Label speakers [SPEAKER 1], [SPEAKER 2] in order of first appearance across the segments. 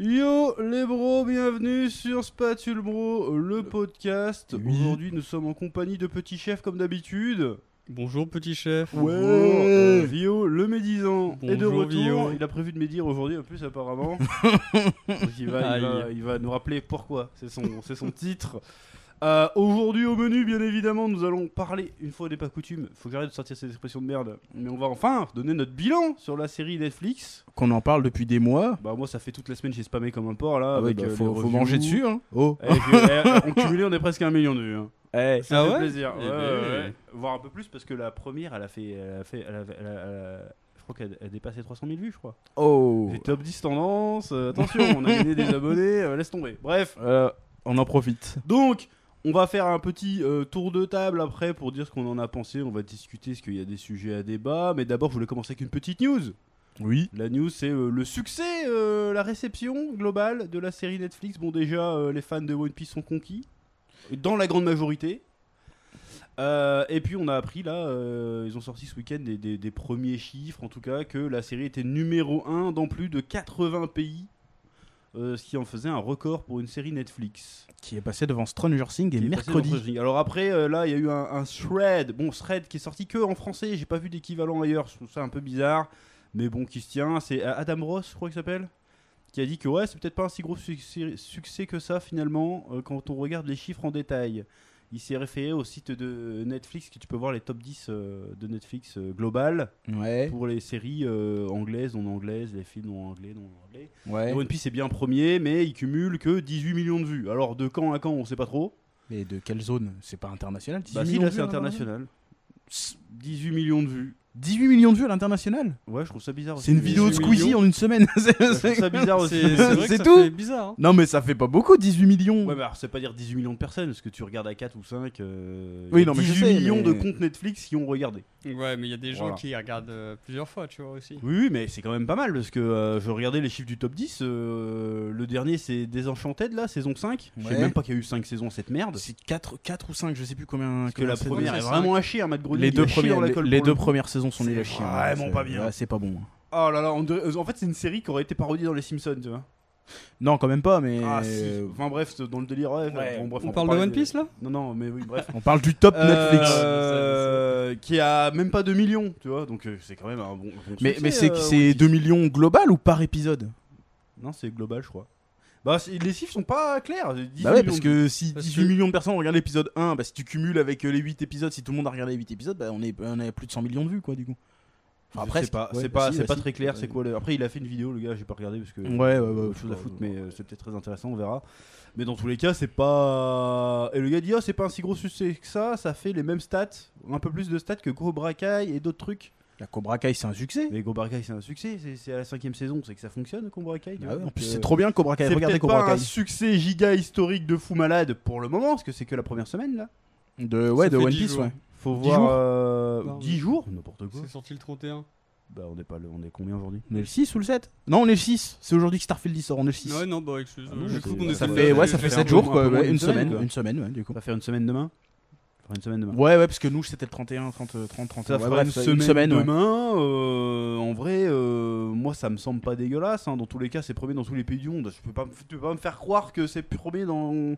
[SPEAKER 1] Yo les bros, bienvenue sur Spatule Bro, le podcast. Aujourd'hui, nous sommes en compagnie de Petit Chef comme d'habitude.
[SPEAKER 2] Bonjour petit chef.
[SPEAKER 1] Ouais. Euh, Vio, le médisant, est de
[SPEAKER 2] Bonjour,
[SPEAKER 1] retour.
[SPEAKER 2] Vio.
[SPEAKER 1] Il a prévu de médire aujourd'hui en plus apparemment. Donc il va, il va- il va nous rappeler pourquoi. C'est son, c'est son titre. Euh, aujourd'hui au menu, bien évidemment, nous allons parler une fois n'est pas coutume. Faut que j'arrête de sortir ces expressions de merde. Mais on va enfin donner notre bilan sur la série Netflix.
[SPEAKER 3] qu'on en parle depuis des mois.
[SPEAKER 1] Bah moi, ça fait toute la semaine j'ai spammé comme un porc là.
[SPEAKER 3] Ah ouais,
[SPEAKER 1] avec,
[SPEAKER 3] bah,
[SPEAKER 1] euh, les
[SPEAKER 3] faut, faut
[SPEAKER 1] reviews.
[SPEAKER 3] manger dessus. Hein. Oh.
[SPEAKER 1] Avec, euh, eh, en cumulé, on est presque à un million de vues. hein. Ça
[SPEAKER 2] Ah
[SPEAKER 1] fait
[SPEAKER 2] ouais
[SPEAKER 1] plaisir.
[SPEAKER 2] Eh
[SPEAKER 1] Ouais,
[SPEAKER 2] ben,
[SPEAKER 1] ouais,
[SPEAKER 2] ouais.
[SPEAKER 1] ouais. Voire un peu plus parce que la première, elle a fait. Elle a fait elle avait- elle a- elle a- je crois qu'elle elle a dépassé 300 000 vues, je crois.
[SPEAKER 3] Oh.
[SPEAKER 1] Les top 10 tendance. euh, attention, on a gagné des abonnés. euh, laisse tomber. Bref.
[SPEAKER 3] Euh, on en profite.
[SPEAKER 1] Donc, on va faire un petit euh, tour de table après pour dire ce qu'on en a pensé. On va discuter, parce qu'il y a des sujets à débat. Mais d'abord, je voulais commencer avec une petite news.
[SPEAKER 3] Oui.
[SPEAKER 1] La news, c'est euh, le succès, euh, la réception globale de la série Netflix. Bon, déjà, euh, les fans de One Piece sont conquis, dans la grande majorité. Euh, et puis, on a appris là, euh, ils ont sorti ce week-end des, des- des premiers chiffres, en tout cas, que la série était numéro 1 dans plus de 80 pays. euh, ce qui en faisait un record pour une série Netflix.
[SPEAKER 3] Qui est passé devant Stranger Things et
[SPEAKER 1] Qui est passé dans
[SPEAKER 3] mercredi.
[SPEAKER 1] Stranger- Alors après, euh, là, il y a eu un, un thread. Bon, thread qui est sorti que en français. J'ai pas vu d'équivalent ailleurs. Je trouve ça un peu bizarre. Mais bon, qui se tient. C'est euh, Adam Ross, je crois qu'il s'appelle. Qui a dit que ouais, c'est peut-être pas un si gros succès, succès que ça finalement euh, quand on regarde les chiffres en détail. Il s'est référé au site de Netflix, que tu peux voir les top 10 euh, de Netflix euh, global
[SPEAKER 3] Ouais.
[SPEAKER 1] pour les séries euh, anglaises, non anglaises, les films non anglais, non anglais.
[SPEAKER 3] Ouais.
[SPEAKER 1] Et One Piece est bien premier, mais il cumule que 18 millions de vues. Alors de quand à quand, on sait pas trop.
[SPEAKER 3] Mais de quelle zone C'est pas international 18
[SPEAKER 1] Bah si,
[SPEAKER 3] millions
[SPEAKER 1] là
[SPEAKER 3] de
[SPEAKER 1] c'est
[SPEAKER 3] vues hein, à l'international
[SPEAKER 1] international. 18 millions de vues.
[SPEAKER 3] 18 millions de vues à l'international
[SPEAKER 1] Ouais, je trouve ça bizarre.
[SPEAKER 3] C'est une
[SPEAKER 1] aussi.
[SPEAKER 3] vidéo de
[SPEAKER 2] 18
[SPEAKER 3] Squeezie
[SPEAKER 2] millions.
[SPEAKER 3] en une semaine. C'est-
[SPEAKER 1] Ouais, je trouve ça bizarre aussi.
[SPEAKER 2] C'est c'est vrai que
[SPEAKER 3] C'est
[SPEAKER 2] ça
[SPEAKER 3] tout
[SPEAKER 2] fait bizarre. hein.
[SPEAKER 3] Non, mais ça fait pas beaucoup, 18 millions.
[SPEAKER 1] Ouais, mais alors c'est pas dire 18 millions de personnes, parce que tu regardes à 4 ou 5. euh, il y
[SPEAKER 3] Oui,
[SPEAKER 1] a
[SPEAKER 3] non, mais je
[SPEAKER 1] 18
[SPEAKER 3] sais,
[SPEAKER 1] millions
[SPEAKER 3] mais-
[SPEAKER 1] de comptes Netflix qui ont regardé.
[SPEAKER 2] Ouais, mais il y a des gens
[SPEAKER 1] Voilà.
[SPEAKER 2] qui regardent euh, plusieurs fois, tu vois aussi.
[SPEAKER 1] Oui, oui, mais c'est quand même pas mal, parce que euh, je regardais les chiffres du top 10. euh, le dernier c'est Désenchanted, là, saison 5. Je sais
[SPEAKER 3] Ouais.
[SPEAKER 1] même pas qu'il y a eu 5 saisons cette merde.
[SPEAKER 3] C'est 4, 4 ou 5, je sais plus combien.
[SPEAKER 1] Parce que la première est
[SPEAKER 2] c'est
[SPEAKER 1] vraiment à chier, hein, Matt Groening.
[SPEAKER 3] Les
[SPEAKER 1] il
[SPEAKER 3] deux,
[SPEAKER 1] a chié
[SPEAKER 3] premières,
[SPEAKER 1] dans la
[SPEAKER 3] les,
[SPEAKER 1] colle
[SPEAKER 3] les
[SPEAKER 1] pour
[SPEAKER 3] deux
[SPEAKER 1] le-
[SPEAKER 3] premières saisons sont
[SPEAKER 1] C'est
[SPEAKER 3] nulles à chier. hein.
[SPEAKER 1] vraiment
[SPEAKER 3] C'est-
[SPEAKER 1] pas bien.
[SPEAKER 3] ouais, c'est pas bon. hein.
[SPEAKER 1] Oh là là, on dirait- en fait c'est une série qui aurait été parodiée dans Les Simpsons, tu vois.
[SPEAKER 3] Non, quand même pas, mais.
[SPEAKER 1] Ah si. Enfin bref, c'est dans le délire, ouais.
[SPEAKER 3] Ouais.
[SPEAKER 1] bon, bref,
[SPEAKER 2] On
[SPEAKER 1] va
[SPEAKER 2] parle de
[SPEAKER 1] parler
[SPEAKER 2] One Piece là
[SPEAKER 1] Non, non, mais oui, bref.
[SPEAKER 3] On parle du top Netflix.
[SPEAKER 1] Euh, qui a même pas 2 millions, tu vois, donc euh, c'est quand même un bon. bon
[SPEAKER 3] Mais,
[SPEAKER 1] succès,
[SPEAKER 3] mais c'est
[SPEAKER 1] euh,
[SPEAKER 3] c'est
[SPEAKER 1] One
[SPEAKER 3] 2
[SPEAKER 1] Piece.
[SPEAKER 3] millions global ou par épisode
[SPEAKER 1] Non, c'est global, je crois. Bah, c'est- les chiffres sont pas clairs. 10
[SPEAKER 3] Bah ouais,
[SPEAKER 1] millions
[SPEAKER 3] parce
[SPEAKER 1] de-
[SPEAKER 3] que si
[SPEAKER 2] Parce
[SPEAKER 3] 18
[SPEAKER 2] que-
[SPEAKER 3] millions de personnes regardent l'épisode 1, bah si tu cumules avec euh, les 8 épisodes, si tout le monde a regardé les 8 épisodes, bah on est, on est à plus de 100 millions de vues quoi du coup. Enfin,
[SPEAKER 1] Je sais
[SPEAKER 3] presque.
[SPEAKER 1] pas,
[SPEAKER 3] Ouais,
[SPEAKER 1] c'est
[SPEAKER 3] bah
[SPEAKER 1] pas,
[SPEAKER 3] si,
[SPEAKER 1] c'est
[SPEAKER 3] bah
[SPEAKER 1] pas
[SPEAKER 3] si.
[SPEAKER 1] très clair, c'est quoi le- Après, il a fait une vidéo, le gars, j'ai pas regardé parce que.
[SPEAKER 3] Ouais, ouais, ouais.
[SPEAKER 1] autre
[SPEAKER 3] je
[SPEAKER 1] chose à
[SPEAKER 3] sais
[SPEAKER 1] foutre,
[SPEAKER 3] pas.
[SPEAKER 1] mais euh, c'est peut-être très intéressant, on verra. Mais dans tous les cas, c'est pas. Et le gars dit, oh, c'est pas un si gros succès que ça, ça fait les mêmes stats, un peu plus de stats que Cobra Kai et d'autres trucs.
[SPEAKER 3] La Cobra Kai c'est un succès.
[SPEAKER 1] Mais Cobra Kai, c'est un succès, c'est- c'est à la cinquième saison, c'est que ça fonctionne, Cobra Kai. tu
[SPEAKER 3] Bah
[SPEAKER 1] vois,
[SPEAKER 3] ouais, en
[SPEAKER 1] donc,
[SPEAKER 3] plus
[SPEAKER 1] euh,
[SPEAKER 3] c'est trop bien Cobra Kai.
[SPEAKER 1] C'est
[SPEAKER 3] Regardez
[SPEAKER 1] peut-être
[SPEAKER 3] Cobra
[SPEAKER 1] pas un
[SPEAKER 3] Kai.
[SPEAKER 1] succès giga historique de fou malade pour le moment, parce que c'est que la première semaine là.
[SPEAKER 3] De, ouais,
[SPEAKER 2] Ça
[SPEAKER 3] de
[SPEAKER 2] fait
[SPEAKER 3] One
[SPEAKER 2] 10
[SPEAKER 3] Piece,
[SPEAKER 2] jours.
[SPEAKER 3] ouais.
[SPEAKER 1] Faut
[SPEAKER 3] Dix
[SPEAKER 1] voir
[SPEAKER 3] jours
[SPEAKER 1] euh,
[SPEAKER 2] Non,
[SPEAKER 1] 10
[SPEAKER 2] mais-
[SPEAKER 1] jours, n'importe quoi.
[SPEAKER 2] C'est sorti le 31.
[SPEAKER 1] Bah on est pas le- on est combien aujourd'hui
[SPEAKER 3] On est le 6 ou le 7 Non, on est le 6. C'est aujourd'hui que Starfield il sort, on est le 6.
[SPEAKER 2] Ouais, non, bah excuse.
[SPEAKER 1] Ah non,
[SPEAKER 2] j'ai
[SPEAKER 1] mais
[SPEAKER 2] cru
[SPEAKER 1] c'est-
[SPEAKER 2] qu'on
[SPEAKER 1] ça
[SPEAKER 2] était-
[SPEAKER 1] fait-
[SPEAKER 3] Et ouais, ça
[SPEAKER 1] Ça
[SPEAKER 3] fait
[SPEAKER 1] fait
[SPEAKER 3] 7
[SPEAKER 1] un
[SPEAKER 3] jours
[SPEAKER 1] peu
[SPEAKER 3] quoi,
[SPEAKER 1] moins-
[SPEAKER 3] ouais,
[SPEAKER 1] une
[SPEAKER 3] une
[SPEAKER 1] semaine,
[SPEAKER 3] semaine,
[SPEAKER 1] quoi.
[SPEAKER 3] une semaine ouais, du coup.
[SPEAKER 1] On va faire une semaine demain. On va faire une semaine demain.
[SPEAKER 3] Ouais, ouais, parce que nous c'était le 31, 30, 30, 30.
[SPEAKER 1] Ça
[SPEAKER 3] ouais,
[SPEAKER 1] fera
[SPEAKER 3] bref,
[SPEAKER 1] une
[SPEAKER 3] ça-
[SPEAKER 1] semaine,
[SPEAKER 3] ouais.
[SPEAKER 1] demain. euh, en vrai, euh, moi, ça me semble pas dégueulasse. hein. Dans tous les cas, c'est premier dans tous les pays du monde. Je peux pas, me- tu peux pas me faire croire que c'est premier dans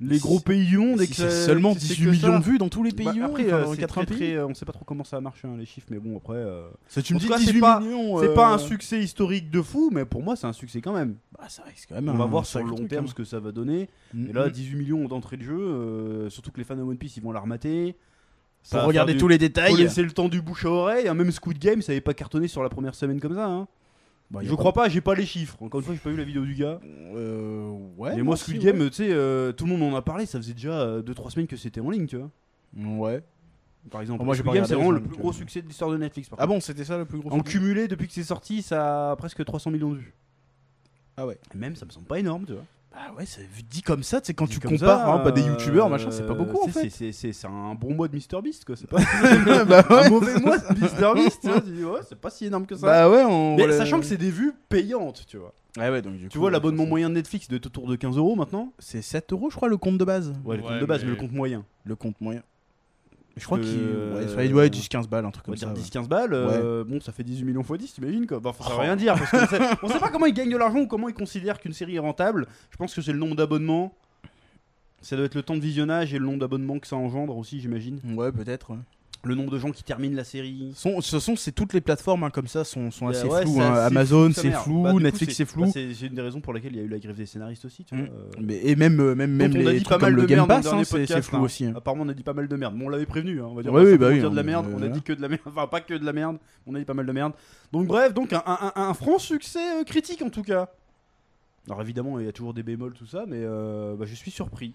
[SPEAKER 1] les
[SPEAKER 3] Si-
[SPEAKER 1] gros pays du monde. et
[SPEAKER 3] Si
[SPEAKER 1] que
[SPEAKER 3] c'est
[SPEAKER 1] ça-
[SPEAKER 3] seulement
[SPEAKER 1] que c'est
[SPEAKER 3] 18
[SPEAKER 1] que ça.
[SPEAKER 3] millions de vues dans tous les pays,
[SPEAKER 1] Bah,
[SPEAKER 3] hein,
[SPEAKER 1] après,
[SPEAKER 3] enfin,
[SPEAKER 1] euh,
[SPEAKER 3] dans
[SPEAKER 1] c'est
[SPEAKER 3] 80
[SPEAKER 1] très,
[SPEAKER 3] pays.
[SPEAKER 1] très, euh, on sait pas trop comment ça marche hein, les chiffres, mais bon après, euh,
[SPEAKER 3] Ça, tu me
[SPEAKER 1] En
[SPEAKER 3] dis
[SPEAKER 1] tout cas, c'est
[SPEAKER 3] 18
[SPEAKER 1] pas-
[SPEAKER 3] millions.
[SPEAKER 1] c'est
[SPEAKER 3] euh,
[SPEAKER 1] pas un succès historique de fou, mais pour moi c'est un succès quand même.
[SPEAKER 3] Bah, ça risque quand même. Mm,
[SPEAKER 1] on
[SPEAKER 3] un
[SPEAKER 1] va voir sur le
[SPEAKER 3] sacré
[SPEAKER 1] long
[SPEAKER 3] truc,
[SPEAKER 1] terme
[SPEAKER 3] hein.
[SPEAKER 1] ce que ça va donner. Et là, 18 millions d'entrées de jeu, euh, surtout que les fans de One Piece ils vont la remater. Ça
[SPEAKER 3] pour
[SPEAKER 1] va
[SPEAKER 3] regarder
[SPEAKER 1] faire du-
[SPEAKER 3] tous les
[SPEAKER 1] Faut
[SPEAKER 3] détails.
[SPEAKER 1] laisser le temps du bouche à oreille. hein. Même Squid Game, ça avait pas cartonné sur la première semaine comme ça. hein.
[SPEAKER 3] Bah, y a
[SPEAKER 1] je crois pas, j'ai pas les chiffres. Encore une fois, j'ai pas vu la vidéo du gars.
[SPEAKER 3] pas- Euh, ouais.
[SPEAKER 1] mais
[SPEAKER 3] non,
[SPEAKER 1] moi,
[SPEAKER 3] si,
[SPEAKER 1] Squid
[SPEAKER 3] ouais.
[SPEAKER 1] Game, tu sais, euh, tout le monde en a parlé. Ça faisait déjà 2-3 semaines que c'était en ligne, tu vois.
[SPEAKER 3] Ouais.
[SPEAKER 1] Par exemple,
[SPEAKER 3] Oh, moi, j'ai
[SPEAKER 1] Squid
[SPEAKER 3] pas
[SPEAKER 1] Game,
[SPEAKER 3] regardé,
[SPEAKER 1] c'est vraiment
[SPEAKER 3] je
[SPEAKER 1] le
[SPEAKER 3] vois,
[SPEAKER 1] plus
[SPEAKER 3] donc,
[SPEAKER 1] gros
[SPEAKER 3] euh.
[SPEAKER 1] succès de l'histoire de Netflix. par
[SPEAKER 3] Ah
[SPEAKER 1] contre.
[SPEAKER 3] bon, c'était ça le plus gros.
[SPEAKER 1] En
[SPEAKER 3] film
[SPEAKER 1] cumulé, depuis que c'est sorti, ça a presque 300 millions de vues.
[SPEAKER 3] Ah ouais.
[SPEAKER 1] Même, ça me semble pas énorme, tu vois.
[SPEAKER 3] Bah ouais, c'est dit comme ça, c'est quand
[SPEAKER 1] Dit
[SPEAKER 3] tu
[SPEAKER 1] comme
[SPEAKER 3] compares
[SPEAKER 1] ça,
[SPEAKER 3] hein, bah, des
[SPEAKER 1] euh,
[SPEAKER 3] youtubeurs, machin, c'est pas beaucoup en
[SPEAKER 1] c'est-
[SPEAKER 3] fait.
[SPEAKER 1] c'est- C'est c'est un bon mois de MrBeast, quoi. C'est pas
[SPEAKER 3] bah
[SPEAKER 1] un
[SPEAKER 3] ouais.
[SPEAKER 1] mauvais mois de MrBeast, tu vois. Tu dis, ouais, c'est pas si énorme que ça.
[SPEAKER 3] Bah ouais, on.
[SPEAKER 1] Mais
[SPEAKER 3] voilà.
[SPEAKER 1] sachant que c'est des vues payantes, tu vois.
[SPEAKER 3] Ouais, ouais, donc du
[SPEAKER 1] Tu
[SPEAKER 3] coup,
[SPEAKER 1] vois
[SPEAKER 3] ouais,
[SPEAKER 1] l'abonnement
[SPEAKER 3] ça,
[SPEAKER 1] moyen de Netflix de autour de 15 euros maintenant
[SPEAKER 3] C'est 7 euros, je crois, le compte de base.
[SPEAKER 1] Ouais, le
[SPEAKER 2] Ouais,
[SPEAKER 1] compte de base, mais
[SPEAKER 2] mais
[SPEAKER 1] le compte moyen.
[SPEAKER 3] Le compte moyen. Je crois
[SPEAKER 1] Euh,
[SPEAKER 3] qu'il. Ouais, ça- ouais, 10-15 balles, un truc
[SPEAKER 1] On
[SPEAKER 3] comme
[SPEAKER 1] va dire
[SPEAKER 3] ça. ouais. Oh.
[SPEAKER 1] 10-15 balles, euh, bon, ça fait 18 millions x 10, t'imagines quoi. Bah, Enfin, ça veut rien dire, parce qu'on sait, on sait pas comment ils gagnent de l'argent ou comment ils considèrent qu'une série est rentable. Je pense que c'est le nombre d'abonnements, ça doit être le temps de visionnage et le nombre d'abonnements que ça engendre aussi, j'imagine.
[SPEAKER 3] Ouais, peut-être. ouais.
[SPEAKER 1] Le nombre de gens qui terminent la série.
[SPEAKER 3] Sont- De toute façon, c'est toutes les plateformes hein, comme ça sont, sont
[SPEAKER 1] Bah
[SPEAKER 3] assez
[SPEAKER 1] ouais,
[SPEAKER 3] floues.
[SPEAKER 1] c'est
[SPEAKER 3] hein.
[SPEAKER 1] assez
[SPEAKER 3] Amazon,
[SPEAKER 1] flou, sa
[SPEAKER 3] c'est
[SPEAKER 1] mère.
[SPEAKER 3] flou,
[SPEAKER 1] Bah, du coup,
[SPEAKER 3] Netflix, c'est flou.
[SPEAKER 1] bah, c'est c'est une des raisons pour laquelle il y a eu la grève des scénaristes aussi, tu vois.
[SPEAKER 3] Mm.
[SPEAKER 1] euh,
[SPEAKER 3] Mais- et même, euh, même, même
[SPEAKER 1] dont on a
[SPEAKER 3] les
[SPEAKER 1] dit
[SPEAKER 3] trucs
[SPEAKER 1] pas mal
[SPEAKER 3] comme le
[SPEAKER 1] de merde
[SPEAKER 3] Game
[SPEAKER 1] dans le
[SPEAKER 3] Pass,
[SPEAKER 1] dernier
[SPEAKER 3] hein, c'est c'est
[SPEAKER 1] podcast,
[SPEAKER 3] flou
[SPEAKER 1] hein.
[SPEAKER 3] aussi. hein.
[SPEAKER 1] Apparemment, on a dit pas mal de merde. Bon, on l'avait prévenu, hein, on va dire.
[SPEAKER 3] Ouais,
[SPEAKER 1] on va
[SPEAKER 3] oui,
[SPEAKER 1] pas
[SPEAKER 3] bah
[SPEAKER 1] trop
[SPEAKER 3] oui,
[SPEAKER 1] dire de la
[SPEAKER 3] on-
[SPEAKER 1] merde.
[SPEAKER 3] euh,
[SPEAKER 1] on a
[SPEAKER 3] voilà.
[SPEAKER 1] dit que de la merde. Enfin, pas que de la merde. On a dit pas mal de merde. Donc, bref, donc un, un- un- un franc succès euh, critique en tout cas. Alors, évidemment, il y a toujours des bémols, tout ça, mais euh, bah, je suis surpris.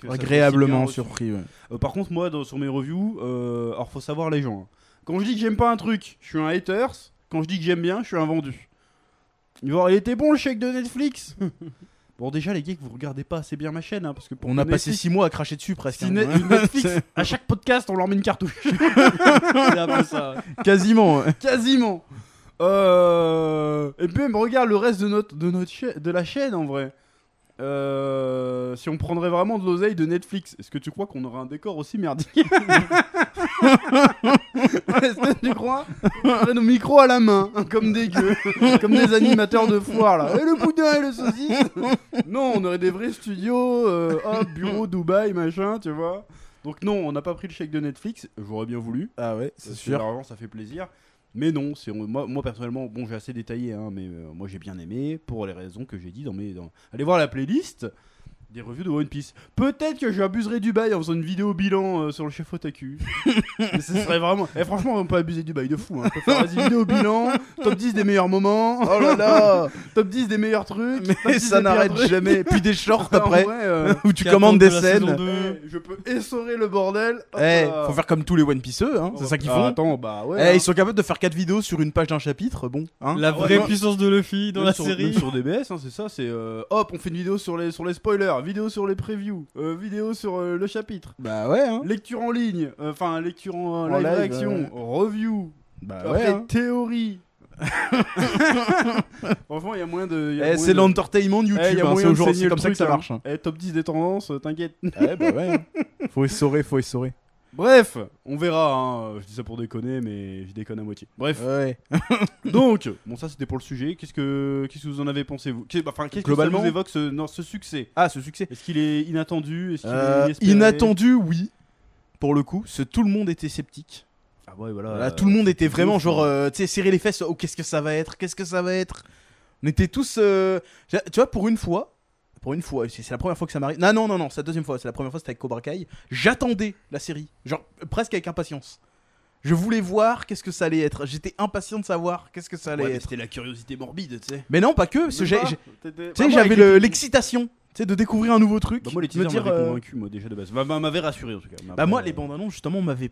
[SPEAKER 1] que ça soit si bien
[SPEAKER 3] Agréablement
[SPEAKER 1] reçu.
[SPEAKER 3] surpris. ouais.
[SPEAKER 1] Euh, par contre, moi, dans- sur mes reviews, euh, alors faut savoir les gens. hein. Quand je dis que j'aime pas un truc, je suis un haters. Quand je dis que j'aime bien, je suis un vendu. Ils vont, il était bon le chèque de Netflix. bon, déjà les gars, que vous regardez pas assez bien ma chaîne, hein, parce que pour
[SPEAKER 3] On a
[SPEAKER 1] que
[SPEAKER 3] passé
[SPEAKER 1] Netflix-
[SPEAKER 3] 6 mois à cracher dessus presque.
[SPEAKER 1] si
[SPEAKER 3] hein.
[SPEAKER 1] Net- Netflix, à chaque podcast, on leur met une cartouche.
[SPEAKER 2] C'est un peu ça. ouais.
[SPEAKER 3] Quasiment.
[SPEAKER 1] hein.
[SPEAKER 3] ouais.
[SPEAKER 1] Quasiment. Euh, Et puis même, regarde le reste de notre, de notre cha- de la chaîne en vrai. Euh, Si on prendrait vraiment de l'oseille de Netflix, est-ce que tu crois qu'on aurait un décor aussi merdique Est-ce que tu crois qu'on aurait nos micros à la main, hein, comme des gueux, comme des animateurs de foire là. Et le boudin et le saucisse Non, on aurait des vrais studios, euh, hop, bureau, Dubaï, machin, tu vois. Donc non, on n'a pas pris le chèque de Netflix, j'aurais bien voulu.
[SPEAKER 3] Ah ouais, c'est
[SPEAKER 1] Parce que
[SPEAKER 3] sûr.
[SPEAKER 1] L'argent, ça fait plaisir. Mais non, c'est moi, moi personnellement, bon, j'ai assez détaillé, hein, mais euh, moi j'ai bien aimé pour les raisons que j'ai dit dans mes. dans- Allez voir la playlist des reviews de One Piece. Peut-être que j'abuserai du bail en faisant une vidéo bilan euh, sur le chef Otaku. Mais ce serait vraiment. Eh, franchement, on va pas abuser du bail de fou. Hein. On peut faire, Vas-y, vidéo bilan, top 10 des meilleurs moments,
[SPEAKER 3] Oh là là
[SPEAKER 1] top 10 des meilleurs trucs. top
[SPEAKER 3] Mais
[SPEAKER 1] 10
[SPEAKER 3] ça
[SPEAKER 1] des pires
[SPEAKER 3] n'arrête
[SPEAKER 1] trucs.
[SPEAKER 3] jamais. Puis des shorts
[SPEAKER 1] En
[SPEAKER 3] après
[SPEAKER 1] vrai, euh,
[SPEAKER 3] où tu
[SPEAKER 2] Qui
[SPEAKER 3] commandes des
[SPEAKER 2] attendent de la saison
[SPEAKER 3] scènes.
[SPEAKER 2] deux.
[SPEAKER 1] eh, je peux essorer le bordel. Hop
[SPEAKER 3] Eh,
[SPEAKER 1] là.
[SPEAKER 3] faut faire comme tous les One Pieceux, hein. c'est ça qu'ils
[SPEAKER 1] Ah,
[SPEAKER 3] font.
[SPEAKER 1] Attends, bah ouais.
[SPEAKER 3] Eh,
[SPEAKER 1] hein.
[SPEAKER 3] ils sont capables de faire 4 vidéos sur une page d'un chapitre, bon. Hein
[SPEAKER 2] La
[SPEAKER 1] ouais,
[SPEAKER 2] vraie
[SPEAKER 1] moi-
[SPEAKER 2] puissance de Luffy dans
[SPEAKER 1] Même
[SPEAKER 2] la
[SPEAKER 1] sur,
[SPEAKER 2] série.
[SPEAKER 1] même sur DBS, hein, c'est ça, c'est euh, hop, on fait une vidéo sur les, sur les spoilers, vidéo sur les previews, euh, vidéo sur euh, le chapitre,
[SPEAKER 3] Bah ouais, hein.
[SPEAKER 1] lecture en ligne, euh, enfin lecture en, euh,
[SPEAKER 3] En
[SPEAKER 1] live,
[SPEAKER 3] live,
[SPEAKER 1] réaction,
[SPEAKER 3] ouais.
[SPEAKER 1] review,
[SPEAKER 3] Bah
[SPEAKER 1] après
[SPEAKER 3] ouais. hein.
[SPEAKER 1] théorie. Franchement, il y a moyen de. il y a
[SPEAKER 3] Eh,
[SPEAKER 1] moyen
[SPEAKER 3] c'est
[SPEAKER 1] de-
[SPEAKER 3] l'entertainment de
[SPEAKER 1] Eh, il y
[SPEAKER 3] YouTube,
[SPEAKER 1] a
[SPEAKER 3] hein, c'est
[SPEAKER 1] moyen de
[SPEAKER 3] aujourd'hui-
[SPEAKER 1] saigner
[SPEAKER 3] c'est
[SPEAKER 1] le
[SPEAKER 3] comme ça que
[SPEAKER 1] truc,
[SPEAKER 3] ça
[SPEAKER 1] hein.
[SPEAKER 3] marche. hein.
[SPEAKER 1] Eh, top 10 des tendances, euh, t'inquiète.
[SPEAKER 3] Ouais, bah ouais. hein. Faut essorer, faut essorer.
[SPEAKER 1] Bref, on verra, hein, je dis ça pour déconner, mais je déconne à moitié. Bref,
[SPEAKER 3] Ouais.
[SPEAKER 1] donc, bon, ça c'était pour le sujet, qu'est-ce que, qu'est-ce que vous en avez pensé, vous Qu'est- Enfin, qu'est-ce que ça
[SPEAKER 3] Globalement-
[SPEAKER 1] vous évoque ce, non, ce succès
[SPEAKER 3] Ah, ce succès.
[SPEAKER 1] Est-ce qu'il est inattendu Est-ce qu'il
[SPEAKER 3] Euh,
[SPEAKER 1] est inespéré
[SPEAKER 3] inattendu, oui. Pour le coup, parce que tout le monde était sceptique.
[SPEAKER 1] Ah ouais, voilà.
[SPEAKER 3] Voilà,
[SPEAKER 1] euh,
[SPEAKER 3] tout le monde était
[SPEAKER 1] c'est
[SPEAKER 3] vraiment
[SPEAKER 1] ouf,
[SPEAKER 3] genre,
[SPEAKER 1] hein.
[SPEAKER 3] euh, tu sais, serrer les fesses. Oh, qu'est-ce que ça va être Qu'est-ce que ça va être On était tous. euh, Tu vois, pour une fois. Pour une fois, c'est c'est la première fois que ça m'arrive. Non, non, non, non, c'est la deuxième fois. C'est la première fois, c'était avec Cobra Kai. J'attendais la série, genre euh, presque avec impatience. Je voulais voir qu'est-ce que ça allait être. J'étais impatient de savoir qu'est-ce que ça allait
[SPEAKER 1] Ouais, mais
[SPEAKER 3] être.
[SPEAKER 1] c'était la curiosité morbide, tu sais.
[SPEAKER 3] Mais non, pas que. parce que
[SPEAKER 1] Même
[SPEAKER 3] j'ai-
[SPEAKER 1] pas
[SPEAKER 3] j'ai-
[SPEAKER 1] T'étais-
[SPEAKER 3] Tu
[SPEAKER 1] Bah,
[SPEAKER 3] sais,
[SPEAKER 1] moi,
[SPEAKER 3] j'avais
[SPEAKER 1] avec les-
[SPEAKER 3] le- l'excitation, tu sais, de découvrir un nouveau truc.
[SPEAKER 1] Bah, moi, les
[SPEAKER 3] de me
[SPEAKER 1] teasers
[SPEAKER 3] dire,
[SPEAKER 1] m'avaient
[SPEAKER 3] euh,
[SPEAKER 1] convaincu, moi, déjà de base. Bah, bah, m'avait rassuré en tout cas. Mais
[SPEAKER 3] Bah
[SPEAKER 1] après,
[SPEAKER 3] moi,
[SPEAKER 1] euh,
[SPEAKER 3] les bandes annonces, justement, on m'avait.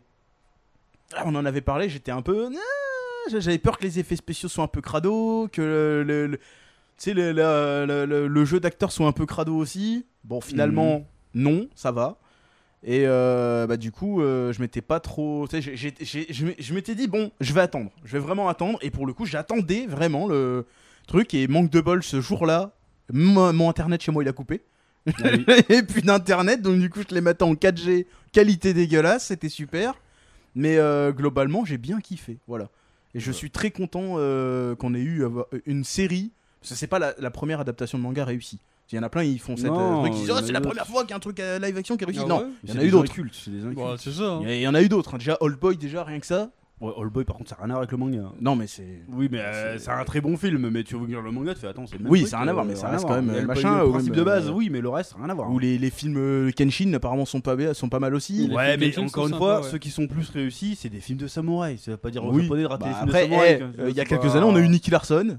[SPEAKER 3] Ah, on en avait parlé, j'étais un peu. Ah, J'avais peur que les effets spéciaux soient un peu crado, que le. le- le- Tu sais, le, la- le- le- le jeu d'acteur soit un peu crado aussi. Bon, finalement, non, ça va. Et euh, bah, du coup, euh, je m'étais pas trop. Tu sais, j'ai- j'ai- j'ai- je m'ai- je m'étais dit, bon, je vais attendre. Je vais vraiment attendre. Et pour le coup, j'attendais vraiment le truc. Et manque de bol, ce jour-là, mon mon internet chez moi, il a coupé.
[SPEAKER 1] ah oui.
[SPEAKER 3] et puis d'internet donc du coup je les mettais en 4G qualité dégueulasse c'était super mais euh, globalement j'ai bien kiffé voilà et je
[SPEAKER 1] Ouais.
[SPEAKER 3] suis très content euh, qu'on ait eu euh, une série parce que c'est pas la, la première adaptation de manga réussie il y en a plein ils font cette
[SPEAKER 1] Non,
[SPEAKER 3] euh, truc, ils
[SPEAKER 1] il
[SPEAKER 3] disent
[SPEAKER 1] y en
[SPEAKER 3] Oh,
[SPEAKER 1] a
[SPEAKER 3] c'est
[SPEAKER 1] eu
[SPEAKER 3] la
[SPEAKER 1] d'autres.
[SPEAKER 3] première fois qu'il y a un truc euh, live action qui réussit
[SPEAKER 2] Ah
[SPEAKER 3] non
[SPEAKER 2] ouais
[SPEAKER 1] Mais
[SPEAKER 3] il y
[SPEAKER 1] c'est
[SPEAKER 3] en a eu
[SPEAKER 1] des
[SPEAKER 3] d'autres
[SPEAKER 1] incultes, C'est des
[SPEAKER 2] Bah,
[SPEAKER 1] incultes.
[SPEAKER 2] c'est ça. hein.
[SPEAKER 3] il y, a- il y en a eu d'autres hein. déjà Old Boy déjà rien que ça
[SPEAKER 1] Ouais, All Boy, par contre, ça n'a rien à voir avec le manga. hein.
[SPEAKER 3] non mais c'est
[SPEAKER 1] Oui, mais euh,
[SPEAKER 3] C'est-
[SPEAKER 1] c'est un très bon film, mais tu veux lire le manga, tu fais attends, c'est le même
[SPEAKER 3] Oui,
[SPEAKER 1] truc,
[SPEAKER 3] ça a rien à voir, mais
[SPEAKER 1] euh,
[SPEAKER 3] ça
[SPEAKER 1] rien
[SPEAKER 3] reste
[SPEAKER 1] à
[SPEAKER 3] quand
[SPEAKER 1] voir.
[SPEAKER 3] même,
[SPEAKER 1] Il y a
[SPEAKER 3] euh,
[SPEAKER 1] le-
[SPEAKER 3] machin,
[SPEAKER 1] Le
[SPEAKER 3] ou
[SPEAKER 1] principe
[SPEAKER 3] même,
[SPEAKER 1] de base,
[SPEAKER 3] euh,
[SPEAKER 1] oui, mais le reste, rien à voir.
[SPEAKER 3] ou les, les films euh, Kenshin apparemment sont pas, ba- sont pas mal aussi
[SPEAKER 2] les
[SPEAKER 1] Ouais,
[SPEAKER 2] films
[SPEAKER 1] mais
[SPEAKER 2] d'origine
[SPEAKER 1] encore
[SPEAKER 2] sont
[SPEAKER 1] une
[SPEAKER 2] sympas,
[SPEAKER 1] fois,
[SPEAKER 2] ouais.
[SPEAKER 1] ceux qui sont plus réussis, c'est des films de samouraï. Ça veut pas dire aux
[SPEAKER 3] Oui.
[SPEAKER 1] japonais de rater
[SPEAKER 3] Bah,
[SPEAKER 1] les films
[SPEAKER 3] après
[SPEAKER 1] de samouraï.
[SPEAKER 3] eh,
[SPEAKER 1] quoi.
[SPEAKER 3] euh, il y a
[SPEAKER 1] C'est
[SPEAKER 3] quelques
[SPEAKER 1] pas-
[SPEAKER 3] années on a eu Nicky Larson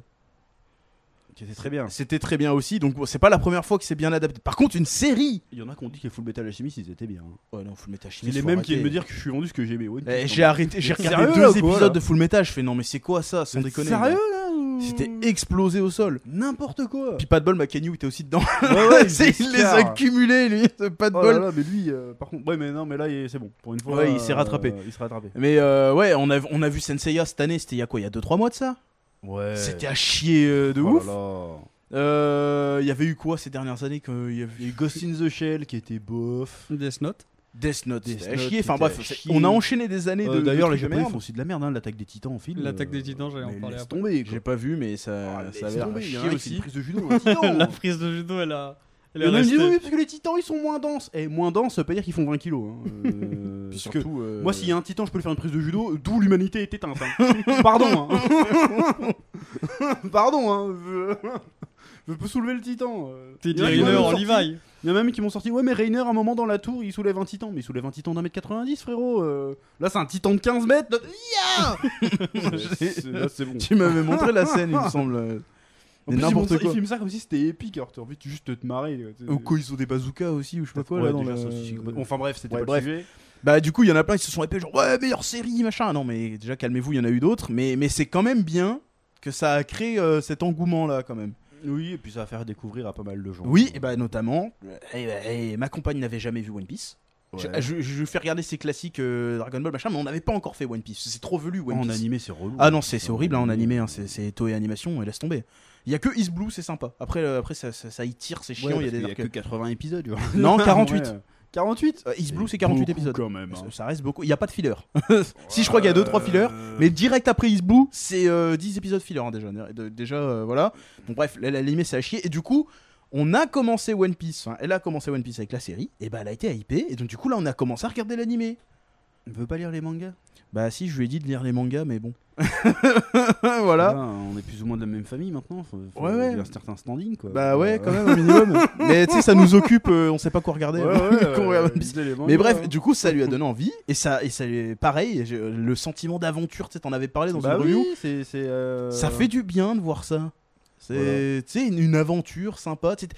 [SPEAKER 1] Qui était très bien.
[SPEAKER 3] C'était très bien aussi, donc bon, c'est pas la première fois que c'est bien adapté. Par contre, une série
[SPEAKER 1] Il y en a qui ont dit que Full Metal Alchemist, ils étaient bien. hein.
[SPEAKER 3] Ouais, non, Full Metal
[SPEAKER 1] C'est les mêmes qui viennent me dire que je suis vendu ce que j'aimais. One Piece,
[SPEAKER 3] Eh, J'ai
[SPEAKER 1] en
[SPEAKER 3] arrêté, j'ai
[SPEAKER 1] Mais
[SPEAKER 3] regardé
[SPEAKER 1] sérieux,
[SPEAKER 3] deux
[SPEAKER 1] là, quoi,
[SPEAKER 3] épisodes
[SPEAKER 1] là
[SPEAKER 3] de Full Metal, je fais non, mais c'est quoi ça Sans
[SPEAKER 1] Mais
[SPEAKER 3] déconner.
[SPEAKER 1] Sérieux
[SPEAKER 3] moi.
[SPEAKER 1] là ou-
[SPEAKER 3] C'était explosé au sol.
[SPEAKER 1] n'importe quoi.
[SPEAKER 3] Puis pas de bol, Makenyu était aussi dedans.
[SPEAKER 1] Ouais, ouais,
[SPEAKER 3] C'est- il les a cumulés, lui, pas de
[SPEAKER 1] Oh là
[SPEAKER 3] bol.
[SPEAKER 1] là, mais lui, euh, par contre, ouais, mais non, mais là, il- c'est bon. Pour une fois,
[SPEAKER 3] Ouais, il s'est rattrapé.
[SPEAKER 1] euh, il s'est rattrapé.
[SPEAKER 3] Mais euh, ouais, on a, on a vu Senseiya cette année, c'était il y a quoi Il y a 2-3 mois de ça
[SPEAKER 1] Ouais.
[SPEAKER 3] C'était à chier euh, de
[SPEAKER 1] Oh
[SPEAKER 3] ouf. Euh, Il y avait eu quoi ces dernières années que- euh, Il y avait eu Ghost
[SPEAKER 1] Ghost in the Shell qui était bof.
[SPEAKER 2] Death Note.
[SPEAKER 3] Death Note,
[SPEAKER 1] Death
[SPEAKER 3] c'était à
[SPEAKER 1] Note,
[SPEAKER 3] chier. Enfin
[SPEAKER 1] c'était
[SPEAKER 3] bref,
[SPEAKER 1] à
[SPEAKER 3] c'est-
[SPEAKER 1] chier.
[SPEAKER 3] on a enchaîné des années
[SPEAKER 1] Euh,
[SPEAKER 3] de.
[SPEAKER 1] D'ailleurs,
[SPEAKER 3] de
[SPEAKER 1] les
[SPEAKER 3] trucs de
[SPEAKER 1] Japonais
[SPEAKER 3] merde.
[SPEAKER 1] font aussi de la merde, hein, l'attaque des titans en film.
[SPEAKER 2] L'attaque des titans, j'allais en
[SPEAKER 1] mais
[SPEAKER 2] parler
[SPEAKER 1] Laisse
[SPEAKER 2] après.
[SPEAKER 1] tomber, quoi.
[SPEAKER 3] J'ai pas vu, mais
[SPEAKER 1] Ah,
[SPEAKER 3] ça, ça
[SPEAKER 1] laisse
[SPEAKER 3] avait l'air
[SPEAKER 1] tomber, il y a un mec qui
[SPEAKER 3] chier
[SPEAKER 1] fait
[SPEAKER 3] aussi.
[SPEAKER 1] une prise de judo, hein. un titan.
[SPEAKER 2] La prise de judo, elle a. Elle
[SPEAKER 1] Et on
[SPEAKER 2] est
[SPEAKER 1] me dit,
[SPEAKER 2] restée.
[SPEAKER 1] oui, parce que les titans ils sont moins denses. Et moins denses, ça veut pas dire qu'ils font 20 kilos. hein. Euh,
[SPEAKER 3] Puis
[SPEAKER 1] parce que
[SPEAKER 3] surtout, euh,
[SPEAKER 1] moi, s'il y a un titan, je peux lui faire une prise de judo, euh, d'où l'humanité est éteinte. hein. Pardon. hein. Pardon. hein, Je... je peux soulever le titan. euh.
[SPEAKER 2] T'es
[SPEAKER 1] Il y en a qui m'ont
[SPEAKER 2] Rainer
[SPEAKER 1] même
[SPEAKER 2] en
[SPEAKER 1] sorti-
[SPEAKER 2] Levi.
[SPEAKER 1] Il y en a même qui m'ont sorti Ouais, mais Rainer, à un moment dans la tour, il soulève un titan. Mais il soulève un titan d'un mètre 90, frérot. euh. Là, c'est un titan de 15 mètres. de- Yeah C'est- Là, c'est bon.
[SPEAKER 3] Tu m'avais montré la scène, il me semble.
[SPEAKER 1] En plus,
[SPEAKER 3] Mais
[SPEAKER 1] ils
[SPEAKER 3] n'importe
[SPEAKER 1] montrent-
[SPEAKER 3] quoi.
[SPEAKER 1] Ils filment ça comme si c'était épique. Alors, t'as envie de juste de te marrer. quoi.
[SPEAKER 3] Ou quoi, ils ont des bazookas aussi, ou je sais pas quoi.
[SPEAKER 1] Ouais,
[SPEAKER 3] là, dans
[SPEAKER 1] déjà,
[SPEAKER 3] la-
[SPEAKER 1] ça aussi, c'est complètement- Enfin bref, c'était
[SPEAKER 3] Ouais,
[SPEAKER 1] pas
[SPEAKER 3] bref.
[SPEAKER 1] le sujet.
[SPEAKER 3] Bah du coup, il y en a plein qui se sont épais genre ouais, meilleure série, machin. Non mais déjà calmez-vous, il y en a eu d'autres mais mais c'est quand même bien que ça a créé euh, cet engouement là quand même.
[SPEAKER 1] Oui, et puis ça va faire découvrir à pas mal de gens.
[SPEAKER 3] Oui, et bah notamment euh, eh bah, eh, ma compagne n'avait jamais vu One Piece.
[SPEAKER 1] Ouais.
[SPEAKER 3] Je, je, je lui fais regarder ses classiques euh, Dragon Ball machin, mais on n'avait pas encore fait One Piece. C'est trop velu One
[SPEAKER 1] en
[SPEAKER 3] Piece.
[SPEAKER 1] animé, c'est relou.
[SPEAKER 3] Ah non, c'est c'est horrible hein, en animé, hein, c'est- c'est Toei Animation, et laisse tomber. Il y a que Is Blue, c'est sympa. Après, euh, après ça, ça, ça y tire, c'est
[SPEAKER 1] Ouais,
[SPEAKER 3] chiant, il y a
[SPEAKER 1] parce
[SPEAKER 3] des
[SPEAKER 1] qu'il
[SPEAKER 3] arcs-
[SPEAKER 1] que 80 épisodes. genre.
[SPEAKER 3] Non, 48.
[SPEAKER 1] Ouais. 48
[SPEAKER 3] Euh, Is Blue, c'est 48
[SPEAKER 1] beaucoup
[SPEAKER 3] épisodes.
[SPEAKER 1] quand même.
[SPEAKER 3] Ça-
[SPEAKER 1] hein.
[SPEAKER 3] Ça reste beaucoup. Il n'y a pas de filler. si je crois qu'il y a 2-3 fillers,
[SPEAKER 1] Euh,
[SPEAKER 3] mais direct après Is Blue, c'est euh, 10 épisodes filler hein, déjà. De- déjà, euh, voilà. Bon, bref, la, la limite, c'est à chier. Et du coup, on a commencé One Piece. Enfin, elle a commencé One Piece avec la série. Et bah, elle a été hypée. Et donc, du coup, là, on a commencé à regarder l'animé.
[SPEAKER 1] on veut pas lire les mangas
[SPEAKER 3] Bah, si, je lui ai dit de lire les mangas, mais bon. voilà.
[SPEAKER 1] Ah, On est plus ou moins de la même famille maintenant. Faut, faut
[SPEAKER 3] Ouais, ouais.
[SPEAKER 1] Il y a un certain standing quoi.
[SPEAKER 3] Bah, ouais,
[SPEAKER 1] Euh,
[SPEAKER 3] quand même, un minimum. mais tu sais, ça nous occupe. euh, on sait pas quoi regarder.
[SPEAKER 1] Ouais,
[SPEAKER 3] hein,
[SPEAKER 1] ouais,
[SPEAKER 3] quand on regarde One
[SPEAKER 1] euh,
[SPEAKER 3] Piece.
[SPEAKER 1] lisez les mangas,
[SPEAKER 3] Mais bref,
[SPEAKER 1] hein.
[SPEAKER 3] du coup, ça lui a donné envie. Et ça, et ça lui est pareil. j'ai- Le sentiment d'aventure, tu sais, t'en avais parlé dans
[SPEAKER 1] Bah
[SPEAKER 3] une review.
[SPEAKER 1] oui, c'est. c'est, euh,
[SPEAKER 3] Ça fait du bien de voir ça. C'est
[SPEAKER 1] Voilà.
[SPEAKER 3] tu sais, une, une aventure sympa. Tu sais, t-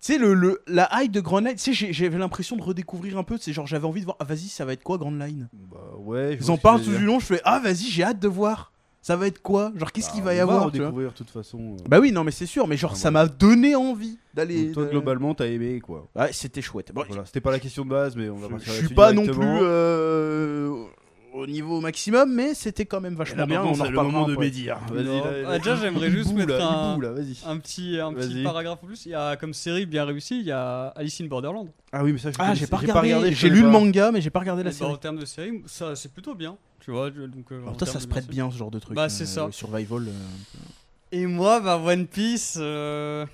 [SPEAKER 3] tu sais, le, le- la hype de Grand Line, tu sais, j'ai- j'avais l'impression de redécouvrir un peu. C'est genre, j'avais envie de voir, ah, vas-y, ça va être quoi Grand Line
[SPEAKER 1] Bah ouais. je
[SPEAKER 3] Ils
[SPEAKER 1] vois
[SPEAKER 3] en
[SPEAKER 1] ce que
[SPEAKER 3] parlent
[SPEAKER 1] tu
[SPEAKER 3] tout
[SPEAKER 1] veux
[SPEAKER 3] du
[SPEAKER 1] dire.
[SPEAKER 3] long, je fais, ah, vas-y, j'ai hâte de voir. Ça va être quoi Genre, qu'est-ce qu'il
[SPEAKER 1] Bah,
[SPEAKER 3] va y
[SPEAKER 1] on
[SPEAKER 3] avoir
[SPEAKER 1] va
[SPEAKER 3] tu vois
[SPEAKER 1] découvrir de toute façon. euh.
[SPEAKER 3] Bah oui, non, mais c'est sûr, mais genre,
[SPEAKER 1] Ah,
[SPEAKER 3] ça
[SPEAKER 1] voilà.
[SPEAKER 3] m'a donné envie d'aller.
[SPEAKER 1] Donc, Toi,
[SPEAKER 3] de-
[SPEAKER 1] globalement, t'as aimé quoi.
[SPEAKER 3] euh, Ouais, c'était chouette. Bon,
[SPEAKER 1] Voilà, c'était pas la question de base, mais on va
[SPEAKER 3] je-
[SPEAKER 1] partir
[SPEAKER 3] je
[SPEAKER 1] là-dessus
[SPEAKER 3] suis pas non plus
[SPEAKER 1] directement.
[SPEAKER 3] euh, au niveau maximum, mais c'était quand même
[SPEAKER 1] Et
[SPEAKER 3] vachement
[SPEAKER 1] là,
[SPEAKER 3] bien.
[SPEAKER 1] maintenant,
[SPEAKER 3] On en
[SPEAKER 1] c'est le moment
[SPEAKER 3] reparlera
[SPEAKER 1] de
[SPEAKER 3] après.
[SPEAKER 1] médire.
[SPEAKER 2] Non.
[SPEAKER 1] là, là,
[SPEAKER 2] Ah, déjà,
[SPEAKER 1] il-
[SPEAKER 2] j'aimerais
[SPEAKER 1] il
[SPEAKER 2] juste
[SPEAKER 1] boue,
[SPEAKER 2] mettre
[SPEAKER 1] là, il
[SPEAKER 2] un-
[SPEAKER 1] boue, là, vas-y.
[SPEAKER 2] Un petit, un petit
[SPEAKER 1] Vas-y.
[SPEAKER 2] paragraphe en plus. Il y a comme série bien réussie, il y a Alice in Borderland.
[SPEAKER 1] Ah oui, mais ça, je
[SPEAKER 3] Ah,
[SPEAKER 1] connais-
[SPEAKER 3] j'ai pas
[SPEAKER 1] regardé.
[SPEAKER 3] regardé.
[SPEAKER 1] je
[SPEAKER 3] J'ai
[SPEAKER 1] connais
[SPEAKER 3] lu le
[SPEAKER 1] pas.
[SPEAKER 3] manga, mais j'ai pas regardé la
[SPEAKER 2] Et bah,
[SPEAKER 3] série.
[SPEAKER 2] en termes de série, ça c'est plutôt bien. Tu vois, je- donc. euh, en
[SPEAKER 3] Alors toi, ça
[SPEAKER 2] termes
[SPEAKER 3] se
[SPEAKER 2] de
[SPEAKER 3] prête
[SPEAKER 2] série.
[SPEAKER 3] bien ce genre de truc.
[SPEAKER 2] Bah, c'est
[SPEAKER 3] euh,
[SPEAKER 2] ça.
[SPEAKER 3] le Survival. euh.
[SPEAKER 2] Et moi, bah One Piece. euh,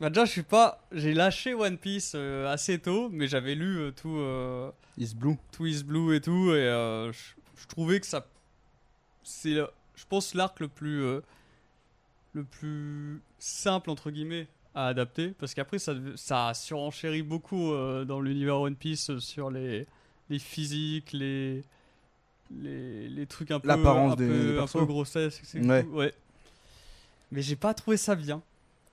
[SPEAKER 2] Bah déjà, je suis pas. J'ai lâché One Piece euh, assez tôt, mais j'avais lu euh, tout, euh,
[SPEAKER 3] Is Blue.
[SPEAKER 2] tout Is Blue et tout, et euh, je je trouvais que ça. C'est, le- je pense, l'arc le plus. euh, le plus simple, entre guillemets, à adapter, parce qu'après, ça, dev- ça a surenchéri beaucoup euh, dans l'univers One Piece euh, sur les, les physiques, les. Les, les trucs un peu
[SPEAKER 3] L'apparence
[SPEAKER 2] un
[SPEAKER 3] des-
[SPEAKER 2] peu,
[SPEAKER 3] des
[SPEAKER 2] un
[SPEAKER 3] persos.
[SPEAKER 2] peu grossesse c'est
[SPEAKER 3] Ouais.
[SPEAKER 2] tout, ouais mais j'ai pas trouvé ça bien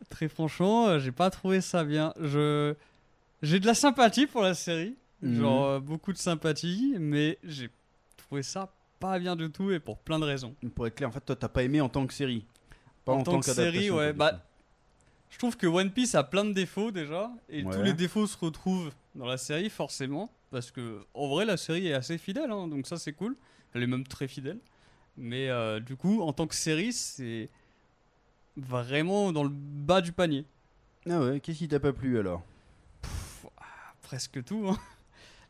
[SPEAKER 2] très franchement euh, j'ai pas trouvé ça bien je j'ai de la sympathie pour la série
[SPEAKER 1] Mhm.
[SPEAKER 2] genre euh, beaucoup de sympathie mais j'ai trouvé ça pas bien du tout et pour plein de raisons
[SPEAKER 1] Pour être clair, en fait, toi, t'as pas aimé en tant que série. Pas en,
[SPEAKER 2] En tant que série,
[SPEAKER 1] qu'adaptation,
[SPEAKER 2] ouais,
[SPEAKER 1] quoi,
[SPEAKER 2] bah,
[SPEAKER 1] du coup.
[SPEAKER 2] je trouve que One Piece a plein de défauts déjà et tous
[SPEAKER 1] Ouais.
[SPEAKER 2] les défauts se retrouvent dans la série forcément parce que en vrai la série est assez fidèle hein, donc ça c'est cool elle est même très fidèle mais euh, du coup en tant que série c'est vraiment dans le bas du panier
[SPEAKER 1] Ah ouais, qu'est-ce qui t'a pas plu alors
[SPEAKER 2] presque tout. hein.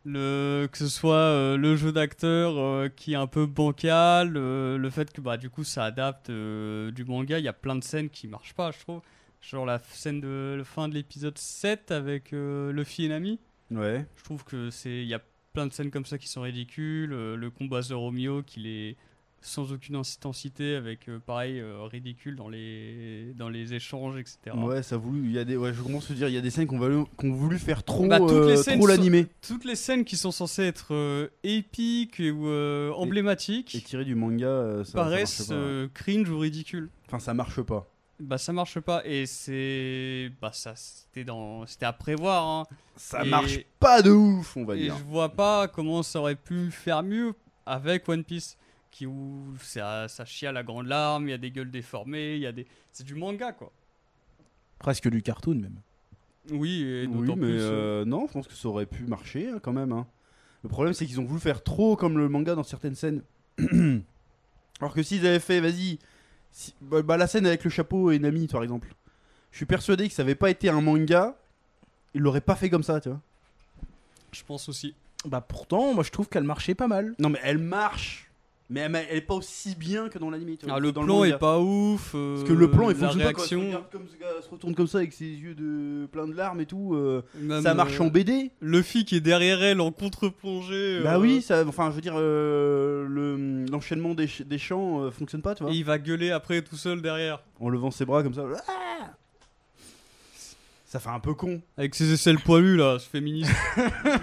[SPEAKER 2] Le, que ce soit euh, le jeu d'acteur euh, qui est un peu bancal, euh, le fait que bah, du coup ça adapte euh, du manga, il y a plein de scènes qui marchent pas, je trouve. Genre la f- scène de la fin de l'épisode 7 avec euh, Luffy et Nami,
[SPEAKER 1] Ouais.
[SPEAKER 2] je trouve que c'est il y a plein de scènes comme ça qui sont ridicules. euh, le combat de Romeo qui est sans aucune intensité avec euh, pareil euh, ridicule dans les, dans les échanges, etc.
[SPEAKER 1] Ouais, ça a voulu. Il y a des. Ouais, je commence à te dire, il y a des scènes qu'on va qu'on voulu faire trop.
[SPEAKER 2] Bah, toutes les
[SPEAKER 1] euh,
[SPEAKER 2] scènes
[SPEAKER 1] trop
[SPEAKER 2] sont-
[SPEAKER 1] l'animé.
[SPEAKER 2] toutes les scènes qui sont censées être euh, épiques et- ou euh,
[SPEAKER 1] Et
[SPEAKER 2] emblématiques
[SPEAKER 1] tiré du manga, euh, ça, ça marche
[SPEAKER 2] paraissent
[SPEAKER 1] pas.
[SPEAKER 2] euh, cringe ou ridicules.
[SPEAKER 1] Enfin, ça marche pas.
[SPEAKER 2] Bah ça marche pas et c'est bah ça c'était dans c'était à prévoir hein.
[SPEAKER 1] Ça
[SPEAKER 2] Et-
[SPEAKER 1] marche pas de ouf, on va
[SPEAKER 2] et
[SPEAKER 1] dire.
[SPEAKER 2] je vois pas comment ça aurait pu faire mieux avec One Piece qui où ça ça chie à la grande larme, il y a des gueules déformées, il y a des c'est du manga quoi.
[SPEAKER 3] Presque du cartoon même.
[SPEAKER 2] Oui, et
[SPEAKER 1] Oui,
[SPEAKER 2] d'autant
[SPEAKER 1] mais
[SPEAKER 2] plus euh,
[SPEAKER 1] euh, non, je pense que ça aurait pu marcher hein, quand même. hein. Le problème, c'est qu'ils ont voulu faire trop comme le manga dans certaines scènes. Alors que s'ils avaient fait, vas-y, si- bah, bah, la scène avec le chapeau et Nami, par exemple, je suis persuadé que ça avait pas été un manga, ils l'auraient pas fait comme ça, tu vois.
[SPEAKER 2] je pense aussi.
[SPEAKER 3] Bah pourtant, moi je trouve qu'elle marchait pas mal.
[SPEAKER 1] Non, mais elle marche. Mais elle, elle est pas aussi bien que dans l'anime. tu vois,
[SPEAKER 2] Ah,
[SPEAKER 1] que
[SPEAKER 2] le
[SPEAKER 1] dans
[SPEAKER 2] plan
[SPEAKER 1] manga.
[SPEAKER 2] est pas ouf. euh,
[SPEAKER 1] Parce que le plan, il
[SPEAKER 2] la
[SPEAKER 1] fonctionne pas. Quand elle se,
[SPEAKER 2] réaction.
[SPEAKER 1] regarde comme, elle se retourne comme ça avec ses yeux de plein de larmes et tout. euh,
[SPEAKER 2] même,
[SPEAKER 1] ça marche
[SPEAKER 2] euh,
[SPEAKER 1] en BD.
[SPEAKER 2] Luffy qui est derrière elle en contre-plongée.
[SPEAKER 1] Bah
[SPEAKER 2] euh,
[SPEAKER 1] oui, ça, enfin, je veux dire, euh, le- l'enchaînement des, ch- des chants euh, fonctionne pas, tu vois.
[SPEAKER 2] Et il va gueuler après tout seul derrière.
[SPEAKER 1] En levant ses bras comme ça. Ah ça fait un peu con.
[SPEAKER 2] Avec ses aisselles poilues là, ce féministe.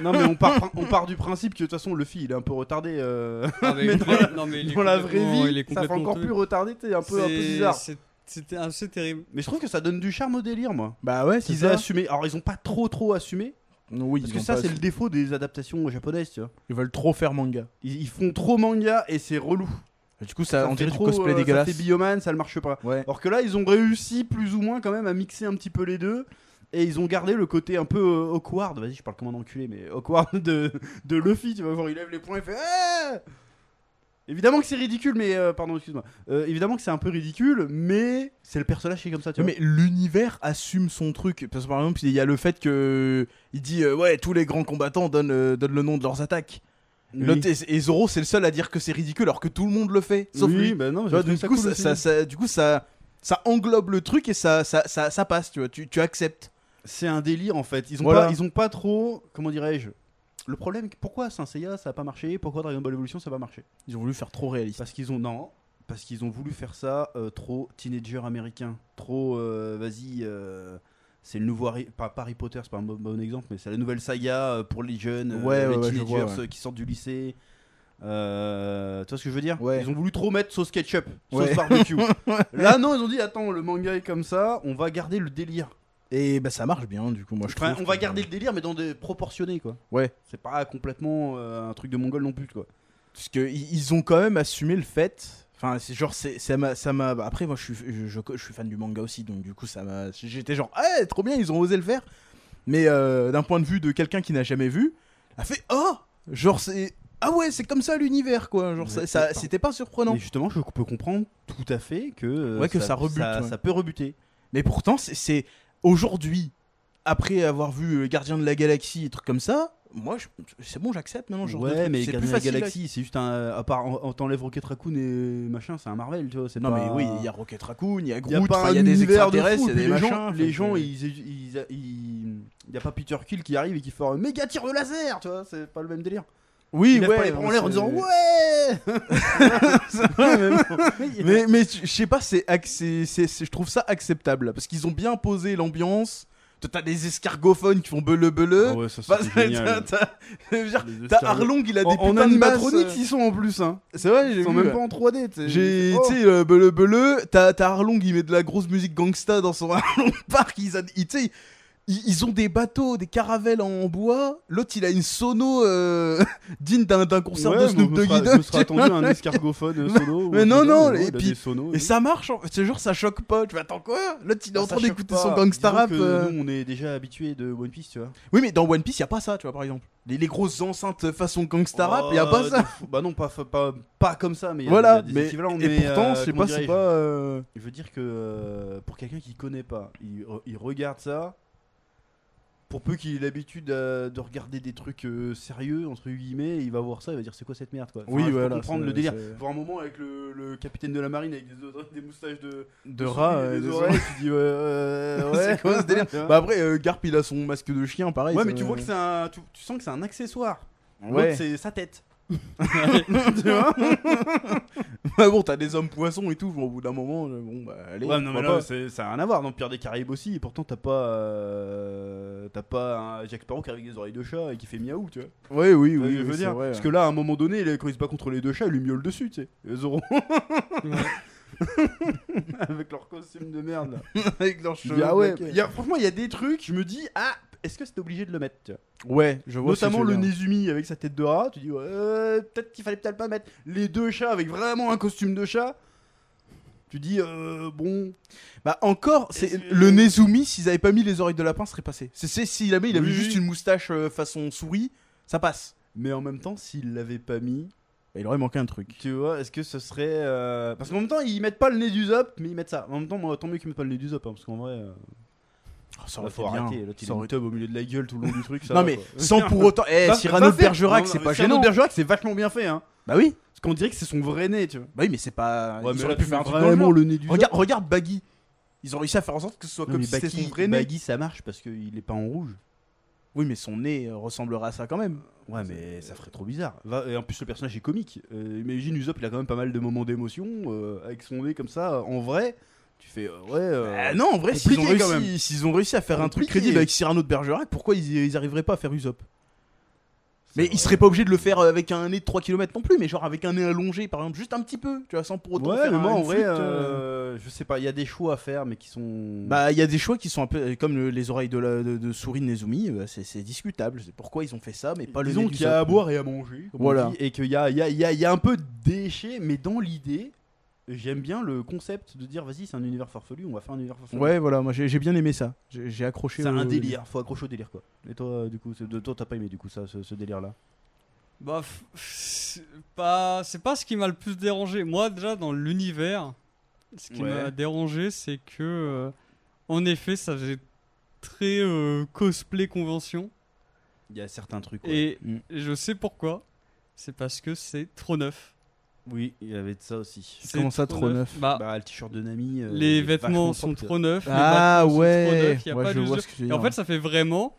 [SPEAKER 1] non, mais on part, on part du principe que de toute façon, Luffy, il est un peu retardé. euh,
[SPEAKER 2] Ah, mais
[SPEAKER 1] Mais
[SPEAKER 2] clair- non, mais il est
[SPEAKER 1] dans la vraie
[SPEAKER 2] complètement- il
[SPEAKER 1] vie,
[SPEAKER 2] est
[SPEAKER 1] ça fait
[SPEAKER 2] complètement
[SPEAKER 1] encore
[SPEAKER 2] teubé.
[SPEAKER 1] plus retardé, t'es un peu, un peu
[SPEAKER 2] C'est-
[SPEAKER 1] bizarre.
[SPEAKER 2] c'est- C'était assez terrible.
[SPEAKER 1] Mais je trouve que ça donne du charme au délire, moi.
[SPEAKER 3] Bah ouais,
[SPEAKER 1] Qu'ils aient assumé. Alors, ils ont pas trop, trop assumé.
[SPEAKER 3] Oui,
[SPEAKER 1] Parce
[SPEAKER 3] ils
[SPEAKER 1] que
[SPEAKER 3] ont
[SPEAKER 1] ça,
[SPEAKER 3] pas
[SPEAKER 1] c'est le
[SPEAKER 3] assez-
[SPEAKER 1] défaut des adaptations japonaises, tu vois.
[SPEAKER 3] ils veulent trop faire manga.
[SPEAKER 1] Ils, ils font trop manga et c'est relou.
[SPEAKER 3] Et du coup, ça,
[SPEAKER 1] Ça
[SPEAKER 3] on
[SPEAKER 1] fait
[SPEAKER 3] dirait du
[SPEAKER 1] trop,
[SPEAKER 3] cosplay
[SPEAKER 1] euh,
[SPEAKER 3] dégueulasse.
[SPEAKER 1] Ça fait Bioman, ça ne marche pas.
[SPEAKER 3] Ouais.
[SPEAKER 1] Alors que là, ils ont réussi plus ou moins quand même à mixer un petit peu les deux. Et ils ont gardé le côté un peu euh, awkward, vas-y je parle comme un enculé, mais awkward de, de Luffy, tu vois, genre il lève les poings et fait Ah Évidemment que c'est ridicule, mais... euh, pardon, excuse-moi. Euh, évidemment que c'est un peu ridicule, mais c'est le personnage qui est comme ça, tu
[SPEAKER 3] Ouais,
[SPEAKER 1] vois.
[SPEAKER 3] mais l'univers assume son truc. Parce que par exemple, il y a le fait que. Il dit, euh, ouais, tous les grands combattants donnent, euh, donnent le nom de leurs attaques.
[SPEAKER 1] Oui.
[SPEAKER 3] L'autre- Et, et Zoro, c'est le seul à dire que c'est ridicule alors que tout le monde le fait. Sauf
[SPEAKER 1] Oui,
[SPEAKER 3] lui.
[SPEAKER 1] bah non, j'ai
[SPEAKER 3] Tu vois,
[SPEAKER 1] trouvé
[SPEAKER 3] du,
[SPEAKER 1] ça
[SPEAKER 3] coup,
[SPEAKER 1] cool
[SPEAKER 3] ça,
[SPEAKER 1] aussi.
[SPEAKER 3] ça- ça- du coup, ça, ça englobe le truc et ça, ça, ça, ça passe, tu vois. Tu, tu acceptes.
[SPEAKER 1] C'est un délire en fait. Ils ont,
[SPEAKER 3] Voilà.
[SPEAKER 1] pas, ils ont pas trop. Comment dirais-je Le problème, pourquoi Saint Seiya ça a pas marché Pourquoi Dragon Ball Evolution ça a pas marché
[SPEAKER 3] Ils ont voulu faire trop réaliste.
[SPEAKER 1] Parce qu'ils ont. Non. Parce qu'ils ont voulu faire ça euh, trop teenager américain. Trop. euh, Vas-y. euh, c'est le nouveau Harry, pas, pas Harry Potter, c'est pas un bon, bon exemple, mais c'est la nouvelle saga euh, pour les jeunes, euh,
[SPEAKER 3] Ouais,
[SPEAKER 1] les
[SPEAKER 3] ouais, ouais, je
[SPEAKER 1] teenagers
[SPEAKER 3] vois, ouais.
[SPEAKER 1] ceux qui sortent du lycée. Euh, tu vois ce que je veux dire
[SPEAKER 3] Ouais.
[SPEAKER 1] Ils ont voulu trop mettre sauce ketchup, sauce
[SPEAKER 3] Ouais.
[SPEAKER 1] barbecue. Là non, ils ont dit attends, le manga est comme ça, on va garder le délire.
[SPEAKER 3] Et bah, ça marche bien, du coup, moi je
[SPEAKER 1] Enfin,
[SPEAKER 3] trouve
[SPEAKER 1] on va
[SPEAKER 3] que-
[SPEAKER 1] garder le délire, mais dans des proportionnés, quoi.
[SPEAKER 3] Ouais.
[SPEAKER 1] C'est pas complètement euh, un truc de mongol non plus, quoi.
[SPEAKER 3] Parce que i- ils ont quand même assumé le fait. Enfin, c'est genre, c'est, ça m'a, ça m'a. bah, Après, moi, je suis, je, je- je suis fan du manga aussi, donc du coup, ça m'a. J'étais genre, hey, trop bien, ils ont osé le faire. Mais euh, d'un point de vue de quelqu'un qui n'a jamais vu, a fait, oh, genre c'est, ah ouais, c'est comme ça l'univers, quoi. Genre,
[SPEAKER 1] Ouais,
[SPEAKER 3] ça, ça-
[SPEAKER 1] c'est pas-
[SPEAKER 3] c'était pas surprenant.
[SPEAKER 1] Mais
[SPEAKER 3] Mais,
[SPEAKER 1] justement, je peux comprendre tout à fait que, euh,
[SPEAKER 3] Oh, Ouais, que ça rebute, ouais.
[SPEAKER 1] ça peut rebuter.
[SPEAKER 3] pourtant, c'est, c'est- aujourd'hui, après avoir vu le Gardien de la Galaxie et trucs comme ça, moi, je- c'est bon, j'accepte maintenant. ce Genre de
[SPEAKER 1] ouais,
[SPEAKER 3] truc.
[SPEAKER 1] mais
[SPEAKER 3] c'est
[SPEAKER 1] Gardien
[SPEAKER 3] plus
[SPEAKER 1] de la
[SPEAKER 3] facile. à-
[SPEAKER 1] Galaxie, c'est juste un. À part, on, on t'enlève Rocket Raccoon et machin, c'est un Marvel, tu vois. c'est
[SPEAKER 3] Non,
[SPEAKER 1] pas-
[SPEAKER 3] mais oui, il y a Rocket Raccoon, il Bah, y a
[SPEAKER 1] y a
[SPEAKER 3] Groot,
[SPEAKER 1] pas
[SPEAKER 3] enfin,
[SPEAKER 1] un
[SPEAKER 3] il y a des
[SPEAKER 1] univers de
[SPEAKER 3] extraterrestres,
[SPEAKER 1] fou,
[SPEAKER 3] il y a
[SPEAKER 1] puis
[SPEAKER 3] des
[SPEAKER 1] les
[SPEAKER 3] machins.
[SPEAKER 1] gens,
[SPEAKER 3] enfin,
[SPEAKER 1] les
[SPEAKER 3] c'est-
[SPEAKER 1] gens, ils, ils, ils- il y a pas Peter Kill qui arrive et qui fait un méga tir de laser, tu vois. C'est pas le même délire.
[SPEAKER 3] Oui,
[SPEAKER 1] Il lève
[SPEAKER 3] ouais,
[SPEAKER 1] pas les bras en l'air en
[SPEAKER 3] c'est-
[SPEAKER 1] disant ouais.
[SPEAKER 3] Mais, mais tu- je sais pas, c'est, ac- c'est- c'est- c'est- je trouve ça acceptable parce qu'ils ont bien posé l'ambiance. Toi, T'as des escargophones qui font beuleux beuleux.
[SPEAKER 1] Ah ouais, ça
[SPEAKER 3] Enfin, euh, bah, t'as, t'as- je veux dire,
[SPEAKER 1] Les
[SPEAKER 3] t'as
[SPEAKER 1] escargots.
[SPEAKER 3] Arlong, il a des
[SPEAKER 1] En- en
[SPEAKER 3] putains de basses,
[SPEAKER 1] animatronique,
[SPEAKER 3] euh.
[SPEAKER 1] ils sont en plus, hein.
[SPEAKER 3] C'est vrai, j'ai
[SPEAKER 1] Ils sont
[SPEAKER 3] vu.
[SPEAKER 1] même
[SPEAKER 3] ouais.
[SPEAKER 1] pas en 3D, tu sais.
[SPEAKER 3] J'ai,
[SPEAKER 1] Oh.
[SPEAKER 3] tu sais, euh, le beuleux beuleux. T'as, t'as Arlong, il met de la grosse musique gangsta dans son Arlong Park. Ils, a- ils- tu sais, ils, ils ont des bateaux, des caravelles en bois. L'autre, il a une sono euh, digne d'un, d'un concert
[SPEAKER 1] Ouais,
[SPEAKER 3] de
[SPEAKER 1] mais
[SPEAKER 3] Snoop
[SPEAKER 1] on
[SPEAKER 3] Doggy
[SPEAKER 1] sera-
[SPEAKER 3] Dogg,
[SPEAKER 1] on sera
[SPEAKER 3] tu
[SPEAKER 1] attendu
[SPEAKER 3] vois.
[SPEAKER 1] à un escargophone euh, sono. ou
[SPEAKER 3] mais
[SPEAKER 1] un
[SPEAKER 3] non,
[SPEAKER 1] truc
[SPEAKER 3] non,
[SPEAKER 1] comme ça,
[SPEAKER 3] et
[SPEAKER 1] il a
[SPEAKER 3] puis-
[SPEAKER 1] des sonos,
[SPEAKER 3] Et
[SPEAKER 1] oui.
[SPEAKER 3] ça marche, en fait. c'est genre ça choque pas. Tu vas attends quoi L'autre il est
[SPEAKER 1] Ah,
[SPEAKER 3] en
[SPEAKER 1] Ça
[SPEAKER 3] train
[SPEAKER 1] choque
[SPEAKER 3] d'écouter
[SPEAKER 1] pas.
[SPEAKER 3] son gangsta
[SPEAKER 1] Disons
[SPEAKER 3] rap.
[SPEAKER 1] que
[SPEAKER 3] euh.
[SPEAKER 1] Nous, on est déjà habitué de One Piece, tu vois.
[SPEAKER 3] Oui, mais dans One Piece, y a pas ça, tu vois, par exemple. Les, les grosses enceintes façon gangsta rap, y a pas
[SPEAKER 1] Euh,
[SPEAKER 3] ça.
[SPEAKER 1] de- Bah non, pas, pas, pas comme ça, mais y a- y
[SPEAKER 3] Voilà,
[SPEAKER 1] a des
[SPEAKER 3] mais,
[SPEAKER 1] équivalents,
[SPEAKER 3] et
[SPEAKER 1] mais,
[SPEAKER 3] pourtant,
[SPEAKER 1] euh,
[SPEAKER 3] je sais
[SPEAKER 1] comment
[SPEAKER 3] pas, c'est
[SPEAKER 1] dirais-je
[SPEAKER 3] pas. euh,
[SPEAKER 1] Je veux dire que euh, pour quelqu'un qui connaît pas, il, re- il regarde ça. Pour peu qu'il ait l'habitude euh, de regarder des trucs euh, sérieux, entre guillemets, il va voir ça, il va dire c'est quoi cette merde quoi.
[SPEAKER 3] Oui,
[SPEAKER 1] je peux
[SPEAKER 3] voilà,
[SPEAKER 1] comprendre
[SPEAKER 3] c'est-
[SPEAKER 1] le délire.
[SPEAKER 3] c'est-
[SPEAKER 1] Pour un moment avec le, le capitaine de la marine avec des, autres- des moustaches de,
[SPEAKER 3] De
[SPEAKER 1] souris
[SPEAKER 3] rats,
[SPEAKER 1] et
[SPEAKER 3] euh,
[SPEAKER 1] des
[SPEAKER 3] des
[SPEAKER 1] oreilles, tu dis ouais, euh, ouais,
[SPEAKER 3] C'est quoi ce délire
[SPEAKER 1] tu vois.
[SPEAKER 3] Bah après, euh, Garp il a son masque de chien, pareil.
[SPEAKER 1] ouais,
[SPEAKER 3] ça-
[SPEAKER 1] mais tu vois que c'est un, tu, tu sens que c'est un accessoire. L'autre,
[SPEAKER 3] Ouais.
[SPEAKER 1] c'est sa tête.
[SPEAKER 3] tu vois Bah bon, t'as des hommes poissons et tout, bon, au bout d'un moment, euh, bon, bah allez.
[SPEAKER 1] ouais, non, mais
[SPEAKER 3] pourquoi
[SPEAKER 1] là,
[SPEAKER 3] pas.
[SPEAKER 1] c'est- ça a rien à voir. Dans Pierre des Caraïbes aussi, et pourtant, t'as pas, euh, t'as pas un Jack Sparrow qui arrive avec des oreilles de chat et qui fait miaou, tu vois.
[SPEAKER 3] Ouais, oui, oui,
[SPEAKER 1] Euh,
[SPEAKER 3] oui,
[SPEAKER 1] je veux
[SPEAKER 3] c'est
[SPEAKER 1] dire,
[SPEAKER 3] vrai,
[SPEAKER 1] parce
[SPEAKER 3] ouais.
[SPEAKER 1] que là, à un moment donné, il est- quand il se bat contre les deux chats, il lui miaule dessus, tu sais. Et Zoro,
[SPEAKER 2] Ouais.
[SPEAKER 1] avec leur costume de merde. Là.
[SPEAKER 3] avec leurs
[SPEAKER 1] Je
[SPEAKER 3] cheveux.
[SPEAKER 1] dis, ah ouais,
[SPEAKER 3] bloqués.
[SPEAKER 1] il y a- franchement, il y a des trucs, je me dis, ah, est-ce que c'était obligé de le mettre tu vois
[SPEAKER 3] Ouais, je vois. ce que
[SPEAKER 1] Notamment
[SPEAKER 3] tu veux
[SPEAKER 1] le
[SPEAKER 3] dire.
[SPEAKER 1] Nezumi avec sa tête de rat, tu dis, ouais, euh, peut-être qu'il fallait peut-être pas mettre les deux chats avec vraiment un costume de chat. Tu dis, euh, bon.
[SPEAKER 3] Bah encore, c'est
[SPEAKER 1] c'est-
[SPEAKER 3] le Nezumi, s'ils avaient pas mis les oreilles de lapin, serait passé. C'est c'est- s'il avait, il avait
[SPEAKER 1] Oui,
[SPEAKER 3] juste
[SPEAKER 1] oui.
[SPEAKER 3] une moustache euh, façon souris, ça passe.
[SPEAKER 1] Mais en même temps, s'il l'avait pas mis,
[SPEAKER 3] Bah, il aurait manqué un truc.
[SPEAKER 1] tu vois, est-ce que ce serait. euh, Parce qu'en même temps, ils mettent pas le nez du Zop, mais ils mettent ça. En même temps, moi, tant mieux qu'ils mettent pas le nez du Zop, hein, parce qu'en vrai. euh,
[SPEAKER 3] Ah, ça
[SPEAKER 1] Bah,
[SPEAKER 3] aurait été
[SPEAKER 1] faut
[SPEAKER 3] bien.
[SPEAKER 1] arrêter. Là, tu
[SPEAKER 3] Ça aurait-
[SPEAKER 1] tub au milieu de la gueule tout le long du truc. Ça
[SPEAKER 3] non
[SPEAKER 1] va,
[SPEAKER 3] mais
[SPEAKER 1] quoi.
[SPEAKER 3] sans pour autant. Eh,
[SPEAKER 1] Va-
[SPEAKER 3] Cyrano
[SPEAKER 1] va
[SPEAKER 3] de
[SPEAKER 1] faire.
[SPEAKER 3] Bergerac,
[SPEAKER 1] Non,
[SPEAKER 3] c'est
[SPEAKER 1] non,
[SPEAKER 3] pas
[SPEAKER 1] Cyrano
[SPEAKER 3] gênant.
[SPEAKER 1] de Bergerac, c'est vachement bien fait. Hein.
[SPEAKER 3] Bah oui.
[SPEAKER 1] Parce qu'on dirait que c'est son vrai nez, tu vois.
[SPEAKER 3] Bah oui, mais c'est pas.
[SPEAKER 1] Ouais, mais
[SPEAKER 3] ils auraient
[SPEAKER 1] là,
[SPEAKER 3] pu
[SPEAKER 1] tu
[SPEAKER 3] faire un
[SPEAKER 1] mets
[SPEAKER 3] truc dans le
[SPEAKER 1] vraiment
[SPEAKER 3] genre.
[SPEAKER 1] le nez du.
[SPEAKER 3] Regarde, regarde Baggy. Ils ont réussi à faire en sorte que ce soit
[SPEAKER 1] Non,
[SPEAKER 3] comme
[SPEAKER 1] mais
[SPEAKER 3] si c'était
[SPEAKER 1] Baggy-
[SPEAKER 3] son vrai nez.
[SPEAKER 1] Baggy, ça marche parce qu'il est pas en rouge.
[SPEAKER 3] Oui, mais son nez euh, ressemblerait à ça quand même.
[SPEAKER 1] Ouais, mais ça ferait trop bizarre. Va- et en plus, le personnage est comique. Euh, imagine Usopp, il a quand même pas mal de moments d'émotion euh, avec son nez comme ça. En vrai, tu fais euh, ouais. euh,
[SPEAKER 3] Ah non, en vrai, s'ils ont,
[SPEAKER 1] compliqué, quand
[SPEAKER 3] réussi- s'ils ont réussi à faire un truc
[SPEAKER 1] Compliqué.
[SPEAKER 3] crédible avec Cyrano de Bergerac, pourquoi ils, ils arriveraient pas à faire Usopp
[SPEAKER 1] c'est
[SPEAKER 3] Mais
[SPEAKER 1] vrai.
[SPEAKER 3] ils seraient pas obligés de le faire euh, avec un nez de 3 km non plus, mais genre avec un nez allongé par exemple, juste un petit peu, tu vois, sans pour autant
[SPEAKER 1] Ouais,
[SPEAKER 3] faire
[SPEAKER 1] mais
[SPEAKER 3] un-
[SPEAKER 1] moi en
[SPEAKER 3] une
[SPEAKER 1] vrai,
[SPEAKER 3] flûte, euh.
[SPEAKER 1] euh, je sais pas, il y a des choix à faire, mais qui sont.
[SPEAKER 3] Bah, il y a des choix qui sont un peu euh, comme le- les oreilles de, la, de, de Souris Nezumi, euh, c'est, c'est discutable. C'est pourquoi ils ont fait ça, mais pas le
[SPEAKER 1] Disons
[SPEAKER 3] nez
[SPEAKER 1] qu'il y a à
[SPEAKER 3] d'Usopp.
[SPEAKER 1] boire et à manger. comme on
[SPEAKER 3] Voilà.
[SPEAKER 1] dit, et qu'il y a, il y, a, il y a- il y a un peu de déchets, mais dans l'idée, j'aime bien le concept de dire vas-y, c'est un univers farfelu, on va faire un univers farfelu.
[SPEAKER 3] Ouais, voilà, moi j'ai, j'ai bien aimé ça. J'ai, j'ai accroché.
[SPEAKER 1] C'est
[SPEAKER 3] au-
[SPEAKER 1] un délire, faut accrocher au délire quoi. Et toi, euh, du coup, c'est- de- toi t'as pas aimé du coup ça, ce, délire là
[SPEAKER 2] Bah, f- c'est pas, c'est pas ce qui m'a le plus dérangé. Moi, déjà, dans l'univers, ce qui
[SPEAKER 1] Ouais.
[SPEAKER 2] m'a dérangé, c'est que, euh, en effet, ça faisait très euh, cosplay convention.
[SPEAKER 1] Il y a certains trucs.
[SPEAKER 2] Et
[SPEAKER 3] Mm.
[SPEAKER 2] je sais pourquoi. C'est parce que c'est trop neuf.
[SPEAKER 1] Oui, il y avait de ça aussi.
[SPEAKER 2] C'est
[SPEAKER 3] Comment ça, trop neuf
[SPEAKER 2] Bah,
[SPEAKER 1] Bah, le t-shirt de Nami. euh,
[SPEAKER 2] les
[SPEAKER 1] est
[SPEAKER 2] vêtements
[SPEAKER 1] vachement
[SPEAKER 2] sont
[SPEAKER 1] propre,
[SPEAKER 2] trop neufs. les
[SPEAKER 3] Ah
[SPEAKER 2] vêtements sont trop
[SPEAKER 3] ouais,
[SPEAKER 2] neufs, y a
[SPEAKER 3] Ouais,
[SPEAKER 2] pas
[SPEAKER 3] je
[SPEAKER 2] d'usure.
[SPEAKER 3] vois ce que tu veux
[SPEAKER 2] Et en
[SPEAKER 3] dire.
[SPEAKER 2] fait, ça fait vraiment.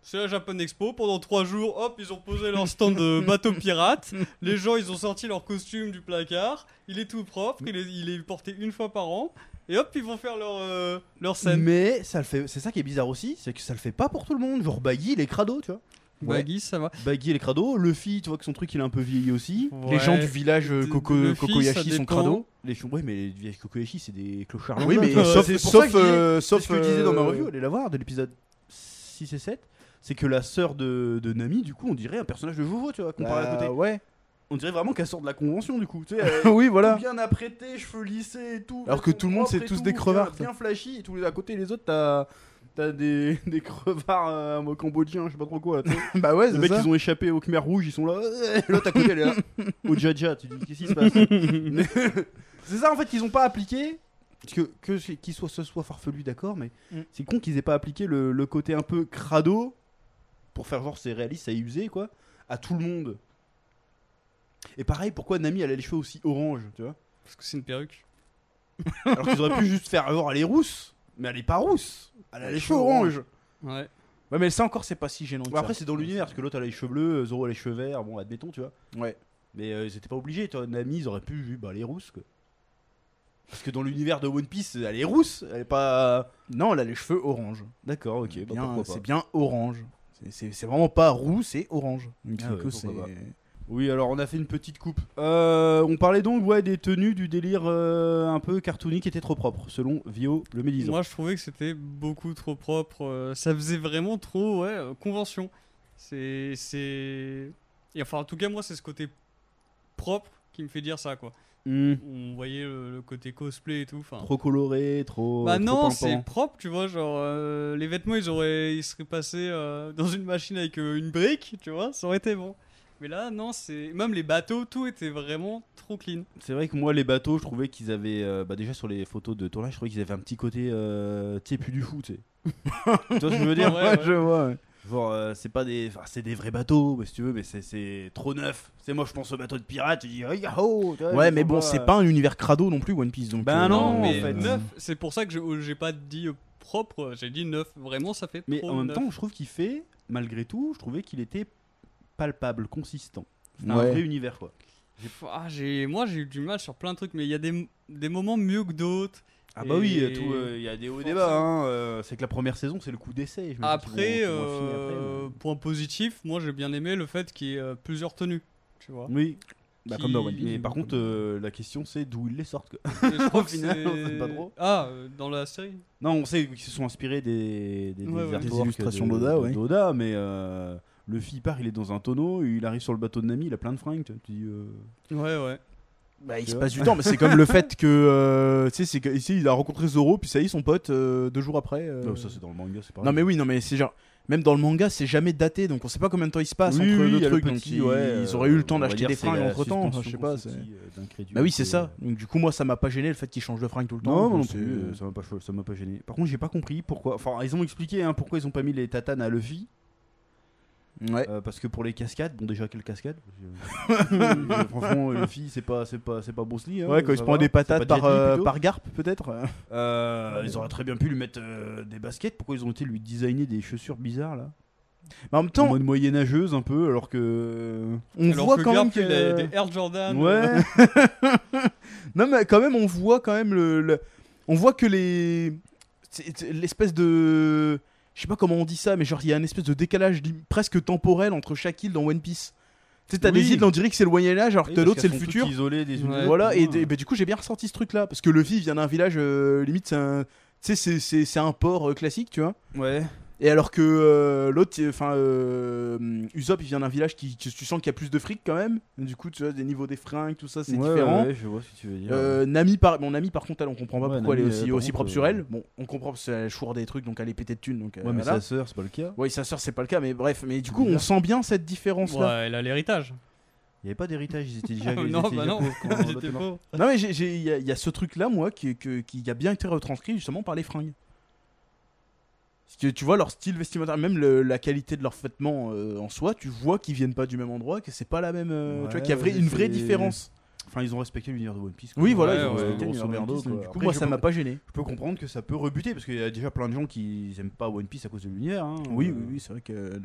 [SPEAKER 2] C'est la Japan Expo. Pendant trois jours, hop, ils ont posé leur stand de bateau pirate. Les gens, ils ont sorti leur costume du placard. Il est tout propre. Il est, il est porté une fois par an. Et hop, ils vont faire leur, euh, leur scène.
[SPEAKER 1] Mais ça le fait, c'est ça qui est bizarre aussi, c'est que ça le fait pas pour tout le monde. Genre Baggy, il est crado, tu vois. Ouais.
[SPEAKER 2] Baggy, Bah, ça va.
[SPEAKER 1] Baggy, il est crado. Luffy, tu vois que son truc, il a un peu vieilli aussi.
[SPEAKER 3] Les gens
[SPEAKER 2] Ouais.
[SPEAKER 3] du village euh,
[SPEAKER 2] De-
[SPEAKER 3] Coco,
[SPEAKER 2] de- de
[SPEAKER 3] Kokoyashi
[SPEAKER 2] filles, ça
[SPEAKER 3] sont
[SPEAKER 2] dépend.
[SPEAKER 3] crado.
[SPEAKER 1] Les chou- ouais, mais les vieilles Kokoyashi, c'est des clochards.
[SPEAKER 3] Oui,
[SPEAKER 1] lambda,
[SPEAKER 3] mais
[SPEAKER 1] tu vois.
[SPEAKER 3] sauf,
[SPEAKER 1] C'est pour ça
[SPEAKER 3] sauf,
[SPEAKER 1] que je dis-
[SPEAKER 3] euh,
[SPEAKER 1] c'est
[SPEAKER 3] sauf.
[SPEAKER 1] ce que je disais dans ma
[SPEAKER 3] euh,
[SPEAKER 1] review, allez la voir, de l'épisode 6 et 7. C'est que la sœur de, de Nami, du coup, on dirait un personnage de Jojo, tu vois, comparé à
[SPEAKER 3] bah,
[SPEAKER 1] côté.
[SPEAKER 3] Ouais.
[SPEAKER 1] On dirait vraiment qu'elle sort de la convention, du coup. Tu sais, elle est
[SPEAKER 3] oui, voilà.
[SPEAKER 1] bien apprêtée, cheveux lissés et tout.
[SPEAKER 3] Alors que
[SPEAKER 1] vêtements
[SPEAKER 3] tout le monde,
[SPEAKER 1] propres et
[SPEAKER 3] c'est tous
[SPEAKER 1] tout,
[SPEAKER 3] des crevards,
[SPEAKER 1] Bien, bien flashy, et tous les à côté, les autres, t'as. T'as des, des crevards euh, moi, cambodgiens, je sais pas trop quoi. là, tu sais.
[SPEAKER 3] bah ouais,
[SPEAKER 1] Les
[SPEAKER 3] c'est
[SPEAKER 1] mecs,
[SPEAKER 3] ça.
[SPEAKER 1] ils ont échappé au Khmer Rouge, ils sont là. L'autre à côté, elle est là. Au Jaja, tu dis, qu'est-ce qui se passe Mais- C'est ça en fait qu'ils ont pas appliqué. Parce que, que ce- qu'ils soient, ce soit farfelu, d'accord, mais
[SPEAKER 3] Mm.
[SPEAKER 1] c'est con qu'ils aient pas appliqué le, le côté un peu crado pour faire genre c'est réaliste, c'est usé quoi, à tout le monde. Et pareil, pourquoi Nami elle a les cheveux aussi orange, tu vois
[SPEAKER 2] Parce que c'est une perruque.
[SPEAKER 1] Alors qu'ils auraient pu juste faire genre elle est rousse, mais elle est pas rousse, elle a les cheveux orange.
[SPEAKER 2] Ouais.
[SPEAKER 3] Ouais, mais ça encore, c'est pas si gênant. que
[SPEAKER 1] Ouais, après
[SPEAKER 3] ça.
[SPEAKER 1] c'est dans l'univers parce que l'autre elle a les cheveux bleus, Zoro a les cheveux verts, bon admettons tu vois.
[SPEAKER 3] Ouais.
[SPEAKER 1] Mais euh, ils étaient pas obligés, toi. Nami, ils auraient pu lui, bah, elle est rousse, quoi. Parce que dans l'univers de One Piece, elle est rousse, elle est pas.
[SPEAKER 3] Non, elle a les cheveux orange.
[SPEAKER 1] D'accord, ok,
[SPEAKER 3] C'est
[SPEAKER 1] bah,
[SPEAKER 3] bien-
[SPEAKER 1] pourquoi pas.
[SPEAKER 3] c'est bien orange. C'est- C'est c'est vraiment pas roux, c'est orange. Donc,
[SPEAKER 1] Ah
[SPEAKER 3] du
[SPEAKER 1] ouais,
[SPEAKER 3] coup,
[SPEAKER 1] pourquoi
[SPEAKER 3] c'est-
[SPEAKER 1] Oui, alors on a fait une petite coupe. Euh, on parlait donc ouais, des tenues, du délire euh, un peu cartoony qui était trop propre, selon Vio le Mélisant.
[SPEAKER 2] Moi, je trouvais que c'était beaucoup trop propre. euh, ça faisait vraiment trop, ouais, euh, convention. C'est, c'est. et Enfin, en tout cas, moi, c'est ce côté propre qui me fait dire ça, quoi.
[SPEAKER 1] Hmm,
[SPEAKER 2] On voyait le, le côté cosplay et tout. Enfin.
[SPEAKER 1] Trop coloré, trop.
[SPEAKER 2] bah
[SPEAKER 1] trop
[SPEAKER 2] non,
[SPEAKER 1] pimpant.
[SPEAKER 2] c'est propre, tu vois. Genre, euh, les vêtements, ils auraient, ils seraient passés euh, dans une machine avec euh, une brique, tu vois. Ça aurait été bon. Mais là, non, c'est même les bateaux, tout était vraiment trop clean.
[SPEAKER 1] C'est vrai que moi, les bateaux, je trouvais qu'ils avaient. euh, bah, déjà sur les photos de tournage, je trouvais qu'ils avaient un petit côté. Euh, tu sais, plus du fou, tu sais. tu vois ce que je veux dire
[SPEAKER 2] Ouais,
[SPEAKER 3] Ouais,
[SPEAKER 2] ouais.
[SPEAKER 3] je vois. ouais.
[SPEAKER 1] Genre, euh, c'est pas des. Enfin, c'est des vrais bateaux, mais si tu veux, mais c'est- c'est trop neuf. C'est moi, je pense au bateau de pirate, tu dis, hey, oh, tu vois,
[SPEAKER 3] Ouais,
[SPEAKER 1] ils
[SPEAKER 3] mais
[SPEAKER 1] sont
[SPEAKER 3] bon, c'est
[SPEAKER 1] euh,
[SPEAKER 3] pas un univers crado non plus, One Piece. Donc,
[SPEAKER 1] Bah
[SPEAKER 3] euh,
[SPEAKER 1] non,
[SPEAKER 2] mais
[SPEAKER 1] en fait.
[SPEAKER 2] neuf, c'est pour ça que je- j'ai pas dit euh, propre, j'ai dit neuf. Vraiment, ça fait
[SPEAKER 1] Mais
[SPEAKER 2] trop
[SPEAKER 1] en même
[SPEAKER 2] neuf.
[SPEAKER 1] temps, je trouve qu'il fait, malgré tout, je trouvais qu'il était palpable, consistant. C'est un
[SPEAKER 3] Ouais.
[SPEAKER 1] vrai univers, quoi.
[SPEAKER 2] J'ai- ah, j'ai- moi j'ai eu du mal sur plein de trucs, mais il y a des, des moments mieux que d'autres.
[SPEAKER 1] Ah bah oui,
[SPEAKER 2] Et-
[SPEAKER 1] tout, euh, il y a des hauts et des
[SPEAKER 2] Forcément.
[SPEAKER 1] bas. hein, euh, c'est que la première saison, c'est le coup d'essai.
[SPEAKER 3] Mmh,
[SPEAKER 1] j'imagine
[SPEAKER 2] Après,
[SPEAKER 1] qu'ils vont- qu'ils vont affiner après,
[SPEAKER 2] euh, point positif, moi j'ai bien aimé le fait qu'il y ait euh, plusieurs tenues. Tu vois.
[SPEAKER 1] mais- Oui. Bah,
[SPEAKER 2] Qui-
[SPEAKER 1] comme dans One Piece. Mais par contre, euh, la question, c'est d'où ils les sortent. quoi.
[SPEAKER 2] Et je trouve que
[SPEAKER 1] final,
[SPEAKER 2] c'est-
[SPEAKER 1] on sait pas trop.
[SPEAKER 2] Ah, euh, dans la série.
[SPEAKER 1] Non, on sait qu'ils se sont inspirés des, des, des
[SPEAKER 2] Ouais, ouais. Des
[SPEAKER 1] artworks
[SPEAKER 3] illustrations
[SPEAKER 1] de-
[SPEAKER 3] d'Oda,
[SPEAKER 1] de-
[SPEAKER 3] ouais.
[SPEAKER 1] d'Oda, mais euh, le fille part, il est dans un tonneau, il arrive sur le bateau de Nami, il a plein de fringues. Tu, vois, tu dis, euh,
[SPEAKER 2] Ouais, ouais.
[SPEAKER 3] Bah, il
[SPEAKER 1] Tu
[SPEAKER 3] se
[SPEAKER 1] vois
[SPEAKER 3] passe du temps, mais c'est comme le fait que. euh, tu sais, c'est que- ici, il a rencontré Zoro, puis ça y est, son pote, euh, deux jours après. euh,
[SPEAKER 1] Non, ça c'est dans le manga, c'est pas
[SPEAKER 3] Non, mais oui, non, mais c'est genre. Même dans le manga, c'est jamais daté, donc on sait pas combien de temps il se passe
[SPEAKER 1] Oui,
[SPEAKER 3] entre
[SPEAKER 1] oui,
[SPEAKER 3] deux
[SPEAKER 1] il y a le
[SPEAKER 3] trucs. donc
[SPEAKER 1] petit,
[SPEAKER 3] ils,
[SPEAKER 1] ouais,
[SPEAKER 3] ils auraient eu
[SPEAKER 1] euh,
[SPEAKER 3] le temps
[SPEAKER 1] on va
[SPEAKER 3] d'acheter
[SPEAKER 1] dire
[SPEAKER 3] des
[SPEAKER 1] c'est
[SPEAKER 3] fringues
[SPEAKER 1] la
[SPEAKER 3] entre temps.
[SPEAKER 1] suspension
[SPEAKER 3] je sais pas. c'est-
[SPEAKER 1] consentie, euh, d'incrédulité,
[SPEAKER 3] Bah oui, c'est ça.
[SPEAKER 1] euh,
[SPEAKER 3] Donc du coup, moi, ça m'a pas gêné le fait qu'il change de fringue tout le temps.
[SPEAKER 1] Non,
[SPEAKER 3] donc
[SPEAKER 1] moi non
[SPEAKER 3] c'est-
[SPEAKER 1] plus, euh, ça m'a pas, cho- ça m'a pas gêné. Par contre, j'ai pas compris pourquoi. Enfin, ils ont expliqué hein, pourquoi ils ont pas mis les tatanes à Luffy.
[SPEAKER 3] Ouais.
[SPEAKER 1] euh, parce que pour les cascades, bon, déjà, quelle cascade Parce que, euh, Franchement, Luffy, c'est pas, c'est pas, c'est pas Bruce Lee. hein,
[SPEAKER 3] Ouais, quand il
[SPEAKER 1] ça
[SPEAKER 3] se prend
[SPEAKER 1] va.
[SPEAKER 3] des
[SPEAKER 1] C'est pas Jet
[SPEAKER 3] patates par,
[SPEAKER 1] Li,
[SPEAKER 3] euh,
[SPEAKER 1] plutôt.
[SPEAKER 3] par Garp, peut-être.
[SPEAKER 1] Euh, ils auraient très bien pu lui mettre euh, des baskets. Pourquoi ils ont été lui designer des chaussures bizarres là
[SPEAKER 3] Mais en même
[SPEAKER 1] En
[SPEAKER 3] temps,
[SPEAKER 1] mode moyenâgeuse un peu, alors que.
[SPEAKER 3] on
[SPEAKER 2] Alors
[SPEAKER 3] voit
[SPEAKER 2] que
[SPEAKER 3] quand même
[SPEAKER 2] Garp, il a
[SPEAKER 3] que.
[SPEAKER 2] des Air
[SPEAKER 1] Ah
[SPEAKER 2] Jordan. euh,
[SPEAKER 1] Ouais.
[SPEAKER 3] Non, mais quand même, on voit quand même le. le- On voit que les. c'est- c'est L'espèce de. Je sais pas comment on dit ça, mais genre, il y a une espèce de décalage lim- presque temporel entre chaque île dans One Piece. Tu sais, t'as
[SPEAKER 1] Oui.
[SPEAKER 3] des îles, on dirait que c'est le voyage, alors que
[SPEAKER 1] Oui,
[SPEAKER 3] t'as
[SPEAKER 1] parce
[SPEAKER 3] l'autre, c'est
[SPEAKER 1] qu'elles
[SPEAKER 3] le
[SPEAKER 1] sont toutes
[SPEAKER 3] futur.
[SPEAKER 1] isolées Ah. des unes des
[SPEAKER 2] Ouais.
[SPEAKER 1] autres,
[SPEAKER 3] Voilà, et,
[SPEAKER 1] moins.
[SPEAKER 3] et ben, du coup, j'ai bien ressenti ce truc-là. Parce que Luffy vient d'un village, euh, limite, c'est un. Tu sais, c'est- c'est- c'est un port euh, classique, tu vois.
[SPEAKER 1] Ouais.
[SPEAKER 3] Et alors que euh, l'autre, euh, enfin, euh, Usopp, il vient d'un village qui, qui- tu sens qu'il y a plus de fric quand même. Du coup, tu vois, des niveaux des fringues, tout ça, c'est
[SPEAKER 1] Ouais,
[SPEAKER 3] différent.
[SPEAKER 1] ouais, je vois ce que tu veux dire.
[SPEAKER 3] Euh, Nami, par... bon, Nami, par contre, elle, on comprend pas
[SPEAKER 1] Ouais,
[SPEAKER 3] pourquoi elle
[SPEAKER 1] Nami,
[SPEAKER 3] est aussi,
[SPEAKER 1] euh, par
[SPEAKER 3] aussi
[SPEAKER 1] contre,
[SPEAKER 3] propre
[SPEAKER 1] euh,
[SPEAKER 3] sur elle. Bon, on comprend parce qu'elle choure des trucs, donc elle est pétée de thunes. Donc, euh,
[SPEAKER 1] ouais, mais
[SPEAKER 3] voilà.
[SPEAKER 1] sa sœur, c'est pas le cas.
[SPEAKER 3] Ouais, sa sœur, c'est pas le cas, mais bref. Mais du
[SPEAKER 1] C'est
[SPEAKER 3] coup, on
[SPEAKER 1] bizarre.
[SPEAKER 3] sent bien cette différence-là.
[SPEAKER 2] ouais, elle a l'héritage.
[SPEAKER 1] Il n'y avait pas d'héritage, ils étaient déjà ils
[SPEAKER 2] non,
[SPEAKER 1] étaient
[SPEAKER 2] bah
[SPEAKER 1] déjà
[SPEAKER 2] non,
[SPEAKER 1] pauvres quand
[SPEAKER 2] ils
[SPEAKER 1] l'autre
[SPEAKER 2] étaient
[SPEAKER 1] est mort.
[SPEAKER 2] pauvres.
[SPEAKER 3] Non, mais j'ai- j'ai- il y, a- il y a ce truc-là, moi, qui, que- qui a bien été retranscrit justement par les fringues. Parce que tu vois, leur style vestimentaire, même le- la qualité de leurs vêtements euh, en soi, tu vois qu'ils viennent pas du même endroit, que c'est pas la même. euh, tu vois,
[SPEAKER 1] Ouais,
[SPEAKER 3] qu'il y a vrai-
[SPEAKER 1] ouais,
[SPEAKER 3] une vraie
[SPEAKER 1] c'est-
[SPEAKER 3] différence.
[SPEAKER 1] Enfin, ils ont respecté l'univers de One Piece. quoi.
[SPEAKER 3] Oui, voilà,
[SPEAKER 2] Ouais,
[SPEAKER 3] ils ont
[SPEAKER 2] ouais,
[SPEAKER 3] respecté
[SPEAKER 1] grosso
[SPEAKER 3] l'univers de
[SPEAKER 1] modo,
[SPEAKER 3] One Piece, donc
[SPEAKER 1] quoi.
[SPEAKER 3] Du coup,
[SPEAKER 1] Après,
[SPEAKER 3] moi,
[SPEAKER 1] je
[SPEAKER 3] ça
[SPEAKER 1] peux-
[SPEAKER 3] m'a pas gêné.
[SPEAKER 1] Je peux comprendre que ça peut rebuter parce qu'il y a déjà plein de gens qui aiment pas One Piece à cause de l'univers. hein.
[SPEAKER 3] Oui,
[SPEAKER 1] Euh,
[SPEAKER 3] oui, oui, c'est vrai que. le-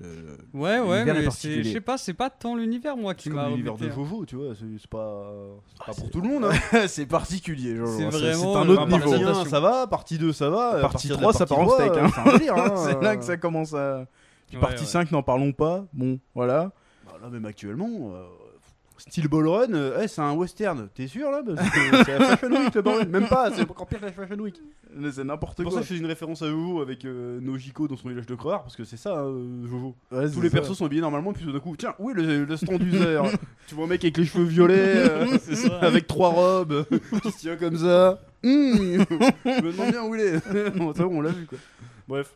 [SPEAKER 2] Ouais, ouais,
[SPEAKER 3] L'univers est
[SPEAKER 2] mais c'est-
[SPEAKER 3] particulier.
[SPEAKER 2] je sais pas, c'est pas tant l'univers, moi,
[SPEAKER 1] C'est
[SPEAKER 2] qui m'a
[SPEAKER 1] comme l'univers
[SPEAKER 2] rebuté.
[SPEAKER 1] de Jojo, tu vois. C'est c'est pas, c'est pas
[SPEAKER 3] c'est-
[SPEAKER 1] pour tout le monde. hein.
[SPEAKER 3] c'est particulier, genre,
[SPEAKER 2] C'est
[SPEAKER 3] C'est
[SPEAKER 2] vraiment euh,
[SPEAKER 3] un
[SPEAKER 2] le
[SPEAKER 3] autre
[SPEAKER 2] rapport
[SPEAKER 3] niveau.
[SPEAKER 2] de-
[SPEAKER 1] Euh, bah, Partie 1, ça va. Partie 2, ça va. euh,
[SPEAKER 3] Partie
[SPEAKER 1] à partir de
[SPEAKER 3] 3,
[SPEAKER 1] la
[SPEAKER 3] ça part en
[SPEAKER 1] partie
[SPEAKER 3] steak.
[SPEAKER 1] 3, euh,
[SPEAKER 3] hein.
[SPEAKER 1] c'est un délire, hein.
[SPEAKER 3] C'est là que ça commence à. Puis
[SPEAKER 2] hein. Ouais,
[SPEAKER 3] partie
[SPEAKER 2] ouais.
[SPEAKER 3] 5, n'en parlons pas. Bon, voilà.
[SPEAKER 1] Bah, là, même actuellement, euh, Steel Ball Run, euh, eh, c'est un western. T'es sûr là Parce que C'est la Fashion Week le bordel. Même pas, c'est encore pire que la Fashion Week.
[SPEAKER 3] Mais C'est n'importe
[SPEAKER 1] C'est pour ça
[SPEAKER 3] quoi.
[SPEAKER 1] que je fais une référence à Jojo avec euh, Nojiko dans son village de croire, parce que c'est ça, euh, Jojo.
[SPEAKER 3] Ouais, c'est
[SPEAKER 1] Tous les
[SPEAKER 3] ça.
[SPEAKER 1] persos sont habillés normalement, puis tout d'un coup, tiens, où est le, le stand user Tu vois un mec avec les cheveux violets, euh,
[SPEAKER 2] C'est ça.
[SPEAKER 1] avec trois robes, qui se tient comme ça. Hum, je me demande bien où il est. Bon, ça, on l'a vu quoi. Bref.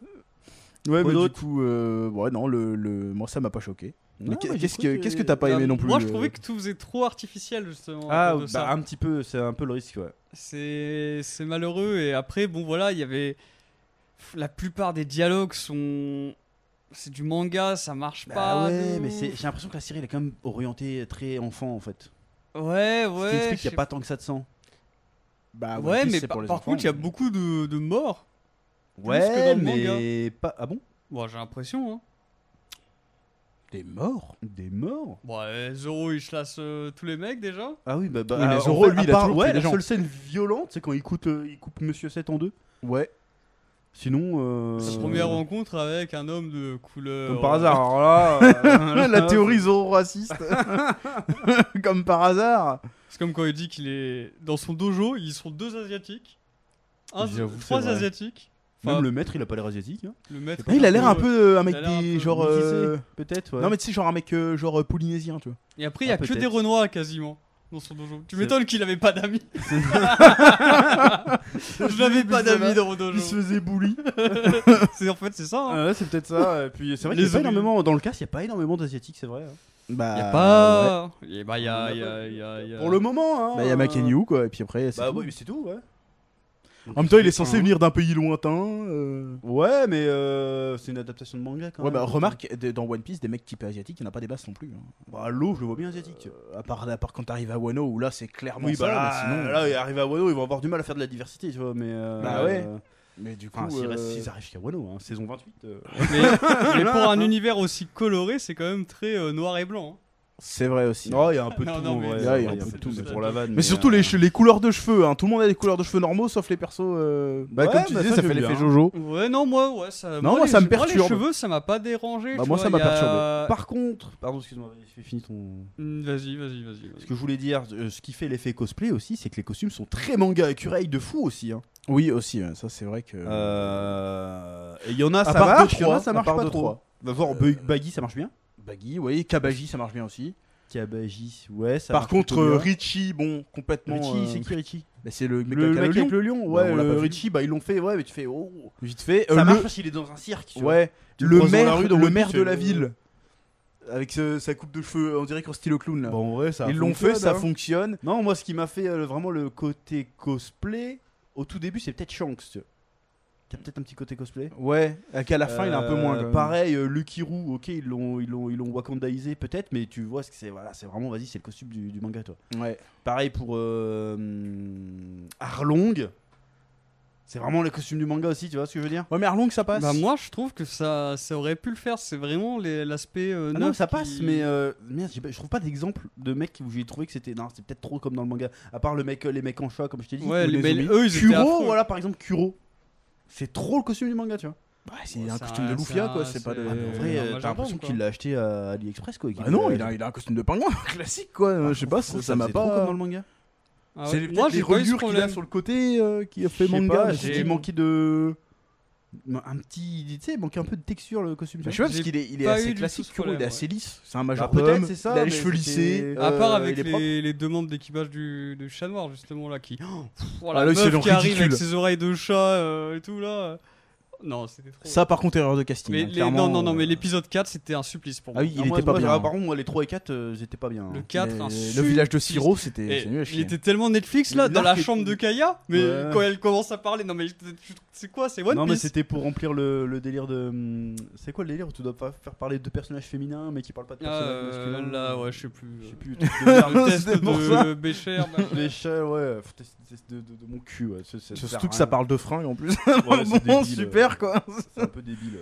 [SPEAKER 3] Ouais,
[SPEAKER 1] Quoi
[SPEAKER 3] mais du
[SPEAKER 1] d'autre
[SPEAKER 3] coup, euh, ouais, non, le, le- moi ça m'a pas choqué.
[SPEAKER 2] Ah,
[SPEAKER 3] Mais
[SPEAKER 1] Non,
[SPEAKER 3] qu'est-
[SPEAKER 2] bah,
[SPEAKER 1] moi, j'ai
[SPEAKER 3] qu'est-ce
[SPEAKER 1] trouvé
[SPEAKER 3] que
[SPEAKER 1] que-
[SPEAKER 3] qu'est-ce que t'as pas aimé non plus
[SPEAKER 2] Moi, je
[SPEAKER 3] euh,
[SPEAKER 2] trouvais que tout faisait trop artificiel, justement. à
[SPEAKER 1] Ah,
[SPEAKER 2] cause de ça.
[SPEAKER 1] bah, un petit peu, c'est un peu le risque, ouais.
[SPEAKER 2] C'est c'est malheureux. Et après, bon, voilà, il y avait. La plupart des dialogues sont. C'est du manga, ça marche
[SPEAKER 1] Bah
[SPEAKER 2] pas.
[SPEAKER 1] ouais,
[SPEAKER 2] de
[SPEAKER 1] mais
[SPEAKER 2] ouf.
[SPEAKER 1] c'est- j'ai l'impression que la série elle est quand même orientée très enfant en fait.
[SPEAKER 2] Ouais,
[SPEAKER 1] Ce qui
[SPEAKER 2] ouais.
[SPEAKER 1] explique qu'il n'y a
[SPEAKER 2] je
[SPEAKER 1] pas tant que ça de sang.
[SPEAKER 3] Bah, One
[SPEAKER 2] ouais,
[SPEAKER 3] Piece,
[SPEAKER 2] mais
[SPEAKER 3] c'est
[SPEAKER 2] par,
[SPEAKER 3] pour les
[SPEAKER 2] par
[SPEAKER 3] enfants,
[SPEAKER 2] contre, il y a
[SPEAKER 3] mais-
[SPEAKER 2] beaucoup de, de morts. que
[SPEAKER 1] Ouais,
[SPEAKER 2] dans le
[SPEAKER 1] mais pas. Ah bon
[SPEAKER 2] Bon, j'ai l'impression. Hein.
[SPEAKER 3] Des morts
[SPEAKER 1] Des morts
[SPEAKER 2] Bon, euh, Zoro, il chasse euh, tous les mecs déjà.
[SPEAKER 1] Ah oui, bah, bah
[SPEAKER 3] Oui, mais
[SPEAKER 1] euh,
[SPEAKER 3] Zoro,
[SPEAKER 1] en fait,
[SPEAKER 3] lui,
[SPEAKER 1] à
[SPEAKER 3] il a
[SPEAKER 1] part-
[SPEAKER 3] toujours tué
[SPEAKER 1] ouais,
[SPEAKER 3] des
[SPEAKER 1] la
[SPEAKER 3] gens.
[SPEAKER 1] seule scène violente, c'est quand il coupe, euh, il coupe Monsieur 7 en deux.
[SPEAKER 3] Ouais.
[SPEAKER 1] Sinon, euh,
[SPEAKER 2] Sa première rencontre avec un homme de couleur. euh,
[SPEAKER 1] comme par hasard. Alors là, euh,
[SPEAKER 3] La théorie Zoro raciste. Comme par hasard.
[SPEAKER 2] C'est comme quand il dit qu'il est. Dans son dojo, ils sont deux asiatiques. Un,
[SPEAKER 1] J'avoue, c'est
[SPEAKER 2] trois
[SPEAKER 1] vrai.
[SPEAKER 2] asiatiques.
[SPEAKER 1] Même
[SPEAKER 2] Enfin,
[SPEAKER 1] le maître, il a pas l'air asiatique, hein.
[SPEAKER 2] le maître.
[SPEAKER 3] il a l'air un
[SPEAKER 2] peu-
[SPEAKER 3] peu euh, un mec
[SPEAKER 2] il a l'air un
[SPEAKER 3] des
[SPEAKER 2] peu
[SPEAKER 3] genre.
[SPEAKER 1] métissé.
[SPEAKER 3] euh,
[SPEAKER 1] peut-être. Ouais.
[SPEAKER 3] Non mais tu sais genre un mec euh, genre euh, polynésien tu vois.
[SPEAKER 2] Et après, il y a
[SPEAKER 1] Ah,
[SPEAKER 2] que
[SPEAKER 1] peut-être.
[SPEAKER 2] des Renois quasiment dans son dojo. Tu
[SPEAKER 1] C'est-
[SPEAKER 2] m'étonnes qu'il avait pas d'amis. Je n'avais pas d'amis dans mon dojo.
[SPEAKER 1] Il se faisait bully.
[SPEAKER 2] C'est- En fait, c'est ça. hein.
[SPEAKER 1] Ah ouais, c'est peut-être ça. Et puis c'est vrai qu'il
[SPEAKER 2] Les
[SPEAKER 1] y a pas
[SPEAKER 2] zombies.
[SPEAKER 1] énormément. Dans le cas, il n'y a pas énormément d'asiatiques, c'est vrai. hein.
[SPEAKER 3] Bah.
[SPEAKER 2] Il y a
[SPEAKER 3] ouais.
[SPEAKER 2] pas. Et bah, il y a.
[SPEAKER 1] Il
[SPEAKER 2] il
[SPEAKER 1] y
[SPEAKER 2] y
[SPEAKER 1] en a
[SPEAKER 2] a- il y a- il y a-
[SPEAKER 1] Pour le moment, hein.
[SPEAKER 3] Bah, il y a Makenyu quoi, et puis après. c'est
[SPEAKER 1] Bah
[SPEAKER 3] tout.
[SPEAKER 1] oui, mais c'est tout, ouais. hein.
[SPEAKER 3] En même temps, il est censé venir d'un pays lointain. euh.
[SPEAKER 1] Ouais, mais euh, c'est une adaptation de manga quand
[SPEAKER 3] Ouais,
[SPEAKER 1] même.
[SPEAKER 3] bah remarque, de- dans One Piece, des mecs typés asiatiques, il n'y en a pas des basses non plus. hein.
[SPEAKER 1] Bah, l'eau, je le vois bien asiatique.
[SPEAKER 3] Euh, à, part, à part quand t'arrives à Wano, où là c'est clairement
[SPEAKER 1] oui,
[SPEAKER 3] ça,
[SPEAKER 1] bah là,
[SPEAKER 3] mais sinon.
[SPEAKER 1] là, arrivé à Wano, ils vont avoir du mal à faire de la diversité, tu vois. Mais euh,
[SPEAKER 3] Bah ouais.
[SPEAKER 1] euh,
[SPEAKER 3] Mais du coup.
[SPEAKER 1] Enfin, s'ils
[SPEAKER 3] euh,
[SPEAKER 1] restent- s'ils arrivent qu'à Wano, hein, saison 28. euh,
[SPEAKER 2] Mais, mais pour un univers aussi coloré, c'est quand même très euh, noir et blanc. hein.
[SPEAKER 3] C'est vrai aussi.
[SPEAKER 1] Non, il y a un peu de
[SPEAKER 2] Non,
[SPEAKER 1] tout.
[SPEAKER 2] non,
[SPEAKER 1] en
[SPEAKER 2] mais-
[SPEAKER 1] vrai,
[SPEAKER 3] Il y a
[SPEAKER 1] euh,
[SPEAKER 3] un
[SPEAKER 1] il
[SPEAKER 3] peu de tout,
[SPEAKER 1] c'est
[SPEAKER 2] mais-
[SPEAKER 1] pour la vanne.
[SPEAKER 3] mais surtout
[SPEAKER 1] euh,
[SPEAKER 3] les, che- les couleurs de cheveux, hein. tout le monde a des couleurs de cheveux normaux sauf les persos. euh, Bah,
[SPEAKER 1] Ouais,
[SPEAKER 3] comme tu
[SPEAKER 1] bah,
[SPEAKER 3] disais,
[SPEAKER 1] ça,
[SPEAKER 3] ça
[SPEAKER 1] j'aime
[SPEAKER 3] fait l'effet
[SPEAKER 1] bien.
[SPEAKER 3] Jojo.
[SPEAKER 2] Ouais, non, moi, ouais, ça.
[SPEAKER 3] Non, moi, ça
[SPEAKER 2] les-
[SPEAKER 3] me perturbe.
[SPEAKER 2] les cheveux, ça m'a pas dérangé.
[SPEAKER 3] Bah,
[SPEAKER 2] tu
[SPEAKER 3] moi,
[SPEAKER 2] vois,
[SPEAKER 3] ça m'a
[SPEAKER 2] il y a-
[SPEAKER 1] Par contre, pardon, excuse-moi, j'ai fini ton.
[SPEAKER 2] Hmm, Vas-y, vas-y, vas-y.
[SPEAKER 1] Ce
[SPEAKER 2] vas-y.
[SPEAKER 1] que je voulais dire, euh, ce qui fait l'effet cosplay aussi, c'est que les costumes sont très manga écureuil de fou aussi. Hein.
[SPEAKER 3] Oui, aussi, ouais, ça c'est vrai que. Euh,
[SPEAKER 1] Euh, Et il y en a,
[SPEAKER 3] à
[SPEAKER 1] ça
[SPEAKER 3] part deux,
[SPEAKER 1] marche, il y en
[SPEAKER 3] trois,
[SPEAKER 1] a, ça
[SPEAKER 3] à
[SPEAKER 1] marche
[SPEAKER 3] part
[SPEAKER 1] pas
[SPEAKER 3] deux,
[SPEAKER 1] trop.
[SPEAKER 3] trois.
[SPEAKER 1] Va voir Baggy, ça marche bien.
[SPEAKER 3] Baggy, oui, Kabaji, ça marche bien aussi.
[SPEAKER 1] Arcabagie, ouais. Ça
[SPEAKER 3] Par
[SPEAKER 1] marche
[SPEAKER 3] contre,
[SPEAKER 1] plutôt
[SPEAKER 3] euh,
[SPEAKER 1] bien.
[SPEAKER 3] Richie, bon, complètement.
[SPEAKER 1] Richie,
[SPEAKER 3] euh,
[SPEAKER 1] c'est qui Richie
[SPEAKER 3] bah, C'est le mec,
[SPEAKER 1] Le
[SPEAKER 3] avec
[SPEAKER 1] mec
[SPEAKER 3] le lion.
[SPEAKER 1] avec le lion,
[SPEAKER 3] Bah,
[SPEAKER 1] ouais.
[SPEAKER 3] on l'a
[SPEAKER 1] le
[SPEAKER 3] pas vu.
[SPEAKER 1] Richie, bah ils l'ont fait, ouais, mais tu fais oh.
[SPEAKER 3] Vite fait. euh,
[SPEAKER 1] Ça
[SPEAKER 3] le-
[SPEAKER 1] marche parce qu'il est dans un cirque. tu vois.
[SPEAKER 3] Ouais.
[SPEAKER 1] Tu le
[SPEAKER 3] Le
[SPEAKER 1] croises dans la
[SPEAKER 3] maire,
[SPEAKER 1] rue, dans
[SPEAKER 3] le
[SPEAKER 1] le
[SPEAKER 3] maire
[SPEAKER 1] bus,
[SPEAKER 3] de
[SPEAKER 1] euh,
[SPEAKER 3] la ville. Avec ce- sa coupe de cheveux, on dirait qu'en style clown là.
[SPEAKER 1] Bah, en vrai, ça.
[SPEAKER 3] Ils l'ont fait,
[SPEAKER 1] fonctionne,
[SPEAKER 3] ça
[SPEAKER 1] hein.
[SPEAKER 3] fonctionne.
[SPEAKER 1] Non, moi, ce qui m'a fait euh, vraiment le côté cosplay, au tout début, c'est peut-être Shanks. Tu vois. Qui a peut-être un petit côté cosplay.
[SPEAKER 3] Ouais, qu'à la fin, il est un peu
[SPEAKER 1] Euh,
[SPEAKER 3] moins. quand même.
[SPEAKER 1] Pareil, euh, Lucky Roo, ok, ils l'ont, ils l'ont, ils l'ont wakandaisé peut-être, mais tu vois ce que c'est. Voilà, c'est vraiment, vas-y, c'est le costume du, du manga, toi.
[SPEAKER 3] Ouais.
[SPEAKER 1] Pareil pour euh, hum, Arlong. C'est vraiment le costume du manga aussi, tu vois ce que je veux dire
[SPEAKER 3] Ouais, mais Arlong, ça passe.
[SPEAKER 2] Bah, moi, je trouve que ça, ça aurait pu le faire. C'est vraiment les- l'aspect euh,
[SPEAKER 1] Ah
[SPEAKER 2] neuf.
[SPEAKER 1] non, ça
[SPEAKER 2] qui-
[SPEAKER 1] passe, mais euh, merde, j'ai pas- je trouve pas d'exemple de mec où j'ai trouvé que c'était. Non, c'est peut-être trop comme dans le manga. À part le mec, euh, les mecs en chat, comme je t'ai dit.
[SPEAKER 2] Ouais,
[SPEAKER 1] ou les
[SPEAKER 2] les, mais
[SPEAKER 1] zombies.
[SPEAKER 2] eux, ils étaient
[SPEAKER 1] Kuro,
[SPEAKER 2] affreux.
[SPEAKER 1] voilà, par exemple, Kuro. C'est trop le costume du manga, tu vois.
[SPEAKER 3] Bah, c'est
[SPEAKER 2] Ouais,
[SPEAKER 3] un
[SPEAKER 2] c'est
[SPEAKER 3] costume
[SPEAKER 2] un-
[SPEAKER 3] de Lufia,
[SPEAKER 2] c'est
[SPEAKER 3] quoi.
[SPEAKER 2] un-
[SPEAKER 3] C'est pas
[SPEAKER 2] c'est-
[SPEAKER 3] de.
[SPEAKER 1] En
[SPEAKER 2] Euh,
[SPEAKER 1] vrai,
[SPEAKER 2] un
[SPEAKER 1] euh, t'as
[SPEAKER 2] majordome,
[SPEAKER 1] l'impression
[SPEAKER 2] quoi.
[SPEAKER 1] qu'il l'a acheté à AliExpress, quoi. et qu'il
[SPEAKER 3] Bah non,
[SPEAKER 1] l'a-
[SPEAKER 3] il a, il a un costume de pingouin classique quoi. Euh, je sais pas,
[SPEAKER 1] Je trouve
[SPEAKER 3] ça
[SPEAKER 1] que
[SPEAKER 3] ça m'a
[SPEAKER 1] faisait trop
[SPEAKER 3] pas.
[SPEAKER 1] comme dans le manga.
[SPEAKER 2] Ah ouais.
[SPEAKER 3] C'est
[SPEAKER 2] Moi,
[SPEAKER 3] peut-être les
[SPEAKER 2] j'ai pas eu ce
[SPEAKER 3] reliures qu'il
[SPEAKER 2] problème.
[SPEAKER 3] a sur le côté euh, qui a fait
[SPEAKER 1] Je sais
[SPEAKER 3] manga.
[SPEAKER 1] pas,
[SPEAKER 3] mais
[SPEAKER 1] je trouve
[SPEAKER 2] j'ai-
[SPEAKER 1] qu'il manquait de. Un petit. Tu sais, il manquait un peu de texture le costume. tu
[SPEAKER 3] Bah, je
[SPEAKER 1] vois.
[SPEAKER 3] sais pas parce
[SPEAKER 2] J'ai
[SPEAKER 3] qu'il est, il est
[SPEAKER 2] pas eu
[SPEAKER 3] assez
[SPEAKER 2] du tout
[SPEAKER 3] classique,
[SPEAKER 2] ce
[SPEAKER 3] Kuro, il est
[SPEAKER 2] problème,
[SPEAKER 3] assez lisse. Bah, C'est un major
[SPEAKER 1] peut-être,
[SPEAKER 3] d'homme,
[SPEAKER 1] c'est ça,
[SPEAKER 3] Il a les
[SPEAKER 1] mais
[SPEAKER 3] cheveux
[SPEAKER 1] c'était-
[SPEAKER 3] lissés.
[SPEAKER 2] À part
[SPEAKER 3] euh,
[SPEAKER 2] avec
[SPEAKER 3] il est propre.
[SPEAKER 2] les, les deux membres d'équipage du, du chat noir, justement, là, qui. Oh, pff, voilà,
[SPEAKER 3] Ah, là,
[SPEAKER 2] la
[SPEAKER 3] ils sont
[SPEAKER 2] meuf qui arrive
[SPEAKER 3] ridicules.
[SPEAKER 2] avec ses oreilles de chat euh, et tout, là. Non, c'était trop.
[SPEAKER 3] Ça par contre erreur de casting.
[SPEAKER 2] mais
[SPEAKER 3] hein,
[SPEAKER 2] les-
[SPEAKER 3] clairement,
[SPEAKER 2] Non, non, non, mais
[SPEAKER 3] euh,
[SPEAKER 2] l'épisode 4, c'était un supplice pour
[SPEAKER 3] Ah
[SPEAKER 2] moi.
[SPEAKER 3] oui,
[SPEAKER 1] Non,
[SPEAKER 3] il
[SPEAKER 1] moi,
[SPEAKER 3] était pas
[SPEAKER 1] moi,
[SPEAKER 3] bien.
[SPEAKER 1] Gérard Baron, moi, les 3 et 4, euh, j'étaient pas bien.
[SPEAKER 2] Le
[SPEAKER 1] hein.
[SPEAKER 2] 4,
[SPEAKER 3] Mais
[SPEAKER 2] un
[SPEAKER 3] Le village de
[SPEAKER 2] supplice.
[SPEAKER 3] Siro, c'était
[SPEAKER 2] Et
[SPEAKER 3] c'est nul à
[SPEAKER 2] il
[SPEAKER 3] chier.
[SPEAKER 2] était tellement Netflix là,
[SPEAKER 1] Et
[SPEAKER 2] dans la
[SPEAKER 1] l'arc est-
[SPEAKER 2] chambre de Kaya, mais
[SPEAKER 1] Ouais.
[SPEAKER 2] quand elle commence à parler, non mais je- je- c'est quoi, c'est One
[SPEAKER 1] non, mais
[SPEAKER 2] Piece
[SPEAKER 1] c'était pour remplir le, le délire de. hum, C'est quoi le délire où tu dois pas faire parler de personnages féminins mais qui parlent pas de
[SPEAKER 2] Ah,
[SPEAKER 1] personnages
[SPEAKER 2] euh,
[SPEAKER 1] masculins
[SPEAKER 2] là, ouais, je sais plus.
[SPEAKER 1] Je
[SPEAKER 2] euh,
[SPEAKER 1] sais plus.
[SPEAKER 2] Le test
[SPEAKER 3] C'était pour ça.
[SPEAKER 2] de Bécher,
[SPEAKER 1] de l'échelle, ouais. pff, test- test De, de- de mon cul, ouais. ça- ça sert
[SPEAKER 3] Surtout
[SPEAKER 1] à
[SPEAKER 3] que ça
[SPEAKER 1] rien.
[SPEAKER 3] parle de fringues en plus.
[SPEAKER 1] Ouais, c'est
[SPEAKER 3] Bon,
[SPEAKER 1] débile,
[SPEAKER 3] super quoi.
[SPEAKER 1] C'est un peu débile.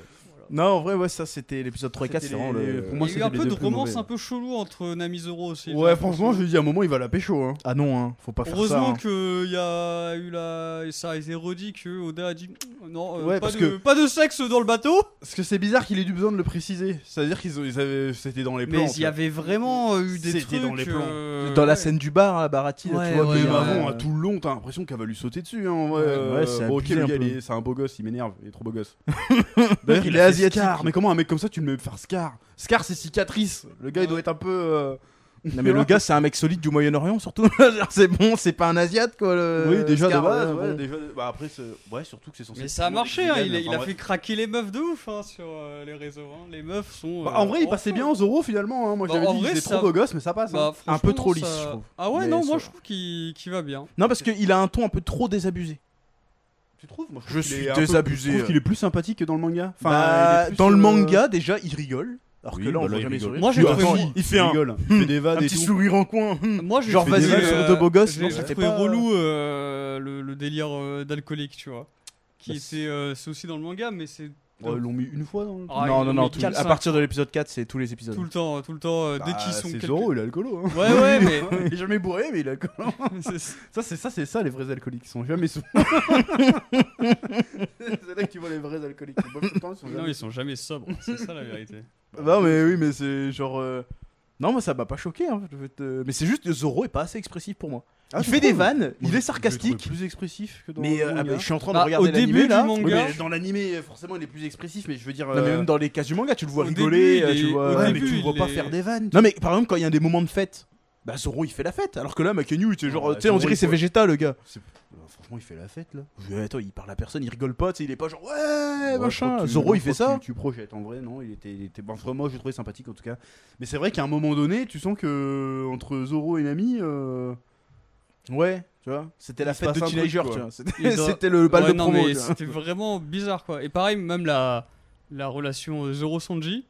[SPEAKER 3] Non, en vrai, ouais, ça c'était l'épisode 3 et 4, c'est
[SPEAKER 1] C'était
[SPEAKER 3] vraiment
[SPEAKER 1] les-
[SPEAKER 3] le.
[SPEAKER 1] pour moi,
[SPEAKER 2] Il y a eu
[SPEAKER 1] c'était
[SPEAKER 2] un
[SPEAKER 1] les
[SPEAKER 2] peu de
[SPEAKER 1] deux plus
[SPEAKER 2] romance
[SPEAKER 1] mauvais.
[SPEAKER 2] un peu chelou entre Namizoro aussi.
[SPEAKER 1] Ouais,
[SPEAKER 2] j'ai
[SPEAKER 1] franchement, je
[SPEAKER 2] l'impression.
[SPEAKER 1] dis à un moment, il va la pécho. Hein.
[SPEAKER 3] Ah non, hein, faut pas faire ça.
[SPEAKER 2] Heureusement
[SPEAKER 3] hein.
[SPEAKER 2] qu'il y a eu la. et Ça a été redit que Oda a dit non, euh,
[SPEAKER 1] Ouais,
[SPEAKER 2] pas,
[SPEAKER 1] parce
[SPEAKER 2] de...
[SPEAKER 1] que-
[SPEAKER 2] pas de sexe dans le bateau.
[SPEAKER 1] Parce que c'est bizarre qu'il ait eu besoin de le préciser. C'est-à-dire qu'ils ont- ils avaient- c'était dans les plans.
[SPEAKER 2] Mais il
[SPEAKER 1] tu
[SPEAKER 2] y
[SPEAKER 1] vois.
[SPEAKER 2] avait vraiment euh, eu des
[SPEAKER 1] C'était
[SPEAKER 2] trucs.
[SPEAKER 1] dans les plans.
[SPEAKER 2] euh,
[SPEAKER 3] Dans la
[SPEAKER 2] ouais.
[SPEAKER 3] scène du bar à Barati, là,
[SPEAKER 2] Ouais,
[SPEAKER 3] tu vois. euh,
[SPEAKER 2] ouais,
[SPEAKER 3] qu'il
[SPEAKER 1] Mais
[SPEAKER 3] y a-
[SPEAKER 1] avant, à bah hein, tout le long, t'as l'impression qu'elle va lui sauter dessus. Hein, ouais,
[SPEAKER 3] Ouais,
[SPEAKER 1] euh,
[SPEAKER 3] ouais, c'est
[SPEAKER 1] bon, ok,
[SPEAKER 3] abusé
[SPEAKER 1] le
[SPEAKER 3] un
[SPEAKER 1] gars,
[SPEAKER 3] peu.
[SPEAKER 1] il est- c'est un beau gosse, il m'énerve, il est trop beau gosse. D'ailleurs,
[SPEAKER 3] Il
[SPEAKER 1] il,
[SPEAKER 3] est
[SPEAKER 1] est
[SPEAKER 3] asiatique.
[SPEAKER 1] asiatique. Scar, mais comment un mec comme ça, tu le mets faire Scar Scar, c'est cicatrice. Le gars, il doit être un peu. euh,
[SPEAKER 3] Non mais le gars c'est un mec solide du Moyen-Orient surtout. Genre, c'est bon, c'est pas un asiate quoi. Le...
[SPEAKER 1] Oui, déjà
[SPEAKER 3] Scar,
[SPEAKER 1] de base.
[SPEAKER 3] euh,
[SPEAKER 1] ouais,
[SPEAKER 3] bon.
[SPEAKER 1] déjà de- bah, après, c'est- ouais, surtout que c'est censé.
[SPEAKER 2] Mais
[SPEAKER 1] être
[SPEAKER 2] ça a
[SPEAKER 1] tout le monde
[SPEAKER 2] marché,
[SPEAKER 1] vegan,
[SPEAKER 2] hein, il, a, il
[SPEAKER 1] enfin,
[SPEAKER 2] a
[SPEAKER 1] bref.
[SPEAKER 2] fait craquer les meufs de ouf hein, sur euh, les réseaux. hein. Les meufs sont.
[SPEAKER 1] Bah,
[SPEAKER 2] euh,
[SPEAKER 1] en vrai, il
[SPEAKER 2] en
[SPEAKER 1] passait
[SPEAKER 2] feu.
[SPEAKER 1] bien en Zoro finalement. hein. Moi,
[SPEAKER 2] Bah,
[SPEAKER 1] j'avais
[SPEAKER 2] en
[SPEAKER 1] dit
[SPEAKER 2] vrai,
[SPEAKER 1] qu'il était
[SPEAKER 2] ça-
[SPEAKER 1] trop beau gosse, mais ça passe. hein.
[SPEAKER 2] Bah,
[SPEAKER 3] Un peu
[SPEAKER 2] franchement,
[SPEAKER 3] trop lisse,
[SPEAKER 2] ça-
[SPEAKER 3] je trouve.
[SPEAKER 2] Ah ouais,
[SPEAKER 3] Mais
[SPEAKER 2] non,
[SPEAKER 3] ça
[SPEAKER 2] moi
[SPEAKER 3] va.
[SPEAKER 2] je trouve qu'il qu'il va bien.
[SPEAKER 3] Non parce qu'il a un ton un peu trop désabusé.
[SPEAKER 1] Tu trouves Moi,
[SPEAKER 3] Je
[SPEAKER 1] trouve qu'il
[SPEAKER 3] suis
[SPEAKER 1] est un peu-
[SPEAKER 3] désabusé,
[SPEAKER 1] Je
[SPEAKER 3] euh.
[SPEAKER 1] trouve qu'il est plus sympathique que dans le manga. Enfin,
[SPEAKER 3] Bah,
[SPEAKER 1] il est plus,
[SPEAKER 3] dans le
[SPEAKER 1] euh,
[SPEAKER 3] manga déjà il rigole. Alors que
[SPEAKER 1] oui,
[SPEAKER 3] là on
[SPEAKER 1] bah,
[SPEAKER 3] voit
[SPEAKER 1] il
[SPEAKER 3] jamais
[SPEAKER 1] rigole.
[SPEAKER 3] sourire.
[SPEAKER 2] Moi, j'ai
[SPEAKER 3] Il-
[SPEAKER 2] trouvé-
[SPEAKER 3] attends, il- Il fait un, hum,
[SPEAKER 1] rigole, hein. il fait des
[SPEAKER 3] un
[SPEAKER 1] vannes et
[SPEAKER 3] petit
[SPEAKER 1] tout.
[SPEAKER 3] sourire en coin.
[SPEAKER 1] hmm.
[SPEAKER 3] hum.
[SPEAKER 2] Moi, j'ai
[SPEAKER 3] Genre
[SPEAKER 2] trouvé,
[SPEAKER 3] vas-y
[SPEAKER 1] des
[SPEAKER 3] le
[SPEAKER 1] vannes
[SPEAKER 2] euh,
[SPEAKER 3] sur de beau gosse.
[SPEAKER 2] j'ai-
[SPEAKER 3] Non,
[SPEAKER 2] J'ai
[SPEAKER 3] c'était
[SPEAKER 2] trouvé
[SPEAKER 3] pas
[SPEAKER 2] relou euh, le, le délire euh, d'alcoolique, tu vois. Qui
[SPEAKER 1] Bah,
[SPEAKER 2] était. euh, c'est aussi dans le manga, mais c'est.
[SPEAKER 1] Oh, ils l'ont mis une fois dans le.
[SPEAKER 3] non
[SPEAKER 2] Ah, ils
[SPEAKER 3] non
[SPEAKER 2] l'ont
[SPEAKER 3] non.
[SPEAKER 2] mis
[SPEAKER 3] tout-
[SPEAKER 2] quatre,
[SPEAKER 3] à
[SPEAKER 2] cinq
[SPEAKER 3] partir de l'épisode 4 c'est tous les épisodes.
[SPEAKER 2] Tout le temps, tout le temps, euh, dès qu'ils
[SPEAKER 1] Bah,
[SPEAKER 2] sont
[SPEAKER 1] C'est
[SPEAKER 2] quelque-
[SPEAKER 1] Zoro, il est alcoolo. hein.
[SPEAKER 2] Ouais, ouais, mais.
[SPEAKER 1] Il est jamais bourré, mais il est alcoolo.
[SPEAKER 2] c'est-
[SPEAKER 1] Ça, c'est ça, c'est ça les vrais alcooliques. Ils sont jamais sous. c'est là que tu vois les vrais alcooliques. Ils boivent tout le temps, ils sont
[SPEAKER 2] non,
[SPEAKER 1] jamais
[SPEAKER 2] ils sont jamais sobres, c'est ça la vérité.
[SPEAKER 1] sous.
[SPEAKER 3] Non mais oui mais c'est genre. euh, Non moi ça m'a pas choqué. hein, je veux te- Mais c'est juste que Zoro est pas assez expressif pour moi.
[SPEAKER 1] Ah,
[SPEAKER 3] il
[SPEAKER 1] tu
[SPEAKER 3] fait des
[SPEAKER 1] trouves
[SPEAKER 3] vannes,
[SPEAKER 1] Moi,
[SPEAKER 3] il
[SPEAKER 1] je- je
[SPEAKER 3] est
[SPEAKER 1] le
[SPEAKER 3] sarcastique.
[SPEAKER 1] trouvais Plus expressif que dans.
[SPEAKER 3] Mais
[SPEAKER 1] le
[SPEAKER 3] euh, ah,
[SPEAKER 1] manga.
[SPEAKER 3] bah, je suis en train de
[SPEAKER 2] Bah,
[SPEAKER 3] regarder
[SPEAKER 2] au début
[SPEAKER 3] l'animé,
[SPEAKER 2] du
[SPEAKER 3] là.
[SPEAKER 2] manga-
[SPEAKER 1] Oui,
[SPEAKER 2] gars.
[SPEAKER 1] mais dans l'animé, forcément, il est plus expressif. Mais je veux dire.
[SPEAKER 3] Non, mais
[SPEAKER 1] euh,
[SPEAKER 3] même dans les cas du manga, tu le vois
[SPEAKER 2] au
[SPEAKER 3] rigoler, euh,
[SPEAKER 2] début, il
[SPEAKER 3] tu
[SPEAKER 2] est-
[SPEAKER 3] vois.
[SPEAKER 2] au
[SPEAKER 1] ouais,
[SPEAKER 3] Ouais,
[SPEAKER 1] mais
[SPEAKER 2] début,
[SPEAKER 1] tu le vois
[SPEAKER 2] il
[SPEAKER 1] pas
[SPEAKER 2] est-
[SPEAKER 1] faire des vannes.
[SPEAKER 3] mais- Non mais par exemple quand il y a des moments de fête, bah Zoro il fait la fête, alors que là Makenyu il est genre,
[SPEAKER 1] Ouais,
[SPEAKER 3] tu sais on
[SPEAKER 1] Zoro,
[SPEAKER 3] dirait
[SPEAKER 1] il
[SPEAKER 3] c'est bah,
[SPEAKER 1] faut-
[SPEAKER 3] Vegeta le gars.
[SPEAKER 1] Euh, Franchement, il fait la fête là.
[SPEAKER 3] Je dis, attends il parle à personne, il rigole pas, tu sais il est pas genre ouais,
[SPEAKER 1] Ouais, je crois
[SPEAKER 3] Eh, machin.
[SPEAKER 1] que tu-
[SPEAKER 3] Zoro
[SPEAKER 1] je
[SPEAKER 3] il fait
[SPEAKER 1] crois que
[SPEAKER 3] ça.
[SPEAKER 1] Tu, tu projettes en vrai, non Il était, il était- bon, enfin, moi, je le trouvais sympathique en tout cas. Mais c'est vrai qu'à un moment donné, tu sens que entre Zoro et Nami, euh,
[SPEAKER 3] Ouais, tu vois, c'était la
[SPEAKER 1] se
[SPEAKER 3] fête de
[SPEAKER 1] passe un
[SPEAKER 3] teenager,
[SPEAKER 1] truc,
[SPEAKER 3] tu
[SPEAKER 1] quoi.
[SPEAKER 3] vois. C'était
[SPEAKER 2] Il doit-
[SPEAKER 3] c'était le bal
[SPEAKER 2] Ouais,
[SPEAKER 3] de
[SPEAKER 2] non,
[SPEAKER 3] promo.
[SPEAKER 2] mais
[SPEAKER 3] tu vois.
[SPEAKER 2] C'était vraiment bizarre quoi. Et pareil, même la, la relation euh, Zoro-Sanji,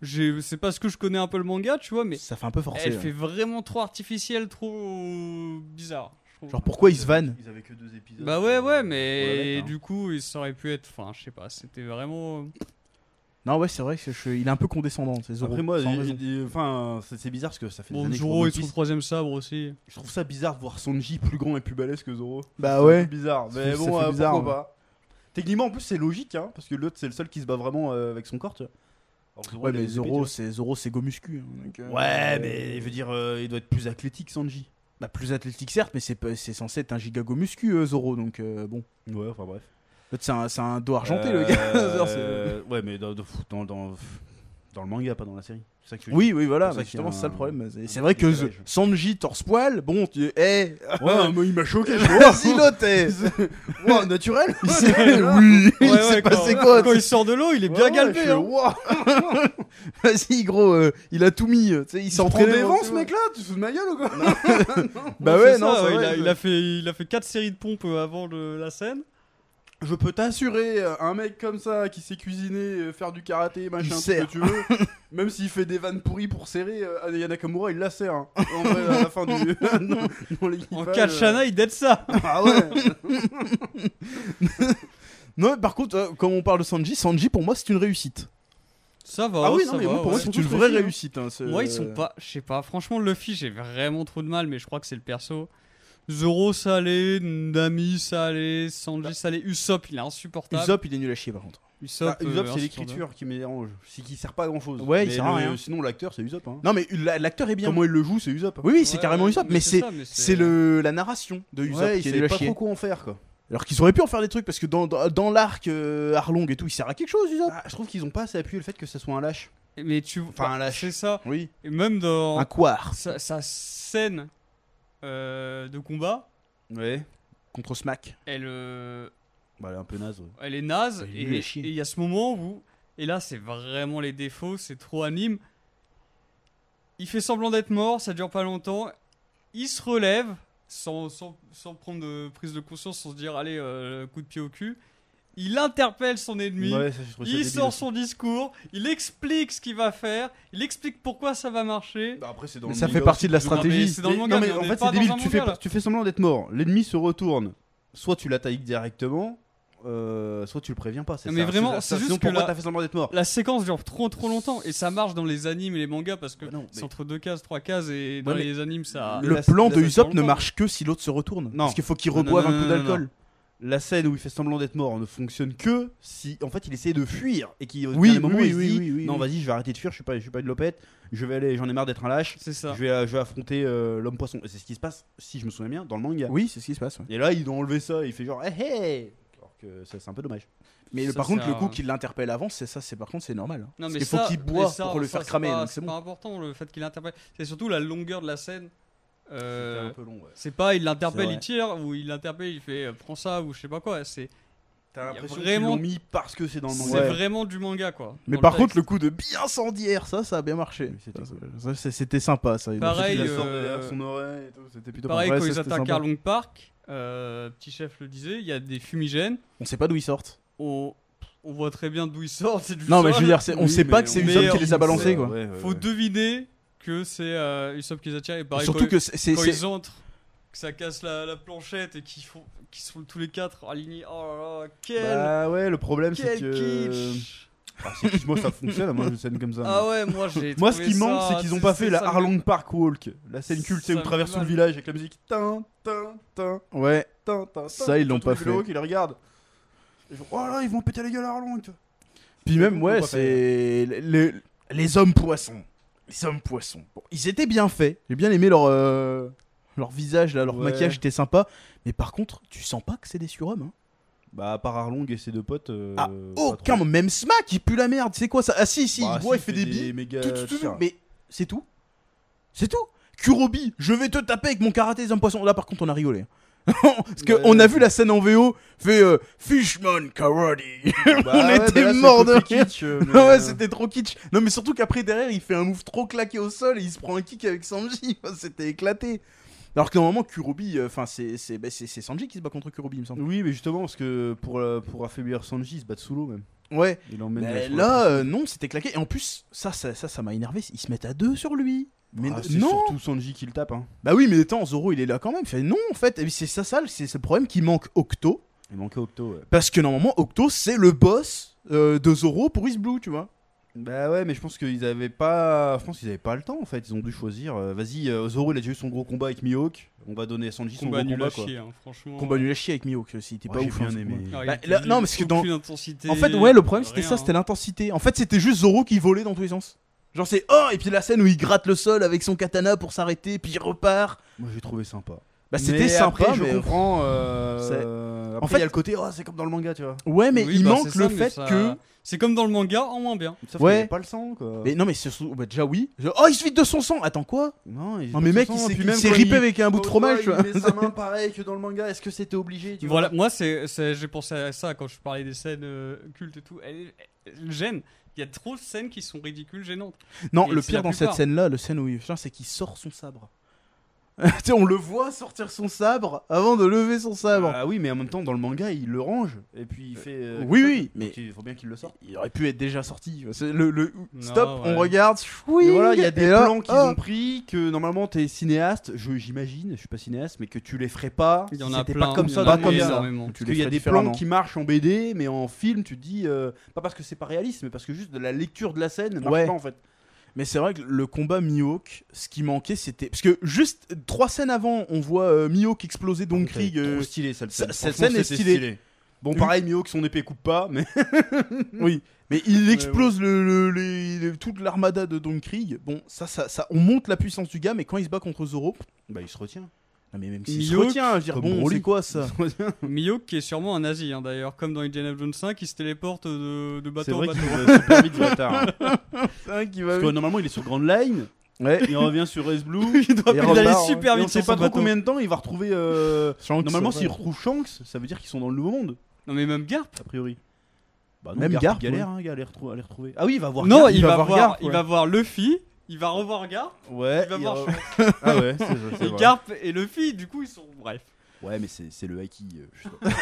[SPEAKER 2] j'ai- c'est parce que je connais un peu le manga, tu vois, mais
[SPEAKER 3] Ça fait un peu forcé. hein.
[SPEAKER 2] elle
[SPEAKER 3] ouais.
[SPEAKER 2] fait vraiment trop artificielle, trop euh, bizarre. je trouve.
[SPEAKER 3] hein. Genre pourquoi il se vanne
[SPEAKER 1] ils avaient que deux épisodes.
[SPEAKER 2] Bah ouais,
[SPEAKER 1] euh,
[SPEAKER 2] ouais,
[SPEAKER 1] pour la
[SPEAKER 2] mais
[SPEAKER 1] mettre, hein.
[SPEAKER 2] du coup, il ça aurait pu être. Enfin, je sais pas, c'était vraiment.
[SPEAKER 3] Non ouais c'est vrai que je- il est un peu condescendant, c'est Zoro.
[SPEAKER 1] Après moi,
[SPEAKER 3] sans
[SPEAKER 1] il-
[SPEAKER 3] raison.
[SPEAKER 1] il- enfin, c'est c'est bizarre parce que ça fait des
[SPEAKER 2] Bon,
[SPEAKER 1] années que
[SPEAKER 2] Zoro,
[SPEAKER 1] je
[SPEAKER 2] il
[SPEAKER 1] trouve,
[SPEAKER 2] trouve troisième sabre aussi.
[SPEAKER 1] je trouve ça bizarre de voir Sanji plus grand et plus balèze que Zoro.
[SPEAKER 3] Bah
[SPEAKER 1] C'est
[SPEAKER 3] ouais.
[SPEAKER 1] Bizarre,
[SPEAKER 3] Ça
[SPEAKER 1] mais
[SPEAKER 3] fait- ça
[SPEAKER 1] bon,
[SPEAKER 3] fait
[SPEAKER 1] euh,
[SPEAKER 3] bizarre,
[SPEAKER 1] pourquoi pas. Techniquement, en plus, c'est logique, hein, parce que l'autre, c'est le seul qui se bat vraiment euh, avec son corps. Tu vois. Alors que Zoro,
[SPEAKER 3] Ouais
[SPEAKER 1] il a
[SPEAKER 3] mais
[SPEAKER 1] des épées, tu
[SPEAKER 3] Zoro
[SPEAKER 1] vois.
[SPEAKER 3] c'est Zoro c'est Gomuscu. hein, donc, euh,
[SPEAKER 1] Ouais, mais il veut dire, euh, il doit être plus athlétique, Sanji.
[SPEAKER 3] Bah plus athlétique certes, mais c'est pas- c'est censé être un giga Gomuscu euh, Zoro, donc euh, bon.
[SPEAKER 1] Ouais, enfin bref.
[SPEAKER 3] En fait, C'est un, c'est un dos argenté
[SPEAKER 1] Euh,
[SPEAKER 3] le gars. Genre, c'est-
[SPEAKER 1] euh, ouais, mais dans, dans, dans, dans le manga, pas dans la série. C'est ça que tu
[SPEAKER 3] Oui, oui, voilà,
[SPEAKER 1] pour ça
[SPEAKER 3] mais
[SPEAKER 1] qu'il y a
[SPEAKER 3] justement, c'est ça le
[SPEAKER 1] un-
[SPEAKER 3] problème. C'est- C'est
[SPEAKER 1] un
[SPEAKER 3] vrai que
[SPEAKER 1] décalage.
[SPEAKER 3] Z- Sanji torse-poil, bon, tu. Eh
[SPEAKER 1] dis. Ouais, mais il m'a choqué.
[SPEAKER 3] Vas-y, l'autre, eh.
[SPEAKER 1] Wow, naturel.
[SPEAKER 3] Il s'est- Oui, il
[SPEAKER 2] Ouais,
[SPEAKER 3] s'est
[SPEAKER 2] ouais,
[SPEAKER 3] passé
[SPEAKER 2] quand-
[SPEAKER 3] quoi
[SPEAKER 2] Quand il sort de l'eau, il est bien galbé. hein.
[SPEAKER 3] Vas-y, gros, euh, il a tout mis. euh, tu sais, Il
[SPEAKER 1] T'en prends
[SPEAKER 3] s'entraînait
[SPEAKER 1] des vents,
[SPEAKER 3] tu
[SPEAKER 1] ce
[SPEAKER 3] vois.
[SPEAKER 1] mec-là Tu te fous de ma gueule ou quoi
[SPEAKER 3] Bah
[SPEAKER 2] C'est
[SPEAKER 3] ouais,
[SPEAKER 2] ça,
[SPEAKER 3] non, c'est
[SPEAKER 2] ouais, il,
[SPEAKER 3] vrai,
[SPEAKER 2] a,
[SPEAKER 3] ouais.
[SPEAKER 2] il a fait, il a fait 4 séries de pompes euh, avant le- la scène.
[SPEAKER 1] Je peux t'assurer, euh, un mec comme ça qui sait cuisiner, euh, faire du karaté, machin, tout ce que
[SPEAKER 3] serre.
[SPEAKER 1] tu veux, même s'il fait des vannes pourries pour serrer, euh, Yana Nakamura il la serre. hein. En vrai, à la fin du. dans- dans l'équipage,
[SPEAKER 2] En
[SPEAKER 1] euh,
[SPEAKER 2] Kalshana, il dette ça.
[SPEAKER 1] Ah ouais
[SPEAKER 3] Non, mais par contre, euh, comme on parle de Sanji, Sanji pour moi c'est une réussite.
[SPEAKER 2] Ça va.
[SPEAKER 1] Ah oui,
[SPEAKER 2] ça
[SPEAKER 1] non, mais
[SPEAKER 2] va,
[SPEAKER 1] moi, pour moi,
[SPEAKER 2] ouais.
[SPEAKER 1] sont
[SPEAKER 3] c'est une
[SPEAKER 1] tous
[SPEAKER 3] vraie
[SPEAKER 1] réussis, hein.
[SPEAKER 3] réussite. hein, ce-
[SPEAKER 2] Moi, ils sont pas. Je sais pas. Franchement, Luffy, j'ai vraiment trop de mal, mais je crois que c'est le perso. Zoro, ça allait. Nami, ça allait. Sanji, ça allait. Usopp, il est insupportable.
[SPEAKER 3] Bah. Usopp, il est nul à chier par contre.
[SPEAKER 1] Bah,
[SPEAKER 2] Usopp,
[SPEAKER 1] Usopp,
[SPEAKER 2] euh,
[SPEAKER 1] c'est
[SPEAKER 2] insupportable.
[SPEAKER 1] l'écriture qui me dérange. C'est qu'il sert pas à grand chose.
[SPEAKER 3] Ouais, il sert à rien.
[SPEAKER 1] Sinon, l'acteur, c'est Usopp. Hein.
[SPEAKER 3] Non, mais la- l'acteur est bien.
[SPEAKER 1] Comment il le joue, c'est Usopp.
[SPEAKER 3] Oui, oui, c'est
[SPEAKER 2] Ouais,
[SPEAKER 3] carrément
[SPEAKER 2] ouais,
[SPEAKER 3] Usopp, mais c'est
[SPEAKER 2] ça, mais
[SPEAKER 3] c'est le la narration de Usopp
[SPEAKER 1] Ouais, il
[SPEAKER 3] qui est
[SPEAKER 1] savait
[SPEAKER 3] nul à
[SPEAKER 1] pas
[SPEAKER 3] chier.
[SPEAKER 1] trop quoi en faire quoi.
[SPEAKER 3] Alors qu'ils auraient pu en faire des trucs parce que dans, dans, dans l'arc euh, Arlong et tout, il sert à quelque chose Usopp.
[SPEAKER 1] Ah, je trouve qu'ils ont pas assez appuyé le fait que ça soit un lâche.
[SPEAKER 2] Mais tu.
[SPEAKER 1] Enfin,
[SPEAKER 2] Enfin,
[SPEAKER 1] là,
[SPEAKER 2] c'est ça.
[SPEAKER 3] Oui.
[SPEAKER 2] Et même dans
[SPEAKER 3] Un quart
[SPEAKER 2] sa, sa scène euh, de combat,
[SPEAKER 1] Ouais.
[SPEAKER 3] contre Smack.
[SPEAKER 2] elle. euh,
[SPEAKER 1] Bah, elle est un peu naze. ouais.
[SPEAKER 2] Elle est naze
[SPEAKER 3] Elle est
[SPEAKER 2] et
[SPEAKER 3] nulle à
[SPEAKER 2] et
[SPEAKER 3] chier.
[SPEAKER 2] il y a ce moment où et là c'est vraiment les défauts, c'est trop anime. Il fait semblant d'être mort, ça dure pas longtemps. Il se relève sans, sans, sans prendre de prise de conscience, sans se dire allez euh, coup de pied au cul. Il interpelle son ennemi.
[SPEAKER 1] Ouais, ça, je trouve ça
[SPEAKER 2] Il
[SPEAKER 1] débile
[SPEAKER 2] sort
[SPEAKER 1] aussi.
[SPEAKER 2] son discours, il explique ce qu'il va faire, il explique pourquoi ça va marcher.
[SPEAKER 1] Bah, après, c'est dans
[SPEAKER 3] Mais
[SPEAKER 1] le
[SPEAKER 3] ça fait
[SPEAKER 1] manga
[SPEAKER 3] partie de la
[SPEAKER 2] Non, mais
[SPEAKER 3] stratégie.
[SPEAKER 2] c'est dans le
[SPEAKER 1] Mais-
[SPEAKER 2] manga,
[SPEAKER 1] non, mais
[SPEAKER 2] mais on
[SPEAKER 1] en
[SPEAKER 2] est
[SPEAKER 1] fait,
[SPEAKER 2] pas
[SPEAKER 1] c'est
[SPEAKER 2] dans
[SPEAKER 1] débile.
[SPEAKER 2] un
[SPEAKER 1] Tu,
[SPEAKER 2] manga,
[SPEAKER 1] fais,
[SPEAKER 2] là.
[SPEAKER 1] tu fais semblant d'être mort. L'ennemi se retourne. Soit tu l'attaques directement, euh, soit tu le préviens pas. c'est
[SPEAKER 2] Non, mais
[SPEAKER 1] ça.
[SPEAKER 2] vraiment,
[SPEAKER 1] ça.
[SPEAKER 2] c'est juste
[SPEAKER 1] Sinon,
[SPEAKER 2] que
[SPEAKER 1] pourquoi
[SPEAKER 2] là-
[SPEAKER 1] t'as fait semblant d'être mort
[SPEAKER 2] La séquence dure trop trop longtemps et ça marche dans les animes et les mangas parce que
[SPEAKER 1] Bah non,
[SPEAKER 2] c'est
[SPEAKER 1] mais-
[SPEAKER 2] entre deux cases, trois cases et dans
[SPEAKER 3] Ouais, mais-
[SPEAKER 2] les animes ça.
[SPEAKER 3] Le
[SPEAKER 1] la-
[SPEAKER 3] plan
[SPEAKER 1] la-
[SPEAKER 3] de
[SPEAKER 1] la-
[SPEAKER 3] Usopp ne
[SPEAKER 2] longtemps.
[SPEAKER 3] marche que si l'autre se retourne. Parce qu'il faut qu'il
[SPEAKER 1] Non, non,
[SPEAKER 3] reboive
[SPEAKER 1] non,
[SPEAKER 3] un coup
[SPEAKER 1] non, non,
[SPEAKER 3] d'alcool.
[SPEAKER 1] La scène où il fait semblant d'être mort ne fonctionne que si, en fait, il essaie de fuir et qu'il au
[SPEAKER 3] Oui,
[SPEAKER 1] dernier moment,
[SPEAKER 3] oui,
[SPEAKER 1] il se
[SPEAKER 3] oui,
[SPEAKER 1] dit,
[SPEAKER 3] oui, oui,
[SPEAKER 1] non,
[SPEAKER 3] oui.
[SPEAKER 1] vas-y, je vais arrêter de fuir. Je suis pas, je suis pas une lopette. Je vais aller, j'en ai marre d'être un lâche.
[SPEAKER 2] C'est ça.
[SPEAKER 1] Je vais, je vais affronter euh, l'homme poisson. Et c'est ce qui se passe, si je me souviens bien, dans le manga.
[SPEAKER 3] Oui, c'est ce qui se passe. ouais.
[SPEAKER 1] Et là, ils ont enlevé ça. Il fait genre, hé hé. Alors que ça, c'est un peu dommage.
[SPEAKER 3] Mais
[SPEAKER 2] Ça,
[SPEAKER 3] par
[SPEAKER 2] c'est
[SPEAKER 3] contre, le
[SPEAKER 2] un-
[SPEAKER 3] coup qu'il l'interpelle avant, c'est ça, c'est par contre, c'est normal. hein.
[SPEAKER 2] Non,
[SPEAKER 3] Parce
[SPEAKER 2] mais
[SPEAKER 3] qu'il faut
[SPEAKER 2] ça-
[SPEAKER 3] qu'il
[SPEAKER 2] mais
[SPEAKER 3] boive
[SPEAKER 2] ça,
[SPEAKER 3] pour le
[SPEAKER 2] ça,
[SPEAKER 3] faire
[SPEAKER 2] c'est
[SPEAKER 3] cramer.
[SPEAKER 2] pas-
[SPEAKER 3] donc
[SPEAKER 2] C'est
[SPEAKER 3] C'est
[SPEAKER 2] pas
[SPEAKER 3] bon.
[SPEAKER 2] important le fait qu'il interpelle. C'est surtout la longueur de la scène. Euh,
[SPEAKER 1] C'était un peu long, ouais.
[SPEAKER 2] c'est pas il
[SPEAKER 3] C'est
[SPEAKER 2] l'interpelle,
[SPEAKER 3] vrai.
[SPEAKER 2] il tire ou il l'interpelle, il fait euh, prends ça ou je sais pas quoi. C'est
[SPEAKER 1] T'as
[SPEAKER 2] y a
[SPEAKER 1] l'impression qu'ils
[SPEAKER 2] vraiment-
[SPEAKER 1] l'ont mis parce que c'est dans le
[SPEAKER 2] c'est
[SPEAKER 1] manga.
[SPEAKER 3] Ouais.
[SPEAKER 2] vraiment du manga quoi.
[SPEAKER 3] Mais
[SPEAKER 2] Dans
[SPEAKER 3] par
[SPEAKER 2] le
[SPEAKER 3] contre,
[SPEAKER 2] texte.
[SPEAKER 3] le coup de bien sandière, ça, ça a bien marché.
[SPEAKER 1] Oui, c'était
[SPEAKER 3] Ça, ça, c'est- C'était sympa, ça. Ils ont
[SPEAKER 2] Pareil,
[SPEAKER 3] fait
[SPEAKER 1] Il a
[SPEAKER 3] de la sorte.
[SPEAKER 1] sorti
[SPEAKER 2] euh,
[SPEAKER 1] derrière son oreille et tout, c'était plutôt
[SPEAKER 2] pareil
[SPEAKER 3] ouais,
[SPEAKER 2] quand
[SPEAKER 3] ça,
[SPEAKER 2] ils
[SPEAKER 3] c'était
[SPEAKER 2] attaquent
[SPEAKER 3] sympa.
[SPEAKER 2] Arlong Park, euh, petit chef le disait, il y a des fumigènes.
[SPEAKER 3] On sait pas d'où ils sortent.
[SPEAKER 2] On, on voit très bien d'où ils sortent. c'est du
[SPEAKER 3] Non, mais je
[SPEAKER 2] sol.
[SPEAKER 3] veux dire, c'est- on
[SPEAKER 1] Oui,
[SPEAKER 3] sait
[SPEAKER 1] mais
[SPEAKER 3] pas que c'est
[SPEAKER 2] on-
[SPEAKER 3] Usopp
[SPEAKER 2] mais
[SPEAKER 3] qui les a
[SPEAKER 2] on-
[SPEAKER 3] balancés, quoi.
[SPEAKER 1] Ouais, ouais,
[SPEAKER 2] Faut
[SPEAKER 1] ouais.
[SPEAKER 2] deviner que c'est euh, Usopp qui les attire et pareil.
[SPEAKER 3] Surtout
[SPEAKER 2] quand-
[SPEAKER 3] que c'est- c'est.
[SPEAKER 2] quand
[SPEAKER 3] c'est-
[SPEAKER 2] ils entrent, que ça casse la, la planchette et qu'ils font, qu'ils sont tous les quatre alignés. Oh là là, quel,
[SPEAKER 1] Bah ouais, le problème c'est
[SPEAKER 2] quel
[SPEAKER 1] que.
[SPEAKER 2] kitsch
[SPEAKER 1] Ah, c'est kitsch, moi ça fonctionne, moi une scène comme ça.
[SPEAKER 2] Ah ouais, moi j'ai.
[SPEAKER 1] Moi ce
[SPEAKER 2] trouvé
[SPEAKER 1] qui
[SPEAKER 2] ça-
[SPEAKER 1] manque c'est qu'ils ont pas fait la
[SPEAKER 2] ça me-
[SPEAKER 1] Harlong Park Walk, la scène culte tu sais, où
[SPEAKER 2] Ça
[SPEAKER 1] ils traversent tout
[SPEAKER 2] me
[SPEAKER 1] le
[SPEAKER 2] fait
[SPEAKER 1] village avec la musique. Tin, tin, tin,
[SPEAKER 3] Ouais.
[SPEAKER 1] tin, tin,
[SPEAKER 3] Ça,
[SPEAKER 1] tin.
[SPEAKER 3] ils l'ont
[SPEAKER 1] Surtout
[SPEAKER 3] pas
[SPEAKER 1] les vélos
[SPEAKER 3] fait.
[SPEAKER 1] qui les regardent. Ils font, Oh là, ils vont péter la gueule à Harlong. tu vois.
[SPEAKER 3] Puis même,
[SPEAKER 1] Ils
[SPEAKER 3] ouais,
[SPEAKER 1] l'ont pas
[SPEAKER 3] c'est. Les, les hommes poissons. Les hommes poissons. Bon, ils étaient bien faits. J'ai bien aimé leur. euh, Leur visage, là, leur
[SPEAKER 1] Ouais.
[SPEAKER 3] maquillage était sympa. Mais par contre, tu sens pas que c'est des surhommes. Hein.
[SPEAKER 1] Bah, à part Harlong et ses deux potes. euh,
[SPEAKER 3] Ah,
[SPEAKER 1] pas trop.
[SPEAKER 3] Aucun, moment. même Smack, il pue la merde. C'est quoi ça Ah si, si,
[SPEAKER 1] Bah,
[SPEAKER 3] il boit,
[SPEAKER 1] si,
[SPEAKER 3] il fait des billes.
[SPEAKER 1] méga
[SPEAKER 3] Tout, tout, tout, tout.
[SPEAKER 1] tirs.
[SPEAKER 3] Mais c'est tout. C'est tout. Kurobi, je vais te taper avec mon karaté des hommes poissons. Là, par contre, on a rigolé. Parce
[SPEAKER 1] Ouais.
[SPEAKER 3] qu'on a vu la scène en VO, fait euh, Fishman Karate.
[SPEAKER 1] Bah
[SPEAKER 3] On
[SPEAKER 1] ouais,
[SPEAKER 3] était
[SPEAKER 1] bah là, c'est
[SPEAKER 3] morts de
[SPEAKER 1] côté
[SPEAKER 3] rire.
[SPEAKER 1] kitsch, euh, mais,
[SPEAKER 3] ouais,
[SPEAKER 1] euh,
[SPEAKER 3] c'était trop kitsch. Non, mais surtout qu'après, derrière, il fait un move trop claqué au sol et il se prend un kick avec Sanji. Enfin, c'était éclaté. Alors que normalement, Kurobi, euh, enfin, c'est c'est bah, c'est- c'est Sanji qui se bat contre Kurobi, il me semble.
[SPEAKER 1] Oui, mais justement, parce que pour, euh, pour affaiblir Sanji, il se bat sous l'eau même.
[SPEAKER 3] Ouais.
[SPEAKER 1] Il emmène
[SPEAKER 3] Mais
[SPEAKER 1] sur la
[SPEAKER 3] là,
[SPEAKER 1] place.
[SPEAKER 3] euh, non, c'était claqué. Et en plus, ça, ça, ça, ça m'a énervé. Ils se mettent à deux sur lui. Mais
[SPEAKER 1] Ah, c'est
[SPEAKER 3] non.
[SPEAKER 1] surtout Sanji qui le tape. Hein.
[SPEAKER 3] Bah oui, mais attends, Zoro, il est là quand même. Il fait non, en fait. Et puis, c'est ça, ça, c'est ce problème qui manque Octo.
[SPEAKER 1] Il manquait Octo. Ouais.
[SPEAKER 3] Parce que normalement, Octo, c'est le boss euh, de Zoro pour East Blue, tu vois.
[SPEAKER 1] Bah ouais, mais je pense qu'ils avaient pas. Je pense qu'ils avaient pas le temps en fait. Ils ont dû choisir. euh, Vas-y, euh, Zoro il a déjà eu son gros combat avec Mihawk. On va donner à Sanji son
[SPEAKER 2] Combat
[SPEAKER 1] gros
[SPEAKER 2] nul
[SPEAKER 1] combat
[SPEAKER 2] à
[SPEAKER 1] quoi.
[SPEAKER 2] chier, hein, franchement.
[SPEAKER 3] Combat nul à chier avec Mihawk aussi. T'es
[SPEAKER 1] Ouais,
[SPEAKER 3] pas
[SPEAKER 1] j'ai
[SPEAKER 3] ouf. hein,
[SPEAKER 1] bien
[SPEAKER 3] ce
[SPEAKER 1] aimé.
[SPEAKER 3] combat.
[SPEAKER 2] Ah, il
[SPEAKER 3] Bah,
[SPEAKER 2] était
[SPEAKER 3] là-
[SPEAKER 2] nul,
[SPEAKER 3] non, parce que dans-
[SPEAKER 2] aucune intensité,
[SPEAKER 3] En fait, ouais, le problème,
[SPEAKER 2] rien,
[SPEAKER 3] c'était ça,
[SPEAKER 2] hein.
[SPEAKER 3] c'était l'intensité. En fait, c'était juste Zoro qui volait dans tous les sens. Genre, c'est oh, et puis la scène où il gratte le sol avec son katana pour s'arrêter, puis il repart.
[SPEAKER 1] Moi j'ai trouvé sympa.
[SPEAKER 3] Bah,
[SPEAKER 1] Mais
[SPEAKER 3] c'était sympa,
[SPEAKER 1] après,
[SPEAKER 3] mais-
[SPEAKER 1] je comprends. euh,
[SPEAKER 3] C'est-
[SPEAKER 1] euh,
[SPEAKER 3] En
[SPEAKER 1] Après,
[SPEAKER 3] fait-
[SPEAKER 1] il y a le côté, oh, c'est comme dans le manga, tu vois.
[SPEAKER 3] Ouais, mais
[SPEAKER 2] Oui,
[SPEAKER 3] il
[SPEAKER 2] bah,
[SPEAKER 3] manque
[SPEAKER 2] c'est
[SPEAKER 3] le
[SPEAKER 2] ça, mais
[SPEAKER 3] fait
[SPEAKER 2] ça-
[SPEAKER 3] que.
[SPEAKER 2] C'est comme dans le manga, en moins bien.
[SPEAKER 1] Sauf qu'il
[SPEAKER 3] Ouais.
[SPEAKER 1] y avait pas le sang, quoi.
[SPEAKER 3] Mais non, mais c'est sous- bah, déjà oui. Je- Oh, il se vide de son sang. Attends quoi
[SPEAKER 1] Non, il
[SPEAKER 3] Non, Ah, mais
[SPEAKER 1] hein.
[SPEAKER 3] mec, il s'est- il s'est ripé avec un bout de fromage. tu vois.
[SPEAKER 1] met sa main pareil que dans le manga. Est-ce que c'était obligé
[SPEAKER 2] Voilà, moi, c'est, c'est- j'ai pensé à ça quand je parlais des scènes euh, cultes et tout. Elle, elle gêne. Il y a trop de scènes qui sont ridicules, gênantes.
[SPEAKER 3] Non,
[SPEAKER 2] Et
[SPEAKER 3] le
[SPEAKER 2] c'est
[SPEAKER 3] pire
[SPEAKER 2] la
[SPEAKER 3] dans cette
[SPEAKER 2] plupart.
[SPEAKER 3] scène-là, le scène où il vient, c'est qu'il sort son sabre. tu sais, on le voit sortir son sabre avant de lever son sabre.
[SPEAKER 1] Ah oui, mais en même temps, dans le manga, il le range et puis il fait. euh,
[SPEAKER 3] oui,
[SPEAKER 1] comme ça,
[SPEAKER 3] oui,
[SPEAKER 1] donc
[SPEAKER 3] mais-
[SPEAKER 1] Il faut bien qu'il le sorte.
[SPEAKER 3] Il aurait pu être déjà sorti. C'est Le, le-
[SPEAKER 2] Non,
[SPEAKER 3] Stop,
[SPEAKER 2] ouais.
[SPEAKER 3] on regarde.
[SPEAKER 1] Et ah.
[SPEAKER 3] Oui,
[SPEAKER 1] voilà, il y a des plans qu'ils
[SPEAKER 3] ont
[SPEAKER 1] ont pris que euh, normalement t'es cinéaste, je j'imagine, je suis pas cinéaste, mais que tu les ferais pas.
[SPEAKER 2] Il y
[SPEAKER 1] si
[SPEAKER 2] en a
[SPEAKER 1] c'était
[SPEAKER 2] plein.
[SPEAKER 1] pas comme
[SPEAKER 2] il y
[SPEAKER 1] ça
[SPEAKER 2] en
[SPEAKER 1] dans
[SPEAKER 2] a
[SPEAKER 1] le manga.
[SPEAKER 2] énormément.
[SPEAKER 1] Parce
[SPEAKER 3] Tu
[SPEAKER 1] qu'il y a
[SPEAKER 3] ferais
[SPEAKER 1] des
[SPEAKER 3] différemment.
[SPEAKER 1] plans qui marchent en BD, mais en film, tu te dis euh, pas parce que c'est pas réaliste, mais parce que juste de la lecture de la scène marche
[SPEAKER 3] Ouais.
[SPEAKER 1] pas en fait.
[SPEAKER 3] Mais c'est vrai que le combat Mihawk, ce qui manquait, c'était. Parce que juste trois scènes avant, on voit euh, Mihawk exploser Donkrig.
[SPEAKER 1] Ah, Trop
[SPEAKER 3] euh,
[SPEAKER 1] stylé cette
[SPEAKER 3] ça-
[SPEAKER 1] scène.
[SPEAKER 3] cette
[SPEAKER 1] Franchement,
[SPEAKER 3] scène est
[SPEAKER 1] c'était
[SPEAKER 3] stylée.
[SPEAKER 1] Bon, pareil, Mio que son épée coupe pas, mais
[SPEAKER 3] Oui. Mais il explose le- le- les- les- toute l'armada de Donkrig. Bon, ça, ça, ça, on monte la puissance du gars, mais quand il se bat contre Zoro.
[SPEAKER 1] bah il se retient.
[SPEAKER 3] Non, mais même s'il se
[SPEAKER 2] Mihawk,
[SPEAKER 3] retient, je veux dire,
[SPEAKER 1] comme
[SPEAKER 3] bon,
[SPEAKER 1] Broly.
[SPEAKER 3] c'est quoi ça
[SPEAKER 2] Miyok, qui est sûrement un nazi, hein, d'ailleurs, comme dans Indiana Jones 5, qui se téléporte de, de
[SPEAKER 1] C'est
[SPEAKER 2] bateau en
[SPEAKER 1] vrai
[SPEAKER 2] bateau.
[SPEAKER 1] qu'il va super vite, ce bâtard.
[SPEAKER 3] C'est un qui va.
[SPEAKER 1] Parce que normalement, il est sur Grand Line,
[SPEAKER 3] Ouais.
[SPEAKER 1] il revient sur S Blue.
[SPEAKER 2] Il doit
[SPEAKER 3] Et
[SPEAKER 2] pédaler
[SPEAKER 3] repart,
[SPEAKER 2] super
[SPEAKER 1] et on
[SPEAKER 2] vite
[SPEAKER 1] sait
[SPEAKER 2] sur
[SPEAKER 1] pas
[SPEAKER 2] son
[SPEAKER 1] trop
[SPEAKER 2] bateau.
[SPEAKER 1] combien de temps il va retrouver. euh,
[SPEAKER 3] Shanks,
[SPEAKER 1] Normalement,
[SPEAKER 3] ouais.
[SPEAKER 1] s'il retrouve Shanks, ça veut dire qu'ils sont dans le nouveau monde,
[SPEAKER 2] Non, mais même Garp.
[SPEAKER 1] a priori. Bah
[SPEAKER 3] Même Garp,
[SPEAKER 1] galère, hein, gars, à les retrou- à les retrouver. Ah oui, il va voir.
[SPEAKER 2] Non,
[SPEAKER 3] Garp,
[SPEAKER 2] il,
[SPEAKER 3] il va
[SPEAKER 2] va,
[SPEAKER 3] voir
[SPEAKER 2] voir,
[SPEAKER 3] Garp,
[SPEAKER 2] il
[SPEAKER 3] ouais.
[SPEAKER 2] va voir Luffy, il va revoir Garp,
[SPEAKER 1] Ouais,
[SPEAKER 2] il va voir
[SPEAKER 1] re-
[SPEAKER 2] Shanks.
[SPEAKER 1] Ah ouais, c'est- c'est
[SPEAKER 2] Et
[SPEAKER 1] vrai.
[SPEAKER 2] Garp et Luffy, du coup, ils sont. Bref.
[SPEAKER 1] Ouais, mais c'est c'est le haki. euh, je sais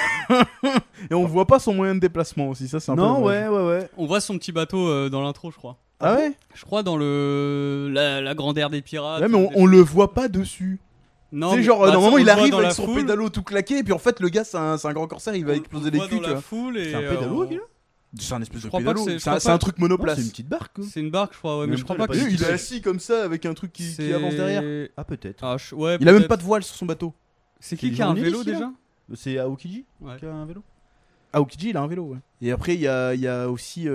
[SPEAKER 1] pas.
[SPEAKER 3] Et on voit pas son moyen de déplacement aussi, ça c'est un peu.
[SPEAKER 1] Non,
[SPEAKER 3] dommage.
[SPEAKER 1] ouais, ouais, ouais.
[SPEAKER 2] On voit son petit bateau euh, dans l'intro, je crois.
[SPEAKER 3] Ah ouais
[SPEAKER 2] Je crois dans le la, la grande ère des pirates.
[SPEAKER 3] Ouais, mais on,
[SPEAKER 2] des-
[SPEAKER 3] on le voit pas dessus.
[SPEAKER 2] Non,
[SPEAKER 3] C'est
[SPEAKER 2] mais-
[SPEAKER 3] genre,
[SPEAKER 2] bah,
[SPEAKER 3] euh, normalement,
[SPEAKER 2] on
[SPEAKER 3] il
[SPEAKER 2] le voit
[SPEAKER 3] arrive
[SPEAKER 2] dans
[SPEAKER 3] avec
[SPEAKER 2] la
[SPEAKER 3] son
[SPEAKER 2] foule,
[SPEAKER 3] pédalo tout claqué, et puis en fait, le gars, c'est un, c'est un grand corsaire, il va
[SPEAKER 2] on-
[SPEAKER 3] exploser
[SPEAKER 2] on
[SPEAKER 3] les
[SPEAKER 2] voit
[SPEAKER 3] culs,
[SPEAKER 2] dans
[SPEAKER 3] tu
[SPEAKER 2] la
[SPEAKER 3] vois.
[SPEAKER 2] foule et,
[SPEAKER 3] C'est un
[SPEAKER 2] euh,
[SPEAKER 3] pédalo,
[SPEAKER 2] on-
[SPEAKER 3] gars C'est un espèce
[SPEAKER 2] Je
[SPEAKER 3] de
[SPEAKER 2] crois pas
[SPEAKER 3] pédalo.
[SPEAKER 2] que c'est- je
[SPEAKER 3] C'est un,
[SPEAKER 2] crois
[SPEAKER 3] c'est un
[SPEAKER 2] pas-
[SPEAKER 3] truc
[SPEAKER 1] Non,
[SPEAKER 3] monoplace.
[SPEAKER 1] C'est une petite barque. quoi.
[SPEAKER 2] C'est une barque, je crois, ouais,
[SPEAKER 1] Mais
[SPEAKER 2] mais
[SPEAKER 1] en
[SPEAKER 2] je
[SPEAKER 1] même
[SPEAKER 2] crois
[SPEAKER 1] temps,
[SPEAKER 2] pas
[SPEAKER 1] il a
[SPEAKER 2] que
[SPEAKER 1] pas
[SPEAKER 3] Il,
[SPEAKER 1] dit
[SPEAKER 2] c'est-
[SPEAKER 3] est assis comme ça avec un truc qui, qui
[SPEAKER 2] c'est-
[SPEAKER 3] avance derrière.
[SPEAKER 1] Ah peut-être.
[SPEAKER 2] Ah, je- ouais,
[SPEAKER 3] Il a même
[SPEAKER 2] peut-être.
[SPEAKER 3] pas de voile sur son bateau.
[SPEAKER 2] C'est qui
[SPEAKER 1] C'est
[SPEAKER 2] qui a un
[SPEAKER 1] Jean-Yves
[SPEAKER 2] vélo
[SPEAKER 1] ici, là
[SPEAKER 2] déjà
[SPEAKER 1] Euh, C'est Aokiji
[SPEAKER 2] Ouais.
[SPEAKER 1] qui a un vélo.
[SPEAKER 3] Ah, Aokiji, il a un vélo, ouais. Et après, il y a, il y a aussi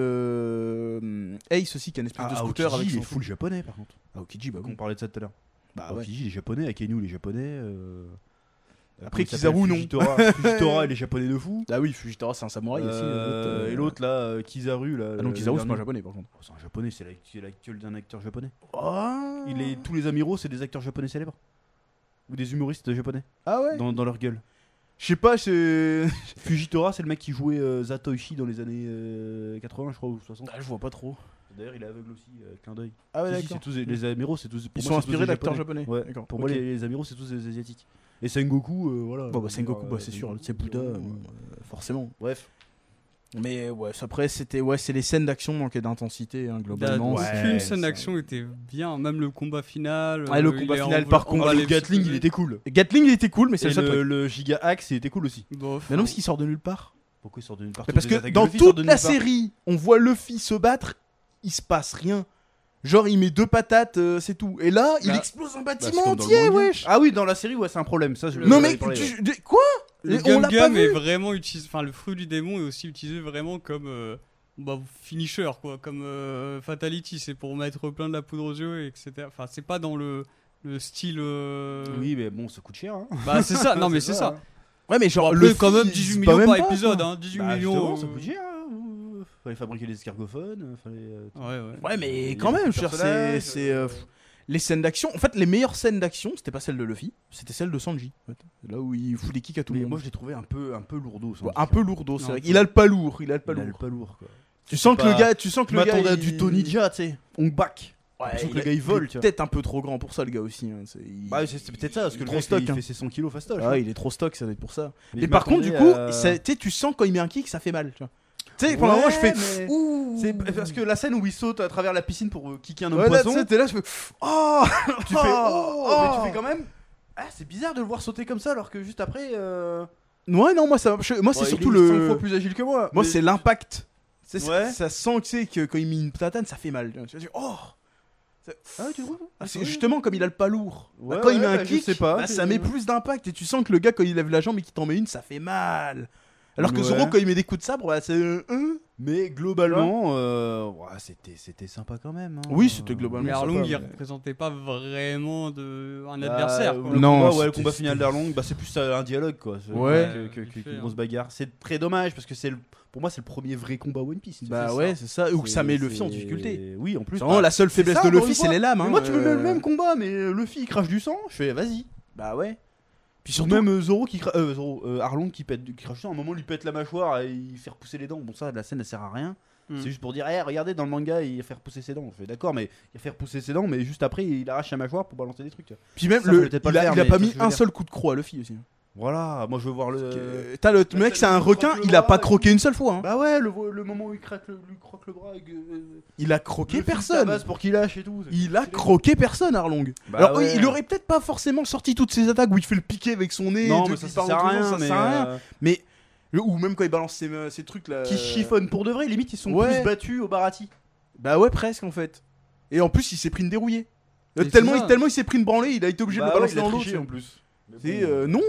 [SPEAKER 3] euh, Ace aussi qui a une espèce de scooter avec
[SPEAKER 1] il
[SPEAKER 3] son
[SPEAKER 1] est full japonais par contre.
[SPEAKER 3] Aokiji, bah
[SPEAKER 1] On
[SPEAKER 3] bon.
[SPEAKER 1] parlait de ça tout à l'heure.
[SPEAKER 3] Bah ouais.
[SPEAKER 1] Aokiji, les japonais, Akenu, les japonais. euh,
[SPEAKER 3] Après,
[SPEAKER 1] comment il s'appelle,
[SPEAKER 3] Kizaru, non.
[SPEAKER 1] Fujitora, Fujitora et les japonais de fou.
[SPEAKER 3] Ah oui, Fujitora, c'est un samouraï aussi.
[SPEAKER 1] Euh,
[SPEAKER 3] l'autre, euh,
[SPEAKER 1] et l'autre là, euh, Kizaru là.
[SPEAKER 3] Ah non,
[SPEAKER 1] le-
[SPEAKER 3] Kizaru,
[SPEAKER 1] le
[SPEAKER 3] c'est pas
[SPEAKER 1] dernier.
[SPEAKER 3] un japonais par contre.
[SPEAKER 1] Oh, C'est un japonais, c'est la- c'est l'actuel d'un acteur japonais.
[SPEAKER 3] Ah
[SPEAKER 1] Il est, tous les amiraux, c'est des acteurs japonais célèbres. Ou des humoristes japonais,
[SPEAKER 3] Ah ouais
[SPEAKER 1] dans, dans leur gueule.
[SPEAKER 3] Je sais pas, c'est.
[SPEAKER 1] Fujitora, c'est le mec qui jouait euh, Zatoichi dans les années euh, 80, je crois, ou 60.
[SPEAKER 3] Ah, je vois pas trop.
[SPEAKER 1] D'ailleurs, il est aveugle aussi, euh, clin d'œil.
[SPEAKER 3] Ah
[SPEAKER 1] Si, si, c'est tous des- les amiraux, c'est tous. pour
[SPEAKER 3] Ils
[SPEAKER 1] moi,
[SPEAKER 3] sont
[SPEAKER 1] c'est tous des
[SPEAKER 3] inspirés d'acteurs
[SPEAKER 1] japonais.
[SPEAKER 3] japonais.
[SPEAKER 1] Ouais.
[SPEAKER 3] D'accord.
[SPEAKER 1] Pour moi,
[SPEAKER 3] ok.
[SPEAKER 1] les, les amiraux, c'est tous des asiatiques. Et Sengoku, euh, voilà.
[SPEAKER 3] Bon, bah, Sengoku,
[SPEAKER 1] Euh,
[SPEAKER 3] bah, c'est sûr,
[SPEAKER 1] Sengoku,
[SPEAKER 3] c'est Bouddha,
[SPEAKER 1] euh,
[SPEAKER 3] euh, forcément.
[SPEAKER 1] Bref.
[SPEAKER 3] Mais ouais, ça, après, c'était ouais, c'est les scènes d'action manquaient d'intensité, hein,
[SPEAKER 2] T'as
[SPEAKER 3] globalement.
[SPEAKER 1] Ouais,
[SPEAKER 2] Aucune
[SPEAKER 1] ça-
[SPEAKER 2] scène d'action était bien, même le combat final.
[SPEAKER 3] Ouais, le
[SPEAKER 2] euh, il
[SPEAKER 3] combat
[SPEAKER 2] est
[SPEAKER 3] final,
[SPEAKER 2] envo-
[SPEAKER 3] par contre,
[SPEAKER 2] envolé
[SPEAKER 1] le Gatling,
[SPEAKER 2] exploser.
[SPEAKER 1] il était cool.
[SPEAKER 3] Gatling, il était cool, mais c'est
[SPEAKER 1] Et
[SPEAKER 3] le seul truc.
[SPEAKER 1] le, le Giga Axe, il était cool aussi.
[SPEAKER 2] Bof.
[SPEAKER 3] Mais non, parce qu'il sort de nulle part.
[SPEAKER 1] Pourquoi il sort d'une partie
[SPEAKER 3] Mais parce que dans toute la série, on voit Luffy se battre, il se passe rien. Genre, il met deux patates, euh, c'est tout. Et là, il
[SPEAKER 2] Bah,
[SPEAKER 3] explose un
[SPEAKER 1] c'est
[SPEAKER 3] bâtiment
[SPEAKER 1] comme dans le
[SPEAKER 3] entier,
[SPEAKER 1] manga.
[SPEAKER 3] wesh.
[SPEAKER 1] Ah oui, dans la série, ouais, c'est un problème. Ça, je-
[SPEAKER 3] Non,
[SPEAKER 1] j'en
[SPEAKER 3] mais
[SPEAKER 1] avais parlé, ouais.
[SPEAKER 3] tu- tu- quoi
[SPEAKER 2] Le
[SPEAKER 3] On l'a
[SPEAKER 2] Gum
[SPEAKER 3] pas
[SPEAKER 2] Gum est
[SPEAKER 3] vu.
[SPEAKER 2] vraiment utilisé, enfin le fruit du démon est aussi utilisé vraiment comme euh, bah, finisher quoi, comme euh, fatality, c'est pour mettre plein de la poudre aux yeux, etc. Enfin c'est pas dans le, le style. euh,
[SPEAKER 1] Oui, mais bon, ça coûte cher. hein.
[SPEAKER 2] Bah c'est ça, non mais c'est ça.
[SPEAKER 3] Ouais, mais genre,
[SPEAKER 2] Le
[SPEAKER 3] Luffy,
[SPEAKER 2] quand même
[SPEAKER 3] il se
[SPEAKER 2] 18
[SPEAKER 3] bat
[SPEAKER 2] millions
[SPEAKER 3] même
[SPEAKER 2] par
[SPEAKER 3] pas,
[SPEAKER 2] épisode,
[SPEAKER 3] quoi.
[SPEAKER 2] hein, 18
[SPEAKER 1] Bah,
[SPEAKER 2] millions.
[SPEAKER 1] justement, ça
[SPEAKER 2] euh,
[SPEAKER 1] coûte cher. hein. Euh, Fallait fabriquer des escargophones, fallait. euh,
[SPEAKER 2] Ouais, ouais.
[SPEAKER 3] Ouais,
[SPEAKER 1] Il y
[SPEAKER 3] mais
[SPEAKER 1] a
[SPEAKER 3] quand
[SPEAKER 1] beaucoup de
[SPEAKER 3] même, je veux dire, c'est.
[SPEAKER 1] personnages,
[SPEAKER 3] c'est,
[SPEAKER 1] euh,
[SPEAKER 3] euh, pff, Les scènes d'action, en fait, les meilleures scènes d'action, c'était pas celle de Luffy, c'était celle de Sanji. en fait. Là où il fout des kicks à tout
[SPEAKER 1] mais
[SPEAKER 3] le
[SPEAKER 1] moi,
[SPEAKER 3] monde.
[SPEAKER 1] je l'ai trouvé un peu, Bah, un peu lourdeau. sans
[SPEAKER 3] Ouais,
[SPEAKER 1] dire.
[SPEAKER 3] Un peu lourdeau, c'est
[SPEAKER 2] Non,
[SPEAKER 3] vrai.
[SPEAKER 2] un peu.
[SPEAKER 3] Il a le pas lourd, il a le pas
[SPEAKER 1] Il a le
[SPEAKER 3] lourd.
[SPEAKER 1] pas lourd. Quoi.
[SPEAKER 3] Tu sens que le
[SPEAKER 1] pas-
[SPEAKER 3] gars, tu sens que
[SPEAKER 1] Je
[SPEAKER 3] le gars.
[SPEAKER 1] m'attendais à
[SPEAKER 3] il-
[SPEAKER 1] du Tonija, tu sais. On back.
[SPEAKER 3] Ouais,
[SPEAKER 1] J'ai l'impression que
[SPEAKER 3] il
[SPEAKER 1] le gars, il
[SPEAKER 3] est
[SPEAKER 1] vole, tu vois.
[SPEAKER 3] Peut-être un peu trop grand pour ça, le gars aussi. hein, c'est- il-
[SPEAKER 1] Bah, c'est c'est peut-être ça, parce que le
[SPEAKER 3] il est
[SPEAKER 1] gars,
[SPEAKER 3] trop
[SPEAKER 1] il
[SPEAKER 3] stock,
[SPEAKER 1] fait
[SPEAKER 3] hein.
[SPEAKER 1] ses 100 kilos fastoche.
[SPEAKER 3] Ah, il est trop stock, ça doit être pour ça.
[SPEAKER 1] Mais
[SPEAKER 3] Mais
[SPEAKER 1] je
[SPEAKER 3] par contre, du coup,
[SPEAKER 1] m'attendais à-
[SPEAKER 3] ça- tu sais, tu sens quand il met un kick, ça fait mal. Tu vois. Tu sais, pendant un moment, je fais.
[SPEAKER 1] Ouais, mais-
[SPEAKER 3] Ouh
[SPEAKER 1] C'est parce que la scène où il saute à travers la piscine pour euh, kicker un homme
[SPEAKER 3] Ouais, là, tu
[SPEAKER 1] poisson,
[SPEAKER 3] sais, t'es là, je fais. Oh
[SPEAKER 1] tu fais
[SPEAKER 3] Oh,
[SPEAKER 1] oh, oh, mais
[SPEAKER 3] oh.
[SPEAKER 1] tu fais quand même. Ah, c'est bizarre de le voir sauter comme ça alors que juste après. euh,
[SPEAKER 3] Ouais, non, moi, ça, je- moi
[SPEAKER 1] bon,
[SPEAKER 3] Ah, c'est
[SPEAKER 1] il
[SPEAKER 3] surtout
[SPEAKER 1] est
[SPEAKER 3] le.
[SPEAKER 1] 100 fois plus agile que moi.
[SPEAKER 3] Moi,
[SPEAKER 1] mais-
[SPEAKER 3] c'est l'impact. Tu sais,
[SPEAKER 1] Ouais.
[SPEAKER 3] Ça sent que c'est que quand il met une tatane, ça fait mal. Tu vois, tu dis, oh Ça-
[SPEAKER 1] Ah, tu trouves
[SPEAKER 3] Ah, c'est justement comme il a le pas lourd.
[SPEAKER 1] Ouais,
[SPEAKER 3] Bah, quand il met
[SPEAKER 1] ouais,
[SPEAKER 3] un
[SPEAKER 1] bah, je
[SPEAKER 3] kick,
[SPEAKER 1] sais pas,
[SPEAKER 3] bah,
[SPEAKER 1] c'est-
[SPEAKER 3] ça met plus d'impact. Et tu sens que le gars, quand il lève la jambe et qu'il t'en met une, ça fait mal. Alors que
[SPEAKER 1] Ouais. Mmh.
[SPEAKER 3] Zoro, quand il met des coups de sabre, bah, c'est. euh, euh,
[SPEAKER 1] Mais globalement, euh, ouah, c'était c'était sympa quand même. hein.
[SPEAKER 3] Oui, c'était
[SPEAKER 1] Euh,
[SPEAKER 3] globalement-
[SPEAKER 2] Mais
[SPEAKER 3] sympa,
[SPEAKER 2] Arlong, il
[SPEAKER 3] mais-
[SPEAKER 2] représentait pas vraiment de... un
[SPEAKER 1] bah,
[SPEAKER 2] adversaire.
[SPEAKER 1] euh,
[SPEAKER 2] quoi.
[SPEAKER 1] le
[SPEAKER 3] Non,
[SPEAKER 1] combat, ouais, le
[SPEAKER 3] c'était-
[SPEAKER 1] combat final d'Arlong, bah, c'est plus euh, un dialogue quoi. C'est-
[SPEAKER 3] Ouais.
[SPEAKER 1] que- que- que-
[SPEAKER 2] Vite fait,
[SPEAKER 1] qu'une
[SPEAKER 2] hein.
[SPEAKER 1] grosse bagarre. C'est très dommage parce que c'est le- pour moi c'est le premier vrai combat One Piece.
[SPEAKER 3] Bah
[SPEAKER 1] C'est
[SPEAKER 3] ouais,
[SPEAKER 1] ça.
[SPEAKER 3] c'est ça. Ou que ça met
[SPEAKER 1] C'est-
[SPEAKER 3] le en
[SPEAKER 1] c'est-
[SPEAKER 3] difficulté.
[SPEAKER 1] Oui, en plus.
[SPEAKER 3] C'est vraiment
[SPEAKER 1] bah,
[SPEAKER 3] la seule
[SPEAKER 1] c'est
[SPEAKER 3] faiblesse
[SPEAKER 1] ça,
[SPEAKER 3] de
[SPEAKER 1] encore
[SPEAKER 3] Luffy,
[SPEAKER 1] une
[SPEAKER 3] c'est
[SPEAKER 1] fois.
[SPEAKER 3] les lames.
[SPEAKER 1] Mais
[SPEAKER 3] hein,
[SPEAKER 1] moi, tu me mets
[SPEAKER 3] euh,
[SPEAKER 1] le même combat, mais euh, Luffy il crache du sang. Je fais, vas-y.
[SPEAKER 3] Bah ouais.
[SPEAKER 1] Puis surtout, même euh, Zoro qui cra- euh, Zoro, euh, Arlong qui pète, qui crache du sang. À un moment, il lui pète la mâchoire et il fait repousser les dents. Bon, ça, la scène, elle sert à rien.
[SPEAKER 2] Hmm.
[SPEAKER 1] C'est juste pour dire, Eh, regardez, dans le manga, il fait repousser ses dents. On fait, d'accord, mais il fait repousser ses dents, mais juste après, il arrache la mâchoire pour balancer des trucs. tu vois.
[SPEAKER 3] Puis même,
[SPEAKER 1] Ça,
[SPEAKER 3] le-
[SPEAKER 1] fallait
[SPEAKER 3] il,
[SPEAKER 1] peut-être pas le
[SPEAKER 3] a,
[SPEAKER 1] faire,
[SPEAKER 3] il a
[SPEAKER 1] mais
[SPEAKER 3] pas
[SPEAKER 1] tu vois
[SPEAKER 3] mis
[SPEAKER 1] ce que je
[SPEAKER 3] un
[SPEAKER 1] veux dire.
[SPEAKER 3] seul coup de croix à Luffy aussi. hein.
[SPEAKER 1] Voilà, moi, je veux voir le.
[SPEAKER 3] Euh, T'as le mec, c'est un requin, il a pas croqué une seule fois. hein.
[SPEAKER 1] Bah ouais, le, le moment où il craque le, lui croque le bras. et que, euh,
[SPEAKER 3] Il a croqué
[SPEAKER 1] Luffy
[SPEAKER 3] personne.
[SPEAKER 1] tabasse pour qu'il lâche et tout.
[SPEAKER 3] Il a croqué personne, Arlong.
[SPEAKER 1] Bah
[SPEAKER 3] Alors oui,
[SPEAKER 1] ouais.
[SPEAKER 3] il aurait peut-être pas forcément sorti toutes ses attaques où il fait le piqué avec son nez.
[SPEAKER 1] Non,
[SPEAKER 3] et
[SPEAKER 1] mais
[SPEAKER 3] tout,
[SPEAKER 1] ça,
[SPEAKER 3] il
[SPEAKER 1] ça
[SPEAKER 3] parle
[SPEAKER 1] sert à
[SPEAKER 3] autour,
[SPEAKER 1] rien.
[SPEAKER 3] ça
[SPEAKER 1] mais,
[SPEAKER 3] sert à rien.
[SPEAKER 1] euh,
[SPEAKER 3] Mais le- ou même quand il balance ses, euh, ces trucs là.
[SPEAKER 1] Qui
[SPEAKER 3] euh,
[SPEAKER 1] chiffonne pour de vrai, limite ils sont
[SPEAKER 3] Ouais.
[SPEAKER 1] plus battus au Barati.
[SPEAKER 3] Bah ouais, presque en fait. Et en plus, il s'est pris une dérouillée. Euh,
[SPEAKER 2] Mais
[SPEAKER 3] tellement,
[SPEAKER 2] c'est
[SPEAKER 3] il,
[SPEAKER 2] ça.
[SPEAKER 3] tellement il s'est pris une branlée, il a été obligé de
[SPEAKER 1] Bah
[SPEAKER 3] le balancer
[SPEAKER 1] ouais, il a
[SPEAKER 3] dans l'eau.
[SPEAKER 1] triché,
[SPEAKER 3] tu
[SPEAKER 1] en
[SPEAKER 3] sais.
[SPEAKER 1] plus.
[SPEAKER 3] C'est, euh, non,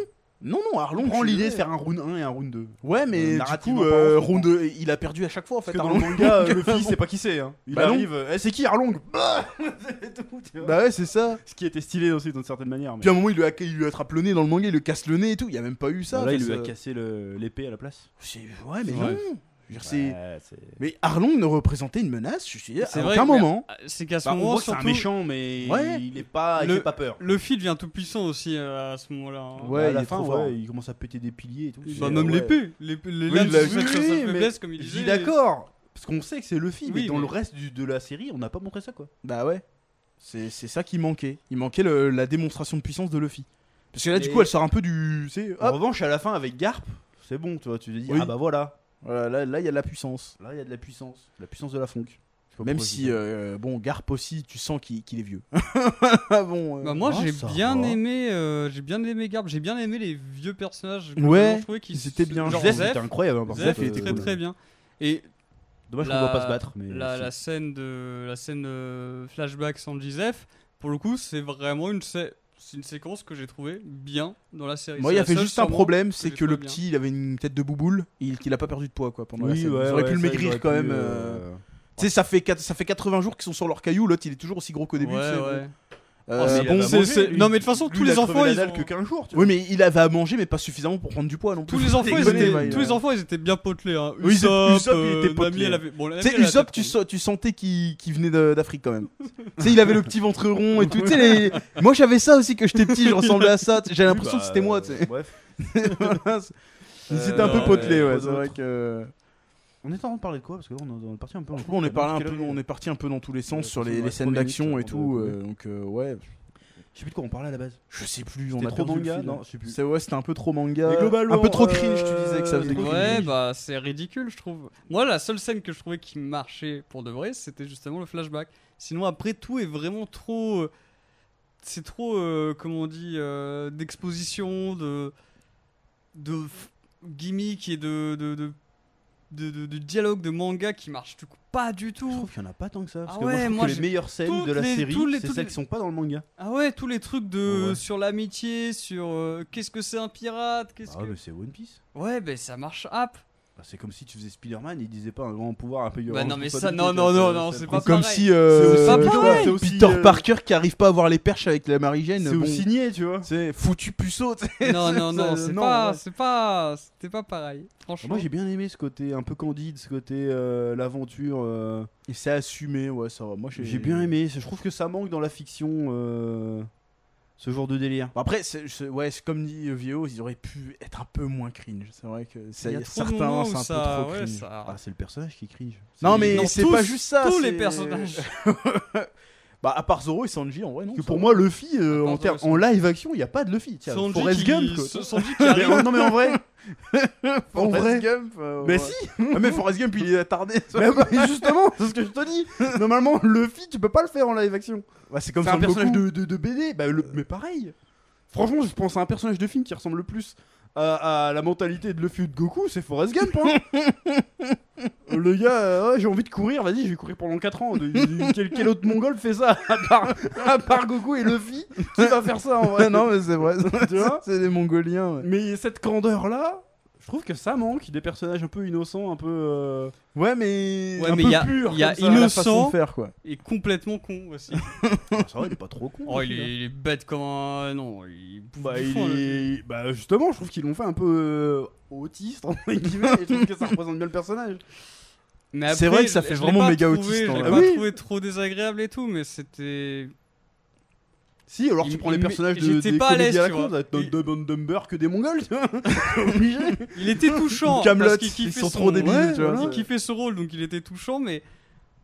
[SPEAKER 3] non, non, Arlong.
[SPEAKER 1] On prend
[SPEAKER 3] tu
[SPEAKER 1] l'idée
[SPEAKER 3] sais.
[SPEAKER 1] de faire un round 1 et un round 2.
[SPEAKER 3] Ouais, mais du
[SPEAKER 1] narrativement
[SPEAKER 3] coup,
[SPEAKER 1] parlant,
[SPEAKER 3] euh,
[SPEAKER 1] je comprends.
[SPEAKER 3] round deux, il a perdu à chaque fois en fait.
[SPEAKER 1] Parce que dans le
[SPEAKER 3] Arlong.
[SPEAKER 1] manga, euh, Luffy, c'est pas qui c'est. Hein. Il
[SPEAKER 3] Bah non.
[SPEAKER 1] arrive, euh, Eh, c'est qui Arlong Bah C'est tout, tu vois.
[SPEAKER 3] Bah ouais, c'est ça.
[SPEAKER 1] Ce qui était stylé aussi d'une certaine manière. Mais...
[SPEAKER 3] Puis à un moment, il lui, a- il lui attrape le nez dans le manga, il lui casse le nez et tout. Il y a même pas eu ça.
[SPEAKER 1] Voilà,
[SPEAKER 3] enfin,
[SPEAKER 1] il lui a
[SPEAKER 3] ça-
[SPEAKER 1] cassé le- l'épée à la place.
[SPEAKER 3] C'est- Ouais, mais
[SPEAKER 2] Ouais.
[SPEAKER 3] non. Je veux dire, c'est-
[SPEAKER 1] Ouais, c'est- Bah,
[SPEAKER 3] Mais Arlong ne représentait une menace, je suis
[SPEAKER 2] C'est
[SPEAKER 3] à
[SPEAKER 2] vrai
[SPEAKER 3] aucun
[SPEAKER 2] que- mais-
[SPEAKER 3] moment.
[SPEAKER 2] Ah, C'est qu'à ce
[SPEAKER 1] Bah, on
[SPEAKER 2] moment,
[SPEAKER 1] voit que c'est un
[SPEAKER 2] surtout,
[SPEAKER 1] méchant, mais
[SPEAKER 3] Ouais.
[SPEAKER 1] il est pas, il
[SPEAKER 2] Le-
[SPEAKER 1] fait pas peur.
[SPEAKER 2] Luffy devient tout puissant aussi euh, à ce moment-là. hein.
[SPEAKER 3] Ouais,
[SPEAKER 1] Bah, à
[SPEAKER 3] il
[SPEAKER 1] la
[SPEAKER 3] est
[SPEAKER 1] fin,
[SPEAKER 3] trop fort.
[SPEAKER 1] ouais, il commence à péter des piliers et tout.
[SPEAKER 2] Bah,
[SPEAKER 1] C'est-
[SPEAKER 2] même
[SPEAKER 1] ouais.
[SPEAKER 2] l'épée. L'épée- Les
[SPEAKER 1] Oui,
[SPEAKER 2] lames
[SPEAKER 1] il l'a-
[SPEAKER 2] sont sa
[SPEAKER 1] oui,
[SPEAKER 2] seule
[SPEAKER 1] mais-
[SPEAKER 2] faiblesse, comme il
[SPEAKER 1] Je
[SPEAKER 2] disait.
[SPEAKER 1] dis d'accord, parce qu'on sait que c'est Luffy, mais
[SPEAKER 2] Oui,
[SPEAKER 1] dans
[SPEAKER 2] mais-
[SPEAKER 1] le reste du- de la série, on n'a pas montré ça quoi.
[SPEAKER 3] Bah ouais. C'est c'est ça qui manquait. Il manquait le- la démonstration de puissance de Luffy. Parce que là, du
[SPEAKER 1] Et-
[SPEAKER 3] coup, elle sort un peu du. tu sais, hop.
[SPEAKER 1] En revanche, à la fin, avec Garp, c'est bon, tu vois, tu te dis,
[SPEAKER 3] Oui.
[SPEAKER 1] ah bah voilà,
[SPEAKER 3] Voilà, là, là, il y a de la puissance.
[SPEAKER 1] là il y a de la puissance, la puissance de la funk.
[SPEAKER 3] Même si, euh, bon, Garp aussi, tu sens qu'il qu'il est vieux. bon, euh,
[SPEAKER 2] Bah, moi,
[SPEAKER 1] Ah,
[SPEAKER 2] j'ai
[SPEAKER 1] ça
[SPEAKER 2] bien
[SPEAKER 1] va.
[SPEAKER 2] aimé, euh, j'ai bien aimé Garb, j'ai bien aimé les vieux personnages.
[SPEAKER 3] Ouais,
[SPEAKER 2] je trouvais qu'ils
[SPEAKER 3] ils étaient bien.
[SPEAKER 2] Genre
[SPEAKER 1] Zef,
[SPEAKER 2] Zef,
[SPEAKER 1] c'était incroyable, hein, par
[SPEAKER 2] Zef
[SPEAKER 1] contre,
[SPEAKER 3] il
[SPEAKER 1] euh,
[SPEAKER 2] était très
[SPEAKER 1] cool.
[SPEAKER 2] très bien. Et
[SPEAKER 1] Dommage qu'on
[SPEAKER 2] La-
[SPEAKER 1] ne voit pas se battre, mais
[SPEAKER 2] la,
[SPEAKER 1] c'est-
[SPEAKER 2] la scène de la scène euh, flashback sans Zef, pour le coup, c'est vraiment une sé- c'est une séquence que j'ai trouvée bien dans la série.
[SPEAKER 3] Moi,
[SPEAKER 2] C'est
[SPEAKER 3] il y
[SPEAKER 2] la
[SPEAKER 3] avait
[SPEAKER 2] seule,
[SPEAKER 3] juste un
[SPEAKER 2] sûrement,
[SPEAKER 3] problème, c'est
[SPEAKER 2] j'ai
[SPEAKER 3] que le
[SPEAKER 2] trouvé bien.
[SPEAKER 3] petit, il avait une tête de bouboule, il qu'il a pas perdu de poids, quoi, pendant la
[SPEAKER 1] Oui,
[SPEAKER 3] scène.
[SPEAKER 1] ouais,
[SPEAKER 3] Ils auraient
[SPEAKER 1] ouais,
[SPEAKER 3] pu le
[SPEAKER 1] ça, ils
[SPEAKER 3] maigrir
[SPEAKER 1] auraient
[SPEAKER 3] quand
[SPEAKER 1] pu,
[SPEAKER 3] même. euh,
[SPEAKER 1] euh,
[SPEAKER 3] Tu sais, ça fait, quatre- ça fait 80 jours qu'ils sont sur leur caillou, l'autre, il est toujours aussi gros qu'au début.
[SPEAKER 2] Ouais,
[SPEAKER 3] tu sais,
[SPEAKER 2] ouais.
[SPEAKER 3] bon.
[SPEAKER 2] Oh,
[SPEAKER 3] Euh,
[SPEAKER 2] c'est-
[SPEAKER 3] bon,
[SPEAKER 2] bah,
[SPEAKER 3] c'est-
[SPEAKER 2] c'est- c'est- non, mais de toute façon,
[SPEAKER 1] lui,
[SPEAKER 2] tous
[SPEAKER 1] il
[SPEAKER 2] les
[SPEAKER 1] a crevé
[SPEAKER 2] enfants,
[SPEAKER 1] la
[SPEAKER 2] ils
[SPEAKER 1] dalle
[SPEAKER 2] ont-
[SPEAKER 1] que 15 jours, tu vois.
[SPEAKER 3] Oui, mais il avait à manger, mais pas suffisamment pour prendre du poids non plus.
[SPEAKER 2] Tous les enfants, ils
[SPEAKER 3] Déconner,
[SPEAKER 2] étaient,
[SPEAKER 3] ouais,
[SPEAKER 2] tous les
[SPEAKER 3] euh.
[SPEAKER 2] enfants, ils étaient bien potelés. Hein.
[SPEAKER 3] Oui, c'est-
[SPEAKER 2] Usopp,
[SPEAKER 3] Usopp, il
[SPEAKER 2] euh,
[SPEAKER 3] était potelé,
[SPEAKER 2] Nami, elle
[SPEAKER 3] ouais.
[SPEAKER 2] avait. Bon,
[SPEAKER 3] Tu
[SPEAKER 2] la Nami,
[SPEAKER 3] sais,
[SPEAKER 2] elle a la
[SPEAKER 3] Usopp,
[SPEAKER 2] tête
[SPEAKER 3] tu,
[SPEAKER 2] ronde.
[SPEAKER 3] sens- tu sentais qu'il qu'il venait de- d'Afrique quand même. tu sais, il avait le petit ventre rond et tout. Tu sais, les- Moi, j'avais ça aussi que j'étais petit, je ressemblais à ça. J'ai l'impression
[SPEAKER 1] Bah,
[SPEAKER 3] que c'était moi. tu
[SPEAKER 1] euh,
[SPEAKER 3] sais.
[SPEAKER 1] Bref,
[SPEAKER 3] Voilà, c'est-
[SPEAKER 2] Euh,
[SPEAKER 3] C'était un peu
[SPEAKER 2] non,
[SPEAKER 3] potelé,
[SPEAKER 1] mais
[SPEAKER 3] ouais.
[SPEAKER 1] quoi
[SPEAKER 3] C'est vrai
[SPEAKER 1] d'autre
[SPEAKER 3] que.
[SPEAKER 1] on est en train de parler de quoi Parce que là, on est- on est parti un peu. en-
[SPEAKER 3] Franchement, on est, parlé un peu,
[SPEAKER 1] Quelle heure
[SPEAKER 3] on est parti un peu dans tous les
[SPEAKER 1] Ouais,
[SPEAKER 3] sens sur
[SPEAKER 1] ça
[SPEAKER 3] les,
[SPEAKER 1] doit
[SPEAKER 3] les
[SPEAKER 1] être
[SPEAKER 3] scènes
[SPEAKER 1] trois
[SPEAKER 3] d'action et
[SPEAKER 1] minutes avant
[SPEAKER 3] tout.
[SPEAKER 1] de-
[SPEAKER 3] euh, donc, euh, ouais.
[SPEAKER 1] Je sais plus de quoi on parlait à la base.
[SPEAKER 3] Je sais plus, on
[SPEAKER 1] C'était
[SPEAKER 3] a
[SPEAKER 1] trop
[SPEAKER 3] trop
[SPEAKER 1] manga
[SPEAKER 3] manga.
[SPEAKER 1] Non, je sais plus.
[SPEAKER 3] C'est ouais, c'était un peu trop manga.
[SPEAKER 1] Mais globalement,
[SPEAKER 3] Un peu trop cringe,
[SPEAKER 1] euh,
[SPEAKER 3] tu disais que ça faisait
[SPEAKER 1] les-
[SPEAKER 2] Ouais,
[SPEAKER 3] cringe.
[SPEAKER 2] bah c'est ridicule, je trouve. Moi, la seule scène que je trouvais qui marchait pour de vrai, c'était justement le flashback. Sinon, après, tout est vraiment trop. euh, C'est trop, euh, comment on dit, euh, d'exposition, de. de f- gimmick et de. de, de de, de- de dialogue de manga qui marche du coup pas du
[SPEAKER 1] Je
[SPEAKER 2] tout
[SPEAKER 1] trouve qu'il n'y en a pas tant que ça. Parce
[SPEAKER 2] Ah
[SPEAKER 1] que moi, je
[SPEAKER 2] ouais,
[SPEAKER 1] trouve
[SPEAKER 2] moi,
[SPEAKER 1] que les
[SPEAKER 2] j'ai-
[SPEAKER 1] meilleures scènes
[SPEAKER 2] toutes
[SPEAKER 1] de la
[SPEAKER 2] les-
[SPEAKER 1] série,
[SPEAKER 2] toutes les-
[SPEAKER 1] c'est
[SPEAKER 2] toutes
[SPEAKER 1] celles
[SPEAKER 2] les-
[SPEAKER 1] qui sont pas dans le manga.
[SPEAKER 2] ah ouais tous les trucs
[SPEAKER 1] Ah
[SPEAKER 2] de
[SPEAKER 1] ouais.
[SPEAKER 2] sur l'amitié sur euh, qu'est-ce que c'est un pirate qu'est-ce
[SPEAKER 1] Ah,
[SPEAKER 3] Bah
[SPEAKER 2] que
[SPEAKER 1] mais c'est One Piece.
[SPEAKER 2] ouais ben ça marche hop
[SPEAKER 1] Bah, c'est comme si tu faisais Spider-Man, il disait pas un grand pouvoir, un peu
[SPEAKER 2] Bah non, mais ça, non, non, non, non, c'est
[SPEAKER 3] Ou
[SPEAKER 2] pas
[SPEAKER 3] comme
[SPEAKER 2] pareil.
[SPEAKER 3] si euh,
[SPEAKER 1] C'est
[SPEAKER 2] aussi-
[SPEAKER 3] tu vois,
[SPEAKER 2] pareil.
[SPEAKER 1] c'est aussi,
[SPEAKER 3] Peter
[SPEAKER 1] euh,
[SPEAKER 3] Parker qui arrive pas à avoir les perches avec la
[SPEAKER 1] C'est
[SPEAKER 3] Marie-Jeanne.
[SPEAKER 1] au
[SPEAKER 3] bon.
[SPEAKER 1] signé, tu vois.
[SPEAKER 3] C'est foutu puceau, tu sais.
[SPEAKER 2] non non non c'est pas
[SPEAKER 3] ouais.
[SPEAKER 2] c'est pas c'était pas pareil franchement
[SPEAKER 1] Ah, Moi j'ai bien aimé ce côté un peu candide, ce côté euh, l'aventure. euh,
[SPEAKER 3] Et c'est assumé, ouais, ça va. Moi,
[SPEAKER 1] J'ai bien aimé, je trouve que ça manque dans la fiction euh, ce genre de délire.
[SPEAKER 3] Bon, Après, c'est, c'est- ouais, c'est comme dit euh, Vio, ils auraient pu être un peu moins cringe. C'est vrai que ça,
[SPEAKER 2] Il y a trop de
[SPEAKER 3] certains,
[SPEAKER 2] moments
[SPEAKER 3] c'est
[SPEAKER 2] où
[SPEAKER 3] un
[SPEAKER 2] ça-
[SPEAKER 3] peu trop
[SPEAKER 2] ouais,
[SPEAKER 3] cringe.
[SPEAKER 2] ça-
[SPEAKER 1] Ah, c'est le personnage qui cringe.
[SPEAKER 3] Non,
[SPEAKER 1] C'est-
[SPEAKER 3] mais
[SPEAKER 2] Non,
[SPEAKER 3] c'est
[SPEAKER 2] tous-
[SPEAKER 3] pas juste ça.
[SPEAKER 2] tous
[SPEAKER 3] c'est-
[SPEAKER 2] les personnages.
[SPEAKER 3] bah, à part Zoro et Sanji, en vrai, non.
[SPEAKER 1] Parce que
[SPEAKER 3] ça
[SPEAKER 1] pour
[SPEAKER 3] va.
[SPEAKER 1] moi, Luffy, euh,
[SPEAKER 2] Attends,
[SPEAKER 1] en, termes-
[SPEAKER 2] attends,
[SPEAKER 1] en live action, il n'y a pas de Luffy. Tiens,
[SPEAKER 2] Sanji
[SPEAKER 1] Forrest
[SPEAKER 2] qui-
[SPEAKER 1] Gump quoi.
[SPEAKER 2] Sa- Sanji qui
[SPEAKER 1] Mais
[SPEAKER 2] arrive.
[SPEAKER 1] en- non, mais en vrai, en
[SPEAKER 3] Forrest
[SPEAKER 1] vrai.
[SPEAKER 3] Gump. euh,
[SPEAKER 1] Mais
[SPEAKER 3] ouais.
[SPEAKER 1] si
[SPEAKER 3] Ah, Mais Forrest Gump, il est attardé. ça.
[SPEAKER 1] Bah oui, mais justement, c'est ce que je te dis. Normalement, Luffy, tu peux pas le faire en live action.
[SPEAKER 3] Ouais, c'est comme
[SPEAKER 1] c'est un
[SPEAKER 3] Son
[SPEAKER 1] personnage
[SPEAKER 3] Goku.
[SPEAKER 1] de, de- de BD, bah, le- mais pareil. Franchement, je pense à un personnage de film qui ressemble le plus à, à la mentalité de Luffy ou de Goku, c'est Forrest Gump. hein. le gars, euh, ouais, j'ai envie de courir, vas-y, je vais courir pendant 4 ans. De- de- quel, quel autre mongol fait ça à part, à part Goku et Luffy Qui va faire ça en vrai
[SPEAKER 3] Ouais, non, mais c'est vrai.
[SPEAKER 1] Tu vois
[SPEAKER 3] C'est des Mongoliens. ouais.
[SPEAKER 1] Mais cette candeur là, Je trouve que ça manque des personnages un peu innocents, un peu. euh,
[SPEAKER 3] Ouais, mais.
[SPEAKER 2] Ouais,
[SPEAKER 3] un
[SPEAKER 2] mais
[SPEAKER 3] peu
[SPEAKER 2] y a-
[SPEAKER 3] pur,
[SPEAKER 2] y
[SPEAKER 3] comme
[SPEAKER 2] a
[SPEAKER 3] ça, la
[SPEAKER 2] innocent.
[SPEAKER 3] façon de faire, quoi.
[SPEAKER 2] Et complètement con aussi.
[SPEAKER 1] Ah, ça va, il est pas trop con.
[SPEAKER 2] oh,
[SPEAKER 1] le
[SPEAKER 2] il
[SPEAKER 1] film,
[SPEAKER 2] est, il est bête comme un. Non, il bouffe
[SPEAKER 1] Bah,
[SPEAKER 2] du
[SPEAKER 1] il
[SPEAKER 2] foin, le-
[SPEAKER 1] est- bah, justement, je trouve qu'ils l'ont fait un peu euh, autiste, entre guillemets, et je trouve que ça représente bien le personnage.
[SPEAKER 2] Mais
[SPEAKER 3] C'est
[SPEAKER 2] après,
[SPEAKER 3] vrai que
[SPEAKER 2] je-
[SPEAKER 3] ça fait
[SPEAKER 2] je l'ai
[SPEAKER 3] vraiment
[SPEAKER 2] pas
[SPEAKER 3] méga
[SPEAKER 2] trouvé-
[SPEAKER 3] autiste, en
[SPEAKER 2] Je
[SPEAKER 3] vrai. Ah
[SPEAKER 2] l'ai pas
[SPEAKER 1] Oui.
[SPEAKER 2] trouvé trop désagréable et tout, mais c'était.
[SPEAKER 1] Si, alors
[SPEAKER 2] Il-
[SPEAKER 1] tu prends
[SPEAKER 2] il
[SPEAKER 1] les
[SPEAKER 2] met-
[SPEAKER 1] personnages de,
[SPEAKER 2] j'étais
[SPEAKER 1] des
[SPEAKER 2] pas à l'aise,
[SPEAKER 1] comédies à la
[SPEAKER 2] tu
[SPEAKER 1] con,
[SPEAKER 2] vois.
[SPEAKER 1] ça va être
[SPEAKER 2] Il-
[SPEAKER 1] Dumb and Dumber que des Mongols, tu vois. Obligé.
[SPEAKER 2] Il était touchant.
[SPEAKER 3] Kaamelott,
[SPEAKER 2] parce
[SPEAKER 3] ils
[SPEAKER 2] qu'il kiffait
[SPEAKER 3] sont
[SPEAKER 2] son-
[SPEAKER 3] trop débiles,
[SPEAKER 2] ouais,
[SPEAKER 3] tu vois,
[SPEAKER 2] Il
[SPEAKER 3] c'est-
[SPEAKER 2] kiffait ce rôle, donc il était touchant, mais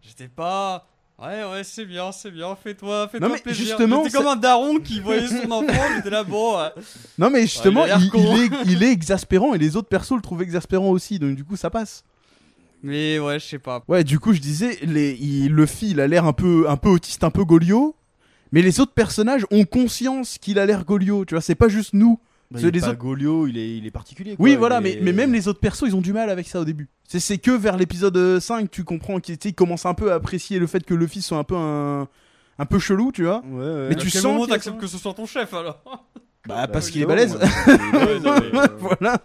[SPEAKER 2] j'étais pas. Ouais, ouais, c'est bien, c'est bien, fais-toi, fais-toi
[SPEAKER 3] Non, mais
[SPEAKER 2] plaisir.
[SPEAKER 3] justement,
[SPEAKER 2] J'étais comme un daron qui voyait son enfant, il était là, bon. ouais.
[SPEAKER 3] Non, mais justement,
[SPEAKER 2] il a l'air
[SPEAKER 3] il,
[SPEAKER 2] con.
[SPEAKER 3] il est, il est exaspérant et les autres persos le trouvent exaspérant aussi, donc du coup, ça passe.
[SPEAKER 2] Mais ouais, je sais pas.
[SPEAKER 3] Ouais, du coup, je disais, les, il, Luffy, il a l'air un peu, un peu autiste, un peu Goliot. Mais les autres personnages ont conscience qu'il a l'air Goliot, tu vois, c'est pas juste nous.
[SPEAKER 1] Bah,
[SPEAKER 3] Parce
[SPEAKER 1] il
[SPEAKER 3] que
[SPEAKER 1] est
[SPEAKER 3] les
[SPEAKER 1] pas
[SPEAKER 3] autres-
[SPEAKER 1] Goliot, il est, il est particulier.
[SPEAKER 3] Oui,
[SPEAKER 1] quoi,
[SPEAKER 3] voilà,
[SPEAKER 1] il
[SPEAKER 3] mais,
[SPEAKER 1] est-
[SPEAKER 3] mais même les autres persos, ils ont du mal avec ça au début. C'est- C'est que vers l'épisode euh, 5, tu comprends qu'ils tu sais, ils commencent un peu à apprécier le fait que Luffy soit un peu un, un peu chelou, tu vois.
[SPEAKER 1] Ouais, ouais.
[SPEAKER 3] Mais
[SPEAKER 2] À
[SPEAKER 3] tu
[SPEAKER 2] quel
[SPEAKER 3] sens
[SPEAKER 2] moment
[SPEAKER 3] qu'il y a
[SPEAKER 2] t'acceptes
[SPEAKER 3] ça
[SPEAKER 2] que ce soit ton chef alors
[SPEAKER 3] Bah, parce qu'il est
[SPEAKER 1] évidemment,
[SPEAKER 3] balèze.
[SPEAKER 1] ouais, il est balèze, ouais.
[SPEAKER 3] voilà.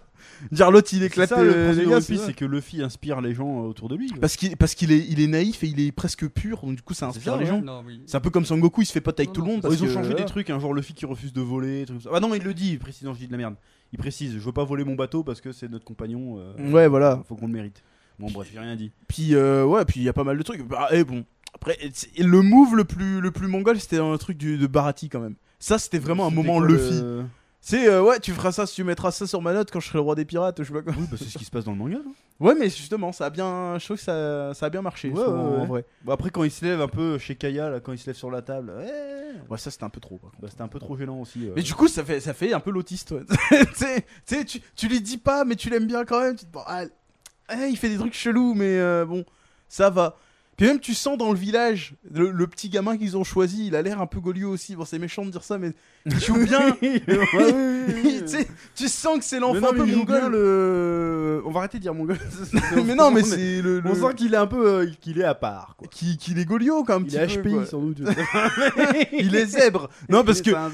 [SPEAKER 3] Dire l'autre, il
[SPEAKER 1] C'est
[SPEAKER 3] éclate
[SPEAKER 1] ça, le
[SPEAKER 3] euh,
[SPEAKER 1] principe
[SPEAKER 3] les
[SPEAKER 1] de
[SPEAKER 3] gars,
[SPEAKER 1] One
[SPEAKER 3] tu
[SPEAKER 1] Piece,
[SPEAKER 3] vois.
[SPEAKER 1] c'est que Luffy inspire les gens euh, autour de lui. quoi.
[SPEAKER 3] Parce qu'il parce qu'il est, il est naïf et il est presque pur, donc du coup, ça inspire
[SPEAKER 1] ça,
[SPEAKER 3] les
[SPEAKER 1] ouais.
[SPEAKER 3] gens.
[SPEAKER 2] Non, oui.
[SPEAKER 3] C'est un peu comme Son Goku, il se fait pote avec
[SPEAKER 2] Non,
[SPEAKER 3] tout le
[SPEAKER 2] non,
[SPEAKER 3] monde.
[SPEAKER 1] Bon,
[SPEAKER 3] parce
[SPEAKER 1] ils ont
[SPEAKER 3] que,
[SPEAKER 1] changé
[SPEAKER 3] voilà.
[SPEAKER 1] des trucs, hein, genre Luffy qui refuse de voler. des trucs comme ça. Ah non, il le dit, il précise, non, je dis de la merde. Il précise, je veux pas voler mon bateau parce que c'est notre compagnon. euh,
[SPEAKER 3] Ouais, voilà.
[SPEAKER 1] Faut qu'on le mérite. Bon, bref, j'ai rien dit.
[SPEAKER 3] Puis euh, ouais, puis il y a pas mal de trucs. Bah, et bon, après c'est- le move le plus le plus mongol, c'était un truc du, de Barati quand même. Ça, c'était vraiment un
[SPEAKER 1] C'était
[SPEAKER 3] moment
[SPEAKER 1] quoi,
[SPEAKER 3] Luffy.
[SPEAKER 1] le-
[SPEAKER 3] C'est euh, ouais, tu feras ça, si tu mettras ça sur ma note quand je serai le roi des pirates, je sais pas quoi.
[SPEAKER 1] Oui, bah, c'est ce qui se passe dans le manga. non
[SPEAKER 3] Ouais, mais justement, ça a bien, je trouve que ça, ça a bien marché.
[SPEAKER 1] Ouais,
[SPEAKER 3] ce moment,
[SPEAKER 1] ouais, ouais.
[SPEAKER 3] En vrai.
[SPEAKER 1] Bon, Bah, après, quand il se lève un peu chez Kaya, là, quand il se lève sur la table, ouais,
[SPEAKER 3] Ouais, ça c'était un peu trop. par contre.
[SPEAKER 1] bah, c'était un peu trop gênant aussi. euh.
[SPEAKER 3] Mais du coup, ça fait, ça fait un peu l'autiste. ouais. Tu sais- tu sais, tu, tu lui dis pas, mais tu l'aimes bien quand même. Tu te dis, bon, ah, eh, il fait des trucs chelous, mais euh, bon, ça va. Puis même, tu sens dans le village, le, le petit gamin qu'ils ont choisi, il a l'air un peu goliot aussi. Bon, c'est méchant de dire ça, mais il joue bien.
[SPEAKER 1] Ouais, ouais, ouais, ouais.
[SPEAKER 3] Tu sais, tu sens que c'est
[SPEAKER 1] Mais non,
[SPEAKER 3] l'enfant un
[SPEAKER 1] mais
[SPEAKER 3] peu
[SPEAKER 1] il joue bien,
[SPEAKER 3] mongol.
[SPEAKER 1] le. On va arrêter de dire mongol.
[SPEAKER 3] mais non, mais c'est le.
[SPEAKER 1] On
[SPEAKER 3] le-
[SPEAKER 1] sent qu'il est un peu. euh, qu'il est à part, quoi.
[SPEAKER 3] qu'il qu'il est goliot quand même.
[SPEAKER 1] Il est HPI, sans doute.
[SPEAKER 3] Il est zèbre. Non, parce que. Là,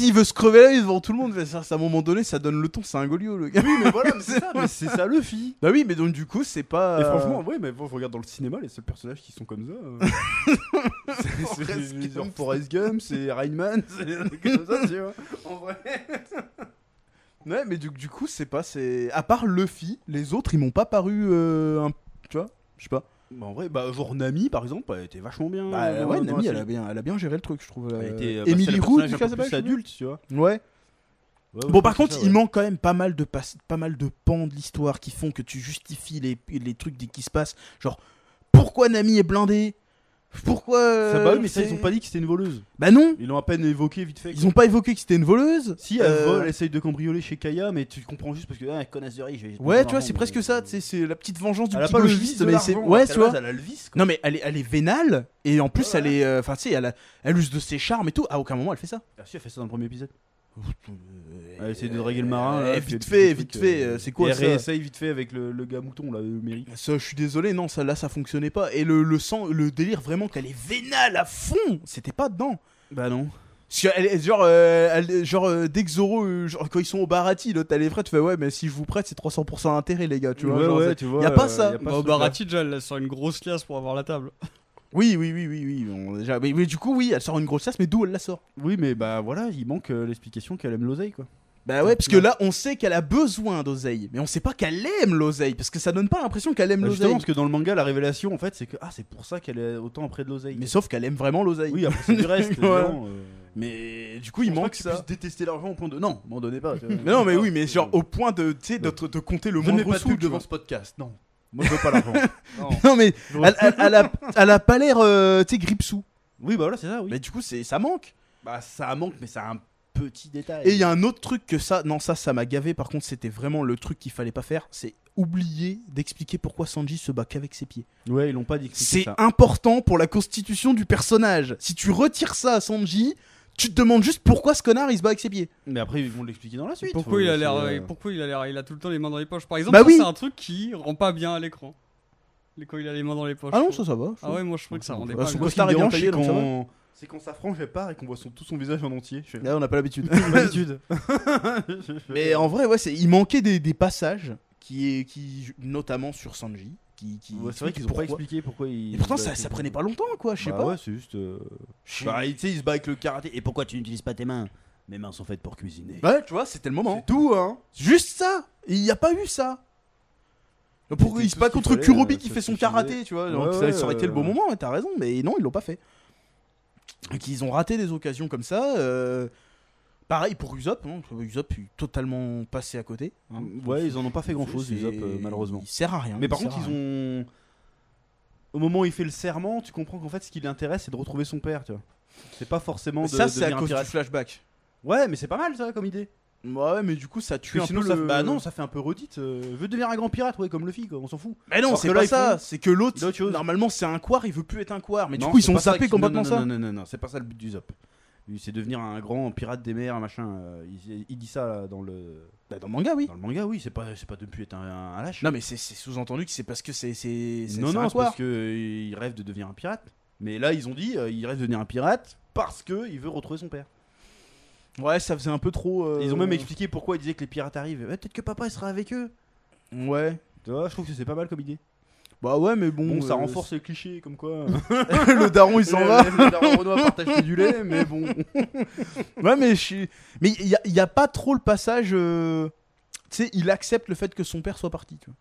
[SPEAKER 3] il veut se crever l'œil devant tout le monde. mais ça, ça, à un moment donné, ça donne le ton. C'est un goliot, le gars.
[SPEAKER 1] Oui, mais voilà, mais c'est ça, mais c'est ça Luffy.
[SPEAKER 3] Bah oui, mais donc du coup, c'est pas.
[SPEAKER 1] Et
[SPEAKER 3] euh,
[SPEAKER 1] franchement, ouais, mais bon, je regarde dans le cinéma, les seuls personnages qui sont comme ça. euh, c'est- c'est
[SPEAKER 3] Forrest
[SPEAKER 1] c'est- genre
[SPEAKER 3] Gump.
[SPEAKER 1] Forrest Gump, c'est Rain Man, c'est des trucs comme ça, tu vois. En vrai.
[SPEAKER 3] Ouais, mais du, du coup, c'est pas. c'est À part Luffy, les autres, ils m'ont pas paru. euh, un- Tu vois Je sais pas.
[SPEAKER 1] Bah, en vrai, bah, genre Nami, par exemple, elle était vachement bien.
[SPEAKER 3] Bah
[SPEAKER 1] euh,
[SPEAKER 3] ouais,
[SPEAKER 1] dans
[SPEAKER 3] Nami,
[SPEAKER 1] la
[SPEAKER 3] elle a,
[SPEAKER 1] série.
[SPEAKER 3] bien, elle a bien géré le truc, je trouve. euh,
[SPEAKER 1] Elle était. euh, bah, c'est
[SPEAKER 3] Emily
[SPEAKER 1] le
[SPEAKER 3] Root,
[SPEAKER 1] personnage
[SPEAKER 3] du
[SPEAKER 1] un
[SPEAKER 3] coup,
[SPEAKER 1] peu
[SPEAKER 3] elle s'appelle,
[SPEAKER 1] plus
[SPEAKER 3] je sais
[SPEAKER 1] adulte, tu vois.
[SPEAKER 3] plus. Ouais. Bon, par contre, il
[SPEAKER 1] manque
[SPEAKER 3] manque quand même pas mal de, pas, pas mal de pans de l'histoire qui font que tu justifies les, les trucs qui se passent. Genre, pourquoi Nami est blindée Pourquoi.
[SPEAKER 1] Ça,
[SPEAKER 3] euh,
[SPEAKER 1] bah oui, mais ça,
[SPEAKER 3] c'est-
[SPEAKER 1] ils ont pas dit que c'était une voleuse.
[SPEAKER 3] Bah non
[SPEAKER 1] Ils l'ont à peine évoqué vite fait.
[SPEAKER 3] Ils ont pas évoqué que c'était une voleuse.
[SPEAKER 1] Si elle
[SPEAKER 3] Euh,
[SPEAKER 1] vole, essaye de cambrioler chez Kaya, mais tu comprends juste parce que ah, elle connasse de riz. je vais-
[SPEAKER 3] Ouais, tu vois, c'est presque ça. tu sais, C'est la petite vengeance du
[SPEAKER 1] Elle a
[SPEAKER 3] petit
[SPEAKER 1] pas le
[SPEAKER 3] gauchiste,
[SPEAKER 1] vice de
[SPEAKER 3] mais c'est.
[SPEAKER 1] l'argent,
[SPEAKER 3] Ouais,
[SPEAKER 1] alors
[SPEAKER 3] tu
[SPEAKER 1] qu'à la
[SPEAKER 3] vois.
[SPEAKER 1] base, Elle a le vice. quoi.
[SPEAKER 3] Non mais elle est, elle est vénale et en plus elle est, euh, enfin tu sais, elle, a- elle use de ses charmes et tout. À aucun moment elle fait ça.
[SPEAKER 1] Ah, si, elle fait ça dans le premier épisode.
[SPEAKER 3] Euh,
[SPEAKER 1] Elle essaie de draguer le marin. là,
[SPEAKER 3] eh,
[SPEAKER 1] puis
[SPEAKER 3] vite
[SPEAKER 1] elle fait
[SPEAKER 3] fait,
[SPEAKER 1] des
[SPEAKER 3] vite
[SPEAKER 1] trucs,
[SPEAKER 3] fait.
[SPEAKER 1] euh,
[SPEAKER 3] euh, C'est quoi
[SPEAKER 1] et
[SPEAKER 3] ça
[SPEAKER 1] Elle réessaye vite fait avec le, le gars mouton, là, euh, le mairie.
[SPEAKER 3] Ça, je suis désolé, non, ça là ça fonctionnait pas. Et le, le sang, le délire vraiment qu'elle est vénale à fond, c'était pas dedans.
[SPEAKER 1] Bah non.
[SPEAKER 3] Parce que elle est- genre, euh, elle- genre euh, dès que Zoro, euh, genre, quand ils sont au Barati, l'autre elle est prête, tu fais ouais, mais si je vous prête, c'est 300% d'intérêt, les gars, tu vois. genre, c'est-
[SPEAKER 1] tu vois. euh,
[SPEAKER 3] y a pas ça.
[SPEAKER 1] y a pas
[SPEAKER 2] Bah,
[SPEAKER 1] ce
[SPEAKER 2] au
[SPEAKER 1] truc-là.
[SPEAKER 2] Barati, déjà, elle la sort une grosse classe pour avoir la table.
[SPEAKER 3] Oui, oui, oui, oui, oui. on- déjà, mais, mais du coup, oui, elle sort une grosse chasse, mais d'où elle la sort
[SPEAKER 1] Oui, mais bah voilà, il manque euh, l'explication qu'elle aime l'oseille, quoi.
[SPEAKER 3] Bah ouais, parce que là, on sait qu'elle a besoin d'oseille, mais on sait pas qu'elle aime l'oseille, parce que ça donne pas l'impression qu'elle aime
[SPEAKER 1] Bah, justement,
[SPEAKER 3] l'oseille.
[SPEAKER 1] parce que dans le manga, la révélation, en fait, c'est que ah, c'est pour ça qu'elle est autant auprès de l'oseille.
[SPEAKER 3] Mais sauf qu'elle aime vraiment l'oseille.
[SPEAKER 1] Oui, après, c'est du reste.
[SPEAKER 3] Voilà.
[SPEAKER 1] évidemment, euh.
[SPEAKER 3] Mais du coup, il
[SPEAKER 1] Je pense
[SPEAKER 3] manque
[SPEAKER 1] pas que tu
[SPEAKER 3] ça.
[SPEAKER 1] puisses détester l'argent au point de. Bah, Non, m'en donnez pas. tu vois.
[SPEAKER 3] Mais non, mais oui, mais genre
[SPEAKER 1] Euh,
[SPEAKER 3] au point de, tu sais, de, de- de compter le
[SPEAKER 1] Je ne mets
[SPEAKER 3] moindre
[SPEAKER 1] pas de
[SPEAKER 3] sou
[SPEAKER 1] pub
[SPEAKER 3] tu
[SPEAKER 1] devant
[SPEAKER 3] vois.
[SPEAKER 1] ce podcast, non. Moi, je veux pas l'argent.
[SPEAKER 3] Non mais
[SPEAKER 1] Je veux-
[SPEAKER 3] elle, elle- elle a, elle a pas l'air, euh, tu sais, grippe sous.
[SPEAKER 1] Oui, bah voilà, c'est ça, oui.
[SPEAKER 3] Mais du coup, c'est ça manque.
[SPEAKER 1] Bah, ça manque, mais c'est un petit détail.
[SPEAKER 3] Et il y a un autre truc que ça, non ça, ça m'a gavé. Par contre, c'était vraiment le truc qu'il fallait pas faire, c'est oublier d'expliquer pourquoi Sanji se bat qu'avec ses pieds.
[SPEAKER 1] Ouais, ils l'ont pas dit.
[SPEAKER 3] C'est important pour la constitution du personnage. Si tu retires ça à Sanji, tu te demandes juste pourquoi ce connard il se bat avec ses pieds.
[SPEAKER 1] Mais après, ils vont l'expliquer dans la suite.
[SPEAKER 2] Pourquoi
[SPEAKER 1] Faut-
[SPEAKER 2] il a l'air,
[SPEAKER 1] c'est, euh,
[SPEAKER 2] pourquoi il a l'air, il a tout le temps les mains dans les poches. Par exemple,
[SPEAKER 3] Bah
[SPEAKER 2] ça,
[SPEAKER 3] oui.
[SPEAKER 2] c'est un truc qui rend pas bien à l'écran. Quand il a les mains dans les poches.
[SPEAKER 3] Ah non,
[SPEAKER 2] je trouve.
[SPEAKER 3] ça, ça va. je
[SPEAKER 2] Ah ouais, moi je trouvais que ça rendait
[SPEAKER 1] Oh, Ah,
[SPEAKER 2] pas.
[SPEAKER 3] sous
[SPEAKER 1] Son
[SPEAKER 2] bien.
[SPEAKER 1] costume
[SPEAKER 3] quoi Costa Rica
[SPEAKER 1] déhanché
[SPEAKER 3] taillé, donc ça
[SPEAKER 1] quand... C'est quand sa frange elle part et qu'on voit son, tout son visage en entier. Je fais-
[SPEAKER 3] Là, on n'a pas l'habitude.
[SPEAKER 1] D'habitude.
[SPEAKER 3] Mais en vrai, ouais, c'est- il manquait des, des passages, qui, est- qui, notamment sur Sanji. Qui, qui,
[SPEAKER 1] Ouais, c'est vrai qu'ils ont pas
[SPEAKER 3] pourquoi-
[SPEAKER 1] expliqué pourquoi ils.
[SPEAKER 3] Et pourtant, ça, ça prenait pas longtemps, quoi, je sais
[SPEAKER 1] Bah
[SPEAKER 3] pas.
[SPEAKER 1] Ouais, c'est juste. euh,
[SPEAKER 3] Je sais-
[SPEAKER 1] Bah, il- tu sais, il se bat avec le karaté. Et pourquoi tu n'utilises pas tes mains Mes mains sont faites pour cuisiner.
[SPEAKER 3] Ouais, tu vois, c'était le moment.
[SPEAKER 1] C'est tout, hein
[SPEAKER 3] Juste ça Il n'y a pas eu ça
[SPEAKER 1] C'était
[SPEAKER 3] Pour, il
[SPEAKER 1] tout
[SPEAKER 3] se bat
[SPEAKER 1] ce qu'il
[SPEAKER 3] contre
[SPEAKER 1] fallait,
[SPEAKER 3] Kurobi
[SPEAKER 1] euh,
[SPEAKER 3] qui
[SPEAKER 1] ça
[SPEAKER 3] fait son
[SPEAKER 1] suffisait.
[SPEAKER 3] karaté, tu vois.
[SPEAKER 1] Ouais,
[SPEAKER 3] donc ça,
[SPEAKER 1] ouais,
[SPEAKER 3] ça aurait été le
[SPEAKER 1] euh,
[SPEAKER 3] bon moment, ouais, t'as raison, mais non, ils l'ont pas fait. Et qu'ils ont raté des occasions comme ça. euh, Pareil pour Usopp, hein, Usopp est totalement passé à côté. hein.
[SPEAKER 1] Ouais, ils en ont pas fait grand chose,
[SPEAKER 3] C'est-
[SPEAKER 1] Usopp, euh, malheureusement.
[SPEAKER 3] Il Ah, sert à rien.
[SPEAKER 1] Mais par contre, ils ont. Au moment où il fait le serment, tu comprends qu'en fait, ce qui l'intéresse, c'est de retrouver son père, tu vois. C'est pas forcément de.
[SPEAKER 3] Ça,
[SPEAKER 1] de
[SPEAKER 3] c'est à
[SPEAKER 1] devenir un
[SPEAKER 3] cause du
[SPEAKER 1] pirate.
[SPEAKER 3] flashback.
[SPEAKER 1] Ouais, mais c'est pas mal, ça, comme idée.
[SPEAKER 3] Ouais, mais du coup, ça tue
[SPEAKER 1] Puis
[SPEAKER 3] un
[SPEAKER 1] sinon,
[SPEAKER 3] peu
[SPEAKER 1] ça...
[SPEAKER 3] le-
[SPEAKER 1] Bah non, ça fait un peu redite. euh, Je veux devenir un grand pirate, ouais, comme Luffy, quoi, on s'en fout.
[SPEAKER 3] Mais non,
[SPEAKER 1] Alors
[SPEAKER 3] c'est
[SPEAKER 1] que
[SPEAKER 3] pas
[SPEAKER 1] là, ils
[SPEAKER 3] ça.
[SPEAKER 1] font-
[SPEAKER 3] C'est que l'autre,
[SPEAKER 1] il a autre chose.
[SPEAKER 3] normalement, c'est un quart, il veut plus être un quart. Ah, Mais
[SPEAKER 1] Non,
[SPEAKER 3] du coup, ils
[SPEAKER 1] c'est
[SPEAKER 3] sont
[SPEAKER 1] pas ça
[SPEAKER 3] zappés
[SPEAKER 1] qui-
[SPEAKER 3] complètement
[SPEAKER 1] non, non,
[SPEAKER 3] ça.
[SPEAKER 1] Non, non, non, non, c'est pas ça le but du Zop. Lui, C'est devenir un grand pirate des mers, machin. euh, Il, il dit ça là, dans le
[SPEAKER 3] Bah, dans le manga, oui.
[SPEAKER 1] dans le manga, oui. C'est pas c'est pas depuis être un, un- un lâche.
[SPEAKER 3] Non, mais c'est c'est sous-entendu que c'est parce que c'est. c'est- c'est-
[SPEAKER 1] non,
[SPEAKER 3] c'est un
[SPEAKER 1] non, c'est
[SPEAKER 3] couard.
[SPEAKER 1] parce que euh, il rêve de devenir un pirate. Mais là, ils ont dit, euh, il rêve de devenir un pirate parce que il veut retrouver son père.
[SPEAKER 3] Ouais, ça faisait un peu trop. euh,
[SPEAKER 1] Ils ont même expliqué pourquoi ils disaient que les pirates arrivent. Eh, Peut-être que papa il sera avec eux.
[SPEAKER 3] Ouais.
[SPEAKER 1] Tu vois, je trouve que c'est pas mal comme idée.
[SPEAKER 3] Bah ouais, mais bon.
[SPEAKER 1] Bon, ça
[SPEAKER 3] euh,
[SPEAKER 1] renforce les clichés, comme quoi. euh,
[SPEAKER 3] le daron, il s'en
[SPEAKER 1] Le-
[SPEAKER 3] va.
[SPEAKER 1] le- le daron Renoir partage du lait, mais bon.
[SPEAKER 3] Ouais, mais je suis. Mais il y, a- il y a pas trop le passage. euh, Tu sais, il accepte le fait que son père soit parti, tu vois.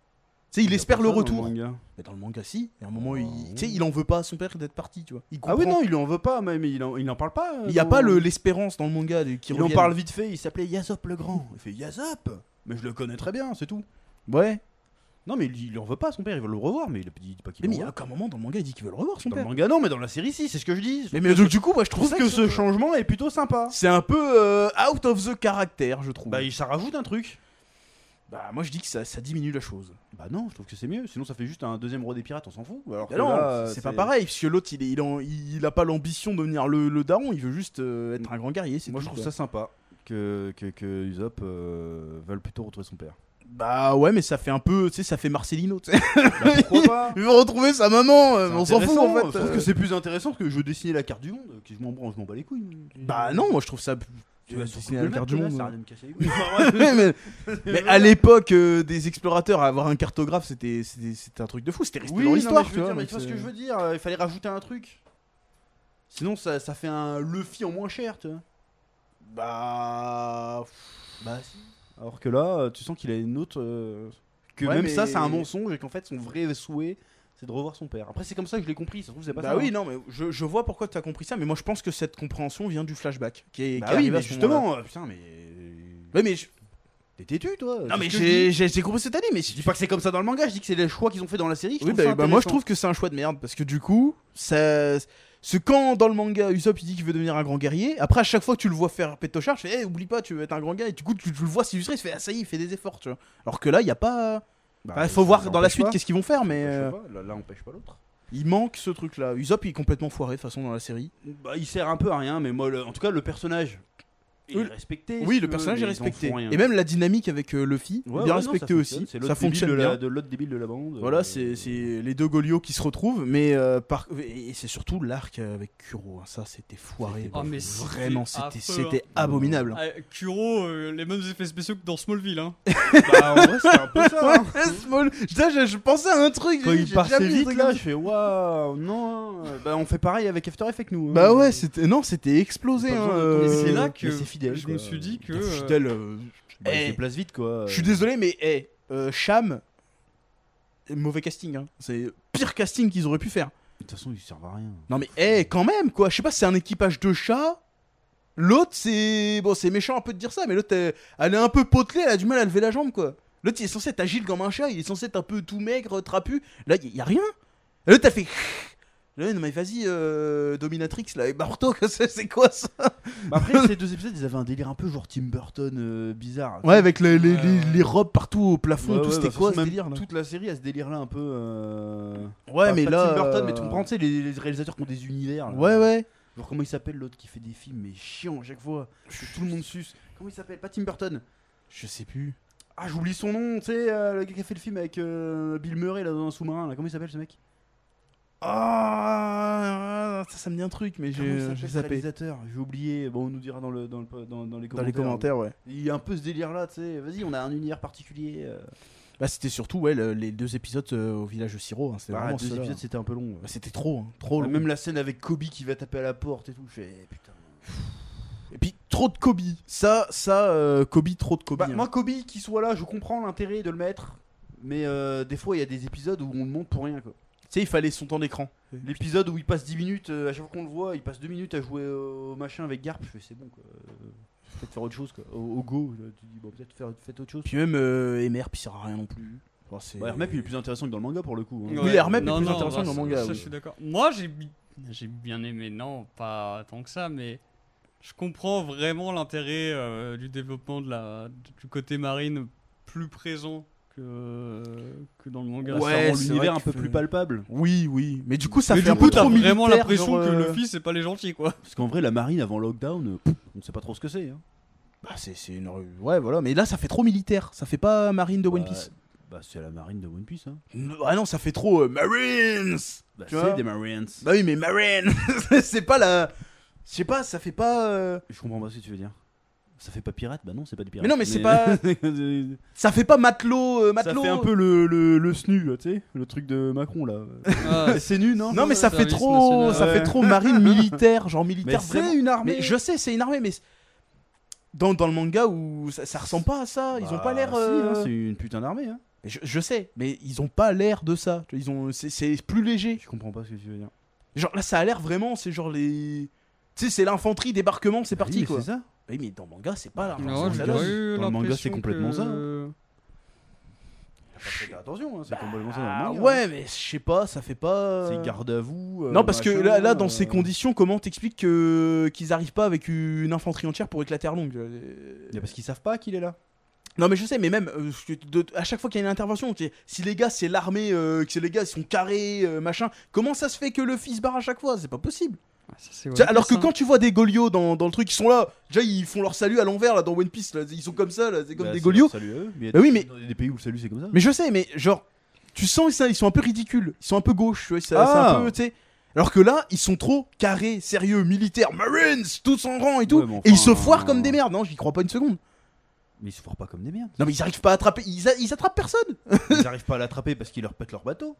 [SPEAKER 3] Tu sais, il,
[SPEAKER 1] y a
[SPEAKER 3] espère
[SPEAKER 1] pas
[SPEAKER 3] le
[SPEAKER 1] ça dans
[SPEAKER 3] retour.
[SPEAKER 1] manga.
[SPEAKER 3] mais dans le manga, si. Et à un moment,
[SPEAKER 1] Ah,
[SPEAKER 3] il. Tu sais,
[SPEAKER 1] oui.
[SPEAKER 3] il en veut pas à son père d'être parti, tu vois. Il
[SPEAKER 1] Ah oui,
[SPEAKER 3] comprend.
[SPEAKER 1] non, il lui en veut pas, mais mais il en, il en parle pas. euh,
[SPEAKER 3] Il y a
[SPEAKER 1] dans-
[SPEAKER 3] pas le- l'espérance dans le manga de, qui
[SPEAKER 1] Il en
[SPEAKER 3] revienne.
[SPEAKER 1] parle vite fait, il s'appelait Yazop le Grand. Il fait Yazop Mais je le connais très bien, c'est tout.
[SPEAKER 3] Ouais.
[SPEAKER 1] Non, mais il, il en veut pas, son père, il veut le revoir, mais il dit pas qu'il
[SPEAKER 3] Mais
[SPEAKER 1] le
[SPEAKER 3] il y a
[SPEAKER 1] revoit.
[SPEAKER 3] aucun moment dans le manga, il dit qu'il veut le revoir, son
[SPEAKER 1] Dans le
[SPEAKER 3] père.
[SPEAKER 1] manga, non, mais dans la série, si, c'est ce que je dis.
[SPEAKER 3] Mais, mais donc, du coup, moi, je
[SPEAKER 1] je
[SPEAKER 3] trouve
[SPEAKER 1] trouve que ce
[SPEAKER 3] ça-
[SPEAKER 1] changement est plutôt sympa.
[SPEAKER 3] C'est un peu euh, out of the character, je trouve.
[SPEAKER 1] Bah, il- ça rajoute un truc.
[SPEAKER 3] Bah, moi je dis que ça, ça diminue la chose.
[SPEAKER 1] Bah non, je trouve que c'est mieux. Sinon, ça fait juste un deuxième roi des pirates, on s'en fout. Alors que
[SPEAKER 3] non,
[SPEAKER 1] là, euh,
[SPEAKER 3] c'est pas pareil, parce que l'autre il, est- il, en- il a pas l'ambition de devenir le, le daron, il veut juste euh, être un grand guerrier. c'est
[SPEAKER 1] Moi,
[SPEAKER 3] tout,
[SPEAKER 1] je trouve
[SPEAKER 3] quoi.
[SPEAKER 1] ça sympa que, que, que Usopp euh, veuille plutôt retrouver son père.
[SPEAKER 3] Bah ouais, mais ça fait un peu. Tu sais, ça fait Marcelino. tu sais.
[SPEAKER 1] Bah, pourquoi pas
[SPEAKER 3] il veut retrouver sa maman, euh,
[SPEAKER 1] C'est
[SPEAKER 3] on s'en fout en
[SPEAKER 1] intéressant,
[SPEAKER 3] fait.
[SPEAKER 1] Je trouve
[SPEAKER 3] euh.
[SPEAKER 1] que c'est plus intéressant que je veux dessiner la carte du monde. Que je m'en branche, je m'en bats les couilles.
[SPEAKER 3] Bah non, moi je trouve ça.
[SPEAKER 1] Tu vas sur
[SPEAKER 3] Dessiner
[SPEAKER 1] Google
[SPEAKER 3] la carte
[SPEAKER 1] Maps,
[SPEAKER 3] du
[SPEAKER 1] là,
[SPEAKER 3] monde,
[SPEAKER 1] ça
[SPEAKER 3] ouais.
[SPEAKER 1] va me casser les couilles.
[SPEAKER 3] mais, mais- mais à l'époque euh, des explorateurs, avoir un cartographe c'était c'était- c'était un truc de fou, c'était resté
[SPEAKER 1] Oui,
[SPEAKER 3] dans
[SPEAKER 1] non,
[SPEAKER 3] l'histoire.
[SPEAKER 1] mais je
[SPEAKER 3] tu
[SPEAKER 1] veux
[SPEAKER 3] vois,
[SPEAKER 1] dire, mais
[SPEAKER 3] donc
[SPEAKER 1] tu vois ce
[SPEAKER 3] c'est-
[SPEAKER 1] que je veux dire, euh, il fallait rajouter un truc. Sinon, ça, ça fait un Luffy en moins cher, tu vois.
[SPEAKER 3] Bah.
[SPEAKER 1] Bah si. Alors que là, euh, tu sens qu'il a une autre. euh, Que
[SPEAKER 3] Ouais,
[SPEAKER 1] même ça,
[SPEAKER 3] mais-
[SPEAKER 1] c'est un mensonge et qu'en fait, son vrai souhait, c'est de revoir son père. Après, c'est comme ça que je l'ai compris, ça se trouve, c'est pas
[SPEAKER 3] Bah
[SPEAKER 1] ça.
[SPEAKER 3] oui,
[SPEAKER 1] hein.
[SPEAKER 3] non, mais je, je vois pourquoi tu as compris ça, mais moi je pense que cette compréhension vient du flashback. Qui est,
[SPEAKER 1] Bah
[SPEAKER 3] qui
[SPEAKER 1] oui,
[SPEAKER 3] arrive à
[SPEAKER 1] mais
[SPEAKER 3] ce moment-là.
[SPEAKER 1] justement, euh, putain, mais.
[SPEAKER 3] Ouais, mais je-
[SPEAKER 1] T'es têtu, toi
[SPEAKER 3] non,
[SPEAKER 1] c'est
[SPEAKER 3] mais
[SPEAKER 1] ce que je dis.
[SPEAKER 3] j'ai j'ai- j'ai compris cette année, mais
[SPEAKER 1] Je dis pas que c'est comme ça dans le manga, je dis que c'est les choix qu'ils ont fait dans la série.
[SPEAKER 3] Oui, bah, bah, moi je trouve que c'est un choix de merde parce que du coup, ça. Ce quand dans le manga Usopp il dit qu'il veut devenir un grand guerrier, après à chaque fois que tu le vois faire pétochard, je fais eh, oublie pas, tu veux être un grand gars, et du coup tu, tu le vois s'illustrer, il se fait ah ça y est, il fait des efforts, tu vois. Alors que là, il y a pas.
[SPEAKER 1] Bah,
[SPEAKER 3] Enfin, faut voir dans la suite qu'est-ce qu'ils vont faire, mais
[SPEAKER 1] mais.
[SPEAKER 3] euh,
[SPEAKER 1] Là, là, on pêche pas l'autre.
[SPEAKER 3] il manque ce truc là. Usopp il est complètement foiré de toute façon dans la série.
[SPEAKER 1] Bah, il sert un peu à rien, mais moi, le- en tout cas, le personnage il
[SPEAKER 3] Oui,
[SPEAKER 1] est respecté. si
[SPEAKER 3] Oui,
[SPEAKER 1] tu
[SPEAKER 3] le
[SPEAKER 1] veux,
[SPEAKER 3] personnage est
[SPEAKER 1] mais ils en
[SPEAKER 3] respecté.
[SPEAKER 1] font rien.
[SPEAKER 3] Et même la dynamique avec euh, Luffy,
[SPEAKER 1] Ouais, ouais,
[SPEAKER 3] bien
[SPEAKER 1] non,
[SPEAKER 3] respectée
[SPEAKER 1] ça
[SPEAKER 3] aussi.
[SPEAKER 1] fonctionne, C'est
[SPEAKER 3] ça
[SPEAKER 1] l'autre débile
[SPEAKER 3] fonctionne
[SPEAKER 1] de
[SPEAKER 3] bien.
[SPEAKER 1] la- de l'autre débile de la bande. euh,
[SPEAKER 3] Voilà, c'est c'est les deux Goliots qui se retrouvent, mais euh, par... et c'est surtout l'arc avec Kuro. hein, Ça, c'était foiré.
[SPEAKER 1] C'était- oh,
[SPEAKER 2] Ah, mais
[SPEAKER 3] vraiment,
[SPEAKER 2] c'était
[SPEAKER 3] c'était
[SPEAKER 2] affreux,
[SPEAKER 3] c'était abominable.
[SPEAKER 2] Ah, Kuro, euh, les mêmes effets spéciaux que dans Smallville. Hein.
[SPEAKER 1] Bah, en vrai, c'est un peu ça. hein.
[SPEAKER 3] Eh, Small- Putain, je, je pensais à un truc.
[SPEAKER 1] Quand
[SPEAKER 3] j'ai-
[SPEAKER 1] il
[SPEAKER 3] j'ai
[SPEAKER 1] passait
[SPEAKER 3] jamais vu un
[SPEAKER 1] vite
[SPEAKER 3] truc
[SPEAKER 1] là,
[SPEAKER 3] comme
[SPEAKER 1] je
[SPEAKER 3] ça.
[SPEAKER 1] fais waouh, non. hein. Bah, on fait pareil avec After Effects, nous. hein.
[SPEAKER 3] Bah ouais, c'était non, c'était explosé.
[SPEAKER 1] Pas besoin
[SPEAKER 3] hein,
[SPEAKER 1] de tomber
[SPEAKER 2] Et
[SPEAKER 1] Euh,
[SPEAKER 2] c'est là
[SPEAKER 1] mais
[SPEAKER 2] que
[SPEAKER 1] c'est fidèle,
[SPEAKER 2] je
[SPEAKER 1] quoi.
[SPEAKER 2] me suis dit que.
[SPEAKER 3] euh,
[SPEAKER 2] euh,
[SPEAKER 3] fidèle, euh,
[SPEAKER 1] Bah, il
[SPEAKER 3] Eh.
[SPEAKER 1] se place vite quoi.
[SPEAKER 3] Je suis désolé, mais eh, euh, Sham, mauvais casting. hein. C'est pire casting qu'ils auraient pu faire.
[SPEAKER 1] De toute façon, il sert à rien.
[SPEAKER 3] Non mais eh quand même quoi, je sais pas, c'est un équipage de chats. L'autre c'est bon, c'est méchant un peu de dire ça, mais l'autre elle, elle est un peu potelée, elle a du mal à lever la jambe quoi. L'autre il est censé être agile comme un chat, il est censé être un peu tout maigre, trapu. Là y, y a rien. Et L'autre t'as fait. Là, non mais vas-y euh, dominatrix là et Barto que c'est c'est quoi ça
[SPEAKER 1] Bah, après, ces deux épisodes, ils avaient un délire un peu genre Tim Burton euh, bizarre.
[SPEAKER 3] Ouais avec les, les,
[SPEAKER 2] Ouais,
[SPEAKER 3] les-
[SPEAKER 2] ouais.
[SPEAKER 3] les robes partout au plafond,
[SPEAKER 1] Ouais,
[SPEAKER 3] tout
[SPEAKER 1] ouais,
[SPEAKER 3] c'était
[SPEAKER 1] bah,
[SPEAKER 3] quoi
[SPEAKER 1] façon, même
[SPEAKER 3] ce délire là
[SPEAKER 1] Toute la série a ce délire là un peu. euh,
[SPEAKER 3] Ouais
[SPEAKER 1] pas-
[SPEAKER 3] mais
[SPEAKER 1] pas
[SPEAKER 3] là.
[SPEAKER 1] Tim Burton, mais tu
[SPEAKER 3] euh,
[SPEAKER 1] comprends, tu sais, les, les réalisateurs qui ont des univers. là.
[SPEAKER 3] Ouais ouais.
[SPEAKER 1] Genre, comment il s'appelle l'autre qui fait des films, mais chiant à chaque fois. que tout le monde suce. Comment il s'appelle Pas Tim Burton.
[SPEAKER 3] Je sais plus.
[SPEAKER 1] Ah, j'oublie son nom, tu sais, euh, le gars qui a fait le film avec euh, Bill Murray là, dans un sous-marin. là. Comment il s'appelle ce mec
[SPEAKER 3] Ah, ça, ça me dit un truc, mais
[SPEAKER 1] Comment il
[SPEAKER 3] j'ai
[SPEAKER 1] s'appelle
[SPEAKER 3] j'ai
[SPEAKER 1] ce
[SPEAKER 3] zappé.
[SPEAKER 1] réalisateur J'ai oublié. Bon, on nous dira dans, le, dans, le, dans, dans les
[SPEAKER 3] Dans
[SPEAKER 1] commentaires.
[SPEAKER 3] les commentaires, ouais.
[SPEAKER 1] Il y a un peu ce délire là, tu sais. Vas-y, on a un univers particulier. euh.
[SPEAKER 3] Bah, c'était surtout ouais, le- les deux épisodes euh, au village de Siro. hein, c'était
[SPEAKER 1] Ah,
[SPEAKER 3] vraiment
[SPEAKER 1] deux
[SPEAKER 3] ceux-là.
[SPEAKER 1] épisodes, c'était un peu long.
[SPEAKER 3] Bah, c'était trop, hein, trop long.
[SPEAKER 1] Même la scène avec Kobe qui va taper à la porte et tout. Je fais, eh, putain.
[SPEAKER 3] Et puis trop de Kobe. Ça, ça, euh, Kobe, trop de Kobe.
[SPEAKER 1] Bah,
[SPEAKER 3] hein.
[SPEAKER 1] moi, Kobe qui soit là, je comprends l'intérêt de le mettre. Mais euh, des fois, il y a des épisodes où on le monte pour rien. quoi.
[SPEAKER 3] Tu sais, il fallait son temps d'écran.
[SPEAKER 1] L'épisode où il passe 10 minutes, euh, à chaque fois qu'on le voit, il passe 2 minutes à jouer au machin avec Garp. Je fais, c'est bon quoi. Euh, Peut-être faire autre chose quoi. Au, au go, je- tu dis, bon, peut-être faire faites autre chose.
[SPEAKER 3] Puis même euh, Emer, puis il sert à rien non plus. Enfin, c'est-
[SPEAKER 1] Ouais, Hermep, il est plus intéressant que dans le manga pour le coup. hein.
[SPEAKER 3] Ouais. Oui, Hermès est
[SPEAKER 2] Non,
[SPEAKER 3] plus
[SPEAKER 2] non,
[SPEAKER 3] intéressant
[SPEAKER 2] bah,
[SPEAKER 3] que le
[SPEAKER 2] ça-
[SPEAKER 3] manga,
[SPEAKER 2] Ça,
[SPEAKER 3] oui.
[SPEAKER 2] je suis d'accord. Moi, j'ai bi- j'ai bien aimé, non, pas tant que ça, mais je comprends vraiment l'intérêt euh, du développement de la, du côté marine plus présent que, que dans le manga.
[SPEAKER 3] Ouais,
[SPEAKER 1] ça rend
[SPEAKER 3] c'est
[SPEAKER 1] l'univers
[SPEAKER 3] vrai
[SPEAKER 1] un
[SPEAKER 3] que
[SPEAKER 1] peu
[SPEAKER 3] tu
[SPEAKER 1] plus
[SPEAKER 3] fais-
[SPEAKER 1] palpable.
[SPEAKER 3] Oui, oui. Mais du coup, ça
[SPEAKER 2] mais
[SPEAKER 3] fait
[SPEAKER 2] du
[SPEAKER 3] un
[SPEAKER 2] coup,
[SPEAKER 3] peu
[SPEAKER 2] t'as
[SPEAKER 3] trop
[SPEAKER 2] vraiment
[SPEAKER 3] militaire,
[SPEAKER 2] l'impression
[SPEAKER 3] genre,
[SPEAKER 2] que
[SPEAKER 3] euh,
[SPEAKER 2] le fils, c'est pas les gentils, quoi.
[SPEAKER 1] Parce qu'en vrai, la marine avant le lockdown, euh, pff, on ne sait pas trop ce que c'est. hein.
[SPEAKER 3] Bah, c'est c'est une. Ouais, voilà. Mais là, ça fait trop militaire. Ça fait pas Marine de One
[SPEAKER 1] Bah,
[SPEAKER 3] Piece.
[SPEAKER 1] Bah, c'est la marine de One Piece. Hein.
[SPEAKER 3] Ah non, ça fait trop euh, Marines.
[SPEAKER 1] Bah,
[SPEAKER 3] Tu vois
[SPEAKER 1] c'est des Marines.
[SPEAKER 3] Bah oui, mais Marines. c'est pas la. Je sais pas, ça fait pas. euh,
[SPEAKER 1] Je comprends pas ce que tu veux dire. Ça fait pas pirate Bah non, c'est pas des pirates.
[SPEAKER 3] Mais non, mais c'est pas-
[SPEAKER 1] ça
[SPEAKER 3] Ça fait pas matelot, euh, matelot.
[SPEAKER 1] fait un peu le, le, le SNU, là, tu sais, le truc de Macron là.
[SPEAKER 2] Ah,
[SPEAKER 1] c'est nu, non
[SPEAKER 3] Non, mais ça fait
[SPEAKER 2] Service
[SPEAKER 3] trop,
[SPEAKER 2] national.
[SPEAKER 3] ça
[SPEAKER 1] Ouais.
[SPEAKER 3] fait trop marine militaire, genre
[SPEAKER 1] Mais
[SPEAKER 3] militaire. vraiment.
[SPEAKER 1] c'est une armée.
[SPEAKER 3] Mais je sais, c'est une armée, mais c'est- dans, dans le manga où ça, ça ressemble pas à ça. Ils ont
[SPEAKER 1] Bah,
[SPEAKER 3] pas l'air.
[SPEAKER 1] si,
[SPEAKER 3] euh,
[SPEAKER 1] hein, c'est une putain d'armée. Hein.
[SPEAKER 3] mais je, je sais, mais ils ont pas l'air de ça. Tu vois, Ils ont, c'est- c'est plus léger.
[SPEAKER 1] Je comprends pas ce que tu veux dire.
[SPEAKER 3] Genre là, ça a l'air vraiment, c'est genre les. Tu sais, c'est l'infanterie, débarquement, c'est
[SPEAKER 1] Bah oui,
[SPEAKER 3] parti
[SPEAKER 1] mais
[SPEAKER 3] quoi.
[SPEAKER 1] C'est ça.
[SPEAKER 3] Oui, mais dans le manga, c'est pas l'armée.
[SPEAKER 2] non, j'ai
[SPEAKER 1] ça donne.
[SPEAKER 2] eu
[SPEAKER 1] Dans le manga, c'est
[SPEAKER 2] l'impression
[SPEAKER 1] complètement
[SPEAKER 2] que- euh,
[SPEAKER 1] ça, hein. Attention, hein, c'est complètement ça. dans le manga, hein.
[SPEAKER 3] Ah, ouais, mais je sais pas, ça fait pas.
[SPEAKER 1] C'est garde à vous. euh,
[SPEAKER 3] Euh, Non, parce que
[SPEAKER 1] machin,
[SPEAKER 3] là, là dans ces
[SPEAKER 1] euh,
[SPEAKER 3] conditions, comment t'expliques que... qu'ils arrivent pas avec une infanterie entière pour éclater Arlong Euh,
[SPEAKER 1] mais Parce qu'ils savent pas qu'il est là.
[SPEAKER 3] Non, mais je sais, mais même euh, je- de- à chaque fois qu'il y a une intervention, tu sais, si les gars c'est l'armée, euh, que c'est les gars ils sont carrés, euh, machin, comment ça se fait que le fils barre à chaque fois C'est pas possible.
[SPEAKER 2] Ah, ça, c'est
[SPEAKER 3] Tu sais, alors que
[SPEAKER 2] One Piece,
[SPEAKER 3] quand tu vois des Goliots dans, dans le truc, ils sont là, déjà ils font leur salut à l'envers là dans One Piece, là, ils sont comme ça, là, c'est comme
[SPEAKER 1] Bah,
[SPEAKER 3] des
[SPEAKER 1] c'est
[SPEAKER 3] Goliots.
[SPEAKER 1] leur salut à eux, Mais
[SPEAKER 3] Bah oui, mais-
[SPEAKER 1] dans des pays où le salut c'est comme ça.
[SPEAKER 3] Mais je sais, mais genre, tu sens ça, ils sont un peu ridicules, ils sont un peu gauches, tu vois, ça-
[SPEAKER 1] Ah.
[SPEAKER 3] c'est un peu, tu sais. Alors que là, ils sont trop carrés, sérieux, militaires, Marines, tous en rang et tout,
[SPEAKER 1] Ouais, mais
[SPEAKER 3] et ils se
[SPEAKER 1] enfin, euh.
[SPEAKER 3] foirent comme des merdes, non, j'y crois pas une seconde.
[SPEAKER 1] Mais ils se foirent pas comme des merdes.
[SPEAKER 3] Non, mais ils arrivent pas à attraper, ils, a- ils attrapent personne.
[SPEAKER 1] ils arrivent pas à l'attraper parce qu'ils leur pètent leur bateau.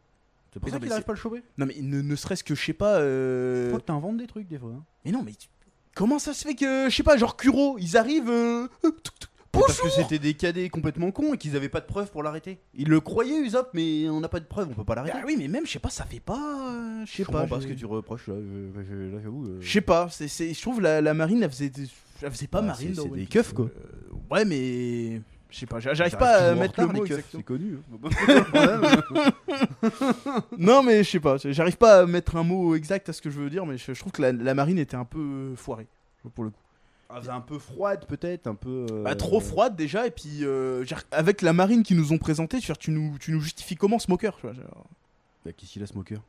[SPEAKER 1] C'est pour
[SPEAKER 3] Mais
[SPEAKER 1] ça
[SPEAKER 3] non, mais
[SPEAKER 1] qu'ils arrivent pas à le choper.
[SPEAKER 3] Non, mais ne, ne serait-ce que, je sais pas, euh,
[SPEAKER 1] Faut que t'inventes des trucs des fois. hein.
[SPEAKER 3] Mais non, mais tu- comment ça se fait que, je sais pas, genre Kuro, ils arrivent. euh, euh, touc, touc,
[SPEAKER 1] Parce que c'était des cadets complètement cons et qu'ils avaient pas de preuves pour l'arrêter. Ils le croyaient Usopp, mais on n'a pas de preuves, on peut pas l'arrêter.
[SPEAKER 3] Bah oui, mais même, je sais pas, ça fait pas. euh, je sais
[SPEAKER 1] Je
[SPEAKER 3] pas.
[SPEAKER 1] comprends pas ce
[SPEAKER 3] je-
[SPEAKER 1] que tu reproches là, je- je- là, j'avoue. euh,
[SPEAKER 3] Je sais pas, c'est- c'est- je trouve la, la marine, elle faisait, elle faisait pas
[SPEAKER 1] Bah,
[SPEAKER 3] marine
[SPEAKER 1] c'est-
[SPEAKER 3] dans
[SPEAKER 1] c'est
[SPEAKER 3] One
[SPEAKER 1] des
[SPEAKER 3] Piece.
[SPEAKER 1] keufs, quoi.
[SPEAKER 3] Euh, ouais, mais. Je sais pas, j'a- j'arrive pas à
[SPEAKER 1] toujours en
[SPEAKER 3] mettre
[SPEAKER 1] retard,
[SPEAKER 3] le mot
[SPEAKER 1] les keufs,
[SPEAKER 3] exactement.
[SPEAKER 1] C'est connu. hein.
[SPEAKER 3] Non, mais je sais pas, j'arrive pas à mettre un mot exact à ce que je veux dire, mais je, je trouve que la, la marine était un peu foirée, pour le coup.
[SPEAKER 1] Ah, c'est un peu froide peut-être, un peu. euh,
[SPEAKER 3] Bah, trop froide déjà, et puis euh, genre, avec la marine qu'ils nous ont présentée, je veux dire, tu nous, tu nous justifies comment Smoker tu vois, genre.
[SPEAKER 1] Bah, Qu'est-ce qu'il a ce moqueur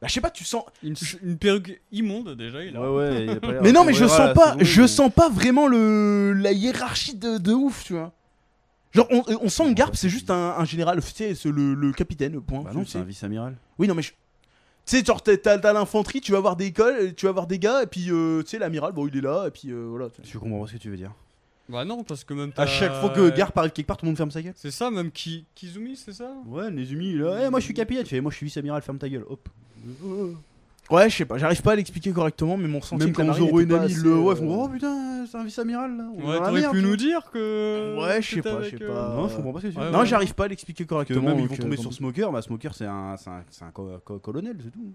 [SPEAKER 3] Bah, je sais pas, tu sens.
[SPEAKER 2] Une, une perruque immonde, déjà, il a.
[SPEAKER 1] ouais, il a pas l'air-
[SPEAKER 3] Mais non, mais
[SPEAKER 1] Ouais,
[SPEAKER 3] je
[SPEAKER 1] voilà,
[SPEAKER 3] sens pas,
[SPEAKER 1] c'est bon,
[SPEAKER 3] je
[SPEAKER 1] mais-
[SPEAKER 3] sens pas vraiment le la hiérarchie de, de ouf, tu vois. Genre, on, on sent que Garp, c'est juste un, un général, tu sais, c'est le, le capitaine, point.
[SPEAKER 1] Bah non,
[SPEAKER 3] Tu sais.
[SPEAKER 1] c'est un vice-amiral.
[SPEAKER 3] Oui, non, mais je... tu sais, genre, t'as- t'as t'as l'infanterie, tu vas voir des écoles, tu vas voir des gars, et puis euh, tu sais, l'amiral, bon, il est là, et puis euh, voilà. tu sais.
[SPEAKER 1] Je comprends pas ce que tu veux dire.
[SPEAKER 2] Bah non, parce que même.
[SPEAKER 1] À
[SPEAKER 2] t'as-
[SPEAKER 1] chaque fois que Garp arrive quelque part, tout le monde ferme sa gueule.
[SPEAKER 2] C'est ça, même Ki- Kizumi, c'est ça
[SPEAKER 1] Ouais, Nezumi, là, Eh, moi je suis capitaine. Tu fais, moi je suis vice-amiral, ferme ta gueule, hop.
[SPEAKER 3] Ouais, je sais pas, j'arrive pas à l'expliquer correctement, mais mon senti
[SPEAKER 1] Même
[SPEAKER 3] que
[SPEAKER 1] quand
[SPEAKER 3] la marine
[SPEAKER 1] Zoro et
[SPEAKER 3] était pas
[SPEAKER 1] Nami
[SPEAKER 3] assez,
[SPEAKER 1] le voient,
[SPEAKER 3] euh,
[SPEAKER 1] ils font, oh putain, c'est un vice-amiral là. on est
[SPEAKER 2] Ouais,
[SPEAKER 1] dans la
[SPEAKER 2] t'aurais
[SPEAKER 1] merde,
[SPEAKER 2] pu
[SPEAKER 1] là.
[SPEAKER 2] nous dire que.
[SPEAKER 3] Ouais, je sais
[SPEAKER 2] t'étais
[SPEAKER 3] pas, je
[SPEAKER 2] avec,
[SPEAKER 3] sais
[SPEAKER 2] euh,
[SPEAKER 3] pas.
[SPEAKER 1] Non, je comprends pas ce que tu veux
[SPEAKER 2] Ouais,
[SPEAKER 1] dire.
[SPEAKER 3] Non,
[SPEAKER 2] ouais.
[SPEAKER 3] j'arrive pas à l'expliquer
[SPEAKER 1] Parce que
[SPEAKER 3] correctement.
[SPEAKER 1] même ils vont
[SPEAKER 3] donc,
[SPEAKER 1] tomber
[SPEAKER 3] euh,
[SPEAKER 1] sur Smoker, bah Smoker c'est un, c'est un, c'est un co- co- colonel, c'est tout.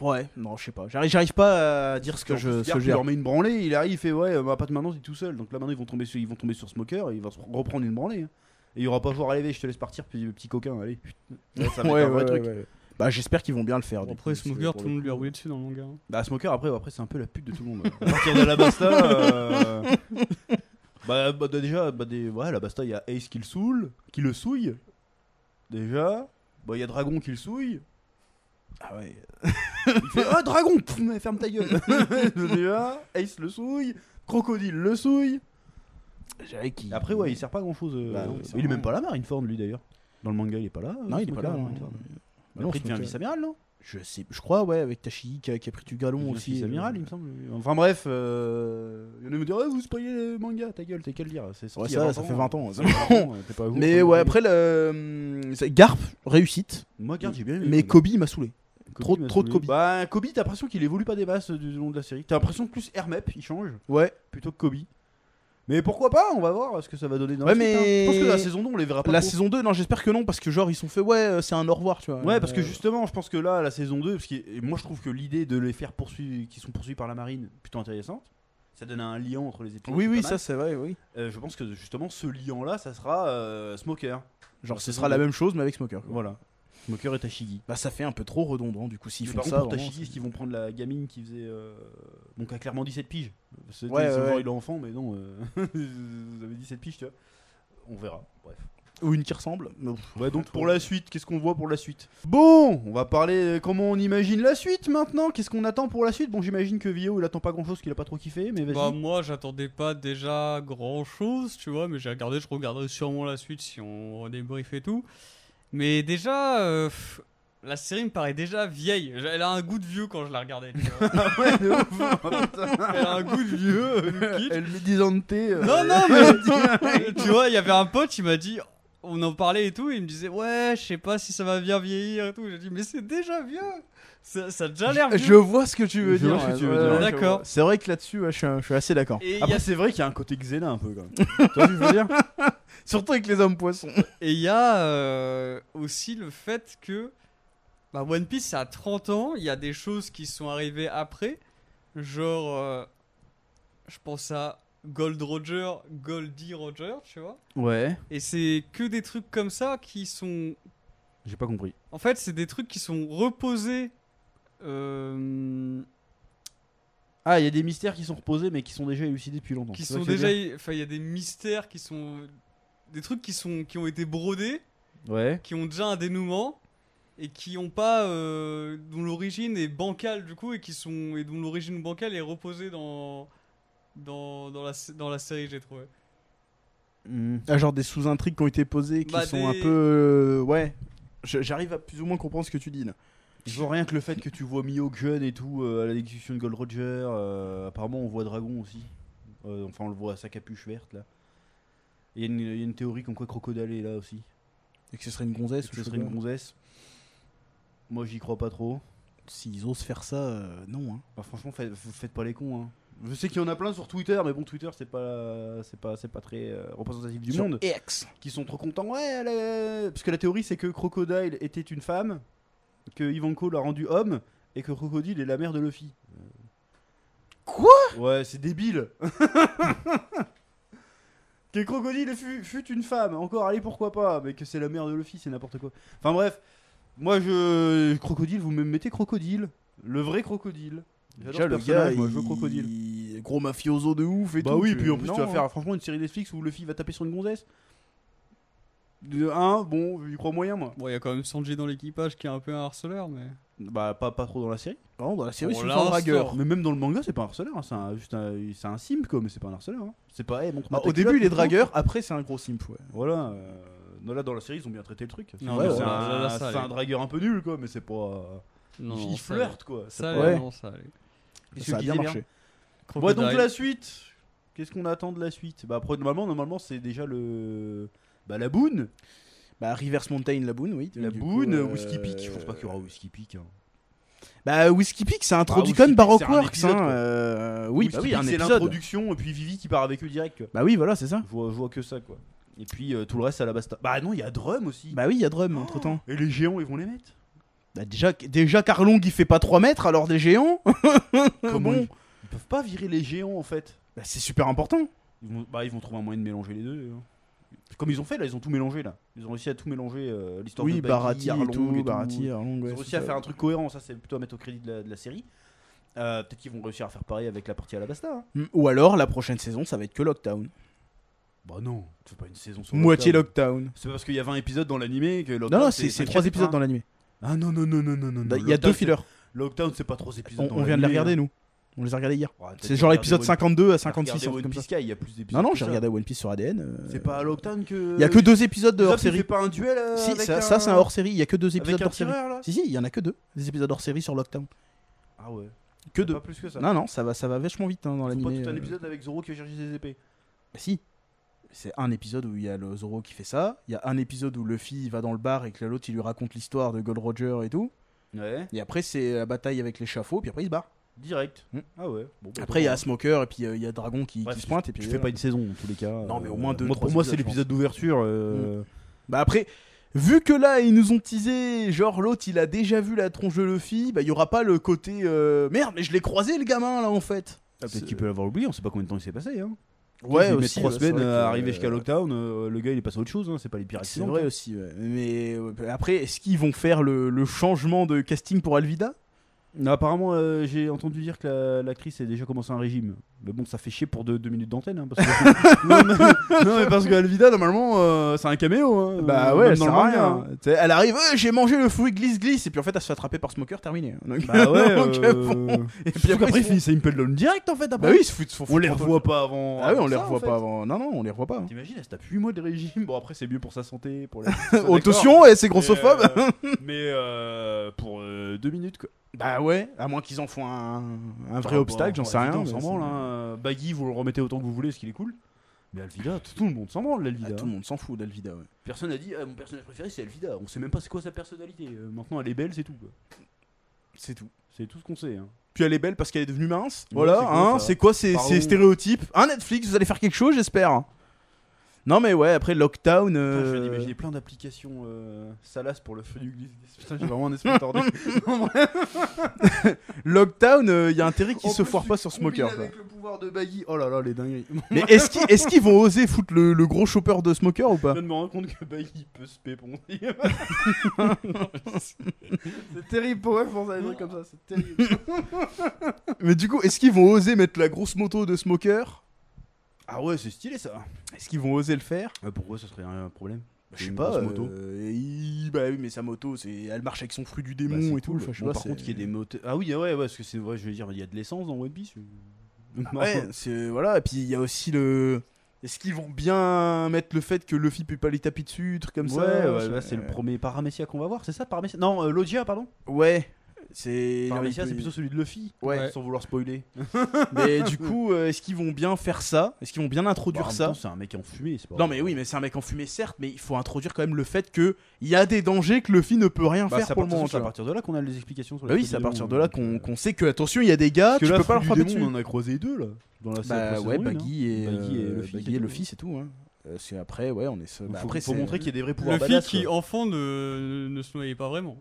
[SPEAKER 3] Ouais, non, je sais pas, j'arrive j'arrive pas euh, à dire ce que
[SPEAKER 1] Parce
[SPEAKER 3] je. ce que
[SPEAKER 1] Garp,
[SPEAKER 3] j'ai
[SPEAKER 1] il leur met une branlée, il arrive, il fait ouais, euh, bah, pas de maintenant, c'est tout seul. Donc là maintenant ils vont tomber sur, ils vont tomber sur Smoker, et il va se reprendre une branlée. hein. Et il y aura pas joueur à lever, je te laisse partir, petit, petit coquin, allez. Là, ça va
[SPEAKER 3] Ouais,
[SPEAKER 1] être un vrai
[SPEAKER 3] ouais,
[SPEAKER 1] truc.
[SPEAKER 3] ouais. Bah, j'espère qu'ils vont bien le faire. du
[SPEAKER 2] Après,
[SPEAKER 3] coup, c'est-
[SPEAKER 2] Smoker,
[SPEAKER 3] pour
[SPEAKER 2] tout le monde lui a roulé dessus dans le manga. hein.
[SPEAKER 1] Bah Smoker après, après c'est un peu la pute de tout le monde. À partir de la Basta, euh, bah, bah, déjà, bah, des... ouais, la Basta il y a Ace qui le saoule, qui le souille. Déjà, bah il y a Dragon qui le souille.
[SPEAKER 3] Ah ouais.
[SPEAKER 1] Il fait Ah, dragon Pff, mais Ferme ta gueule Déjà, Ace le souille, Crocodile le souille.
[SPEAKER 3] J'avais qui.
[SPEAKER 1] Et après, ouais, il sert pas grand chose.
[SPEAKER 3] Bah non, il sert
[SPEAKER 1] il est
[SPEAKER 3] rien.
[SPEAKER 1] même pas là, Marineford, lui d'ailleurs. Dans le manga, il est pas là. euh,
[SPEAKER 3] Non, il est
[SPEAKER 1] Smoker,
[SPEAKER 3] pas là. non.
[SPEAKER 1] Marineford.
[SPEAKER 3] Bah non,
[SPEAKER 1] Après, il devient
[SPEAKER 3] Smoker.
[SPEAKER 1] vice-amiral, non
[SPEAKER 3] Je sais, je crois, ouais, avec Tachi qui a, qui a pris du galon
[SPEAKER 1] Mon
[SPEAKER 3] aussi.
[SPEAKER 1] fils
[SPEAKER 3] euh,
[SPEAKER 1] amiral, il me semble. Enfin bref, euh, il y en a qui me disent Ah, vous spoilez le manga, ta gueule, t'as qu'à le dire. C'est sorti
[SPEAKER 3] Ouais,
[SPEAKER 1] il y a
[SPEAKER 3] ça, ça fait 20 ans. hein.
[SPEAKER 1] Ça fait 20 ans, t'es pas hein, à jour,
[SPEAKER 3] Mais
[SPEAKER 1] quoi.
[SPEAKER 3] ouais, après, le... euh, c'est- Garp, réussite.
[SPEAKER 1] Moi, Garde, j'ai bien aimé.
[SPEAKER 3] Mais
[SPEAKER 1] Kobe.
[SPEAKER 3] Kobe, il m'a saoulé.
[SPEAKER 1] Kobe
[SPEAKER 3] trop-
[SPEAKER 1] m'a
[SPEAKER 3] trop de
[SPEAKER 1] saoulé.
[SPEAKER 3] Kobe.
[SPEAKER 1] Bah, Kobe, t'as l'impression qu'il évolue pas des masses du long de la série. T'as l'impression que plus Hermep, il change,
[SPEAKER 3] Ouais.
[SPEAKER 1] plutôt que Kobe. Mais pourquoi pas On va voir ce que ça va donner dans
[SPEAKER 3] Ouais,
[SPEAKER 1] la suite, hein.
[SPEAKER 3] mais-
[SPEAKER 1] Je pense que la saison 2, on les verra pas.
[SPEAKER 3] La
[SPEAKER 1] trop.
[SPEAKER 3] saison 2, non, j'espère que non, parce que genre, ils sont fait, ouais, euh, c'est un au revoir, tu vois.
[SPEAKER 1] Ouais, parce que
[SPEAKER 3] Euh,
[SPEAKER 1] justement, je pense que là, la saison 2, parce que et moi je trouve que l'idée de les faire poursuivre, qui sont poursuivis par la marine, plutôt intéressante. Ça donne un lien entre les épisodes.
[SPEAKER 3] Oui,
[SPEAKER 1] c'est
[SPEAKER 3] oui,
[SPEAKER 1] pas mal.
[SPEAKER 3] ça, c'est vrai, oui.
[SPEAKER 1] Euh, je pense que justement, ce lien-là, ça sera euh, Smoker.
[SPEAKER 3] Genre, ce
[SPEAKER 1] saison
[SPEAKER 3] sera la
[SPEAKER 1] deux.
[SPEAKER 3] même chose, mais avec Smoker. quoi.
[SPEAKER 1] Voilà. Smoker et Tashigi.
[SPEAKER 3] Bah, ça fait un peu trop redondant, du coup, s'ils
[SPEAKER 1] Mais
[SPEAKER 3] font
[SPEAKER 1] par
[SPEAKER 3] ça.
[SPEAKER 1] contre, pour
[SPEAKER 3] vraiment,
[SPEAKER 1] Tashigi,
[SPEAKER 3] c'est-
[SPEAKER 1] est-ce qu'ils vont prendre la gamine qui faisait. euh, Donc, a clairement 17 piges. C'était
[SPEAKER 3] Ouais,
[SPEAKER 1] ouais,
[SPEAKER 3] ouais, ouais.
[SPEAKER 1] il est enfant, mais non. euh, Vous avez 17 piges, tu vois. On verra. Bref.
[SPEAKER 3] Ou une qui ressemble. mais pff,
[SPEAKER 1] Ouais, donc
[SPEAKER 3] trop-
[SPEAKER 1] pour la suite, qu'est-ce qu'on voit pour la suite Bon, on va parler euh, comment on imagine la suite maintenant. Qu'est-ce qu'on attend pour la suite Bon, j'imagine que Vio il attend pas grand-chose, qu'il a pas trop kiffé, mais vas-y.
[SPEAKER 2] Bah moi j'attendais pas déjà grand chose, tu vois, mais j'ai regardé, je regarderai sûrement la suite si on redébrief et tout. Mais déjà, euh, pff, la série me paraît déjà vieille. J- Elle a un goût de vieux quand je la regardais. tu vois.
[SPEAKER 1] ouais, de ouf.
[SPEAKER 2] Elle a un goût de vieux. euh, du kitsch.
[SPEAKER 3] Elle me dit Dante, euh,
[SPEAKER 2] Non, non, mais tu vois, il y avait un pote, il m'a dit, on en parlait et tout, il me disait, ouais, je sais pas si ça va bien vieillir et tout. J'ai dit, mais c'est déjà vieux. Ça, ça a déjà l'air vieux.
[SPEAKER 3] Je vois ce que tu veux
[SPEAKER 1] Je
[SPEAKER 3] dire.
[SPEAKER 1] vois ce que tu
[SPEAKER 3] ouais,
[SPEAKER 1] veux
[SPEAKER 3] ouais,
[SPEAKER 1] dire.
[SPEAKER 3] ouais, je
[SPEAKER 2] D'accord.
[SPEAKER 3] vois. C'est vrai que là-dessus, ouais, je suis un- je suis assez d'accord.
[SPEAKER 2] Et il y a
[SPEAKER 1] Après, c'est vrai qu'il y a un côté Xena un peu quand même. tu vois ce que je veux dire
[SPEAKER 3] Surtout avec les hommes poissons.
[SPEAKER 2] Et il y a euh, aussi le fait que bah, One Piece ça a 30 ans, il y a des choses qui sont arrivées après. Genre, euh, je pense à Gold Roger, Goldie Roger, tu vois.
[SPEAKER 3] Ouais.
[SPEAKER 2] Et c'est que des trucs comme ça qui sont.
[SPEAKER 1] J'ai pas compris.
[SPEAKER 2] En fait, c'est des trucs qui sont reposés. euh,
[SPEAKER 1] Ah, il y a des mystères qui sont reposés, mais qui sont déjà élucidés depuis longtemps.
[SPEAKER 2] qui
[SPEAKER 1] C'est ça
[SPEAKER 2] sont
[SPEAKER 1] que je veux
[SPEAKER 2] déjà. Enfin, il y a des mystères qui sont. Des trucs qui, sont, qui ont été brodés.
[SPEAKER 1] dire Ouais.
[SPEAKER 2] qui ont déjà un dénouement et qui ont pas euh, dont l'origine est bancale du coup et qui sont et dont l'origine bancale est reposée dans dans, dans la sé- dans la série j'ai trouvé.
[SPEAKER 1] Hmm.
[SPEAKER 3] Ah, genre des sous-intrigues qui ont été posées qui
[SPEAKER 2] Bah,
[SPEAKER 3] sont
[SPEAKER 2] des-
[SPEAKER 3] un peu. euh, ouais. Je- J'arrive à plus ou moins comprendre ce que tu dis là.
[SPEAKER 1] Genre rien que le fait que tu vois Mihawk jeune et tout euh, à la discussion de Gold Roger, euh, apparemment on voit Dragon aussi. Euh, enfin on le voit à sa capuche verte là. Il y, a une- il y a une théorie comme quoi Crocodile est là aussi.
[SPEAKER 3] Et que ce serait une gonzesse
[SPEAKER 1] Est-ce que ce serait une gonzesse Moi j'y crois pas trop.
[SPEAKER 3] S'ils osent faire ça, euh, non. Hein.
[SPEAKER 1] Bah, franchement faites, vous faites pas les cons. Hein. Je sais qu'il y en a plein sur Twitter, mais bon Twitter c'est pas c'est pas c'est pas très euh, représentatif du
[SPEAKER 3] Sur
[SPEAKER 1] monde.
[SPEAKER 3] X.
[SPEAKER 1] Qui sont trop contents. Ouais, elle est- parce que la théorie c'est que Crocodile était une femme, que Ivanko l'a rendu homme et que Crocodile est la mère de Luffy.
[SPEAKER 3] Quoi
[SPEAKER 1] Ouais, c'est débile. que Crocodile fut, fut une femme, encore, allez, pourquoi pas, mais que c'est la mère de Luffy, c'est n'importe quoi. Enfin bref, moi je. Crocodile, vous me mettez Crocodile. Le vrai Crocodile. J'adore
[SPEAKER 3] Déjà,
[SPEAKER 1] ce
[SPEAKER 3] le
[SPEAKER 1] personnage,
[SPEAKER 3] gars,
[SPEAKER 1] moi,
[SPEAKER 3] il...
[SPEAKER 1] je veux Crocodile.
[SPEAKER 3] Gros mafioso de ouf et
[SPEAKER 1] Bah
[SPEAKER 3] tout.
[SPEAKER 1] oui,
[SPEAKER 3] tu-
[SPEAKER 1] puis en plus, tu vas
[SPEAKER 3] non, hein.
[SPEAKER 1] faire franchement une série Netflix où Luffy va taper sur une gonzesse. De 1, bon, j'y crois moyen, moi.
[SPEAKER 2] Bon, il y a quand même Sanji dans l'équipage qui est un peu un harceleur mais
[SPEAKER 1] Bah, pas, pas trop dans la série.
[SPEAKER 3] Non, dans la série,
[SPEAKER 2] On
[SPEAKER 3] c'est un
[SPEAKER 2] l'instaure.
[SPEAKER 3] dragueur.
[SPEAKER 1] Mais même dans le manga, c'est pas un harceleur, hein, c'est un, juste un, c'est un simp, quoi, mais c'est pas un harceleur. hein. C'est pas, hey, montre-moi
[SPEAKER 3] Bah,
[SPEAKER 1] ta
[SPEAKER 3] au début, il est
[SPEAKER 1] culotte, montre-moi.
[SPEAKER 3] dragueur, après, c'est un gros simp. Ouais.
[SPEAKER 1] Voilà. euh, non, là, dans la série, ils ont bien traité le truc. C'est
[SPEAKER 2] Non,
[SPEAKER 1] vrai,
[SPEAKER 3] mais
[SPEAKER 1] c'est
[SPEAKER 3] ouais,
[SPEAKER 2] là,
[SPEAKER 1] un,
[SPEAKER 2] là, ça
[SPEAKER 1] c'est
[SPEAKER 2] allait.
[SPEAKER 1] un dragueur un peu nul, quoi, mais c'est pas.
[SPEAKER 2] non,
[SPEAKER 1] il
[SPEAKER 2] non,
[SPEAKER 1] il
[SPEAKER 2] ça
[SPEAKER 1] flirte, quoi.
[SPEAKER 2] allait.
[SPEAKER 1] c'est
[SPEAKER 2] Ça
[SPEAKER 1] pas-
[SPEAKER 2] allait,
[SPEAKER 3] Ouais.
[SPEAKER 2] non, ça allait.
[SPEAKER 1] Qu'est-ce
[SPEAKER 3] Ça a
[SPEAKER 1] que
[SPEAKER 3] bien
[SPEAKER 1] disait,
[SPEAKER 3] marché.
[SPEAKER 1] Bon, donc
[SPEAKER 2] Crocodile.
[SPEAKER 1] la suite. Qu'est-ce qu'on attend de la suite Bah, après, normalement, normalement c'est déjà le. Bah, la boune.
[SPEAKER 3] Bah, Reverse Mountain, la boune, oui.
[SPEAKER 1] La
[SPEAKER 3] Du
[SPEAKER 1] boune,
[SPEAKER 3] coup, euh,
[SPEAKER 1] Whiskey Peak. Je pense pas qu'il y aura Whiskey Peak. hein.
[SPEAKER 3] Bah, Whiskey Peak, c'est introduit
[SPEAKER 1] Whiskey
[SPEAKER 3] comme
[SPEAKER 1] Peak,
[SPEAKER 3] par
[SPEAKER 1] c'est un
[SPEAKER 3] Rockworks.
[SPEAKER 1] épisode, quoi.
[SPEAKER 3] Hein, euh, oui,
[SPEAKER 1] Whiskey
[SPEAKER 3] bah oui,
[SPEAKER 1] Peak,
[SPEAKER 3] un
[SPEAKER 1] C'est
[SPEAKER 3] épisode.
[SPEAKER 1] l'introduction, et puis Vivi qui part avec eux direct. quoi.
[SPEAKER 3] Bah oui, voilà, c'est ça.
[SPEAKER 1] Je vois, je vois que ça, quoi. Et puis euh, tout le reste, à la basta. Bah, non, il y a Drum aussi.
[SPEAKER 3] Bah oui, il y a
[SPEAKER 1] Ah.
[SPEAKER 3] Drum entre temps.
[SPEAKER 1] Et les géants, ils vont les mettre.
[SPEAKER 3] Bah déjà, déjà Carlong il fait pas 3 mètres alors des géants.
[SPEAKER 1] Comment
[SPEAKER 3] bon.
[SPEAKER 1] ils- Ils peuvent pas virer les géants, en fait.
[SPEAKER 3] Bah, c'est super important.
[SPEAKER 1] Ils vont, bah, ils vont trouver un moyen de mélanger les deux. hein. Comme ils ont fait là, ils ont tout mélangé là. Ils ont réussi à tout mélanger euh, l'histoire de
[SPEAKER 3] Oui,
[SPEAKER 1] Baggy,
[SPEAKER 3] Barati
[SPEAKER 1] Arlong
[SPEAKER 3] et tout, Barati,
[SPEAKER 1] Ils
[SPEAKER 3] Arlong. ouais,
[SPEAKER 1] ont
[SPEAKER 3] c'est
[SPEAKER 1] réussi à
[SPEAKER 3] ça.
[SPEAKER 1] faire un truc cohérent, ça c'est plutôt à mettre au crédit de la, de la série. Euh, Peut-être qu'ils vont réussir à faire pareil avec la partie à la Basta. hein.
[SPEAKER 3] Mm, Ou alors la prochaine saison ça va être que Lockdown.
[SPEAKER 1] Bah non, c'est pas une saison sur
[SPEAKER 3] Moitié
[SPEAKER 1] Lockdown.
[SPEAKER 3] Lockdown.
[SPEAKER 1] C'est pas parce qu'il y a 20 épisodes dans l'animé que Lockdown.
[SPEAKER 3] Non, non, c'est c'est trois
[SPEAKER 1] hein.
[SPEAKER 3] épisodes dans l'animé.
[SPEAKER 1] Ah non, non, non, non, non, non. non,
[SPEAKER 3] Il y a
[SPEAKER 1] Lockdown,
[SPEAKER 3] deux fillers.
[SPEAKER 1] c'est- Lockdown c'est pas trois épisodes
[SPEAKER 3] On,
[SPEAKER 1] dans
[SPEAKER 3] on vient de les
[SPEAKER 1] l'animé,
[SPEAKER 3] regarder,
[SPEAKER 1] hein.
[SPEAKER 3] nous. On les a regardés hier.
[SPEAKER 1] Ouais, peut-être
[SPEAKER 3] C'est genre
[SPEAKER 1] regarder
[SPEAKER 3] l'épisode
[SPEAKER 1] One-
[SPEAKER 3] 52 à 56.
[SPEAKER 1] regarder
[SPEAKER 3] un truc
[SPEAKER 1] One
[SPEAKER 3] comme ça.
[SPEAKER 1] Piece Sky, il y a plus d'épisodes.
[SPEAKER 3] Non, non,
[SPEAKER 1] que
[SPEAKER 3] j'ai
[SPEAKER 1] ça.
[SPEAKER 3] regardé One Piece sur ADN. euh,
[SPEAKER 1] C'est pas à l'octane que.
[SPEAKER 3] Il y a que deux épisodes de
[SPEAKER 1] Zap,
[SPEAKER 3] hors
[SPEAKER 1] il fait
[SPEAKER 3] série.
[SPEAKER 1] pas un duel euh,
[SPEAKER 3] Si,
[SPEAKER 1] avec
[SPEAKER 3] ça,
[SPEAKER 1] un...
[SPEAKER 3] ça, c'est un hors série. Il y a que deux épisodes
[SPEAKER 1] avec un
[SPEAKER 3] d'hors série.
[SPEAKER 1] tireur, là
[SPEAKER 3] Si, si, il y en a que deux. Des épisodes hors série sur Lockdown.
[SPEAKER 1] Ah ouais.
[SPEAKER 3] Que
[SPEAKER 1] Y a
[SPEAKER 3] deux.
[SPEAKER 1] Pas plus que ça.
[SPEAKER 3] Non, non, ça va, ça va vachement vite hein, dans
[SPEAKER 1] Faut
[SPEAKER 3] l'anime.
[SPEAKER 1] pas tout un épisode avec Zoro qui va chercher ses épées.
[SPEAKER 3] Si. C'est un épisode où il y a le Zoro qui fait ça. Il y a un épisode où Luffy il va dans le bar et que l'autre il lui raconte l'histoire de Gold Roger et tout.
[SPEAKER 1] Ouais.
[SPEAKER 3] Et après, c'est la bataille avec l'échafaud. Puis après, il se barre.
[SPEAKER 1] Direct.
[SPEAKER 3] Hmm.
[SPEAKER 1] Ah ouais. Bon, bah,
[SPEAKER 3] Après, il y a
[SPEAKER 1] bon.
[SPEAKER 3] Smoker et puis euh, il y a Dragon qui,
[SPEAKER 1] Bref,
[SPEAKER 3] qui se pointe. Et puis,
[SPEAKER 1] Je fais
[SPEAKER 3] voilà.
[SPEAKER 1] pas une saison en tous les cas.
[SPEAKER 3] Non, mais au
[SPEAKER 1] Euh,
[SPEAKER 3] moins deux,
[SPEAKER 1] moi,
[SPEAKER 3] trois
[SPEAKER 1] Pour moi,
[SPEAKER 3] épisodes,
[SPEAKER 1] c'est
[SPEAKER 3] je
[SPEAKER 1] l'épisode d'ouverture. euh,
[SPEAKER 3] Bah après, vu que là ils nous ont teasé, genre l'autre il a déjà vu la tronche de Luffy, bah il y aura pas le côté euh, merde mais je l'ai croisé le gamin là en fait.
[SPEAKER 1] Ah,
[SPEAKER 3] C'est-
[SPEAKER 1] Peut-être qu'il peut l'avoir oublié, on sait pas combien de temps il s'est passé. Hein.
[SPEAKER 3] Ouais,
[SPEAKER 1] il met
[SPEAKER 3] aussi,
[SPEAKER 1] 3
[SPEAKER 3] ouais, c'est
[SPEAKER 1] semaines
[SPEAKER 3] vrai
[SPEAKER 1] à
[SPEAKER 3] que,
[SPEAKER 1] arriver
[SPEAKER 3] euh,
[SPEAKER 1] jusqu'à Lockdown, euh, le gars il est passé à autre chose, hein, c'est pas les pires
[SPEAKER 3] Ah, C'est
[SPEAKER 1] accidents.
[SPEAKER 3] vrai aussi. ouais. Mais euh, après, est-ce qu'ils vont faire le, le changement de casting pour Alvida
[SPEAKER 1] Non, apparemment, euh, j'ai entendu dire que la, la crise a déjà commencé un régime. Mais bon, ça fait chier pour deux, deux minutes d'antenne. hein, parce que- non, mais- non, mais parce que Alvida, normalement, euh, c'est un caméo. hein,
[SPEAKER 3] bah
[SPEAKER 1] euh, même dans le manga, hein.
[SPEAKER 3] Tu sais, Elle arrive, Ouais, j'ai mangé le fruit glisse glisse et puis en fait elle se fait attraper par Smoker, terminé. Donc-
[SPEAKER 1] Bah ouais.
[SPEAKER 3] donc,
[SPEAKER 1] euh,
[SPEAKER 3] bon. Et puis
[SPEAKER 1] surtout
[SPEAKER 3] après,
[SPEAKER 1] qu'après,
[SPEAKER 3] ils
[SPEAKER 1] ils
[SPEAKER 3] font-
[SPEAKER 1] finissent à Impel Down direct en fait.
[SPEAKER 3] Bah
[SPEAKER 1] après.
[SPEAKER 3] oui, ils se foutent- se font-
[SPEAKER 1] on les revoit pas avant.
[SPEAKER 3] Ah oui,
[SPEAKER 1] avant
[SPEAKER 3] on les
[SPEAKER 1] ça, en
[SPEAKER 3] revoit
[SPEAKER 1] fait.
[SPEAKER 3] pas avant. Non non, on les revoit pas. hein.
[SPEAKER 1] T'imagines, elle se tape 8 mois de régime. Bon, après, c'est mieux pour sa santé. Pour
[SPEAKER 3] Oh, attention, eh, c'est grossophobe.
[SPEAKER 1] Mais, euh, mais, euh, pour 2 minutes quoi.
[SPEAKER 3] Bah ouais, à moins qu'ils en font un, un vrai
[SPEAKER 1] Bah,
[SPEAKER 3] obstacle, j'en
[SPEAKER 1] bah,
[SPEAKER 3] sais rien.
[SPEAKER 1] Alvida, On
[SPEAKER 3] mais
[SPEAKER 1] s'en
[SPEAKER 3] c'est-
[SPEAKER 1] branle. hein. Baggy, vous le remettez autant que vous voulez, ce qu'il est cool. Mais Alvida, tout le monde s'en branle,
[SPEAKER 3] Ah,
[SPEAKER 1] Alvida.
[SPEAKER 3] tout le monde s'en fout d'Alvida. Ouais.
[SPEAKER 1] Personne n'a dit ah, mon personnage préféré c'est Elvida. On sait même pas c'est quoi sa personnalité. Euh, maintenant elle est belle, c'est tout. quoi.
[SPEAKER 3] C'est tout.
[SPEAKER 1] C'est tout ce qu'on sait. hein.
[SPEAKER 3] Puis elle est belle parce qu'elle est devenue mince.
[SPEAKER 1] Ouais,
[SPEAKER 3] Voilà,
[SPEAKER 1] c'est quoi,
[SPEAKER 3] hein,
[SPEAKER 1] ça
[SPEAKER 3] c'est quoi ces,
[SPEAKER 1] Pardon.
[SPEAKER 3] ces stéréotypes Un Netflix, vous allez faire quelque chose, j'espère. Non mais ouais, après Lockdown.
[SPEAKER 1] Putain, je
[SPEAKER 3] euh,
[SPEAKER 1] viens d'imaginer plein d'applications euh, salaces pour le feu du glisse. Putain, j'ai vraiment un esprit tordu.
[SPEAKER 3] Lockdown, il y a intérêt
[SPEAKER 1] En
[SPEAKER 3] qu'ils se
[SPEAKER 1] plus,
[SPEAKER 3] foirent
[SPEAKER 1] tu
[SPEAKER 3] pas sur
[SPEAKER 1] combines
[SPEAKER 3] Smoker. quoi.
[SPEAKER 1] Avec le pouvoir de Baggy. Oh là là, les dingueries.
[SPEAKER 3] Mais est-ce qu'ils est-ce qu'ils vont oser foutre le, le gros chopper de Smoker ou
[SPEAKER 1] Je
[SPEAKER 3] pas
[SPEAKER 1] viens de me rendre compte que Baggy peut se péponder. c'est terrible pour elle, penser à des trucs comme ça. C'est terrible.
[SPEAKER 3] Mais du coup, est-ce qu'ils vont oser mettre la grosse moto de Smoker
[SPEAKER 1] Ah ouais, c'est stylé ça. Bah,
[SPEAKER 3] Est-ce qu'ils vont oser le faire
[SPEAKER 1] pourquoi Ah, ça serait un problème
[SPEAKER 3] Bah, Je sais
[SPEAKER 1] Une
[SPEAKER 3] pas.
[SPEAKER 1] grosse moto.
[SPEAKER 3] euh, il- Bah oui, mais sa moto, c'est elle marche avec son fruit du démon
[SPEAKER 1] Bah, c'est
[SPEAKER 3] et tout.
[SPEAKER 1] cool.
[SPEAKER 3] enfin, je sais
[SPEAKER 1] Bon,
[SPEAKER 3] pas,
[SPEAKER 1] par
[SPEAKER 3] c'est-
[SPEAKER 1] contre, qu'il y ait des moteurs. Ah oui, ah ouais, ouais, parce que c'est vrai, je veux dire, il y a de l'essence dans One Piece. Non.
[SPEAKER 3] Ouais, c'est voilà. Et puis il y a aussi le. Est-ce qu'ils vont bien mettre le fait que Luffy peut pas les taper dessus, truc comme
[SPEAKER 1] Ouais,
[SPEAKER 3] ça
[SPEAKER 1] ouais,
[SPEAKER 3] je-
[SPEAKER 1] là, c'est le premier Paramécia qu'on va voir, c'est ça Paramécia Non, euh, Logia, pardon.
[SPEAKER 3] Ouais, c'est.
[SPEAKER 1] Paramécia,
[SPEAKER 3] il
[SPEAKER 1] c'est
[SPEAKER 3] peut-
[SPEAKER 1] plutôt celui de Luffy.
[SPEAKER 3] Ouais.
[SPEAKER 2] Ouais.
[SPEAKER 1] Sans vouloir spoiler.
[SPEAKER 3] mais du coup, euh, est-ce qu'ils vont bien faire ça Est-ce qu'ils vont bien introduire
[SPEAKER 1] Bah, en même
[SPEAKER 3] ça
[SPEAKER 1] temps, C'est un mec en fumée, c'est pas.
[SPEAKER 3] Non, mais oui, mais c'est un mec en fumée, certes, mais il faut introduire quand même le fait que il y a des dangers que Luffy ne peut rien
[SPEAKER 1] Bah,
[SPEAKER 3] faire
[SPEAKER 1] c'est à
[SPEAKER 3] pour le
[SPEAKER 1] partir-
[SPEAKER 3] moment.
[SPEAKER 1] c'est à
[SPEAKER 3] tu vois.
[SPEAKER 1] partir de là qu'on a les explications sur
[SPEAKER 3] Bah
[SPEAKER 1] les
[SPEAKER 3] oui, c'est à partir de là
[SPEAKER 1] Ah,
[SPEAKER 3] qu'on qu'on sait que attention, il y a des gars,
[SPEAKER 1] euh, Parce que
[SPEAKER 3] tu
[SPEAKER 1] là,
[SPEAKER 3] peux pas leur
[SPEAKER 1] Fruit
[SPEAKER 3] frapper
[SPEAKER 1] du
[SPEAKER 3] dessus.
[SPEAKER 1] Démon, on en a croisé deux là. Dans la la
[SPEAKER 3] Bah
[SPEAKER 1] saison
[SPEAKER 3] ouais,
[SPEAKER 1] une, hein.
[SPEAKER 3] Baggy et,
[SPEAKER 1] Baggy et
[SPEAKER 3] euh,
[SPEAKER 1] Luffy,
[SPEAKER 3] Baggy
[SPEAKER 1] c'est
[SPEAKER 3] et
[SPEAKER 1] tout.
[SPEAKER 3] Luffy, c'est tout. hein. Euh, c'est après, ouais, on est. seul.
[SPEAKER 1] Donc,
[SPEAKER 3] Bah
[SPEAKER 1] faut,
[SPEAKER 3] après,
[SPEAKER 1] faut
[SPEAKER 3] c'est-
[SPEAKER 1] montrer qu'il y a des vrais pouvoirs.
[SPEAKER 2] Luffy
[SPEAKER 1] badass,
[SPEAKER 2] qui
[SPEAKER 1] quoi.
[SPEAKER 2] enfant ne, ne se noyait pas vraiment.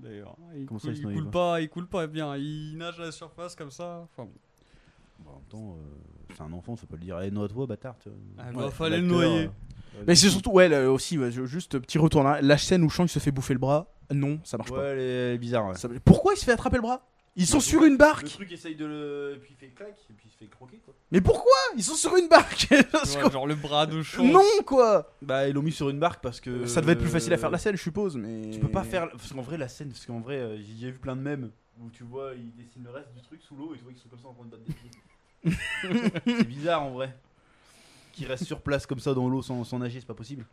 [SPEAKER 2] D'ailleurs, il,
[SPEAKER 1] Comment ça,
[SPEAKER 2] coule-
[SPEAKER 1] il se
[SPEAKER 2] il
[SPEAKER 1] noyait
[SPEAKER 2] coule pas, il coule pas bien, il nage à la surface comme ça. Enfin, bon.
[SPEAKER 1] Bah, en même temps, euh, c'est un enfant, faut pas lui dire, eh, noie-toi, bâtard. tu vois.
[SPEAKER 2] Ah,
[SPEAKER 1] Ouais,
[SPEAKER 2] bah, fallait le
[SPEAKER 1] l'acteur,
[SPEAKER 2] noyer.
[SPEAKER 1] euh,
[SPEAKER 3] Mais c'est surtout, ouais, là, aussi, ouais, je- juste petit retour là. La scène où Shanks se fait bouffer le bras, non, ça marche
[SPEAKER 1] Ouais, elle est- elle est bizarre. ouais.
[SPEAKER 3] pas. Ça- pourquoi il se fait attraper le bras Ils sont
[SPEAKER 1] Ouais,
[SPEAKER 3] sur
[SPEAKER 1] ouais.
[SPEAKER 3] une
[SPEAKER 1] Le
[SPEAKER 3] barque
[SPEAKER 1] truc essaye de le. Puis il fait claque, et puis il se fait croquer quoi.
[SPEAKER 3] Mais pourquoi Ils sont sur une barque Parce
[SPEAKER 2] Tu
[SPEAKER 3] que-
[SPEAKER 2] vois, genre le bras de chance.
[SPEAKER 3] Non, quoi
[SPEAKER 1] Bah, ils l'ont mis sur une barque parce que.
[SPEAKER 3] Ça devait être plus facile à faire la scène, je suppose, mais.
[SPEAKER 1] Euh, Tu peux pas faire. Parce qu'en vrai, la scène, parce qu'en vrai, euh, j'ai vu plein de mèmes où tu vois, ils dessinent le reste du truc sous l'eau et tu vois qu'ils sont comme ça en train de battre des pieds. c'est bizarre en vrai. Qui reste sur place comme ça dans l'eau sans, sans nager, c'est pas possible.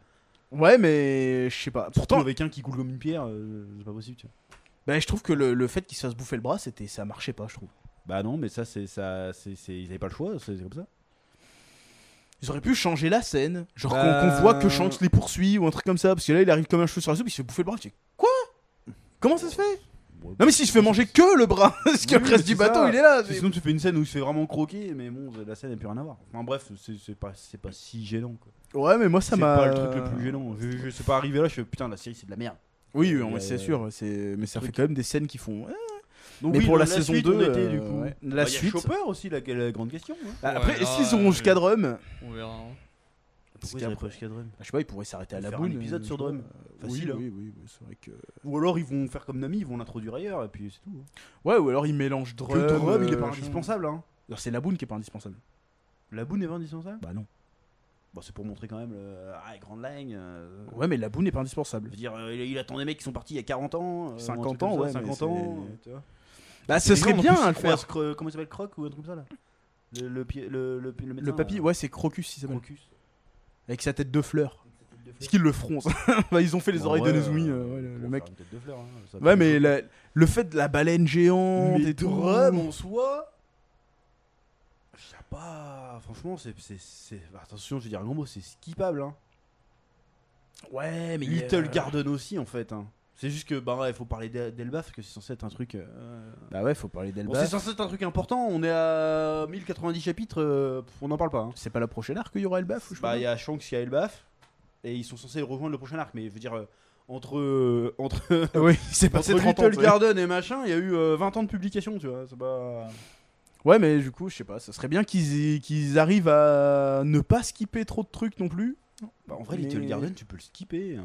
[SPEAKER 3] Ouais, mais. Je sais pas.
[SPEAKER 1] Pourtant,
[SPEAKER 3] Pourtant,
[SPEAKER 1] avec un qui coule comme une pierre, euh, c'est pas possible, tu vois.
[SPEAKER 3] bah, je trouve que le, le fait qu'il se fasse bouffer le bras, c'était ça marchait pas, je trouve.
[SPEAKER 1] Bah non, mais ça, c'est. ça c'est, Ils avaient pas le choix, c'est comme ça.
[SPEAKER 3] Ils auraient pu changer la scène. Genre qu'on-
[SPEAKER 1] Bah-
[SPEAKER 3] qu'on voit que Shanks les poursuit ou un truc comme ça, parce que là, il arrive comme un cheveu sur la soupe, il se fait bouffer le bras. Tu fais, Quoi Comment ça se fait Non, mais s'il se fait manger que le bras, parce
[SPEAKER 1] Oui,
[SPEAKER 3] que le
[SPEAKER 1] mais
[SPEAKER 3] reste
[SPEAKER 1] c'est
[SPEAKER 3] du bateau,
[SPEAKER 1] ça.
[SPEAKER 3] il est là.
[SPEAKER 1] Parce que Sinon, tu fais une scène où il se fait vraiment croquer, mais bon, la scène n'a plus rien à voir. Enfin bref, c'est, c'est pas, c'est pas si gênant quoi.
[SPEAKER 3] Ouais, mais moi ça
[SPEAKER 1] c'est
[SPEAKER 3] m'a.
[SPEAKER 1] pas le truc le plus gênant. Je, je sais pas arrivé là, je fais putain, la série c'est de la merde.
[SPEAKER 3] Oui, oui,
[SPEAKER 1] Euh,
[SPEAKER 3] mais c'est sûr. c'est- Mais ça fait quand même des scènes qui font.
[SPEAKER 1] Donc,
[SPEAKER 3] mais
[SPEAKER 1] oui,
[SPEAKER 3] pour
[SPEAKER 1] le-
[SPEAKER 3] la, saison
[SPEAKER 1] suite,
[SPEAKER 3] 2,
[SPEAKER 1] on était,
[SPEAKER 3] euh,
[SPEAKER 1] du coup.
[SPEAKER 3] ouais.
[SPEAKER 1] Bah,
[SPEAKER 3] la
[SPEAKER 1] y a
[SPEAKER 3] suite.
[SPEAKER 1] Chopper aussi, la, la grande question. hein.
[SPEAKER 3] Bah,
[SPEAKER 2] Ouais,
[SPEAKER 3] Après,
[SPEAKER 2] là,
[SPEAKER 3] est-ce qu'ils
[SPEAKER 2] euh,
[SPEAKER 3] auront jusqu'à Drum
[SPEAKER 2] On verra. hein.
[SPEAKER 3] Pourquoi ils auraient pas Je sais pas, ils pourraient s'arrêter à
[SPEAKER 1] Ils
[SPEAKER 3] la
[SPEAKER 1] faire
[SPEAKER 3] boule.
[SPEAKER 1] un épisode sur Drum. Facile,
[SPEAKER 3] Facile.
[SPEAKER 1] hein.
[SPEAKER 3] Oui, oui, oui, c'est vrai que.
[SPEAKER 1] Ou alors ils vont faire comme Nami, ils vont l'introduire ailleurs, et puis c'est tout. hein.
[SPEAKER 3] Ouais, ou alors ils mélangent Drum.
[SPEAKER 1] Que Drum, il est
[SPEAKER 3] euh,
[SPEAKER 1] pas
[SPEAKER 3] machin.
[SPEAKER 1] indispensable. Hein.
[SPEAKER 3] Alors, C'est la boule qui est pas indispensable.
[SPEAKER 1] La boue n'est pas indispensable.
[SPEAKER 3] Bah non.
[SPEAKER 1] Bon, c'est pour montrer quand même le. Ah, Grande Lang. euh,
[SPEAKER 3] Ouais, mais la boule n'est pas indispensable.
[SPEAKER 1] Je veux dire, euh, il, il attend des mecs qui sont partis il y a 40 ans. euh, ou un
[SPEAKER 3] 50
[SPEAKER 1] truc comme
[SPEAKER 3] ans,
[SPEAKER 1] ça,
[SPEAKER 3] ouais, mais
[SPEAKER 1] 50
[SPEAKER 3] c'est-
[SPEAKER 1] ans. euh, tu vois.
[SPEAKER 3] Bah, ce
[SPEAKER 1] Et
[SPEAKER 3] serait
[SPEAKER 1] non, en
[SPEAKER 3] bien
[SPEAKER 1] plus,
[SPEAKER 3] à
[SPEAKER 1] il
[SPEAKER 3] le faire.
[SPEAKER 1] croise Cro- comment il s'appelle Croc ou un truc comme ça là Le, le, pi- le, le, le,
[SPEAKER 3] Le papy, ouais, c'est Crocus, si ça s'appelle.
[SPEAKER 1] euh, Crocus.
[SPEAKER 3] Avec sa tête de fleur. Est-ce qu'ils le feront ça Bah, ils ont fait les oreilles de Nezumi, euh, ouais, le- le mec.
[SPEAKER 1] hein,
[SPEAKER 3] Ouais, mais la- le fait de la baleine géante
[SPEAKER 1] Mais
[SPEAKER 3] et tout.
[SPEAKER 1] Drum en soi. Je sais pas. Franchement, c'est. c'est- c'est- bah, Attention, je vais dire un gros mot, c'est skippable. Hein.
[SPEAKER 3] Ouais, mais.
[SPEAKER 1] Little
[SPEAKER 3] euh,
[SPEAKER 1] Garden aussi, en fait. hein. C'est juste que, bah ouais, faut parler d'E- d'Elba parce que c'est censé être un truc. euh,
[SPEAKER 3] Bah, ouais, faut parler
[SPEAKER 1] bon, c'est
[SPEAKER 3] d'Elba.
[SPEAKER 1] censé être un truc important. On est à 1090 chapitres, euh, pff, on n'en parle pas. hein.
[SPEAKER 3] C'est pas la prochaine arc qu'il y aura Elba, faut
[SPEAKER 1] Bah, il y a Shanks, il y a Elbaf, et ils sont censés rejoindre le prochain arc, mais je veux dire, euh, entre, euh, entre,
[SPEAKER 3] Oui, c'est
[SPEAKER 1] entre
[SPEAKER 3] passé 30 ans.
[SPEAKER 1] Little
[SPEAKER 3] ouais.
[SPEAKER 1] Garden et machin, il y a eu euh, 20 ans de publication, tu vois, c'est pas...
[SPEAKER 3] Ouais, mais du coup, je sais pas, ça serait bien qu'ils qu'ils arrivent à ne pas skipper trop de trucs non plus.
[SPEAKER 1] Bah, en vrai,
[SPEAKER 3] Mais-
[SPEAKER 1] Little Garden, tu peux le skipper, hein.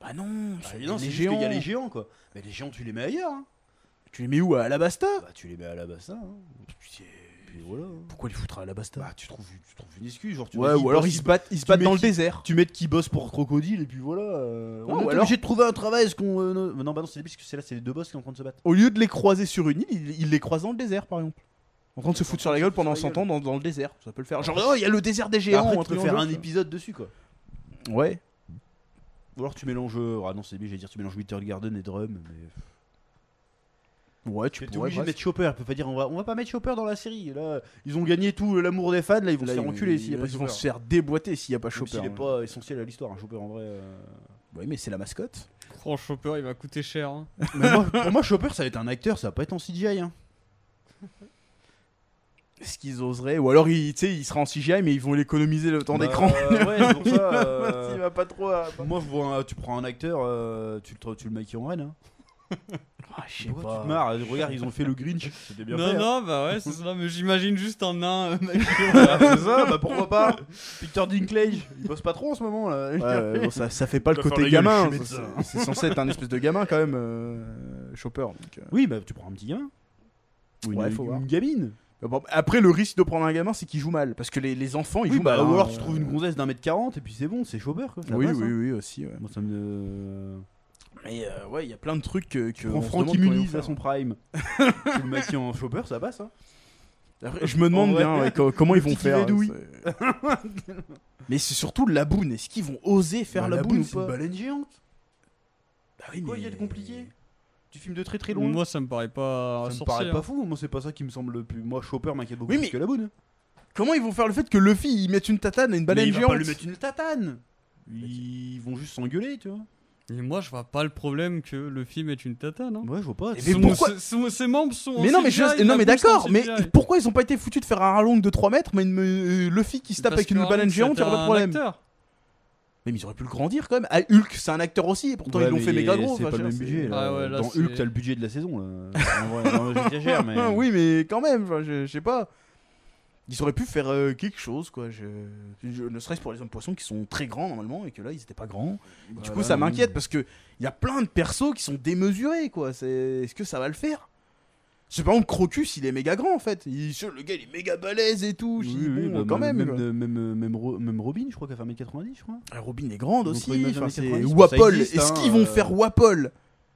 [SPEAKER 3] Bah non,
[SPEAKER 1] Bah,
[SPEAKER 3] c'est
[SPEAKER 1] non, c'est
[SPEAKER 3] les
[SPEAKER 1] juste
[SPEAKER 3] géants.
[SPEAKER 1] qu'il y a les géants, quoi. Mais les géants, tu les mets ailleurs, hein.
[SPEAKER 3] Tu les mets où à Alabasta
[SPEAKER 1] Bah, tu les mets à la bassa, hein. Puis voilà, hein.
[SPEAKER 3] Pourquoi les foutre à Alabasta
[SPEAKER 1] Bah, tu trouves, tu trouves une excuse, genre, tu
[SPEAKER 3] Ouais,
[SPEAKER 1] mets qui
[SPEAKER 3] ou alors
[SPEAKER 1] bosse-
[SPEAKER 3] ils se battent, ils se battent
[SPEAKER 1] mets
[SPEAKER 3] dans le
[SPEAKER 1] qui-
[SPEAKER 3] désert.
[SPEAKER 1] Tu mets de qui bosse pour Crocodile, et puis voilà. euh,
[SPEAKER 3] Ouais,
[SPEAKER 1] on
[SPEAKER 3] ou
[SPEAKER 1] est
[SPEAKER 3] alors-
[SPEAKER 1] obligé de trouver un travail, est-ce qu'on... euh, non- Non, bah non, c'est débile, parce que c'est là, c'est les deux boss qui sont en train de se battre.
[SPEAKER 3] Au lieu de les croiser sur une île, ils, ils les croisent dans le désert par exemple. En train de se foutre sur la gueule pendant
[SPEAKER 1] Sur la
[SPEAKER 3] 100 ans dans, dans le désert. Ça peut le faire. Genre,
[SPEAKER 1] Après-
[SPEAKER 3] oh, il y a le désert des
[SPEAKER 1] Et
[SPEAKER 3] géants.
[SPEAKER 1] après,
[SPEAKER 3] un
[SPEAKER 1] tu peux
[SPEAKER 3] truc
[SPEAKER 1] faire
[SPEAKER 3] dans le
[SPEAKER 1] un
[SPEAKER 3] genre.
[SPEAKER 1] épisode dessus, quoi.
[SPEAKER 3] Ouais.
[SPEAKER 1] Ou alors tu mélanges. euh, Ah non, c'est bien, j'allais dire tu mélanges Winter Garden et Drum. Mais...
[SPEAKER 3] Ouais, tu
[SPEAKER 1] Tu
[SPEAKER 3] peux.
[SPEAKER 1] es
[SPEAKER 3] ouais,
[SPEAKER 1] obligé de
[SPEAKER 3] bref.
[SPEAKER 1] mettre Chopper. On peut pas dire on va, on va pas mettre Chopper dans la série. Là, ils ont gagné tout euh, l'amour des fans. Là, ils vont
[SPEAKER 3] Là,
[SPEAKER 1] se
[SPEAKER 3] ils-
[SPEAKER 1] faire enculer s'il y a pas
[SPEAKER 3] Ils vont se
[SPEAKER 1] Chopper.
[SPEAKER 3] faire déboîter s'il n'y a pas
[SPEAKER 1] Même
[SPEAKER 3] Chopper.
[SPEAKER 1] S'il est
[SPEAKER 3] ouais.
[SPEAKER 1] pas essentiel à l'histoire, hein, Chopper en vrai. euh.
[SPEAKER 3] Ouais, mais c'est la mascotte.
[SPEAKER 2] Franchement, Chopper, il va coûter cher. hein.
[SPEAKER 1] Mais moi, pour moi, Chopper, ça va être un acteur, ça va pas être en CGI. Hein.
[SPEAKER 3] Est-ce qu'ils oseraient Ou alors, il, tu sais, il sera en CGI, mais ils vont l'économiser le temps
[SPEAKER 1] Bah,
[SPEAKER 3] d'écran.
[SPEAKER 1] euh, ouais, c'est pour ça,
[SPEAKER 3] Il
[SPEAKER 1] euh,
[SPEAKER 3] va pas trop. à-
[SPEAKER 1] Moi, je vois un- tu prends un acteur, euh, tu, le, tu le maquilles en reine. Hein.
[SPEAKER 3] Ah, je sais
[SPEAKER 1] Pourquoi
[SPEAKER 3] pas.
[SPEAKER 1] tu te marres hein. Regarde, ils ont fait le Grinch. C'était bien
[SPEAKER 2] non,
[SPEAKER 1] fait. hein.
[SPEAKER 2] non, bah ouais, c'est ça. Mais j'imagine juste un nain. euh, mec.
[SPEAKER 1] Voilà, c'est ça, bah pourquoi pas Victor Dinklage, il bosse pas trop en ce moment là.
[SPEAKER 3] Ouais, ouais, bon, ça, ça fait pas le
[SPEAKER 1] Doit faire
[SPEAKER 3] côté
[SPEAKER 1] la gueule,
[SPEAKER 3] gamin.
[SPEAKER 1] je suis
[SPEAKER 3] ça,
[SPEAKER 1] médecin.
[SPEAKER 3] C'est c'est censé être un espèce de gamin quand même, euh, Chopper. donc, euh.
[SPEAKER 1] Oui, bah tu prends un petit gamin. Ou une,
[SPEAKER 3] Ouais, faut
[SPEAKER 1] une
[SPEAKER 3] voir.
[SPEAKER 1] gamine.
[SPEAKER 3] Mais euh. bon, après, le risque de prendre un gamin, c'est qu'il joue mal. Parce que les, les enfants, ils
[SPEAKER 1] Oui,
[SPEAKER 3] jouent
[SPEAKER 1] bah,
[SPEAKER 3] mal.
[SPEAKER 1] ou
[SPEAKER 3] hein,
[SPEAKER 1] alors
[SPEAKER 3] euh.
[SPEAKER 1] tu trouves une gonzesse d'un mètre quarante et puis c'est bon, c'est Chopper quoi. ça
[SPEAKER 3] Oui,
[SPEAKER 1] passe,
[SPEAKER 3] oui,
[SPEAKER 1] hein.
[SPEAKER 3] oui, aussi. Ouais.
[SPEAKER 1] Moi, ça me.
[SPEAKER 3] Ah bah, Mais euh, ouais, il y a plein de trucs que. que
[SPEAKER 1] Tu prends
[SPEAKER 3] on se
[SPEAKER 1] Frankie
[SPEAKER 3] demande comment ils
[SPEAKER 1] Muniz
[SPEAKER 3] vont
[SPEAKER 1] à
[SPEAKER 3] faire.
[SPEAKER 1] son prime. tu le maquilles en Chopper, ça passe. Hein.
[SPEAKER 3] Après, je me demande
[SPEAKER 1] En vrai.
[SPEAKER 3] bien ouais, co- comment ils vont
[SPEAKER 1] Petit
[SPEAKER 3] faire. euh,
[SPEAKER 1] Védouille.
[SPEAKER 3] c'est- Mais c'est surtout la boune. Est-ce qu'ils vont oser faire
[SPEAKER 1] Bah,
[SPEAKER 3] la, boune ou
[SPEAKER 1] c'est une
[SPEAKER 3] pas
[SPEAKER 1] baleine géante.
[SPEAKER 3] Bah oui,
[SPEAKER 1] Quoi, Ah, il y a de
[SPEAKER 3] mais-
[SPEAKER 1] compliqué Tu filmes de très très loin.
[SPEAKER 2] Moi, ça me paraît pas.
[SPEAKER 1] ça me
[SPEAKER 2] sorcier,
[SPEAKER 1] paraît
[SPEAKER 2] hein.
[SPEAKER 1] pas fou. Moi, c'est pas ça qui me semble le plus. Moi, Chopper m'inquiète beaucoup
[SPEAKER 3] Oui,
[SPEAKER 1] plus
[SPEAKER 3] mais-
[SPEAKER 1] que la boune.
[SPEAKER 3] Comment ils vont faire le fait que Luffy il mette une tatane à une baleine
[SPEAKER 1] Mais il va
[SPEAKER 3] géante
[SPEAKER 1] pas lui mettre une tatane. Ils vont juste s'engueuler, tu vois.
[SPEAKER 2] Et moi, je vois pas le problème que le film est une tatane. hein.
[SPEAKER 1] Ouais, je vois pas.
[SPEAKER 3] Et
[SPEAKER 1] C'est-
[SPEAKER 3] mais
[SPEAKER 2] Son-
[SPEAKER 3] pourquoi-
[SPEAKER 2] se- son- ses membres sont. en
[SPEAKER 3] Mais non, mais, je-
[SPEAKER 2] CGI, la
[SPEAKER 3] non, mais
[SPEAKER 2] bouche sont en
[SPEAKER 3] d'accord, mais
[SPEAKER 2] CGI.
[SPEAKER 3] pourquoi ils ont pas été foutus de faire un rallonge de 3 mètres, mais une, euh, Luffy qui se tape
[SPEAKER 2] Parce
[SPEAKER 3] avec
[SPEAKER 2] que
[SPEAKER 3] une
[SPEAKER 2] Arnold,
[SPEAKER 3] baleine géante, il
[SPEAKER 2] c'était
[SPEAKER 3] n'y aura pas de
[SPEAKER 2] un
[SPEAKER 3] problème.
[SPEAKER 2] acteur.
[SPEAKER 3] Mais ils auraient pu le grandir quand même. Ah, Hulk, c'est un acteur aussi, et pourtant
[SPEAKER 1] Ouais,
[SPEAKER 3] ils l'ont
[SPEAKER 1] mais
[SPEAKER 3] fait méga gros.
[SPEAKER 1] C'est
[SPEAKER 3] enfin,
[SPEAKER 1] pas
[SPEAKER 3] je
[SPEAKER 1] le
[SPEAKER 3] veux
[SPEAKER 1] même
[SPEAKER 3] dire,
[SPEAKER 1] budget.
[SPEAKER 3] c'est-
[SPEAKER 1] Là.
[SPEAKER 2] Ah ouais, là,
[SPEAKER 1] Dans
[SPEAKER 2] c'est-
[SPEAKER 1] Hulk, t'as le budget de la saison. Là. En vrai, non, j'exagère, mais.
[SPEAKER 3] oui, mais quand même, enfin, je, je sais pas. Ils auraient pu faire euh, quelque chose, quoi. Je... je- ne serait-ce pour les hommes poissons qui sont très grands normalement et que là ils étaient pas grands.
[SPEAKER 1] Bah
[SPEAKER 3] du coup, ça m'inquiète parce que il y a plein de persos qui sont démesurés, quoi. C'est- Est-ce que ça va le faire C'est par exemple Crocus, il est méga grand en fait. Il... se- Le gars, il est méga balèze et tout. Je dis, bon, quand même.
[SPEAKER 1] bah, Même,
[SPEAKER 3] quoi.
[SPEAKER 1] même, même, même, Ro- même Robin, je crois qu'elle fait 1m90, je crois.
[SPEAKER 3] Ah, Robin est grande
[SPEAKER 1] Donc,
[SPEAKER 3] aussi.
[SPEAKER 1] on imagine
[SPEAKER 3] enfin,
[SPEAKER 1] les
[SPEAKER 3] c'est
[SPEAKER 1] 90, ça
[SPEAKER 3] Wapol.
[SPEAKER 1] existe,
[SPEAKER 3] Est-ce
[SPEAKER 1] hein,
[SPEAKER 3] qu'ils vont
[SPEAKER 1] euh.
[SPEAKER 3] faire Wapol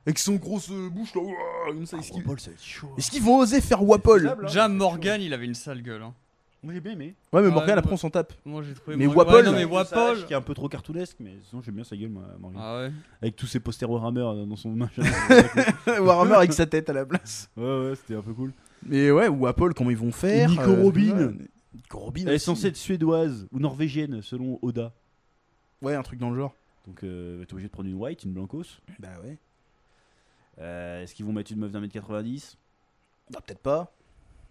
[SPEAKER 3] Avec son grosse euh, bouche là. ouah, comme ça, est-ce qu'ils-
[SPEAKER 1] Ah, ça va être chaud. hein.
[SPEAKER 3] Est-ce qu'ils vont oser faire Wapol
[SPEAKER 1] faisable, hein.
[SPEAKER 2] Déjà, Morgan, il avait une sale gueule. hein.
[SPEAKER 1] Moi j'ai bien aimé.
[SPEAKER 3] Ouais, mais
[SPEAKER 2] Ah, Ouais,
[SPEAKER 3] Morgan,
[SPEAKER 2] ouais.
[SPEAKER 3] après, on s'en tape.
[SPEAKER 2] Moi, j'ai trouvé.
[SPEAKER 3] Mais
[SPEAKER 2] Morgan-
[SPEAKER 3] Wapol-
[SPEAKER 2] ouais, non, mais
[SPEAKER 1] Avec le
[SPEAKER 2] Wapol.
[SPEAKER 1] Savage, Qui est un peu trop cartoonesque, mais sinon j'aime bien sa gueule, moi, Morgan.
[SPEAKER 2] Ah ouais.
[SPEAKER 1] Avec tous ses posters Warhammer euh, dans son machin.
[SPEAKER 3] Warhammer avec sa tête à la place.
[SPEAKER 1] ouais, ouais, c'était un peu cool.
[SPEAKER 3] Mais ouais, Wapol, comment ils vont faire
[SPEAKER 1] Et Nico
[SPEAKER 3] euh,
[SPEAKER 1] Robin.
[SPEAKER 3] voilà. Nico Robin.
[SPEAKER 1] Elle est
[SPEAKER 3] aussi.
[SPEAKER 1] censée être suédoise ou norvégienne, selon Oda.
[SPEAKER 3] Ouais, un truc dans le genre.
[SPEAKER 1] Donc euh, t'es obligé de prendre une white, une blancos.
[SPEAKER 3] Bah ouais.
[SPEAKER 1] Euh, Est-ce qu'ils vont mettre une meuf d'un mètre 90
[SPEAKER 3] Bah, peut-être pas.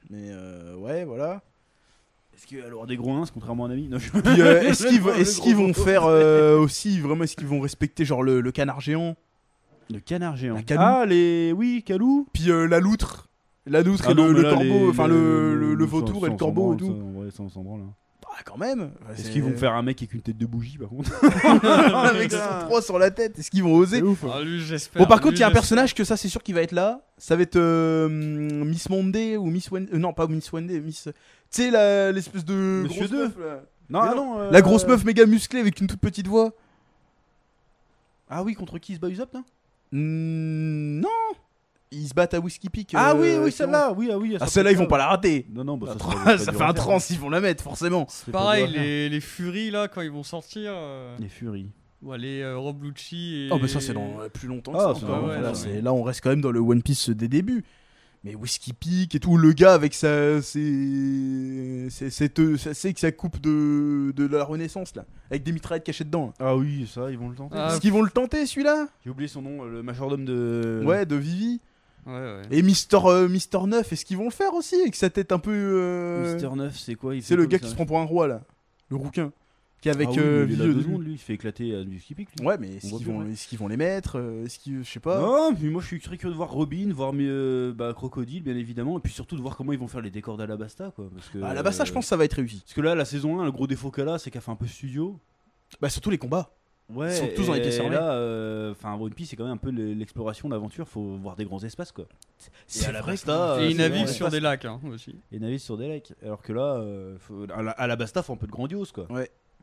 [SPEAKER 3] Mais euh, ouais, voilà.
[SPEAKER 1] Est-ce qu'elle aura des gros ins, contrairement à un ami Non, je-
[SPEAKER 3] Puis, euh, est-ce qu'ils vont-
[SPEAKER 1] Le
[SPEAKER 3] est-ce
[SPEAKER 1] gros
[SPEAKER 3] qu'ils vont
[SPEAKER 1] gros.
[SPEAKER 3] faire euh, aussi, vraiment, est-ce qu'ils vont respecter genre le, le canard géant
[SPEAKER 1] Le canard géant.
[SPEAKER 3] La Calou.
[SPEAKER 1] Ah, les. Oui, Calou.
[SPEAKER 3] Puis euh, la loutre La loutre et
[SPEAKER 1] Ah
[SPEAKER 3] le,
[SPEAKER 1] non, mais
[SPEAKER 3] le
[SPEAKER 1] là, les-
[SPEAKER 3] corbeau, enfin le,
[SPEAKER 1] les-
[SPEAKER 3] le- le
[SPEAKER 1] ça, ça,
[SPEAKER 3] vautour et le
[SPEAKER 1] on s'en
[SPEAKER 3] corbeau et
[SPEAKER 1] branle, ça,
[SPEAKER 3] tout.
[SPEAKER 1] en vrai, ça, on s'en branle, hein.
[SPEAKER 3] Bah quand même
[SPEAKER 1] Est-ce qu'ils vont faire un mec avec une tête de bougie par contre
[SPEAKER 3] Avec son froid sur la tête, est-ce qu'ils vont oser
[SPEAKER 1] ouf. hein.
[SPEAKER 2] Ah, lui, j'espère.
[SPEAKER 3] Bon, par
[SPEAKER 2] Lui,
[SPEAKER 3] contre, il y a un
[SPEAKER 2] j'espère.
[SPEAKER 3] personnage que ça, c'est sûr qu'il va être là. Ça va être euh, Miss Monday ou Miss Wendy. euh, non, pas Miss Wendy, Miss. Tu sais, la- l'espèce de.
[SPEAKER 1] Monsieur
[SPEAKER 3] grosse
[SPEAKER 1] deux.
[SPEAKER 3] meuf, là.
[SPEAKER 1] Non,
[SPEAKER 3] Mais
[SPEAKER 1] ah
[SPEAKER 3] non.
[SPEAKER 1] non, euh,
[SPEAKER 3] La grosse meuf méga musclée avec une toute petite voix.
[SPEAKER 1] Ah oui, contre qui se bat Usopp, non
[SPEAKER 3] Mm, non ils se battent à Whiskey Peak.
[SPEAKER 1] ah
[SPEAKER 3] euh,
[SPEAKER 1] oui, oui,
[SPEAKER 3] sur-
[SPEAKER 1] celle-là, oui, ah oui.
[SPEAKER 3] Ah, celle-là, ils vont pas la rater. Ah,
[SPEAKER 1] Non, non, bah, ça, sera-
[SPEAKER 3] ça
[SPEAKER 1] ça
[SPEAKER 3] fait
[SPEAKER 1] durera pas.
[SPEAKER 3] un trans, ils vont la mettre, forcément.
[SPEAKER 1] C'est pas
[SPEAKER 2] Pareil,
[SPEAKER 1] durera.
[SPEAKER 2] les, les Fury là, quand ils vont sortir, euh,
[SPEAKER 1] Les Furies.
[SPEAKER 2] ou les euh, Rob Lucci et.
[SPEAKER 1] bah,
[SPEAKER 3] Oh, mais ça, c'est dans euh, plus longtemps que
[SPEAKER 1] Ah,
[SPEAKER 3] ça,
[SPEAKER 1] c'est
[SPEAKER 3] encore.
[SPEAKER 2] dans- ouais,
[SPEAKER 3] là,
[SPEAKER 2] ouais.
[SPEAKER 3] c'est- là, on reste quand même dans le One Piece des débuts. Mais Whiskey Peak et tout, le gars avec sa. ses- ses- cette- sa- C'est que sa coupe de, de la Renaissance, là. Avec des mitraillettes cachées dedans. hein.
[SPEAKER 1] Ah oui, ça, ils vont le tenter.
[SPEAKER 2] Ah,
[SPEAKER 3] Est-ce qu'ils vont le tenter, celui-là
[SPEAKER 1] J'ai oublié son nom, euh, le majordome de.
[SPEAKER 3] Ouais, de Vivi.
[SPEAKER 2] Ouais, ouais.
[SPEAKER 3] Et Mister, euh, Mister 9, est-ce qu'ils vont le faire aussi Avec sa tête un peu. euh,
[SPEAKER 1] Mister 9, c'est quoi il
[SPEAKER 3] C'est
[SPEAKER 1] fait
[SPEAKER 3] le
[SPEAKER 1] comme
[SPEAKER 3] gars
[SPEAKER 1] ça
[SPEAKER 3] qui se prend pour un roi, là. Le rouquin. Qui est avec
[SPEAKER 1] Ah oui, mais
[SPEAKER 3] euh,
[SPEAKER 1] il est là
[SPEAKER 3] Vivi au
[SPEAKER 1] deux
[SPEAKER 3] début.
[SPEAKER 1] secondes, lui, il se fait éclater à du skipping. Lui.
[SPEAKER 3] Ouais, mais est-ce
[SPEAKER 1] voit
[SPEAKER 3] qu'ils
[SPEAKER 1] bien,
[SPEAKER 3] vont,
[SPEAKER 1] ouais.
[SPEAKER 3] est-ce qu'ils vont les mettre euh, Est-ce qu'ils. Je sais pas.
[SPEAKER 1] Non, puis moi je suis très curieux de voir Robin, voir mais, euh, bah, Crocodile bien évidemment, et puis surtout de voir comment ils vont faire les décors d'Alabasta quoi. Parce que,
[SPEAKER 3] Ah, là-bas, ça, je
[SPEAKER 1] euh,
[SPEAKER 3] pense que ça va être réussi.
[SPEAKER 1] Parce que là, la saison 1, le gros défaut qu'elle a, c'est qu'elle fait un peu studio.
[SPEAKER 3] Bah, surtout les combats.
[SPEAKER 1] Ouais,
[SPEAKER 3] Ils sont tous
[SPEAKER 1] et-
[SPEAKER 3] dans les pieds
[SPEAKER 1] et
[SPEAKER 3] fermés.
[SPEAKER 1] là, euh, enfin, One Piece, c'est quand même un peu le- l'exploration, l'aventure, faut voir des grands espaces quoi.
[SPEAKER 3] C'est vrai
[SPEAKER 1] Alabasta,
[SPEAKER 3] que-
[SPEAKER 2] et
[SPEAKER 1] euh,
[SPEAKER 2] ils
[SPEAKER 1] c'est
[SPEAKER 2] naviguent
[SPEAKER 1] vrai.
[SPEAKER 2] sur des lacs hein, aussi.
[SPEAKER 1] Et naviguent sur des lacs. Alors que là, euh, faut- à la- à Alabasta, faut un peu de grandiose quoi.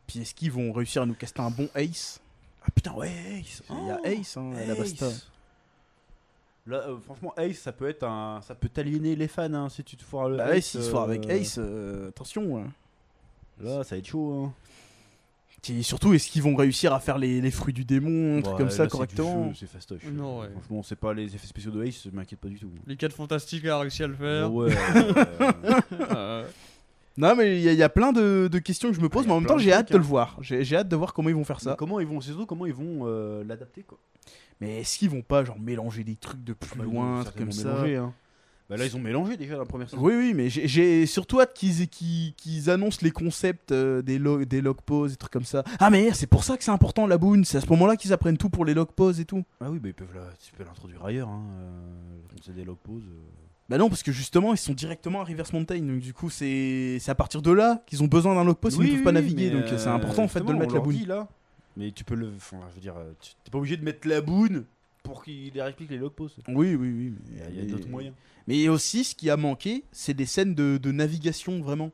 [SPEAKER 3] Puis est-ce qu'ils vont réussir à nous caster un bon Ace Ah putain, ouais, Ace Il y a
[SPEAKER 1] Oh,
[SPEAKER 3] Ace, hein, à la Basta.
[SPEAKER 1] Ace. Là, euh, franchement, Ace, ça peut être un, ça peut t'aliéner les fans hein, si tu te foires le.
[SPEAKER 3] Bah, Ace, il se foire avec
[SPEAKER 1] euh,
[SPEAKER 3] Ace, euh, attention. hein.
[SPEAKER 1] Là, ça va être chaud. Hein.
[SPEAKER 3] Et surtout, est-ce qu'ils vont réussir à faire les, les fruits du démon, un truc
[SPEAKER 1] Ouais,
[SPEAKER 3] comme
[SPEAKER 1] là,
[SPEAKER 3] ça,
[SPEAKER 1] c'est du
[SPEAKER 3] correctement
[SPEAKER 1] jeu, C'est fastoche.
[SPEAKER 2] Non, ouais.
[SPEAKER 1] Franchement, c'est pas les effets spéciaux de Ace, je m'inquiète pas du tout.
[SPEAKER 2] Les 4 Fantastiques a réussi à le faire.
[SPEAKER 1] Ouais. euh,
[SPEAKER 2] Euh,
[SPEAKER 3] Non, mais il y, a- il y a plein de, de questions que je me pose,
[SPEAKER 1] Ah, il y
[SPEAKER 3] mais en
[SPEAKER 1] a
[SPEAKER 3] même
[SPEAKER 1] plein
[SPEAKER 3] temps,
[SPEAKER 1] de
[SPEAKER 3] j'ai hâte
[SPEAKER 1] trucs,
[SPEAKER 3] de le
[SPEAKER 1] hein.
[SPEAKER 3] voir. J'ai j'ai hâte de voir comment ils vont faire ça.
[SPEAKER 1] mais comment ils vont, c'est surtout comment ils vont euh, l'adapter quoi.
[SPEAKER 3] Mais est-ce qu'ils vont pas, genre, mélanger des trucs de plus
[SPEAKER 1] Bah, ils vont
[SPEAKER 3] loin, un truc comme
[SPEAKER 1] certainement
[SPEAKER 3] ça
[SPEAKER 1] mélanger, hein. Bah là, ils ont mélangé déjà la première saison.
[SPEAKER 3] Oui, oui, mais j'ai- j'ai surtout hâte qu'ils qu'ils- qu'ils annoncent les concepts euh, des, log, des log pauses, des trucs comme ça. Ah, mais c'est pour ça que c'est important la boon, c'est à ce moment-là qu'ils apprennent tout pour les log pauses et tout.
[SPEAKER 1] Ah oui, bah ils peuvent la, tu peux l'introduire ailleurs. Hein, euh, quand c'est des log pauses. euh.
[SPEAKER 3] Bah non, parce que justement, ils sont directement à Reverse Mountain, donc du coup, c'est c'est à partir de là qu'ils ont besoin d'un log pause, ils
[SPEAKER 1] Oui,
[SPEAKER 3] ne peuvent
[SPEAKER 1] oui,
[SPEAKER 3] pas
[SPEAKER 1] oui,
[SPEAKER 3] naviguer,
[SPEAKER 1] mais,
[SPEAKER 3] donc c'est
[SPEAKER 1] euh,
[SPEAKER 3] important en fait de le
[SPEAKER 1] justement,
[SPEAKER 3] mettre
[SPEAKER 1] on
[SPEAKER 3] la
[SPEAKER 1] leur
[SPEAKER 3] boon.
[SPEAKER 1] dit, là. Mais tu peux le, enfin, je veux dire, euh, tu- t'es pas obligé de mettre la boune pour qu'il leur explique les log pauses.
[SPEAKER 3] Oui, oui, oui.
[SPEAKER 1] Il
[SPEAKER 3] mais-
[SPEAKER 1] y a, il y a
[SPEAKER 3] mais-
[SPEAKER 1] d'autres moyens.
[SPEAKER 3] Mais aussi, ce qui a manqué, c'est des scènes de, de navigation vraiment.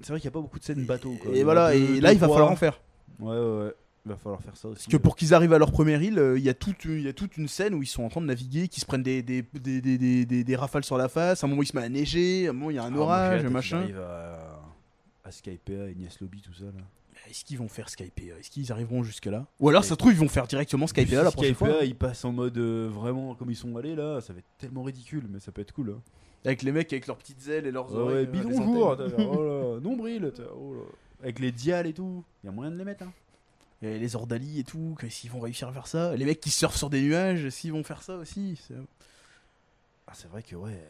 [SPEAKER 1] C'est vrai qu'il n'y a pas beaucoup de scènes bateau. Quoi. Il y
[SPEAKER 3] et
[SPEAKER 1] a
[SPEAKER 3] voilà,
[SPEAKER 1] deux-
[SPEAKER 3] et là,
[SPEAKER 1] deux,
[SPEAKER 3] il va
[SPEAKER 1] trois.
[SPEAKER 3] falloir en faire.
[SPEAKER 1] Ouais, ouais, ouais. Il va falloir faire ça aussi.
[SPEAKER 3] Parce que pour qu'ils arrivent à leur première île, euh, il y, a toute une- il y a toute une scène où ils sont en train de naviguer, qu'ils se prennent des, des, des, des, des- des- des rafales sur la face, à un moment il se met à neiger, à un moment il
[SPEAKER 1] hein. Ah,
[SPEAKER 3] y a un orage, un machin.
[SPEAKER 1] À, à Skypea, Ignace Lobby, tout ça là.
[SPEAKER 3] Est-ce qu'ils vont faire Skype euh, Est-ce qu'ils arriveront jusque-là Ou alors ça se trouve ils vont faire directement Skype euh, la prochaine fois.
[SPEAKER 1] Skypea, ils passent en mode euh, vraiment comme ils sont allés là. Ça va être tellement ridicule, mais ça peut être cool. Hein.
[SPEAKER 3] Avec les mecs avec leurs petites ailes et leurs
[SPEAKER 1] Ouais,
[SPEAKER 3] oreilles.
[SPEAKER 1] ouais,
[SPEAKER 3] euh,
[SPEAKER 1] bidon
[SPEAKER 3] les
[SPEAKER 1] jour,
[SPEAKER 3] antennes.
[SPEAKER 1] t'as- oh là, nombril, t'as- oh là. avec les dials et tout. Il y a moyen de les mettre. Hein.
[SPEAKER 3] Et les ordalies et tout, que- s'ils vont réussir à faire ça. Les mecs qui surfent sur des nuages, s'ils vont faire ça aussi. c'est-
[SPEAKER 1] Ah, c'est vrai que ouais.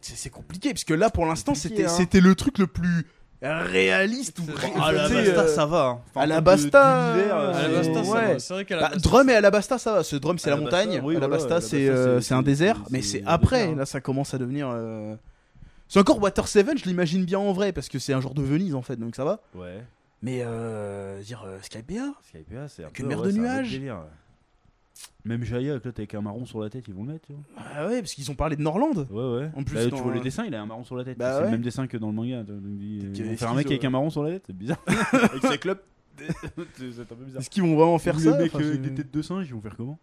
[SPEAKER 3] C'est c'est compliqué, parce que là pour l'instant
[SPEAKER 1] Compliqué,
[SPEAKER 3] c'était
[SPEAKER 1] hein.
[SPEAKER 3] c'était le truc le plus réaliste. Ou...
[SPEAKER 2] C'est-
[SPEAKER 1] Oh,
[SPEAKER 3] ré-
[SPEAKER 2] Ah, la
[SPEAKER 3] tu sais,
[SPEAKER 2] Basta,
[SPEAKER 3] euh,
[SPEAKER 1] ça va. hein.
[SPEAKER 3] à la Basta,
[SPEAKER 1] euh,
[SPEAKER 2] à Ah, la
[SPEAKER 3] c'est-
[SPEAKER 2] Basta, ça
[SPEAKER 3] ouais.
[SPEAKER 2] va. c'est vrai qu'à la
[SPEAKER 3] Bah,
[SPEAKER 2] Basta,
[SPEAKER 3] Drum et Alabasta, ça va. Ce Drum, c'est la
[SPEAKER 1] Alabasta,
[SPEAKER 3] montagne.
[SPEAKER 1] oui, voilà,
[SPEAKER 3] Alabasta,
[SPEAKER 1] Alabasta,
[SPEAKER 3] c'est euh,
[SPEAKER 1] c'est-
[SPEAKER 3] c'est un
[SPEAKER 1] c'est-
[SPEAKER 3] désert.
[SPEAKER 1] c'est-
[SPEAKER 3] Mais
[SPEAKER 1] c'est
[SPEAKER 3] c'est
[SPEAKER 1] un
[SPEAKER 3] après. hein.
[SPEAKER 1] désert.
[SPEAKER 3] Là, ça commence à devenir. euh, C'est encore Water Seven, je l'imagine bien en vrai, parce que c'est un genre de Venise en fait, donc ça va.
[SPEAKER 1] Ouais,
[SPEAKER 3] Mais euh, dire euh, Skypea
[SPEAKER 1] Skypea, c'est un
[SPEAKER 3] Que
[SPEAKER 1] peu.
[SPEAKER 3] mer
[SPEAKER 1] ouais,
[SPEAKER 3] de
[SPEAKER 1] c'est un autre
[SPEAKER 3] nuages.
[SPEAKER 1] délire, ouais. Même Jaya, avec l'autre avec un marron sur la tête, ils vont le mettre. Tu vois.
[SPEAKER 3] Ah ouais, parce qu'ils ont parlé de Norland.
[SPEAKER 1] Ouais, ouais.
[SPEAKER 3] En plus,
[SPEAKER 1] Bah, tu
[SPEAKER 3] dans-
[SPEAKER 1] vois le dessin, il a un marron sur la tête.
[SPEAKER 3] Bah
[SPEAKER 1] c'est
[SPEAKER 3] ouais.
[SPEAKER 1] le même dessin que dans le manga. tu vois, donc, il-
[SPEAKER 3] Peut-être
[SPEAKER 1] ils
[SPEAKER 3] qu'il y
[SPEAKER 1] vont
[SPEAKER 3] avait
[SPEAKER 1] faire un
[SPEAKER 3] schizo,
[SPEAKER 1] mec avec
[SPEAKER 3] ouais.
[SPEAKER 1] un marron sur la tête, c'est bizarre. avec ses clubs. c'est un peu bizarre.
[SPEAKER 3] Est-ce qu'ils vont vraiment faire
[SPEAKER 1] Ou
[SPEAKER 3] ça
[SPEAKER 1] les mecs
[SPEAKER 3] Enfin,
[SPEAKER 1] euh,
[SPEAKER 3] c'est-
[SPEAKER 1] avec des têtes de singe, ils vont faire comment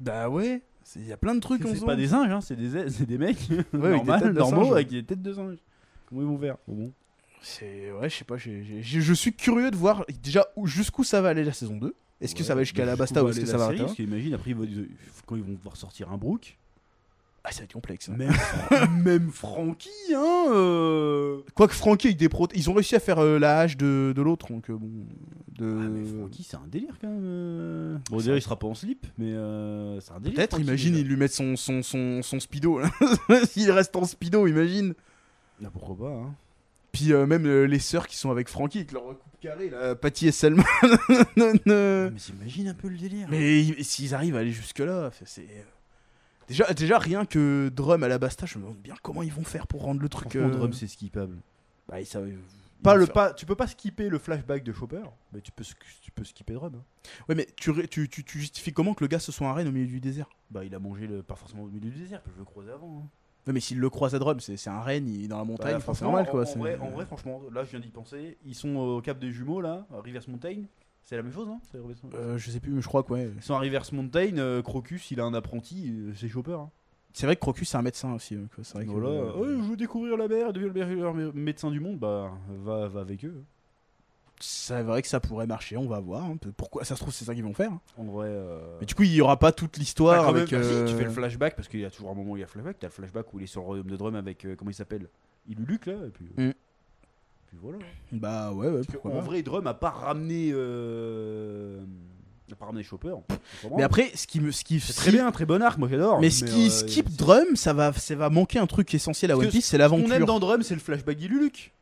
[SPEAKER 3] Bah ouais. Il y a plein de trucs en
[SPEAKER 1] C'est pas des singes, hein, c'est des, c'est des mecs
[SPEAKER 3] avec des
[SPEAKER 1] normal,
[SPEAKER 3] têtes de
[SPEAKER 1] normaux
[SPEAKER 3] singe, ouais.
[SPEAKER 1] avec des têtes de singe. Comment ils vont faire Bon, bon.
[SPEAKER 3] C'est ouais, je sais pas. j'ai- j'ai- j'ai- je suis curieux de voir déjà où- jusqu'où ça va aller la saison 2. Est-ce que
[SPEAKER 1] Ouais,
[SPEAKER 3] ça va jusqu'à
[SPEAKER 1] bah,
[SPEAKER 3] Alabasta
[SPEAKER 1] jusqu'où
[SPEAKER 3] ou est-ce
[SPEAKER 1] aller
[SPEAKER 3] que
[SPEAKER 1] la
[SPEAKER 3] ça va
[SPEAKER 1] série,
[SPEAKER 3] à
[SPEAKER 1] Parce qu'imagine, après, ils vont- ils- quand ils vont devoir sortir un Brook,
[SPEAKER 3] Ah, ça va être complexe. hein.
[SPEAKER 1] même, Fra- même Francky, hein euh,
[SPEAKER 3] Quoique Francky avec des protes, ils ont réussi à faire euh, la hache de, de l'autre, donc euh, bon.
[SPEAKER 1] Ah,
[SPEAKER 3] De...
[SPEAKER 1] mais Francky, c'est un délire quand même. euh. Bon,
[SPEAKER 3] C'est
[SPEAKER 1] déjà,
[SPEAKER 3] un-
[SPEAKER 1] il sera pas en slip, mais euh, c'est un délire.
[SPEAKER 3] Peut-être,
[SPEAKER 1] Francky,
[SPEAKER 3] imagine,
[SPEAKER 1] déjà.
[SPEAKER 3] ils lui mettent son, son, son, son speedo. là. S'il reste en speedo, imagine.
[SPEAKER 1] Ah, pourquoi pas, hein.
[SPEAKER 3] Puis euh, même euh, les sœurs qui sont avec Francky avec leur coupe carrée, là, Patty et Selma. Non, non.
[SPEAKER 1] Mais t'imagines un peu le délire.
[SPEAKER 3] Mais ils- s'ils arrivent à aller jusque-là, c'est- c'est. Déjà, déjà, rien que Drum à la Basta, je me demande bien comment ils vont faire pour rendre le truc.
[SPEAKER 1] Franchement,
[SPEAKER 3] euh,
[SPEAKER 1] drum, c'est skippable.
[SPEAKER 3] bah, ils savent- ils
[SPEAKER 1] Pas
[SPEAKER 3] vont
[SPEAKER 1] le
[SPEAKER 3] faire-
[SPEAKER 1] pas, tu peux pas skipper le flashback de Chopper, mais tu peux, sk- tu peux skipper drum. hein.
[SPEAKER 3] Ouais, mais tu, ré- tu, tu, tu justifies comment que le gars se soit un renne au milieu du désert
[SPEAKER 1] Bah, il a mangé le, pas forcément au milieu du désert, je le croiser avant. hein.
[SPEAKER 3] Ouais, mais s'il le croise à Drum, c'est c'est un renne, il est dans la
[SPEAKER 1] Bah,
[SPEAKER 3] montagne, enfin, c'est
[SPEAKER 1] franchement,
[SPEAKER 3] normal
[SPEAKER 1] en-
[SPEAKER 3] quoi.
[SPEAKER 1] En,
[SPEAKER 3] c'est-
[SPEAKER 1] vrai, en vrai, franchement, là, je viens d'y penser. Ils sont au cap des jumeaux, là, à Reverse Mountain. C'est la même chose, hein. non C'est Reverse Mountain.
[SPEAKER 3] Euh, je sais plus, mais je crois que ouais.
[SPEAKER 1] Ils sont à Reverse Mountain. euh, Crocus, il a un apprenti, euh, c'est Chopper. hein.
[SPEAKER 3] C'est vrai que Crocus, c'est un médecin aussi. donc, c'est vrai que-
[SPEAKER 1] Voilà.
[SPEAKER 3] euh,
[SPEAKER 1] Ouais, je veux découvrir la mer, devenir le meilleur mé- médecin du monde. Bah, va, va avec eux.
[SPEAKER 3] C'est vrai que ça pourrait marcher, on va voir. hein. Peut- Pourquoi ça se trouve, c'est ça qu'ils vont faire. hein.
[SPEAKER 1] En vrai. euh,
[SPEAKER 3] Mais du coup, il y aura pas toute
[SPEAKER 1] bah,
[SPEAKER 3] l'histoire
[SPEAKER 1] quand
[SPEAKER 3] avec.
[SPEAKER 1] même,
[SPEAKER 3] euh,
[SPEAKER 1] si, tu fais le flashback parce qu'il y a toujours un moment où il y a le flashback. T'as le flashback où il est sur le royaume de Drum avec euh, comment il s'appelle Iluluc là. Et puis, euh,
[SPEAKER 3] Mm.
[SPEAKER 1] puis voilà.
[SPEAKER 3] Bah ouais, ouais, pourquoi
[SPEAKER 1] en
[SPEAKER 3] pas.
[SPEAKER 1] vrai, Drum a pas ramené. Euh... a pas ramené Chopper.
[SPEAKER 3] Mais après, ce qui me, ce qui,
[SPEAKER 1] c'est
[SPEAKER 3] ce
[SPEAKER 1] très
[SPEAKER 3] qui-
[SPEAKER 1] bien, très bon arc. Moi j'adore.
[SPEAKER 3] Mais ce qui
[SPEAKER 1] euh,
[SPEAKER 3] skip
[SPEAKER 1] c'est-
[SPEAKER 3] drum, ça va, ça va manquer un truc essentiel à
[SPEAKER 1] Parce
[SPEAKER 3] One
[SPEAKER 1] que
[SPEAKER 3] Piece, c'est
[SPEAKER 1] Ce qu'on aime
[SPEAKER 3] l'aventure.
[SPEAKER 1] dans Drum, c'est le flashback d'Iluluc.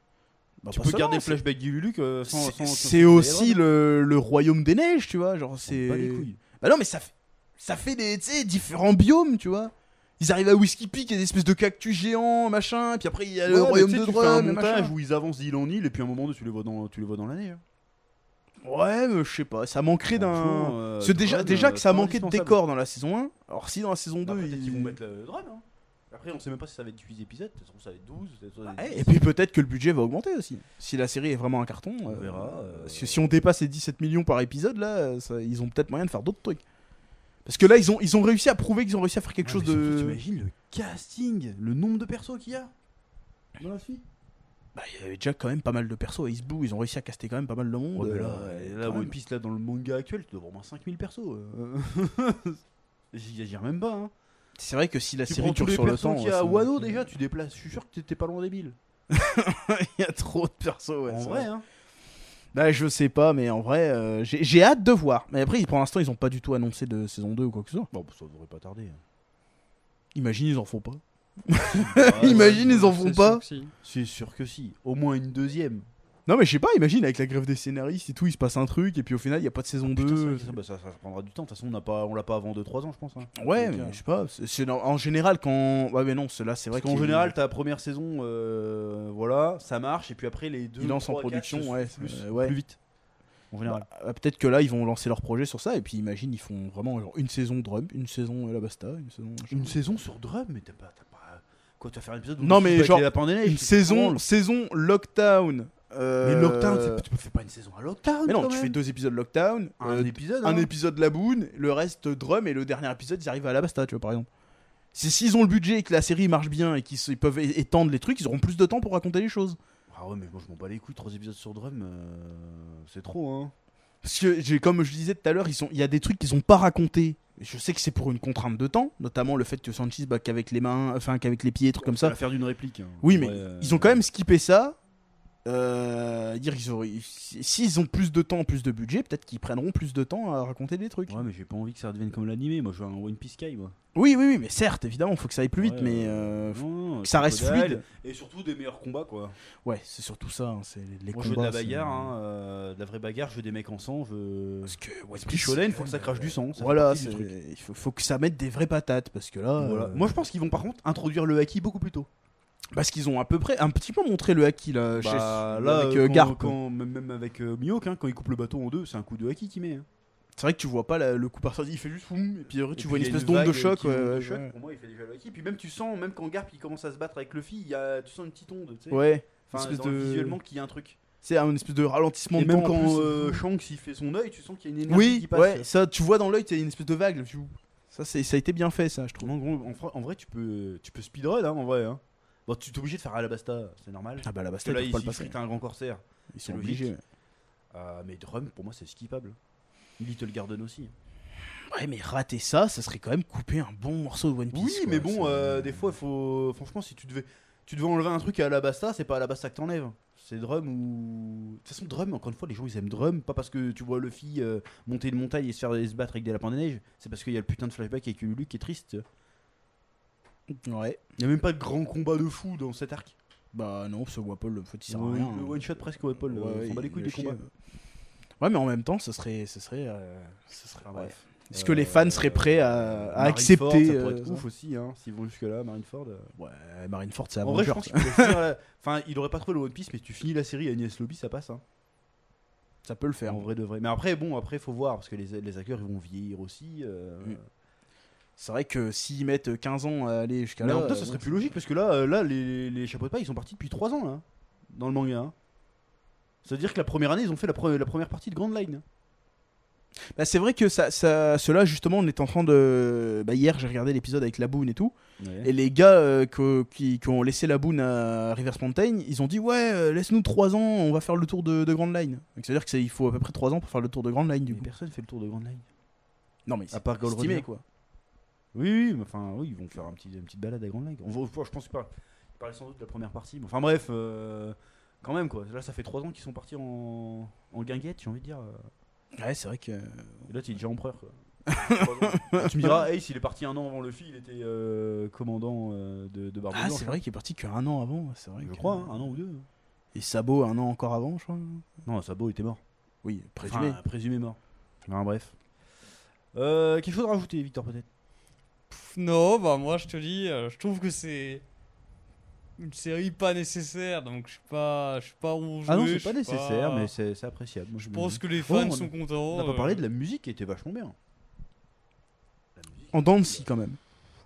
[SPEAKER 3] Bah,
[SPEAKER 1] Tu
[SPEAKER 3] pas
[SPEAKER 1] peux
[SPEAKER 3] seulement,
[SPEAKER 1] garder le
[SPEAKER 3] c'est-
[SPEAKER 1] flashback d'Iluluc euh, sans,
[SPEAKER 3] c'est-
[SPEAKER 1] sans- sans-
[SPEAKER 3] C'est
[SPEAKER 1] sans-
[SPEAKER 3] aussi le, le royaume des neiges, tu vois. Genre, c'est.
[SPEAKER 1] Pas les couilles.
[SPEAKER 3] Bah non, mais ça fait, ça fait des tu sais, différents biomes, tu vois. Ils arrivent à Whiskey Peak, il y a des espèces de cactus géants, machin, puis après il y a le
[SPEAKER 1] Ouais, mais
[SPEAKER 3] royaume
[SPEAKER 1] tu sais,
[SPEAKER 3] de
[SPEAKER 1] tu fais un
[SPEAKER 3] Drum, et
[SPEAKER 1] montage
[SPEAKER 3] machin.
[SPEAKER 1] où ils avancent d'île en île et puis à un moment donné, tu les vois dans tu les vois dans l'année. hein.
[SPEAKER 3] Ouais, mais je sais pas, ça manquerait d'un.
[SPEAKER 1] Franchement, euh,
[SPEAKER 3] Parce que déjà,
[SPEAKER 1] Drum,
[SPEAKER 3] déjà
[SPEAKER 1] euh,
[SPEAKER 3] que ça
[SPEAKER 1] c'est
[SPEAKER 3] manquait de
[SPEAKER 1] indispensable.
[SPEAKER 3] décor dans la saison 1, alors si dans la saison 2,
[SPEAKER 1] Bah, peut-être
[SPEAKER 3] ils-
[SPEAKER 1] qu'ils vont mettre le drum. hein. Après, on sait même pas si ça va être 8 épisodes. Ça se trouve, ça va être 12. ça se trouve, ça va être
[SPEAKER 3] Ouais,
[SPEAKER 1] 10.
[SPEAKER 3] Ah, Eh, et puis peut-être que le budget va augmenter aussi. Si la série est vraiment un carton,
[SPEAKER 1] On
[SPEAKER 3] euh,
[SPEAKER 1] verra, euh,
[SPEAKER 3] parce que si on dépasse les 17 millions par épisode, là, euh, ça- ils ont peut-être moyen de faire d'autres trucs. Parce que là, ils ont, ils ont réussi à prouver qu'ils ont réussi à faire quelque
[SPEAKER 1] Ouais,
[SPEAKER 3] chose
[SPEAKER 1] Ah, mais surtout,
[SPEAKER 3] de. Bah,
[SPEAKER 1] T'imagines le casting, le nombre de persos qu'il y a dans la suite
[SPEAKER 3] Bah, il y avait déjà quand même pas mal de persos à Ace Blue, ils ont réussi à caster quand même pas mal de monde.
[SPEAKER 1] Ouais, mais Oh là,
[SPEAKER 3] euh,
[SPEAKER 1] là,
[SPEAKER 3] quand
[SPEAKER 1] One
[SPEAKER 3] même.
[SPEAKER 1] Piece, là, dans le manga actuel, tu dois avoir au moins 5000 persos. euh. J'y exagère même pas. Hein.
[SPEAKER 3] C'est vrai que si la
[SPEAKER 1] Tu
[SPEAKER 3] série
[SPEAKER 1] prends tous
[SPEAKER 3] dure
[SPEAKER 1] les
[SPEAKER 3] sur le temps.
[SPEAKER 1] persos qu'il y a
[SPEAKER 3] ouais,
[SPEAKER 1] à
[SPEAKER 3] ça-
[SPEAKER 1] Wano déjà, tu déplaces. Je suis sûr que t'étais pas loin des 1000.
[SPEAKER 3] Il y a trop de persos, ouais.
[SPEAKER 1] en
[SPEAKER 3] c'est
[SPEAKER 1] vrai, hein.
[SPEAKER 3] Bah, je sais pas, mais en vrai, euh, j'ai j'ai hâte de voir. Mais après, pour l'instant, ils ont pas du tout annoncé de saison 2 ou quoi que ce soit.
[SPEAKER 1] Bon, ça devrait pas tarder. hein.
[SPEAKER 3] Imagine, ils en font pas.
[SPEAKER 1] Ouais,
[SPEAKER 3] Imagine,
[SPEAKER 1] ouais,
[SPEAKER 3] ils en font
[SPEAKER 2] C'est
[SPEAKER 3] pas.
[SPEAKER 2] sûr que si.
[SPEAKER 1] C'est sûr que si. Au moins une deuxième.
[SPEAKER 3] Non, mais je sais pas, imagine, avec la grève des scénaristes et tout, il se passe un truc, et puis au final, il y a pas de saison
[SPEAKER 1] Putain,
[SPEAKER 3] 2.
[SPEAKER 1] ça, ça- bah, ça- ça prendra du temps. De toute façon, on n'a pas- on l'a pas avant 2-3 ans, je pense. hein.
[SPEAKER 3] ouais,
[SPEAKER 1] Donc, euh,
[SPEAKER 3] mais je sais pas. c'est- c'est dans- en général, quand. Ouais, mais non, c'est- là, c'est vrai
[SPEAKER 1] Parce qu'en
[SPEAKER 3] qu'il-
[SPEAKER 1] général, ta première saison, euh, voilà, ça marche, et puis après les deux.
[SPEAKER 3] Ils lancent en
[SPEAKER 1] trois, quatre
[SPEAKER 3] production,
[SPEAKER 1] se
[SPEAKER 3] ouais,
[SPEAKER 1] suivent Plus,
[SPEAKER 3] euh, ouais.
[SPEAKER 1] plus vite. En général.
[SPEAKER 3] Ah, Peut-être que là, ils vont lancer leur projet sur ça, et puis imagine, ils font vraiment genre, une saison drum, une saison euh, la basta, une saison.
[SPEAKER 1] une saison sur drum, mais t'as pas, t'as pas. Quoi, tu vas faire un épisode où
[SPEAKER 3] Non,
[SPEAKER 1] tu
[SPEAKER 3] mais
[SPEAKER 1] joues avec
[SPEAKER 3] genre,
[SPEAKER 1] les lapins des neiges,
[SPEAKER 3] Une
[SPEAKER 1] c'est
[SPEAKER 3] saison,
[SPEAKER 1] drôle.
[SPEAKER 3] saison lockdown.
[SPEAKER 1] Mais
[SPEAKER 3] euh,
[SPEAKER 1] Lockdown, c'est- tu peux faire pas une saison à Lockdown.
[SPEAKER 3] Mais non,
[SPEAKER 1] quand
[SPEAKER 3] tu
[SPEAKER 1] même.
[SPEAKER 3] fais deux épisodes lockdown,
[SPEAKER 1] un
[SPEAKER 3] euh,
[SPEAKER 1] épisode.
[SPEAKER 3] un
[SPEAKER 1] hein.
[SPEAKER 3] épisode Laboon, le reste euh, Drum et le dernier épisode ils arrivent à la basta, tu vois par exemple. Si s'ils ont le budget et que la série marche bien et qu'ils se- ils peuvent é- étendre les trucs, ils auront plus de temps pour raconter les choses.
[SPEAKER 1] Ah ouais, mais moi je m'en bats les couilles, trois épisodes sur drum, euh, c'est trop, hein.
[SPEAKER 3] Parce que j'ai comme je disais tout à l'heure, ils sont- il y a des trucs qu'ils ont pas racontés. Et Je sais que c'est pour une contrainte de temps, notamment le fait que Sanchez bat qu'avec les mains, enfin qu'avec les pieds, trucs comme ça.
[SPEAKER 1] va faire d'une réplique. hein.
[SPEAKER 3] Oui,
[SPEAKER 1] En
[SPEAKER 3] mais
[SPEAKER 1] vrai, euh,
[SPEAKER 3] Ils ont quand même skippé ça. Euh, dire qu'ils auraient- s'ils ont plus de temps, plus de budget, peut-être qu'ils prendront plus de temps à raconter des trucs.
[SPEAKER 1] Ouais, mais j'ai pas envie que ça redevienne comme l'animé. Moi, je veux un One Piece Sky, moi.
[SPEAKER 3] Oui, oui, oui, mais certes, évidemment, faut que ça aille plus
[SPEAKER 1] Ouais,
[SPEAKER 3] vite, mais euh,
[SPEAKER 1] Non, non,
[SPEAKER 3] que ça reste
[SPEAKER 1] Crocodile,
[SPEAKER 3] fluide.
[SPEAKER 1] Et surtout des meilleurs combats, quoi.
[SPEAKER 3] Ouais, c'est surtout ça, hein, c'est les, les
[SPEAKER 1] Moi, je veux
[SPEAKER 3] combats.
[SPEAKER 1] de la
[SPEAKER 3] c'est-
[SPEAKER 1] bagarre, hein, euh, de la vraie bagarre, je veux des mecs en sang, je veux.
[SPEAKER 3] Parce que One
[SPEAKER 1] Esprit shonen, faut que ça crache du sang. ça fait
[SPEAKER 3] euh, Voilà,
[SPEAKER 1] partie du
[SPEAKER 3] c'est-
[SPEAKER 1] truc.
[SPEAKER 3] il faut, faut que ça mette des vraies patates parce que là,
[SPEAKER 1] Voilà.
[SPEAKER 3] euh,
[SPEAKER 1] Moi, je pense qu'ils vont par contre introduire le haki beaucoup plus tôt.
[SPEAKER 3] parce qu'ils ont à peu près un petit peu montré le haki là, chez-
[SPEAKER 1] Bah, là,
[SPEAKER 3] avec
[SPEAKER 1] euh,
[SPEAKER 3] euh,
[SPEAKER 1] quand-
[SPEAKER 3] Garp.
[SPEAKER 1] quand- même même avec euh, Mihawk, hein, quand il coupe le bateau en deux, c'est un coup de haki qu'il met. hein.
[SPEAKER 3] C'est vrai que tu vois pas la- le coup par sortie, il fait juste boum, et puis après,
[SPEAKER 1] Et
[SPEAKER 3] tu
[SPEAKER 1] puis,
[SPEAKER 3] vois
[SPEAKER 1] il
[SPEAKER 3] une
[SPEAKER 1] y a
[SPEAKER 3] espèce d'onde
[SPEAKER 1] vague,
[SPEAKER 3] de
[SPEAKER 1] euh,
[SPEAKER 3] choc.
[SPEAKER 1] qui monte
[SPEAKER 3] ouais,
[SPEAKER 1] de
[SPEAKER 3] ouais,
[SPEAKER 1] choc.
[SPEAKER 3] ouais.
[SPEAKER 1] Pour moi, il fait déjà le haki. Puis même, tu sens, même quand Garp il commence à se battre avec Luffy, il y a, tu sens une petite onde. Tu sais.
[SPEAKER 3] Ouais,
[SPEAKER 1] Enfin,
[SPEAKER 3] espèce
[SPEAKER 1] dans-
[SPEAKER 3] de-
[SPEAKER 1] visuellement, qu'il y a un truc.
[SPEAKER 3] c'est un espèce de ralentissement
[SPEAKER 1] Et
[SPEAKER 3] de
[SPEAKER 1] même
[SPEAKER 3] temps en
[SPEAKER 1] quand
[SPEAKER 3] plus.
[SPEAKER 1] euh, Shanks il fait son œil, tu sens qu'il y a une énergie
[SPEAKER 3] Oui,
[SPEAKER 1] qui passe. euh,
[SPEAKER 3] ouais, ça, tu vois dans l'œil, t'as une espèce de vague. là, tu- Ça, c'est- ça a été bien fait, ça, je trouve.
[SPEAKER 1] En, gros, en, fra- en vrai, tu peux, tu peux speedrun hein, en vrai. Hein. Bon, tu t'es obligé de faire Alabasta, c'est normal.
[SPEAKER 3] Ah bah là,
[SPEAKER 1] Parce que là,
[SPEAKER 3] ils
[SPEAKER 1] il
[SPEAKER 3] peuvent pas le
[SPEAKER 1] il
[SPEAKER 3] passer.
[SPEAKER 1] frite un grand corsaire.
[SPEAKER 3] Ils
[SPEAKER 1] c'est
[SPEAKER 3] sont
[SPEAKER 1] logique.
[SPEAKER 3] obligés. ouais.
[SPEAKER 1] Euh, mais Drum, pour moi, c'est skippable. Little Garden aussi.
[SPEAKER 3] Ouais, mais rater ça, ça serait quand même couper un bon morceau de One Piece.
[SPEAKER 1] Oui,
[SPEAKER 3] quoi,
[SPEAKER 1] mais bon,
[SPEAKER 3] c'est-
[SPEAKER 1] euh, des fois, il faut. Franchement, si tu devais, tu devais enlever un truc à Alabasta, c'est pas Alabasta que t'enlèves. C'est Drum ou. De toute façon, Drum, encore une fois, les gens ils aiment Drum, pas parce que tu vois Luffy euh, monter une montagne et se, faire, et se battre avec des lapins des neiges, c'est parce qu'il y a le putain de flashback avec Ulu qui est triste.
[SPEAKER 3] Ouais.
[SPEAKER 1] Il y a même pas de grand combat de fou dans cet arc.
[SPEAKER 3] Bah non, ce Wapol, le petit, sert à
[SPEAKER 1] Ouais,
[SPEAKER 3] rien.
[SPEAKER 1] Le
[SPEAKER 3] hein.
[SPEAKER 1] one shot presque Wapol,
[SPEAKER 3] Ouais,
[SPEAKER 1] euh, on s'en bat les
[SPEAKER 3] il
[SPEAKER 1] couilles
[SPEAKER 3] le
[SPEAKER 1] des
[SPEAKER 3] chie,
[SPEAKER 1] combats.
[SPEAKER 3] euh. Ouais, mais en même temps, ça serait. Ça serait euh, ça serait
[SPEAKER 1] Enfin,
[SPEAKER 3] ouais.
[SPEAKER 1] bref.
[SPEAKER 3] Est-ce que les fans seraient prêts à,
[SPEAKER 1] Marineford,
[SPEAKER 3] à accepter.
[SPEAKER 1] ça pourrait être
[SPEAKER 3] euh,
[SPEAKER 1] ouf aussi, hein, s'ils vont jusque-là, Marineford. euh.
[SPEAKER 3] ça Ouais, Marineford, c'est
[SPEAKER 1] en vrai, je
[SPEAKER 3] Avenger,
[SPEAKER 1] pense qu'il pourrait finir la- euh, Enfin, il aurait pas trouvé le One Piece, mais tu finis la série Agnès Lobby, ça passe. Hein.
[SPEAKER 3] ça. Ça peut le faire.
[SPEAKER 1] En vrai de vrai. Mais après, bon, après, faut voir, parce que les, les acteurs, ils vont vieillir aussi. euh.
[SPEAKER 3] Mm. C'est vrai que s'ils mettent 15 ans à aller jusqu'à
[SPEAKER 1] Mais
[SPEAKER 3] là.
[SPEAKER 1] en même temps, ça
[SPEAKER 3] euh,
[SPEAKER 1] serait
[SPEAKER 3] bon,
[SPEAKER 1] plus logique, parce que là, euh, là les, les chapeaux de paille, ils sont partis depuis 3 ans, là, hein. dans le manga. hein. Ça veut dire que la première année, ils ont fait la, pre- la première partie de Grand Line.
[SPEAKER 3] Bah, c'est vrai que ça, ça, cela justement, on est en train de. Bah, hier, j'ai regardé l'épisode avec la boune et tout. Et les gars euh, que- qui, qui ont laissé la boune à Rivers Mountain, ils ont dit Ouais, euh, laisse-nous 3 ans, on va faire le tour de, de Grand Line. Donc, c'est-à-dire qu'il faut à peu près 3 ans pour faire le tour de Grand Line, du
[SPEAKER 1] Mais
[SPEAKER 3] coup.
[SPEAKER 1] personne fait le tour de Grand Line.
[SPEAKER 3] Non, mais
[SPEAKER 1] À
[SPEAKER 3] c'est
[SPEAKER 1] part Gold
[SPEAKER 3] estimé,
[SPEAKER 1] Roger.
[SPEAKER 3] quoi.
[SPEAKER 1] Oui, oui, mais enfin, oui, ils vont faire un petit, une petite balade à Grand Lake. On va, je pense pas. Ils parlaient sans doute de la première partie. mais enfin, bref, euh, quand même, quoi. Là, ça fait 3 ans qu'ils sont partis en, en guinguette, j'ai envie de dire. euh.
[SPEAKER 3] Ouais, c'est vrai que.
[SPEAKER 1] Et là, tu es déjà empereur, quoi. Trois ans. Ah, tu me diras, Ace, il est parti un an avant Luffy, il était euh, commandant euh, de, de Barbe
[SPEAKER 3] Ah,
[SPEAKER 1] Blanche,
[SPEAKER 3] c'est
[SPEAKER 1] hein.
[SPEAKER 3] vrai qu'il est parti qu'un an avant, c'est vrai.
[SPEAKER 1] Je
[SPEAKER 3] que-
[SPEAKER 1] crois, hein, un an ou deux.
[SPEAKER 3] Et Sabo, un an encore avant, je crois.
[SPEAKER 1] Non, Sabo était mort.
[SPEAKER 3] Oui, présumé.
[SPEAKER 1] Présumé. présumé mort. Enfin, bref. Euh, quelque chose à rajouter, Victor, peut-être
[SPEAKER 2] Pff, Non, bah moi je te dis, euh, je trouve que c'est une série pas nécessaire, donc je suis pas, je suis pas rouge.
[SPEAKER 1] Ah non, c'est pas nécessaire, mais c'est c'est appréciable. moi,
[SPEAKER 2] je
[SPEAKER 1] me
[SPEAKER 2] pense
[SPEAKER 1] dis.
[SPEAKER 2] que euh, les fans
[SPEAKER 1] Oh, on
[SPEAKER 2] sont
[SPEAKER 1] a-
[SPEAKER 2] contents.
[SPEAKER 1] On n'a pas parlé de la musique qui était vachement bien. La musique.
[SPEAKER 3] En dents de scie, quand même.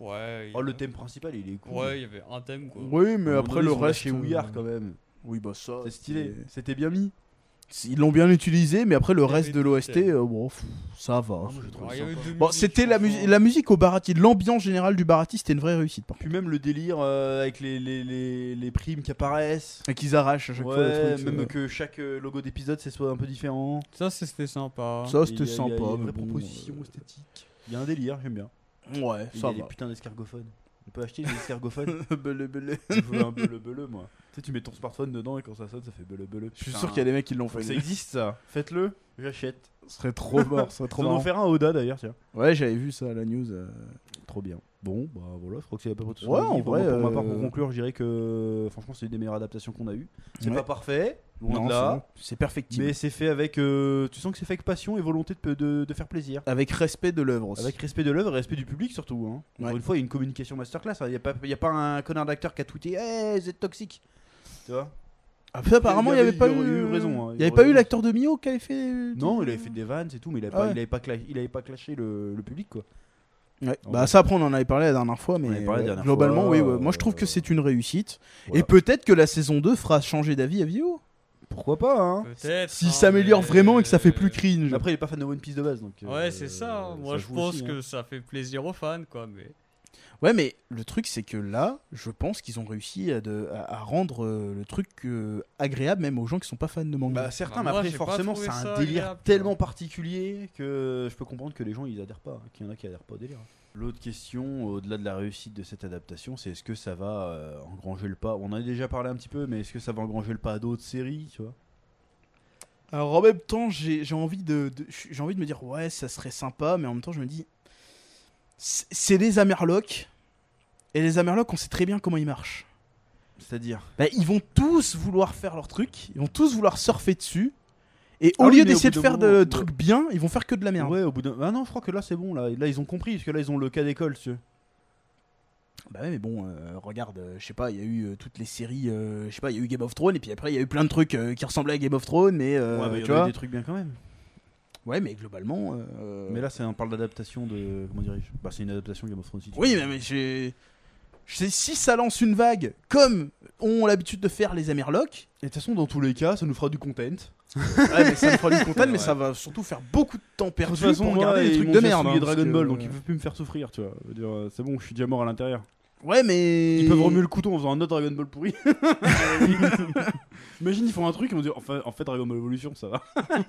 [SPEAKER 2] la. euh, Ouais. il y
[SPEAKER 1] Oh, le
[SPEAKER 2] a-
[SPEAKER 1] thème principal, il est cool.
[SPEAKER 2] Ouais, il y avait un thème quoi.
[SPEAKER 3] Oui,
[SPEAKER 1] À un
[SPEAKER 3] mais
[SPEAKER 1] moment
[SPEAKER 3] après
[SPEAKER 1] donné,
[SPEAKER 3] le
[SPEAKER 1] ils sont allés
[SPEAKER 3] reste. euh,
[SPEAKER 1] chez Ouillard quand même.
[SPEAKER 3] Oui, bah ça.
[SPEAKER 1] C'est stylé. C'était bien mis.
[SPEAKER 3] Ils l'ont bien utilisé, mais après le
[SPEAKER 2] Il y avait
[SPEAKER 3] reste de
[SPEAKER 2] des
[SPEAKER 3] l'OST,
[SPEAKER 2] thèmes.
[SPEAKER 3] euh, bon, pff, ça va.
[SPEAKER 2] Alors, il y avait deux
[SPEAKER 3] Bon,
[SPEAKER 2] musiques,
[SPEAKER 3] c'était la,
[SPEAKER 2] franchement.
[SPEAKER 3] musi- la musique au Barati, l'ambiance générale du Barati, c'était une vraie réussite. Par contre.
[SPEAKER 1] Puis même le délire euh, avec les, les, les, les primes qui apparaissent.
[SPEAKER 3] Et qu'ils arrachent à chaque
[SPEAKER 1] Ouais,
[SPEAKER 3] fois les trucs.
[SPEAKER 1] même
[SPEAKER 3] euh,
[SPEAKER 1] que chaque euh, logo d'épisode, c'est soit un peu différent.
[SPEAKER 2] Ça, c'est- c'était sympa.
[SPEAKER 3] Ça, c'était
[SPEAKER 1] hein. Il y a-
[SPEAKER 3] sympa.
[SPEAKER 1] Il y a une
[SPEAKER 3] mais
[SPEAKER 1] vraie
[SPEAKER 3] bon,
[SPEAKER 1] proposition
[SPEAKER 3] euh,
[SPEAKER 1] esthétique. Il y a un délire, j'aime bien.
[SPEAKER 3] Ouais,
[SPEAKER 1] Et il y a
[SPEAKER 3] ça va.
[SPEAKER 1] des putains d'escargophones. On peut acheter des escargophones.
[SPEAKER 3] Beleu, beleu.
[SPEAKER 1] Je veux un bleu bleu, moi. Tu sais, tu mets ton smartphone dedans et quand ça sonne, ça fait bleu bleu.
[SPEAKER 3] Je suis sûr qu'il y a des mecs qui l'ont fait.
[SPEAKER 1] Ça existe ça. Faites-le. J'achète.
[SPEAKER 3] Ce serait trop mort, ce serait
[SPEAKER 1] On
[SPEAKER 3] trop
[SPEAKER 1] va en
[SPEAKER 3] marrant.
[SPEAKER 1] faire un à Oda d'ailleurs, tiens.
[SPEAKER 3] Ouais, j'avais vu ça à la news. euh.
[SPEAKER 1] Trop bien. Bon, bah voilà, je crois que c'est à peu près tout ce
[SPEAKER 3] Ouais,
[SPEAKER 1] qu'on a
[SPEAKER 3] en
[SPEAKER 1] dit. Pour
[SPEAKER 3] vrai,
[SPEAKER 1] ma- pour ma part,
[SPEAKER 3] euh,
[SPEAKER 1] pour conclure, je dirais que franchement, c'est une des meilleures adaptations qu'on a eues. C'est
[SPEAKER 3] Ouais.
[SPEAKER 1] pas parfait, loin
[SPEAKER 3] Non,
[SPEAKER 1] de
[SPEAKER 3] c'est
[SPEAKER 1] là,
[SPEAKER 3] bon, c'est perfectible.
[SPEAKER 1] mais c'est fait avec. euh, tu sens que c'est fait avec passion et volonté de, de- de faire plaisir.
[SPEAKER 3] Avec respect de l'œuvre aussi.
[SPEAKER 1] Avec respect de l'œuvre et respect du public surtout. Hein. Encore
[SPEAKER 3] Ouais.
[SPEAKER 1] une fois, il y a une communication masterclass. hein. Il n'y a, pas- y a pas un connard d'acteur qui a tweeté Hey, vous êtes toxique Tu vois
[SPEAKER 3] Après, Ah, apparemment, il n'y avait pas
[SPEAKER 1] il y a
[SPEAKER 3] eu
[SPEAKER 1] eu raison, hein, il
[SPEAKER 3] Il
[SPEAKER 1] y
[SPEAKER 3] n'y
[SPEAKER 1] a
[SPEAKER 3] avait pas
[SPEAKER 1] eu
[SPEAKER 3] eu
[SPEAKER 1] raison.
[SPEAKER 3] l'acteur de Mio qui avait fait.
[SPEAKER 1] Non, il avait fait des vannes, c'est tout, mais il n'avait
[SPEAKER 3] Ah
[SPEAKER 1] pas,
[SPEAKER 3] ouais.
[SPEAKER 1] il avait pas, cla- il avait pas clashé le, le public. quoi.
[SPEAKER 3] Ouais.
[SPEAKER 1] En
[SPEAKER 3] Bah,
[SPEAKER 1] vrai.
[SPEAKER 3] ça, après, on en avait parlé la dernière fois, mais
[SPEAKER 1] avait parlé la
[SPEAKER 3] ouais,
[SPEAKER 1] dernière
[SPEAKER 3] globalement,
[SPEAKER 1] fois,
[SPEAKER 3] oui. ouais. Moi, je
[SPEAKER 1] euh,
[SPEAKER 3] trouve que c'est une réussite.
[SPEAKER 1] voilà.
[SPEAKER 3] Et peut-être que la saison 2 fera changer d'avis à Vio.
[SPEAKER 1] Pourquoi pas hein
[SPEAKER 2] Peut-être.
[SPEAKER 3] Si
[SPEAKER 2] hein,
[SPEAKER 3] ça améliore
[SPEAKER 2] mais-
[SPEAKER 3] vraiment et que ça fait plus cringe.
[SPEAKER 1] Après, il est pas fan de One Piece de base. donc.
[SPEAKER 2] Ouais,
[SPEAKER 1] euh,
[SPEAKER 2] c'est ça. hein. Moi, je
[SPEAKER 1] joue
[SPEAKER 2] pense
[SPEAKER 1] aussi, hein.
[SPEAKER 2] que ça fait plaisir aux fans, quoi. Mais
[SPEAKER 3] Ouais, mais le truc, c'est que là, je pense qu'ils ont réussi à, de- à- à rendre euh, le truc euh, agréable, même aux gens qui sont pas fans de manga.
[SPEAKER 1] Bah, certains,
[SPEAKER 2] Bah,
[SPEAKER 1] mais
[SPEAKER 2] moi,
[SPEAKER 1] après,
[SPEAKER 2] j'ai pas
[SPEAKER 1] forcément,
[SPEAKER 2] trouvé
[SPEAKER 1] c'est un
[SPEAKER 2] ça
[SPEAKER 1] délire
[SPEAKER 2] agréable,
[SPEAKER 1] tellement
[SPEAKER 2] quoi.
[SPEAKER 1] particulier que je peux comprendre que les gens ils adhèrent pas, hein, qu'il y en a qui adhèrent pas au délire. L'autre question, au-delà de la réussite de cette adaptation, c'est est-ce que ça va euh, engranger le pas On en a déjà parlé un petit peu, mais est-ce que ça va engranger le pas à d'autres séries tu vois
[SPEAKER 3] Alors en même temps, j'ai j'ai envie de, de- j'ai envie de me dire ouais, ça serait sympa, mais en même temps, je me dis c'est c'est des Amerlocs et les Amerlocs, on sait très bien comment ils marchent.
[SPEAKER 1] C'est-à-dire
[SPEAKER 3] Bah, ils vont tous vouloir faire leur truc, ils vont tous vouloir surfer dessus, et au
[SPEAKER 1] Ah oui,
[SPEAKER 3] lieu
[SPEAKER 1] mais au
[SPEAKER 3] d'essayer
[SPEAKER 1] bout
[SPEAKER 3] de
[SPEAKER 1] d'un
[SPEAKER 3] faire
[SPEAKER 1] moment,
[SPEAKER 3] de trucs bien, ils vont faire que de la merde.
[SPEAKER 1] Ouais, au bout d'un. Ah non, je crois que là c'est bon, là. là ils ont compris, parce que là ils ont le cas d'école, tu sais.
[SPEAKER 3] Bah ouais, mais bon, euh, regarde, euh, je sais pas, il y a eu euh, toutes les séries, euh, je sais pas, il y a eu Game of Thrones, et puis après il y a eu plein de trucs euh, qui ressemblaient à Game of Thrones, mais euh,
[SPEAKER 1] ouais, bah, il
[SPEAKER 3] tu
[SPEAKER 1] y en a
[SPEAKER 3] vois.
[SPEAKER 1] des trucs bien quand même.
[SPEAKER 3] Ouais, mais globalement. euh,
[SPEAKER 1] Mais là, c'est on parle d'adaptation de. Comment dirais-je Bah, c'est une adaptation de Game of Thrones. si tu
[SPEAKER 3] Oui,
[SPEAKER 1] veux.
[SPEAKER 3] mais, mais j'ai. je sais, Si ça lance une vague, comme ont l'habitude de faire les Amerlocs,
[SPEAKER 1] Et de toute façon, dans tous les cas, ça nous fera du content.
[SPEAKER 3] ouais, mais ça me fera du content, mais
[SPEAKER 2] Ouais.
[SPEAKER 3] ça va surtout faire beaucoup de temps
[SPEAKER 1] De
[SPEAKER 3] perdu
[SPEAKER 1] toute façon,
[SPEAKER 3] pour
[SPEAKER 1] moi,
[SPEAKER 3] regarder
[SPEAKER 1] ils
[SPEAKER 3] des trucs
[SPEAKER 1] m'ont
[SPEAKER 3] de
[SPEAKER 1] déjà
[SPEAKER 3] merde.
[SPEAKER 1] souillé
[SPEAKER 3] hein, parce
[SPEAKER 1] Dragon
[SPEAKER 3] que-
[SPEAKER 1] Ball, donc ils peuvent plus me faire souffrir, tu vois. Je veux dire, euh, C'est bon, je suis déjà mort à l'intérieur.
[SPEAKER 3] Ouais, mais.
[SPEAKER 1] Ils peuvent remuer le couteau en faisant un autre Dragon Ball pourri. Imagine, ils font un truc et on dit enfin, en fait, Dragon Ball Evolution, ça va.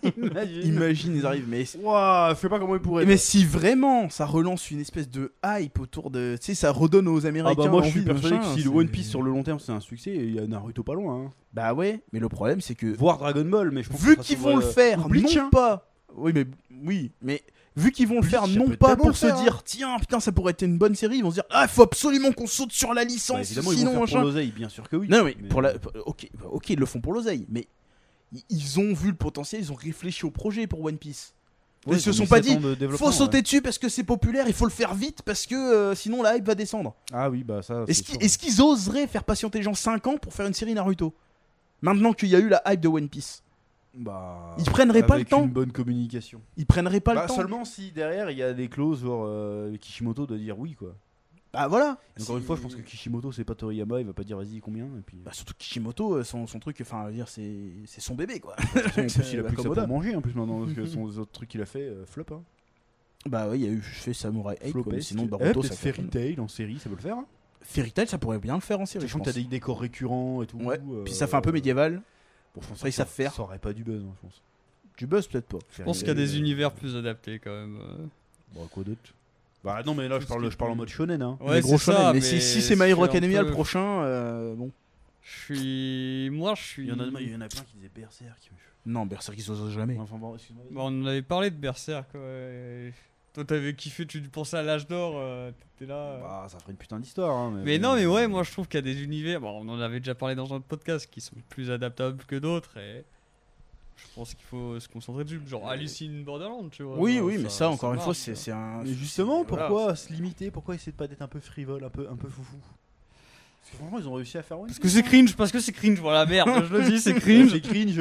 [SPEAKER 1] Imagine.
[SPEAKER 3] Imagine, ils arrivent, mais.
[SPEAKER 1] Ouah, je sais pas comment ils pourraient.
[SPEAKER 3] Mais si vraiment ça relance une espèce de hype autour de. Tu sais, ça redonne aux
[SPEAKER 1] Ah
[SPEAKER 3] Américains.
[SPEAKER 1] bah moi je
[SPEAKER 3] envie
[SPEAKER 1] suis
[SPEAKER 3] de
[SPEAKER 1] persuadé que
[SPEAKER 3] machin,
[SPEAKER 1] si le
[SPEAKER 3] c'est-
[SPEAKER 1] One Piece sur le long terme c'est un succès, il y a Naruto pas loin. hein.
[SPEAKER 3] Bah ouais, mais le problème c'est que.
[SPEAKER 1] Voir Dragon Ball, mais je pense
[SPEAKER 3] Vu
[SPEAKER 1] que ça
[SPEAKER 3] qu'ils
[SPEAKER 1] sera
[SPEAKER 3] vont
[SPEAKER 1] sur,
[SPEAKER 3] le
[SPEAKER 1] euh,
[SPEAKER 3] faire,
[SPEAKER 1] Bleach,
[SPEAKER 3] non
[SPEAKER 1] hein.
[SPEAKER 3] pas. Oui, mais oui, mais vu qu'ils vont le
[SPEAKER 1] Bleach,
[SPEAKER 3] faire,
[SPEAKER 1] ça
[SPEAKER 3] non
[SPEAKER 1] peut
[SPEAKER 3] pas
[SPEAKER 1] tellement
[SPEAKER 3] pour
[SPEAKER 1] le
[SPEAKER 3] se
[SPEAKER 1] faire, hein.
[SPEAKER 3] dire tiens putain ça pourrait être une bonne série, ils vont se dire ah faut absolument qu'on saute sur la licence,
[SPEAKER 1] Bah, évidemment, ils vont
[SPEAKER 3] sinon
[SPEAKER 1] faire
[SPEAKER 3] machin.
[SPEAKER 1] pour l'oseille, bien sûr que oui.
[SPEAKER 3] Non mais,
[SPEAKER 1] Mais-
[SPEAKER 3] pour la, pour- ok, bah, ok ils le font pour l'oseille, mais i- ils ont vu le potentiel, ils ont réfléchi au projet pour One Piece.
[SPEAKER 1] Ouais,
[SPEAKER 3] ils se
[SPEAKER 1] ont
[SPEAKER 3] sont
[SPEAKER 1] mis
[SPEAKER 3] pas
[SPEAKER 1] sept
[SPEAKER 3] dit,
[SPEAKER 1] ans de développement,
[SPEAKER 3] Faut
[SPEAKER 1] ouais.
[SPEAKER 3] sauter dessus parce que c'est populaire, il faut le faire vite parce que euh, sinon la hype va descendre.
[SPEAKER 1] Ah oui, bah ça.
[SPEAKER 3] Est-ce
[SPEAKER 1] c'est
[SPEAKER 3] qu'ils
[SPEAKER 1] sûr.
[SPEAKER 3] est-ce qu'ils oseraient faire patienter les gens 5 ans pour faire une série Naruto Maintenant qu'il y a eu la hype de One Piece,
[SPEAKER 1] Bah,
[SPEAKER 3] ils prendraient pas le
[SPEAKER 1] avec
[SPEAKER 3] temps.
[SPEAKER 1] une bonne communication.
[SPEAKER 3] Ils prendraient pas
[SPEAKER 1] Bah,
[SPEAKER 3] le temps.
[SPEAKER 1] Seulement si derrière il y a des clauses, genre euh, Kishimoto doit dire oui quoi.
[SPEAKER 3] Bah voilà.
[SPEAKER 1] Encore une
[SPEAKER 3] C'est-
[SPEAKER 1] fois, je pense que Kishimoto, c'est pas Toriyama, il va pas dire vas-y combien. Et puis...
[SPEAKER 3] Bah, surtout que Kishimoto, euh, son, son truc, enfin, je veux dire, c'est c'est son bébé quoi.
[SPEAKER 1] en plus, il a
[SPEAKER 3] bah,
[SPEAKER 1] plus que ça
[SPEAKER 3] Komoda.
[SPEAKER 1] pour manger en plus maintenant, parce que son autre truc qu'il a fait, euh, flop. Hein.
[SPEAKER 3] Bah oui, il y a eu, je fais Samurai 8, quoi, mais
[SPEAKER 1] Flopesque.
[SPEAKER 3] sinon
[SPEAKER 1] Eh,
[SPEAKER 3] Baruto,
[SPEAKER 1] peut-être
[SPEAKER 3] ça fait.
[SPEAKER 1] Fairy Tail en série, ça peut le faire. hein.
[SPEAKER 3] Fairy Tail, ça pourrait bien le faire en série. Je
[SPEAKER 1] Sachant que
[SPEAKER 3] pense.
[SPEAKER 1] t'as des décors récurrents et tout.
[SPEAKER 3] Ouais,
[SPEAKER 1] euh,
[SPEAKER 3] Puis ça fait un peu médiéval.
[SPEAKER 1] Bon, je pense
[SPEAKER 3] Ça, ils
[SPEAKER 1] que
[SPEAKER 3] savent faire.
[SPEAKER 1] Ça aurait pas du buzz, hein, je pense.
[SPEAKER 3] Du buzz peut-être pas.
[SPEAKER 1] Je
[SPEAKER 2] Je pense qu'il y a des univers plus adaptés quand même. euh.
[SPEAKER 1] Bon, quoi d'autre Bah non, mais là, je
[SPEAKER 2] Tout ce
[SPEAKER 1] parle,
[SPEAKER 2] qui
[SPEAKER 1] je parle en
[SPEAKER 2] peut-
[SPEAKER 1] mode shonen. Hein.
[SPEAKER 2] Ouais,
[SPEAKER 3] Des gros
[SPEAKER 2] c'est ça,
[SPEAKER 3] shonen, mais, si, si c'est My Hero
[SPEAKER 2] un
[SPEAKER 3] Academia le
[SPEAKER 2] peu-
[SPEAKER 3] prochain, euh, bon.
[SPEAKER 2] Je suis. Moi, je suis.
[SPEAKER 1] en a plein qui disaient Berserk.
[SPEAKER 3] Non, Berserk ils osent jamais.
[SPEAKER 1] Enfin, bon, excuse-moi.
[SPEAKER 2] Bon, on en avait parlé de Berserk. ouais. Toi, t'avais kiffé, tu pensais à l'âge d'or, euh, t'étais là. euh.
[SPEAKER 1] Bah, ça ferait une putain d'histoire. hein,
[SPEAKER 2] Mais non, mais ouais, moi je trouve qu'il y a des univers, bon, on en avait déjà parlé dans un podcast, qui sont plus adaptables que d'autres et je pense qu'il faut se concentrer dessus. Genre Alice in Borderland, tu vois.
[SPEAKER 3] Oui,
[SPEAKER 2] genre,
[SPEAKER 3] oui, mais ça, encore une
[SPEAKER 2] marche, hein.
[SPEAKER 3] fois,
[SPEAKER 2] tu
[SPEAKER 3] c'est
[SPEAKER 2] vois.
[SPEAKER 3] Ah, c'est un.
[SPEAKER 1] Mais justement,
[SPEAKER 3] c'est- voilà.
[SPEAKER 1] pourquoi se limiter Pourquoi essayer de pas d'être un peu frivole, un peu, un peu foufou Parce que franchement, ils ont réussi à faire One
[SPEAKER 2] Parce
[SPEAKER 1] Piece,
[SPEAKER 2] que c'est
[SPEAKER 1] hein.
[SPEAKER 2] cringe, parce que c'est cringe, voilà, merde, je le dis, c'est
[SPEAKER 1] Euh,
[SPEAKER 2] cringe.
[SPEAKER 1] C'est cringe.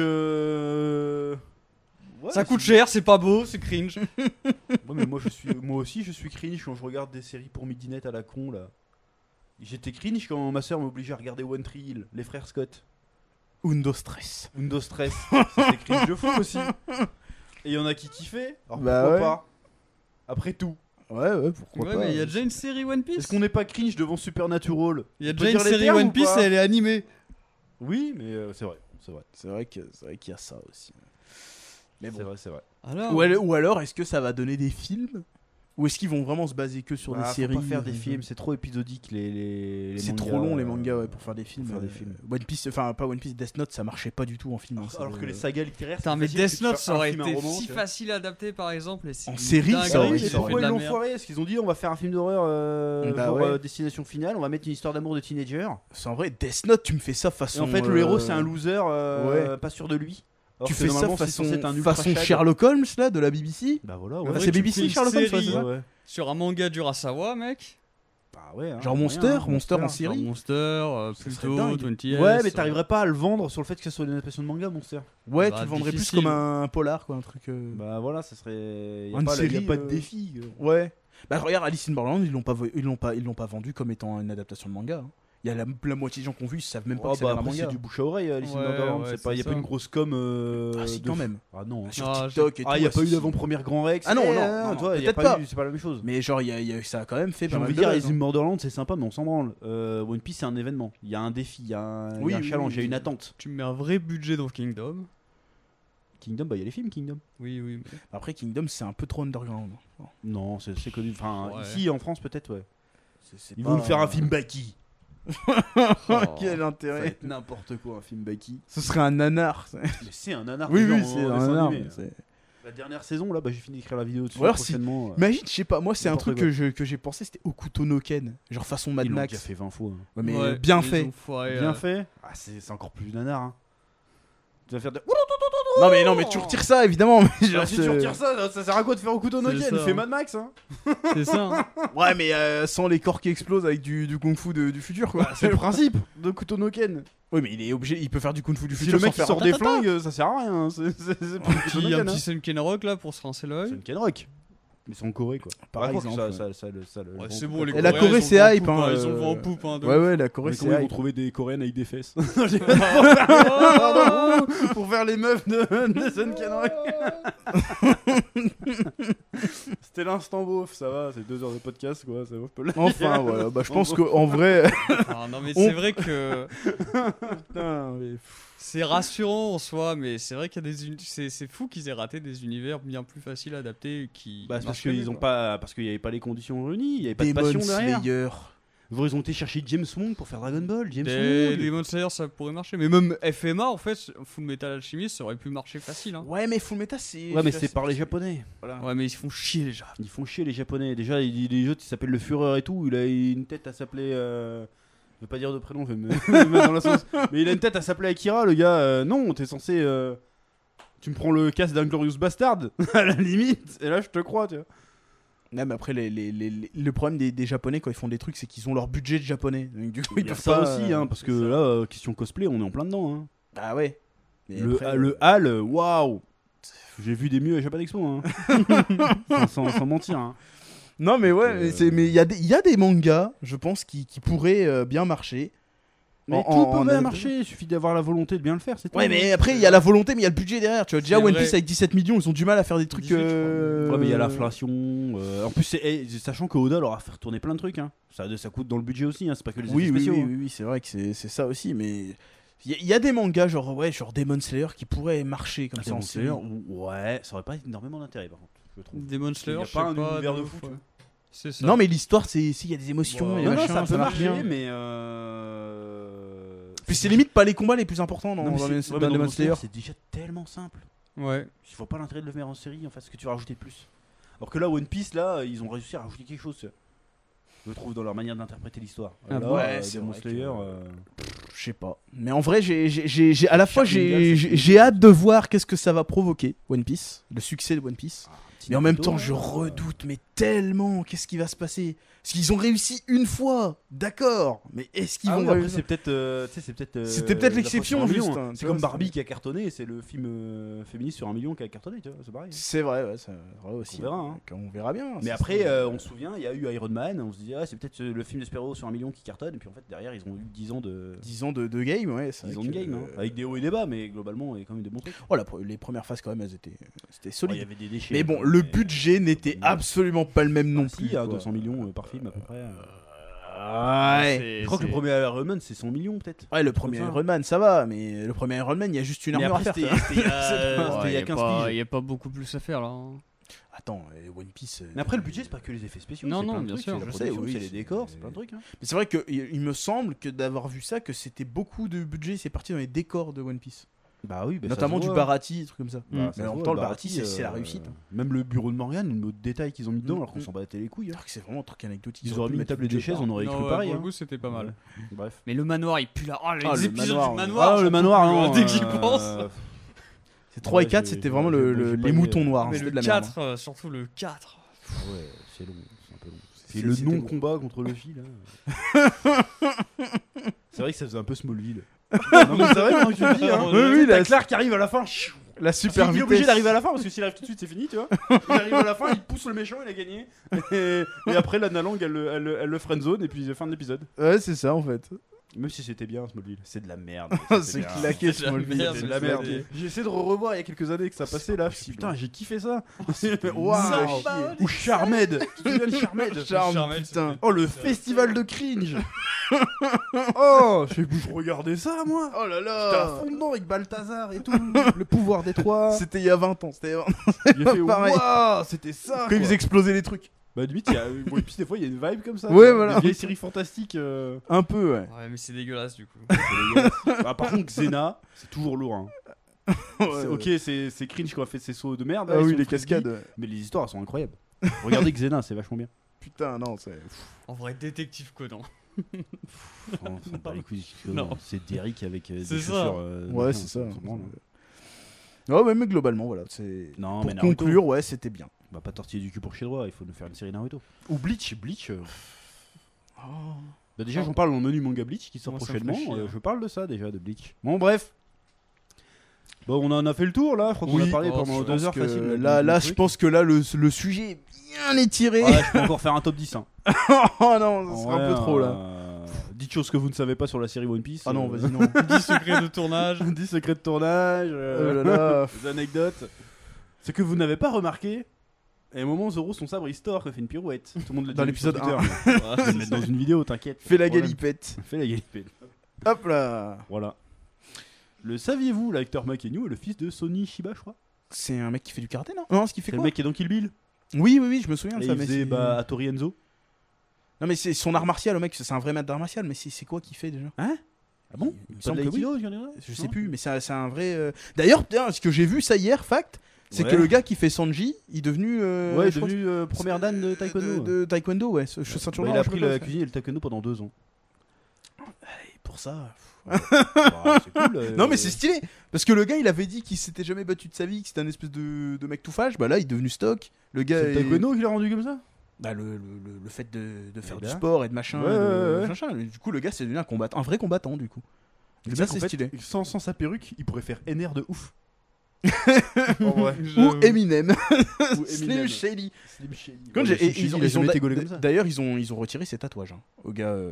[SPEAKER 1] euh, ouais,
[SPEAKER 2] ça coûte
[SPEAKER 1] c'est-
[SPEAKER 2] cher, c'est pas beau, c'est cringe.
[SPEAKER 1] Ouais, mais moi, je suis, moi aussi, je suis cringe quand je regarde des séries pour midinette à la con là. J'étais cringe quand ma soeur m'obligeait à regarder One Tree Hill, les frères Scott,
[SPEAKER 3] Undo Stress.
[SPEAKER 1] Undo Stress. C'était cringe de fou aussi. Et il y en a qui kiffaient. Alors
[SPEAKER 3] Bah
[SPEAKER 1] pourquoi
[SPEAKER 3] ouais.
[SPEAKER 1] pas Après tout,
[SPEAKER 3] Ouais, ouais, pourquoi
[SPEAKER 2] Ouais,
[SPEAKER 3] pas.
[SPEAKER 2] mais il y a déjà une série One
[SPEAKER 1] est-ce
[SPEAKER 2] Piece.
[SPEAKER 1] qu'on n'est pas cringe devant Supernatural
[SPEAKER 2] Il y a
[SPEAKER 1] peut
[SPEAKER 2] déjà une
[SPEAKER 1] dire les
[SPEAKER 2] série
[SPEAKER 1] termes
[SPEAKER 2] One
[SPEAKER 1] ou
[SPEAKER 2] Piece
[SPEAKER 1] pas
[SPEAKER 2] et elle est animée.
[SPEAKER 1] Oui, mais euh, c'est vrai, c'est vrai.
[SPEAKER 3] C'est vrai que- c'est vrai qu'il y a ça aussi. Mais
[SPEAKER 1] C'est
[SPEAKER 3] bon.
[SPEAKER 1] vrai, c'est vrai.
[SPEAKER 2] Alors,
[SPEAKER 3] Ou al- ou alors, est-ce que ça va donner des films Ou est-ce qu'ils vont vraiment se baser que sur
[SPEAKER 1] Bah,
[SPEAKER 3] des
[SPEAKER 1] faut
[SPEAKER 3] séries euh,
[SPEAKER 1] pas faire des films, c'est trop épisodique les, les, les
[SPEAKER 3] C'est
[SPEAKER 1] mangas,
[SPEAKER 3] trop long les
[SPEAKER 1] euh,
[SPEAKER 3] mangas ouais, pour faire des films.
[SPEAKER 1] faire des
[SPEAKER 3] euh,
[SPEAKER 1] films.
[SPEAKER 3] One Piece, enfin pas One Piece, Death Note, ça marchait pas du tout en film. hein,
[SPEAKER 1] Alors,
[SPEAKER 3] ça
[SPEAKER 1] alors
[SPEAKER 3] devait-
[SPEAKER 1] que les sagas littéraires.
[SPEAKER 2] putain,
[SPEAKER 1] c'est
[SPEAKER 2] mais
[SPEAKER 1] facile, tu
[SPEAKER 2] Death
[SPEAKER 1] fais
[SPEAKER 2] Note,
[SPEAKER 1] un
[SPEAKER 2] ça aurait
[SPEAKER 1] film, un
[SPEAKER 2] été
[SPEAKER 1] roman,
[SPEAKER 2] si hein,
[SPEAKER 1] tu vois.
[SPEAKER 2] facile à adapter par exemple. et c'est
[SPEAKER 3] En
[SPEAKER 2] une
[SPEAKER 3] série,
[SPEAKER 2] dinguerie,
[SPEAKER 3] ça aurait-
[SPEAKER 1] oui,
[SPEAKER 3] ça
[SPEAKER 1] mais
[SPEAKER 2] c'est
[SPEAKER 3] aurait
[SPEAKER 1] pourquoi
[SPEAKER 2] fait de
[SPEAKER 1] ils
[SPEAKER 2] la
[SPEAKER 1] l'ont
[SPEAKER 2] merde.
[SPEAKER 1] foiré Est-ce qu'ils ont dit on va faire un film d'horreur euh,
[SPEAKER 3] Bah
[SPEAKER 1] genre,
[SPEAKER 3] ouais.
[SPEAKER 1] euh, destination finale, on va mettre une histoire d'amour de teenager
[SPEAKER 3] C'est en vrai, Death Note, tu me fais ça
[SPEAKER 1] Et
[SPEAKER 3] façon.
[SPEAKER 1] en fait,
[SPEAKER 3] euh,
[SPEAKER 1] le héros c'est un loser euh, pas sûr de lui. Alors
[SPEAKER 3] Tu
[SPEAKER 1] que
[SPEAKER 3] fais ça
[SPEAKER 1] normalement, c'est
[SPEAKER 3] façon,
[SPEAKER 1] censé être un ultra
[SPEAKER 3] façon
[SPEAKER 1] shag.
[SPEAKER 3] Sherlock Holmes là de la BBC
[SPEAKER 1] Bah voilà,
[SPEAKER 3] Bah,
[SPEAKER 1] ouais.
[SPEAKER 2] vrai
[SPEAKER 3] C'est
[SPEAKER 2] que tu fais
[SPEAKER 3] BBC
[SPEAKER 2] une
[SPEAKER 3] Sherlock Holmes ça,
[SPEAKER 2] série,
[SPEAKER 3] c'est ça
[SPEAKER 1] Ouais, ouais.
[SPEAKER 2] Sur un manga d'Urasawa, mec.
[SPEAKER 1] Bah ouais, hein,
[SPEAKER 3] Genre
[SPEAKER 1] moyen,
[SPEAKER 3] Monster,
[SPEAKER 1] hein,
[SPEAKER 3] Monster en
[SPEAKER 2] Genre
[SPEAKER 3] série.
[SPEAKER 2] Monster, euh,
[SPEAKER 3] Ça serait
[SPEAKER 2] Pluto,
[SPEAKER 3] dingue.
[SPEAKER 2] 20
[SPEAKER 1] Ouais, mais
[SPEAKER 2] euh,
[SPEAKER 1] t'arriverais pas à le vendre sur le fait que ce soit une adaptation de manga, Monster.
[SPEAKER 3] Ouais,
[SPEAKER 2] Bah,
[SPEAKER 3] tu le vendrais plus
[SPEAKER 2] difficile.
[SPEAKER 3] comme un polar quoi, un truc. euh,
[SPEAKER 1] Bah voilà, ça serait. Y a
[SPEAKER 3] Une
[SPEAKER 1] pas, la- y a
[SPEAKER 3] série,
[SPEAKER 1] pas de
[SPEAKER 3] euh,
[SPEAKER 1] défi. euh.
[SPEAKER 3] Ouais. Bah regarde Alice in Borderland, ils l'ont pas, vo- ils l'ont pas, ils l'ont pas vendu comme étant une adaptation de manga. hein. Il y a la, la moitié des gens qui ont vu, ils savent même pas
[SPEAKER 1] Oh,
[SPEAKER 3] que c'est
[SPEAKER 1] bah,
[SPEAKER 3] un
[SPEAKER 1] après,
[SPEAKER 3] manga.
[SPEAKER 1] c'est du bouche à oreille, Alice in
[SPEAKER 2] Ouais,
[SPEAKER 1] Borderland.
[SPEAKER 2] ouais,
[SPEAKER 1] c'est pas,
[SPEAKER 2] c'est
[SPEAKER 1] y a pas
[SPEAKER 2] ça.
[SPEAKER 1] une grosse com. euh,
[SPEAKER 3] Ah si
[SPEAKER 1] de
[SPEAKER 3] quand
[SPEAKER 1] fou.
[SPEAKER 3] même.
[SPEAKER 1] Ah non.
[SPEAKER 3] Sur
[SPEAKER 2] Ah, je-
[SPEAKER 3] TikTok et tout.
[SPEAKER 1] Ah, y a
[SPEAKER 3] ouais,
[SPEAKER 1] pas eu
[SPEAKER 3] c'est-
[SPEAKER 1] d'avant-première Grand Rex.
[SPEAKER 3] Ah non,
[SPEAKER 1] eh,
[SPEAKER 3] non,
[SPEAKER 1] hein,
[SPEAKER 3] non,
[SPEAKER 1] tu vois, y a
[SPEAKER 3] peut-être
[SPEAKER 1] pas
[SPEAKER 3] pas.
[SPEAKER 1] eu- C'est pas la même chose.
[SPEAKER 3] Mais genre, il y a, il y a- ça a quand même fait
[SPEAKER 1] J'ai
[SPEAKER 3] pas mal
[SPEAKER 1] envie
[SPEAKER 3] de
[SPEAKER 1] de dire,
[SPEAKER 3] buzz, hein.
[SPEAKER 1] Alice in Borderland, c'est sympa, mais on s'en branle. Euh, One Piece, c'est un événement. Il y a un défi, il y a un, il y
[SPEAKER 3] Oui,
[SPEAKER 1] a un
[SPEAKER 3] oui,
[SPEAKER 1] challenge, il y a
[SPEAKER 3] oui.
[SPEAKER 1] une attente.
[SPEAKER 2] Tu mets un vrai budget dans Kingdom.
[SPEAKER 1] Kingdom, bah il y a les films Kingdom.
[SPEAKER 2] Oui, oui. mais-
[SPEAKER 3] Après, Kingdom, c'est un peu trop underground.
[SPEAKER 1] Non, c'est c'est connu. Enfin,
[SPEAKER 2] Ouais.
[SPEAKER 1] ici en France, peut-être, ouais. Ils vont nous faire un film Baki.
[SPEAKER 2] Oh.
[SPEAKER 3] Quel
[SPEAKER 1] Ça va
[SPEAKER 3] intérêt
[SPEAKER 1] être n'importe quoi, un film Baki.
[SPEAKER 3] hein, Ce serait un nanar. ça.
[SPEAKER 1] Mais c'est un nanar.
[SPEAKER 3] oui,
[SPEAKER 1] déjà,
[SPEAKER 3] oui,
[SPEAKER 1] en
[SPEAKER 3] c'est
[SPEAKER 1] dessin
[SPEAKER 3] un nanar.
[SPEAKER 1] animé.
[SPEAKER 3] mais c'est-
[SPEAKER 1] La dernière saison, là, bah, j'ai fini d'écrire la vidéo dessus.
[SPEAKER 3] Ou alors, si-
[SPEAKER 1] prochainement, euh,
[SPEAKER 3] Imagine, je sais pas, moi, c'est un
[SPEAKER 1] N'importe
[SPEAKER 3] truc
[SPEAKER 1] quoi.
[SPEAKER 3] que je- que j'ai pensé, c'était Okuto no Ken. Genre façon Mad
[SPEAKER 1] ils l'ont déjà
[SPEAKER 3] Max.
[SPEAKER 1] fait 20 fois. hein.
[SPEAKER 3] Ouais, mais
[SPEAKER 2] Ouais,
[SPEAKER 3] bien
[SPEAKER 2] ils
[SPEAKER 3] fait.
[SPEAKER 2] ont foiré,
[SPEAKER 1] Bien
[SPEAKER 2] euh,
[SPEAKER 1] fait. Ah, c'est c'est encore plus nanar. hein. Tu vas faire de.
[SPEAKER 3] Non, mais non, mais tu retires ça, évidemment. mais genre,
[SPEAKER 1] Bah, si tu
[SPEAKER 3] c'est-
[SPEAKER 1] retires ça, ça sert à quoi de faire au couteau
[SPEAKER 2] C'est
[SPEAKER 1] Noken
[SPEAKER 2] ça,
[SPEAKER 1] Fais
[SPEAKER 2] hein.
[SPEAKER 1] Mad Max, hein.
[SPEAKER 2] C'est ça. hein.
[SPEAKER 3] Ouais, mais euh, sans les corps qui explosent avec du, du kung fu de- du futur, quoi.
[SPEAKER 1] Bah, C'est le principe de couteau Noken.
[SPEAKER 3] oui, mais il est obligé, il peut faire du kung fu du
[SPEAKER 1] Si
[SPEAKER 3] futur
[SPEAKER 1] le mec
[SPEAKER 3] sans
[SPEAKER 1] il
[SPEAKER 3] faire
[SPEAKER 1] sort des flingues, euh, ça sert à rien. hein. C'est c'est- c'est pas
[SPEAKER 2] Un
[SPEAKER 1] Kuto no
[SPEAKER 2] petit, un
[SPEAKER 1] Ken, hein.
[SPEAKER 2] petit Sunken Rock là pour se rincer
[SPEAKER 1] C'est
[SPEAKER 2] l'œil.
[SPEAKER 1] une Ken Rock. Mais c'est en Corée quoi.
[SPEAKER 3] Par
[SPEAKER 1] Je crois que
[SPEAKER 3] exemple,
[SPEAKER 1] ça- ça- ça le- ça le
[SPEAKER 2] Ouais,
[SPEAKER 1] vend
[SPEAKER 2] c'est
[SPEAKER 1] complètement.
[SPEAKER 2] bon, les
[SPEAKER 3] Et la
[SPEAKER 2] Coréens,
[SPEAKER 3] Corée,
[SPEAKER 2] ils ont
[SPEAKER 3] c'est
[SPEAKER 2] le vent en
[SPEAKER 3] hype,
[SPEAKER 2] poupe,
[SPEAKER 3] hein,
[SPEAKER 2] Ils ont le vent en
[SPEAKER 3] euh,
[SPEAKER 2] poupe. Hein, de
[SPEAKER 3] Ouais, ouais, la
[SPEAKER 1] Mais
[SPEAKER 3] Corée,
[SPEAKER 1] comment ils vont
[SPEAKER 3] c'est
[SPEAKER 1] trouver des Coréennes avec des fesses
[SPEAKER 2] ouf.
[SPEAKER 1] pour faire les meufs de, de Sun Ken Rock C'était l'instant beauf, ça va, c'est deux heures de podcast quoi, ça va, je peux le-
[SPEAKER 3] Enfin, voilà, bah, je pense qu'en vrai.
[SPEAKER 2] Ah, non, mais c'est vrai que
[SPEAKER 3] Putain, mais-
[SPEAKER 2] c'est rassurant en soi, mais c'est vrai qu'il y a des uni- c'est c'est fou qu'ils aient raté des univers bien plus faciles à adapter et qui.
[SPEAKER 1] Bah, c'est parce
[SPEAKER 2] marchent
[SPEAKER 1] qu'ils
[SPEAKER 2] mieux,
[SPEAKER 1] ont
[SPEAKER 2] quoi.
[SPEAKER 1] pas, parce qu'il n'y avait pas les conditions réunies, il n'y avait pas de
[SPEAKER 3] Demon
[SPEAKER 1] passion derrière.
[SPEAKER 3] Slayer.
[SPEAKER 1] Genre, ils ont été chercher James Wong pour faire Dragon Ball, James
[SPEAKER 2] Des,
[SPEAKER 1] Wong.
[SPEAKER 2] Demon Slayer, ça pourrait marcher. Mais même FMA, en fait, Full Metal Alchemist, ça aurait pu marcher facile. Hein.
[SPEAKER 3] Ouais, mais Full Metal, c'est.
[SPEAKER 1] Ouais, mais c'est par les japonais.
[SPEAKER 3] Voilà.
[SPEAKER 2] Ouais, mais ils se font chier déjà.
[SPEAKER 1] Ils font chier les japonais. Déjà, il- il- les autres, ils s'appellent le Führer et tout. Il a une tête à s'appeler. euh, Je veux pas dire de prénom, je vais me me mettre dans la sauce. Mais il a une tête à s'appeler Akira, le gars. Euh, non, t'es censé. euh, Tu me prends le casque d'un Glorious Bastard, à la limite. Et là, je te crois, tu vois.
[SPEAKER 3] Non, mais après, les, les- les- les- le problème des, des japonais quand ils font des trucs, c'est qu'ils ont leur budget de japonais. Donc, du coup, ils
[SPEAKER 1] Il y a
[SPEAKER 3] peuvent
[SPEAKER 1] ça
[SPEAKER 3] pas,
[SPEAKER 1] aussi,
[SPEAKER 3] euh,
[SPEAKER 1] hein, parce que là, euh, question cosplay, on est en plein dedans. hein.
[SPEAKER 3] Bah ouais. Mais
[SPEAKER 1] Le,
[SPEAKER 3] après,
[SPEAKER 1] le hall, euh, waouh J'ai vu des mieux à Japan Expo, hein. sans, sans- sans mentir. hein.
[SPEAKER 3] Non, mais ouais,
[SPEAKER 4] euh,
[SPEAKER 3] mais c'est- mais il y, a des- il y a des mangas, je pense, qui, qui pourraient euh, bien marcher.
[SPEAKER 1] Mais
[SPEAKER 3] En-
[SPEAKER 1] tout
[SPEAKER 3] en- en
[SPEAKER 1] peut bien
[SPEAKER 3] adaptation.
[SPEAKER 1] marcher, il suffit d'avoir la volonté de bien le faire. c'est
[SPEAKER 3] Ouais,
[SPEAKER 1] tout.
[SPEAKER 3] mais après, il y a la volonté, mais il y a le budget derrière. Tu vois, déjà
[SPEAKER 2] C'est
[SPEAKER 3] One
[SPEAKER 2] vrai.
[SPEAKER 3] Piece avec 17 millions, ils ont du mal à faire des trucs.
[SPEAKER 2] 18, je crois.
[SPEAKER 3] euh,
[SPEAKER 1] Ouais, mais il y a l'inflation. euh, en plus, c'est- eh, sachant que Oda leur a fait retourner plein de trucs. hein. Ça, ça coûte dans le budget aussi, hein, c'est pas que les
[SPEAKER 3] Oui,
[SPEAKER 1] effets
[SPEAKER 3] oui,
[SPEAKER 1] spéciaux.
[SPEAKER 3] oui, oui, oui, c'est vrai que c'est c'est ça aussi, mais. Il y, a- il y a des mangas, genre, ouais, genre Demon Slayer, qui pourraient marcher comme
[SPEAKER 1] Comme
[SPEAKER 3] ça en série.
[SPEAKER 1] hein. ouais, ça aurait pas énormément d'intérêt par contre, je trouve.
[SPEAKER 2] Demon Slayer,
[SPEAKER 1] Il y a
[SPEAKER 2] je
[SPEAKER 1] pas
[SPEAKER 2] sais
[SPEAKER 1] un
[SPEAKER 2] pas,
[SPEAKER 1] univers de
[SPEAKER 2] ouf,
[SPEAKER 1] fou, tu
[SPEAKER 2] ouais.
[SPEAKER 1] vois.
[SPEAKER 2] C'est ça.
[SPEAKER 3] Non, mais l'histoire, c'est. s'il y a des émotions,
[SPEAKER 2] Ouais.
[SPEAKER 3] et
[SPEAKER 1] Non, non,
[SPEAKER 3] machin,
[SPEAKER 1] ça peut
[SPEAKER 3] marche
[SPEAKER 1] marcher,
[SPEAKER 3] bien.
[SPEAKER 1] mais. euh,
[SPEAKER 3] Puis c'est limite pas les combats les plus importants dans,
[SPEAKER 1] Non, mais
[SPEAKER 3] dans
[SPEAKER 1] c'est-
[SPEAKER 3] les-
[SPEAKER 1] ouais, mais
[SPEAKER 3] dans
[SPEAKER 1] dans
[SPEAKER 3] Demon
[SPEAKER 1] Monster,
[SPEAKER 3] Slayer.
[SPEAKER 1] C'est déjà tellement simple.
[SPEAKER 2] Ouais.
[SPEAKER 1] Je vois pas l'intérêt de le faire en série, en fait, ce que tu vas rajouter de plus. Alors que là, One Piece, là, ils ont réussi à rajouter quelque chose. tu vois. Je trouve dans leur manière d'interpréter l'histoire.
[SPEAKER 2] Ah
[SPEAKER 1] là,
[SPEAKER 3] ouais,
[SPEAKER 1] euh,
[SPEAKER 3] c'est
[SPEAKER 1] Demon
[SPEAKER 3] vrai que-
[SPEAKER 1] Slayer. euh,
[SPEAKER 3] Je sais pas. Mais en vrai, j'ai, j'ai- j'ai- j'ai- à la fois,
[SPEAKER 1] Sharknado, c'est
[SPEAKER 3] j'ai,
[SPEAKER 1] cool.
[SPEAKER 3] j'ai- j'ai hâte de voir qu'est-ce que ça va provoquer, One Piece, le succès de One Piece. Mais en même temps,
[SPEAKER 1] hein.
[SPEAKER 3] je redoute, mais tellement, qu'est-ce qui va se passer Parce qu'ils ont réussi une fois, d'accord, mais est-ce qu'ils
[SPEAKER 1] Ah
[SPEAKER 3] vont
[SPEAKER 1] oui, après,
[SPEAKER 3] réussir
[SPEAKER 1] c'est peut-être. euh, tu sais, c'est peut-être. euh,
[SPEAKER 3] C'était peut-être
[SPEAKER 1] la
[SPEAKER 3] l'exception,
[SPEAKER 1] fois sur un
[SPEAKER 3] juste,
[SPEAKER 1] million.
[SPEAKER 3] hein, tu
[SPEAKER 1] c'est
[SPEAKER 3] vois,
[SPEAKER 1] comme
[SPEAKER 3] c'est-
[SPEAKER 1] Barbie qui a cartonné, c'est le film euh, féministe sur un million qui a cartonné, tu vois, c'est pareil.
[SPEAKER 3] C'est vrai, ouais, c'est vrai aussi.
[SPEAKER 1] On verra, hein.
[SPEAKER 3] Donc, on verra bien.
[SPEAKER 1] Mais
[SPEAKER 3] ça,
[SPEAKER 1] après,
[SPEAKER 3] Ah, c'est-
[SPEAKER 1] euh, on se souvient, il y a eu Iron Man, on se dit, ah, c'est peut-être euh, le film de Spero sur un million qui cartonne, et puis en fait, derrière, ils ont eu 10 ans de.
[SPEAKER 3] 10 ans de, de game, ouais. c'est
[SPEAKER 1] 10 ans
[SPEAKER 3] vrai
[SPEAKER 1] de
[SPEAKER 3] que,
[SPEAKER 1] game, hein.
[SPEAKER 3] euh,
[SPEAKER 1] avec des hauts et des bas, mais globalement, il y a quand même des bons trucs.
[SPEAKER 3] Oh, la pre- les premières phases, quand même, elles étaient, euh,
[SPEAKER 1] Ouais, Oh,
[SPEAKER 3] c'était
[SPEAKER 1] Il
[SPEAKER 3] solide.
[SPEAKER 1] y avait des déchets.
[SPEAKER 3] mais bon,
[SPEAKER 1] quoi,
[SPEAKER 3] le budget n'était
[SPEAKER 1] Ah,
[SPEAKER 3] absolument pas le même non
[SPEAKER 1] si,
[SPEAKER 3] plus. hein,
[SPEAKER 1] à
[SPEAKER 3] quoi.
[SPEAKER 1] 200 millions euh, par film à peu près. euh.
[SPEAKER 3] Ouais.
[SPEAKER 1] Je crois que le premier Iron Man, c'est 100 millions peut-être.
[SPEAKER 3] Ouais, le premier
[SPEAKER 1] ça.
[SPEAKER 3] Iron Man, ça va, mais le premier Iron Man, il y a juste une
[SPEAKER 1] Mais
[SPEAKER 3] armure
[SPEAKER 1] après,
[SPEAKER 3] à faire.
[SPEAKER 1] c'était- c'était il y
[SPEAKER 3] C'est
[SPEAKER 1] a-
[SPEAKER 3] pas-
[SPEAKER 1] c'était il Euh, y a 15
[SPEAKER 2] Il
[SPEAKER 1] piges.
[SPEAKER 2] n'y a pas beaucoup plus à faire là. hein.
[SPEAKER 3] Attends, euh, One Piece. euh,
[SPEAKER 1] Mais après, le budget, c'est pas que les effets spéciaux.
[SPEAKER 2] Non,
[SPEAKER 1] c'est
[SPEAKER 2] non,
[SPEAKER 1] plein de
[SPEAKER 2] bien
[SPEAKER 1] trucs,
[SPEAKER 2] sûr,
[SPEAKER 1] C'est
[SPEAKER 3] je
[SPEAKER 1] la
[SPEAKER 3] sais,
[SPEAKER 1] production,
[SPEAKER 3] oui,
[SPEAKER 1] c'est les
[SPEAKER 3] c'est-
[SPEAKER 1] décors, c'est plein de trucs. hein.
[SPEAKER 3] Mais c'est vrai que il il me semble que d'avoir vu ça, que c'était beaucoup de budget, c'est parti dans les décors de One Piece.
[SPEAKER 1] Bah oui, bah, ça
[SPEAKER 3] Notamment
[SPEAKER 1] se
[SPEAKER 3] du
[SPEAKER 1] voit.
[SPEAKER 3] Barati, des trucs comme ça.
[SPEAKER 1] Bah,
[SPEAKER 2] Mm.
[SPEAKER 1] ça
[SPEAKER 3] Mais
[SPEAKER 1] se
[SPEAKER 3] en même
[SPEAKER 1] voit,
[SPEAKER 3] temps,
[SPEAKER 1] le
[SPEAKER 3] le Barati, c'est
[SPEAKER 1] euh,
[SPEAKER 3] c'est la réussite. hein.
[SPEAKER 1] Même le bureau de Morgane, le détail qu'ils ont mis dedans,
[SPEAKER 3] Mm.
[SPEAKER 1] alors qu'on s'en battait les couilles. hein.
[SPEAKER 3] Alors que c'est vraiment un truc anecdotique.
[SPEAKER 1] Ils
[SPEAKER 3] auraient
[SPEAKER 1] auraient
[SPEAKER 3] pu
[SPEAKER 1] mis une
[SPEAKER 3] mettre
[SPEAKER 1] table et
[SPEAKER 3] tout
[SPEAKER 1] des
[SPEAKER 3] dedans.
[SPEAKER 1] chaises, on aurait
[SPEAKER 2] Non,
[SPEAKER 1] écrit
[SPEAKER 2] Ah, ouais,
[SPEAKER 1] pareil.
[SPEAKER 2] pour le
[SPEAKER 1] hein.
[SPEAKER 2] coup, c'était pas mal.
[SPEAKER 1] Bref.
[SPEAKER 2] Mais le manoir, il pue là. Oh, les
[SPEAKER 3] Ah, le
[SPEAKER 2] épisodes
[SPEAKER 3] manoir,
[SPEAKER 2] du
[SPEAKER 3] ouais.
[SPEAKER 2] manoir.
[SPEAKER 1] ah,
[SPEAKER 2] j'en
[SPEAKER 1] le manoir,
[SPEAKER 2] peux plus,
[SPEAKER 1] non,
[SPEAKER 2] hein, Dès que j'y
[SPEAKER 1] euh,
[SPEAKER 2] pense.
[SPEAKER 3] C'est 3 et
[SPEAKER 1] Ouais,
[SPEAKER 3] 4,
[SPEAKER 1] j'ai-
[SPEAKER 3] c'était vraiment
[SPEAKER 1] j'ai-
[SPEAKER 3] le,
[SPEAKER 1] j'ai
[SPEAKER 3] le-
[SPEAKER 1] pas
[SPEAKER 3] les
[SPEAKER 1] aimé.
[SPEAKER 3] moutons noirs. hein,
[SPEAKER 2] Mais
[SPEAKER 3] c'était de
[SPEAKER 2] le
[SPEAKER 3] la merde.
[SPEAKER 2] 4, euh, surtout le 4.
[SPEAKER 1] Ah Ouais, c'est long, c'est un peu long.
[SPEAKER 3] C'est-
[SPEAKER 1] Et le
[SPEAKER 3] c'était long.
[SPEAKER 1] non-combat contre le fil. hein. c'est vrai que ça faisait un peu Smallville. non, mais c'est vrai, moi, je te le dis. Hein.
[SPEAKER 2] Oui, oui,
[SPEAKER 1] Tu sais,
[SPEAKER 3] la-
[SPEAKER 1] t'as Clark qui arrive à la fin. chou, il
[SPEAKER 3] La
[SPEAKER 1] est
[SPEAKER 3] super
[SPEAKER 1] obligé
[SPEAKER 3] vitesse.
[SPEAKER 1] d'arriver à la fin parce que s'il arrive tout de suite, c'est fini, tu vois. Il arrive à la fin, il pousse le méchant, il a gagné. Et, et après, la Nalang, elle, le- elle, le- elle le friendzone et puis fin de l'épisode.
[SPEAKER 3] Ouais, c'est ça en fait.
[SPEAKER 1] Même si c'était bien Smallville, c'est de la merde.
[SPEAKER 3] C'est
[SPEAKER 1] bien.
[SPEAKER 3] claqué
[SPEAKER 2] C'est de la
[SPEAKER 3] Smallville.
[SPEAKER 2] merde,
[SPEAKER 1] C'est de la merde. J'ai essayé de revoir il y a quelques années que ça passait là. Je me suis dit, putain, j'ai kiffé ça.
[SPEAKER 3] Ça,
[SPEAKER 1] Waouh.
[SPEAKER 3] bah,
[SPEAKER 1] Ou Charmed. Tu te souviens de Charmed
[SPEAKER 3] Charme,
[SPEAKER 2] Charmel,
[SPEAKER 3] putain.
[SPEAKER 1] Oh le festival de cringe Oh je, je regardais ça moi
[SPEAKER 3] Oh là
[SPEAKER 1] J'étais à
[SPEAKER 3] là
[SPEAKER 1] fond dedans avec Balthazar et tout Le pouvoir des trois
[SPEAKER 3] C'était il y a 20 ans. C'était il y a 20 ans.
[SPEAKER 1] J'ai fait
[SPEAKER 3] pareil.
[SPEAKER 1] Waouh c'était ça
[SPEAKER 3] Quand
[SPEAKER 1] quoi.
[SPEAKER 3] ils explosaient les trucs.
[SPEAKER 1] Bah limite il y a bon, et puis des fois il y a une vibe comme ça
[SPEAKER 3] Ouais,
[SPEAKER 1] quoi.
[SPEAKER 3] voilà.
[SPEAKER 1] Des vieilles séries fantastiques euh.
[SPEAKER 3] Un peu, ouais.
[SPEAKER 2] Ouais, mais c'est dégueulasse du coup.
[SPEAKER 1] Ah, Par contre Xena c'est toujours lourd hein. C'est-
[SPEAKER 3] Ouais.
[SPEAKER 1] Ok c'est c'est cringe qu'on a fait ces sauts de merde
[SPEAKER 3] Ah
[SPEAKER 1] là, ils
[SPEAKER 3] oui,
[SPEAKER 1] sont
[SPEAKER 3] les
[SPEAKER 1] frisbee,
[SPEAKER 3] cascades.
[SPEAKER 1] Mais les histoires elles sont incroyables Regardez Xena c'est vachement bien
[SPEAKER 3] Putain, non, c'est.
[SPEAKER 2] En vrai, détective Conan.
[SPEAKER 1] Pff, on s'en bat les couilles,
[SPEAKER 2] Non.
[SPEAKER 1] C'est Derrick avec euh, des
[SPEAKER 2] C'est ça.
[SPEAKER 1] chaussures euh,
[SPEAKER 3] Ouais,
[SPEAKER 1] machin,
[SPEAKER 3] c'est ça.
[SPEAKER 1] on s'en branle, hein.
[SPEAKER 3] Ouais, ouais, mais globalement, voilà. C'est...
[SPEAKER 1] Non
[SPEAKER 3] Pour
[SPEAKER 1] mais Naruto,
[SPEAKER 3] conclure, ouais, c'était bien.
[SPEAKER 1] On va pas tortiller du cul pour chez droit, il faut nous faire une série Naruto. Ou Bleach, Bleach. euh, Bah déjà,
[SPEAKER 2] Oh.
[SPEAKER 1] j'en parle dans le menu manga Bleach qui sort
[SPEAKER 2] Moi, ça me
[SPEAKER 1] prochainement.
[SPEAKER 2] fait chier,
[SPEAKER 1] euh,
[SPEAKER 2] hein.
[SPEAKER 1] je parle de ça déjà, de Bleach. Bon, bref. Bon, on en a fait le tour là. Je crois qu'on
[SPEAKER 2] Oui.
[SPEAKER 1] a parlé
[SPEAKER 2] Oh,
[SPEAKER 1] pendant
[SPEAKER 2] je
[SPEAKER 1] deux
[SPEAKER 3] Parce
[SPEAKER 1] heures
[SPEAKER 3] que
[SPEAKER 1] facile. du-
[SPEAKER 3] Là,
[SPEAKER 1] du
[SPEAKER 3] là
[SPEAKER 1] truc.
[SPEAKER 3] je pense que là, le, le sujet est bien étiré.
[SPEAKER 1] Ouais, je peux encore faire un top 10. Hein.
[SPEAKER 3] oh non, ça
[SPEAKER 1] En
[SPEAKER 3] serait
[SPEAKER 1] vrai,
[SPEAKER 3] un peu trop là.
[SPEAKER 1] euh, Dites choses que vous ne savez pas sur la série One Piece.
[SPEAKER 3] Ah non,
[SPEAKER 1] euh,
[SPEAKER 3] vas-y, non.
[SPEAKER 2] 10 secrets de tournage.
[SPEAKER 1] 10 secrets de tournage.
[SPEAKER 3] Oh
[SPEAKER 1] euh,
[SPEAKER 3] là là.
[SPEAKER 1] des anecdotes. Ce que vous n'avez pas remarqué. Et au moment Zoro, son sabre, il se tord, il fait une pirouette. Tout le monde le dit
[SPEAKER 3] Dans
[SPEAKER 1] sur
[SPEAKER 3] l'épisode
[SPEAKER 1] Twitter. Je vais le mettre dans une vidéo, t'inquiète.
[SPEAKER 3] Fais la
[SPEAKER 1] Pas de problème.
[SPEAKER 3] galipette.
[SPEAKER 1] Fais la galipette.
[SPEAKER 3] Hop là.
[SPEAKER 1] Voilà. Le saviez-vous, l'acteur Makenyu est le fils de Sony Shiba, je crois
[SPEAKER 3] C'est un mec qui fait du karaté, non Non, ce qui fait
[SPEAKER 1] C'est le
[SPEAKER 3] quoi
[SPEAKER 1] mec qui est dans Kill Bill.
[SPEAKER 3] Oui, oui, oui, je me souviens
[SPEAKER 1] Et
[SPEAKER 3] de ça.
[SPEAKER 1] il
[SPEAKER 3] mais
[SPEAKER 1] faisait
[SPEAKER 3] c'est-
[SPEAKER 1] bah, Hattori Enzo.
[SPEAKER 3] Non, mais c'est son art martial, le mec, c'est un vrai maître d'art martial, mais c'est, c'est quoi qu'il fait déjà
[SPEAKER 1] Ah bon
[SPEAKER 3] Il me
[SPEAKER 1] Pas
[SPEAKER 3] semble
[SPEAKER 1] de
[SPEAKER 3] que oui.
[SPEAKER 1] l'aïkido, il y en a
[SPEAKER 3] Je sais plus, mais c'est un, c'est un vrai. euh, D'ailleurs, putain, ce que j'ai vu ça hier, fact, c'est
[SPEAKER 1] Ouais.
[SPEAKER 3] que le gars qui fait Sanji, il est devenu. euh,
[SPEAKER 1] Ouais, il est
[SPEAKER 3] je crois
[SPEAKER 1] devenu euh, première dan de taekwondo. hein.
[SPEAKER 3] De, de taekwondo, ouais. ce- ce ceinture
[SPEAKER 1] Bah, il
[SPEAKER 3] noire,
[SPEAKER 1] a
[SPEAKER 3] je
[SPEAKER 1] appris
[SPEAKER 3] crois
[SPEAKER 1] la
[SPEAKER 3] que
[SPEAKER 1] cuisine et le taekwondo pendant deux ans.
[SPEAKER 3] c'est. Pour ça.
[SPEAKER 1] Bah, c'est cool, euh,
[SPEAKER 3] Non, mais c'est stylé Parce que le gars, il avait dit qu'il s'était jamais battu de sa vie, que c'était un espèce de, de mec tout fâche. Bah là, il est devenu stock. Le gars.
[SPEAKER 1] C'est le
[SPEAKER 3] est-
[SPEAKER 1] taekwondo qui l'a rendu comme ça
[SPEAKER 3] Bah, le, le- le- le fait de, de faire
[SPEAKER 1] Et
[SPEAKER 3] du
[SPEAKER 1] là
[SPEAKER 3] sport et de machin.
[SPEAKER 1] Eh Ouais,
[SPEAKER 3] et de-
[SPEAKER 1] ouais, ouais.
[SPEAKER 3] machin. Et Du coup, le gars, c'est devenu un combattant. Un vrai combattant, du coup.
[SPEAKER 1] Le mec,
[SPEAKER 3] Ça,
[SPEAKER 1] en
[SPEAKER 3] Ah, c'est
[SPEAKER 1] fait,
[SPEAKER 3] stylé.
[SPEAKER 1] Sans, sans sa perruque, il pourrait faire NR de ouf. En vrai.
[SPEAKER 3] Ou Eminem.
[SPEAKER 1] euh, Ou
[SPEAKER 3] Slim
[SPEAKER 1] Eminem.
[SPEAKER 3] Shady.
[SPEAKER 1] Slim Shady.
[SPEAKER 3] Comme
[SPEAKER 1] Ouais,
[SPEAKER 3] j'ai-
[SPEAKER 1] Slim
[SPEAKER 3] et-
[SPEAKER 1] Shady,
[SPEAKER 3] ils ont-
[SPEAKER 1] il a
[SPEAKER 3] ils ont
[SPEAKER 1] jamais
[SPEAKER 3] d'a-
[SPEAKER 1] été gaulé comme ça.
[SPEAKER 3] D'ailleurs, ils ont, ils ont retiré ses tatouages hein, au gars. euh,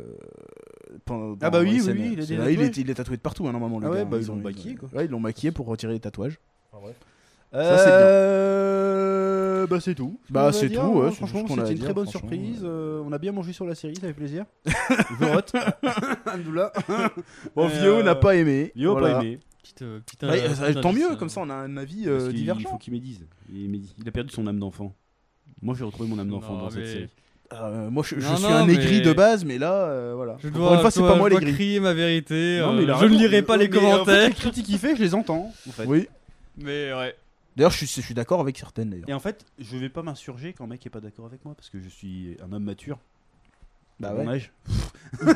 [SPEAKER 3] pendant-
[SPEAKER 1] Ah bah
[SPEAKER 3] dans
[SPEAKER 1] oui,
[SPEAKER 3] les
[SPEAKER 1] oui,
[SPEAKER 3] scènes,
[SPEAKER 1] oui, il a
[SPEAKER 3] euh,
[SPEAKER 1] des
[SPEAKER 3] là, il,
[SPEAKER 1] tatouages.
[SPEAKER 3] est, il est tatoué de partout hein, normalement. Le
[SPEAKER 1] Ah ouais,
[SPEAKER 3] gars,
[SPEAKER 1] bah, ils
[SPEAKER 3] ont-
[SPEAKER 1] l'ont maquillé, quoi.
[SPEAKER 3] Ouais, ils l'ont maquillé pour retirer les tatouages.
[SPEAKER 1] Ça, c'est bien. Euh, bah c'est tout. On
[SPEAKER 3] Bah,
[SPEAKER 1] va
[SPEAKER 3] c'est
[SPEAKER 1] dire,
[SPEAKER 3] tout,
[SPEAKER 1] hein,
[SPEAKER 3] ouais, c'est tout
[SPEAKER 1] franchement,
[SPEAKER 3] ce qu'on a à
[SPEAKER 1] c'était une
[SPEAKER 3] dire,
[SPEAKER 1] très bonne
[SPEAKER 3] franchement,
[SPEAKER 1] surprise.
[SPEAKER 3] ouais.
[SPEAKER 1] euh, on a bien mangé sur la série, ça fait plaisir. Je vote. Alhamdoulilah.
[SPEAKER 3] Bon,
[SPEAKER 1] Et,
[SPEAKER 3] Vio
[SPEAKER 1] euh,
[SPEAKER 3] n'a pas aimé.
[SPEAKER 1] Yo,
[SPEAKER 3] Voilà.
[SPEAKER 1] pas aimé.
[SPEAKER 2] Petite, euh, petite
[SPEAKER 3] Bah,
[SPEAKER 2] injustice,
[SPEAKER 3] ça- tant mieux,
[SPEAKER 2] euh,
[SPEAKER 3] comme ça on a un avis
[SPEAKER 1] Parce
[SPEAKER 3] euh,
[SPEAKER 1] qu'il- Il faut
[SPEAKER 3] divergent.
[SPEAKER 1] qu'il médise. Il, médise. Il a perdu son âme d'enfant. Moi, j'ai retrouvé mon âme d'enfant
[SPEAKER 2] Non,
[SPEAKER 1] dans cette
[SPEAKER 2] mais
[SPEAKER 1] série.
[SPEAKER 3] Euh, moi je, je
[SPEAKER 2] Non,
[SPEAKER 3] suis
[SPEAKER 2] non,
[SPEAKER 3] un aigri
[SPEAKER 2] mais-
[SPEAKER 3] de base, mais là euh, voilà.
[SPEAKER 2] Je
[SPEAKER 3] Encore
[SPEAKER 2] dois,
[SPEAKER 3] une fois, c'est
[SPEAKER 2] je
[SPEAKER 3] pas
[SPEAKER 2] dois-
[SPEAKER 3] moi
[SPEAKER 2] je dois
[SPEAKER 3] l'aigri.
[SPEAKER 2] crier ma vérité.
[SPEAKER 1] Non,
[SPEAKER 2] euh,
[SPEAKER 1] mais il a
[SPEAKER 2] je ne
[SPEAKER 1] raison.
[SPEAKER 2] lirai pas
[SPEAKER 1] Mais en
[SPEAKER 2] les
[SPEAKER 1] fait,
[SPEAKER 2] commentaires.
[SPEAKER 1] les critiques qu'il fait, je les entends. En fait.
[SPEAKER 3] Oui.
[SPEAKER 2] Mais ouais.
[SPEAKER 3] D'ailleurs, je suis, je suis d'accord avec certaines d'ailleurs.
[SPEAKER 1] Et en fait, je vais pas m'insurger quand un mec est pas d'accord avec moi parce que je suis un homme mature.
[SPEAKER 3] Bah
[SPEAKER 1] À
[SPEAKER 3] ouais.
[SPEAKER 1] mon âge.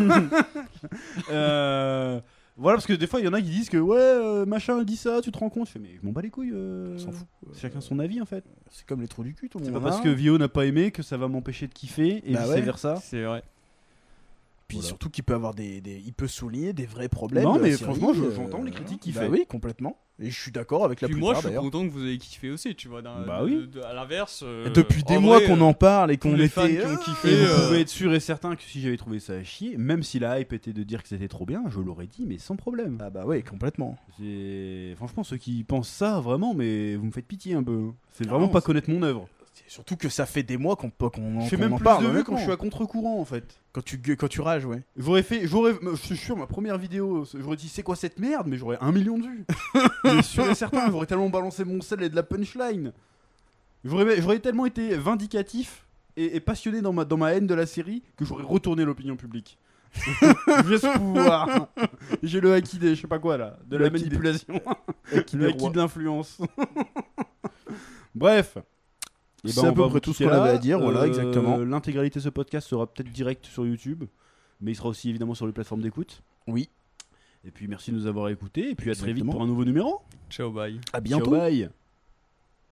[SPEAKER 1] Euh, voilà, parce que des fois, il y en a qui disent que ouais, euh, machin, il dit ça, tu te rends compte. Je fais, mais je m'en bats les couilles. euh,
[SPEAKER 3] On s'en fout.
[SPEAKER 1] Chacun son avis en fait.
[SPEAKER 3] C'est comme les trous du cul, tout le
[SPEAKER 1] C'est
[SPEAKER 3] monde. hein.
[SPEAKER 1] pas
[SPEAKER 3] en a
[SPEAKER 1] parce
[SPEAKER 3] un.
[SPEAKER 1] que Vio n'a pas aimé que ça va m'empêcher de kiffer et
[SPEAKER 3] Bah
[SPEAKER 1] vice
[SPEAKER 3] ouais.
[SPEAKER 1] versa.
[SPEAKER 2] C'est vrai.
[SPEAKER 3] Puis
[SPEAKER 1] Voilà.
[SPEAKER 3] surtout qu'il peut avoir des, des- il peut souligner des vrais problèmes.
[SPEAKER 1] Non,
[SPEAKER 3] de la
[SPEAKER 1] mais
[SPEAKER 3] série,
[SPEAKER 1] franchement, je-
[SPEAKER 3] euh,
[SPEAKER 1] j'entends les critiques qu'il
[SPEAKER 3] bah
[SPEAKER 1] fait.
[SPEAKER 3] Oui, complètement. Et je suis d'accord avec la
[SPEAKER 2] Puis moi,
[SPEAKER 3] plupart
[SPEAKER 2] je suis
[SPEAKER 3] d'ailleurs.
[SPEAKER 2] content que vous ayez kiffé aussi, tu vois. d'un-
[SPEAKER 1] Bah
[SPEAKER 2] de-
[SPEAKER 1] oui.
[SPEAKER 2] de- à l'inverse. euh,
[SPEAKER 3] Depuis des
[SPEAKER 2] en
[SPEAKER 3] mois
[SPEAKER 2] vrai,
[SPEAKER 3] qu'on
[SPEAKER 2] euh,
[SPEAKER 3] en parle et qu'on
[SPEAKER 2] tous les
[SPEAKER 3] était.
[SPEAKER 2] fans qui ont kiffé,
[SPEAKER 1] Et vous
[SPEAKER 2] euh,
[SPEAKER 1] pouvez être sûr et certain que si j'avais trouvé ça à chier, même si la hype était de dire que c'était trop bien, je l'aurais dit, mais sans problème.
[SPEAKER 3] Ah bah oui, complètement.
[SPEAKER 1] C'est- Franchement, ceux qui pensent ça, vraiment, mais vous me faites pitié un peu. hein. C'est
[SPEAKER 3] Ah
[SPEAKER 1] vraiment
[SPEAKER 3] non,
[SPEAKER 1] pas
[SPEAKER 3] c'est-
[SPEAKER 1] connaître mon œuvre.
[SPEAKER 3] C'est Surtout que ça fait des mois qu'on qu'on qu'on en
[SPEAKER 1] Je fais même plus
[SPEAKER 3] parle.
[SPEAKER 1] de vues
[SPEAKER 3] honnêtement.
[SPEAKER 1] quand je suis à contre-courant en fait.
[SPEAKER 3] Quand tu gueules- quand tu rages, ouais.
[SPEAKER 1] J'aurais fait, j'aurais, je suis sûr, ma première vidéo, j'aurais dit c'est quoi cette merde, mais j'aurais un million de vues. mais sûr et certain, j'aurais tellement balancé mon sel et de la punchline. J'aurais, j'aurais tellement été vindicatif et, et passionné dans ma, dans ma haine de la série que j'aurais retourné l'opinion publique. J'ai ce pouvoir. J'ai le acquis des, je sais pas quoi là, de
[SPEAKER 3] Le
[SPEAKER 1] la
[SPEAKER 3] haki des-
[SPEAKER 1] manipulation,
[SPEAKER 3] des
[SPEAKER 1] le acquis
[SPEAKER 3] rois.
[SPEAKER 1] de l'influence. Bref. Eh ben,
[SPEAKER 3] C'est
[SPEAKER 1] on
[SPEAKER 3] à peu
[SPEAKER 1] va
[SPEAKER 3] près
[SPEAKER 1] vous
[SPEAKER 3] tout ce
[SPEAKER 1] quitter
[SPEAKER 3] qu'on avait
[SPEAKER 1] là. Euh,
[SPEAKER 3] à dire, voilà, exactement.
[SPEAKER 1] L'intégralité de ce podcast sera peut-être direct sur YouTube, mais il sera aussi évidemment sur les plateformes d'écoute.
[SPEAKER 3] Oui.
[SPEAKER 1] Et puis merci de nous avoir écoutés, et puis à très vite
[SPEAKER 3] Exactement.
[SPEAKER 1] pour un nouveau numéro.
[SPEAKER 2] Ciao, bye.
[SPEAKER 3] À Ah, bientôt.
[SPEAKER 1] Ciao, bye.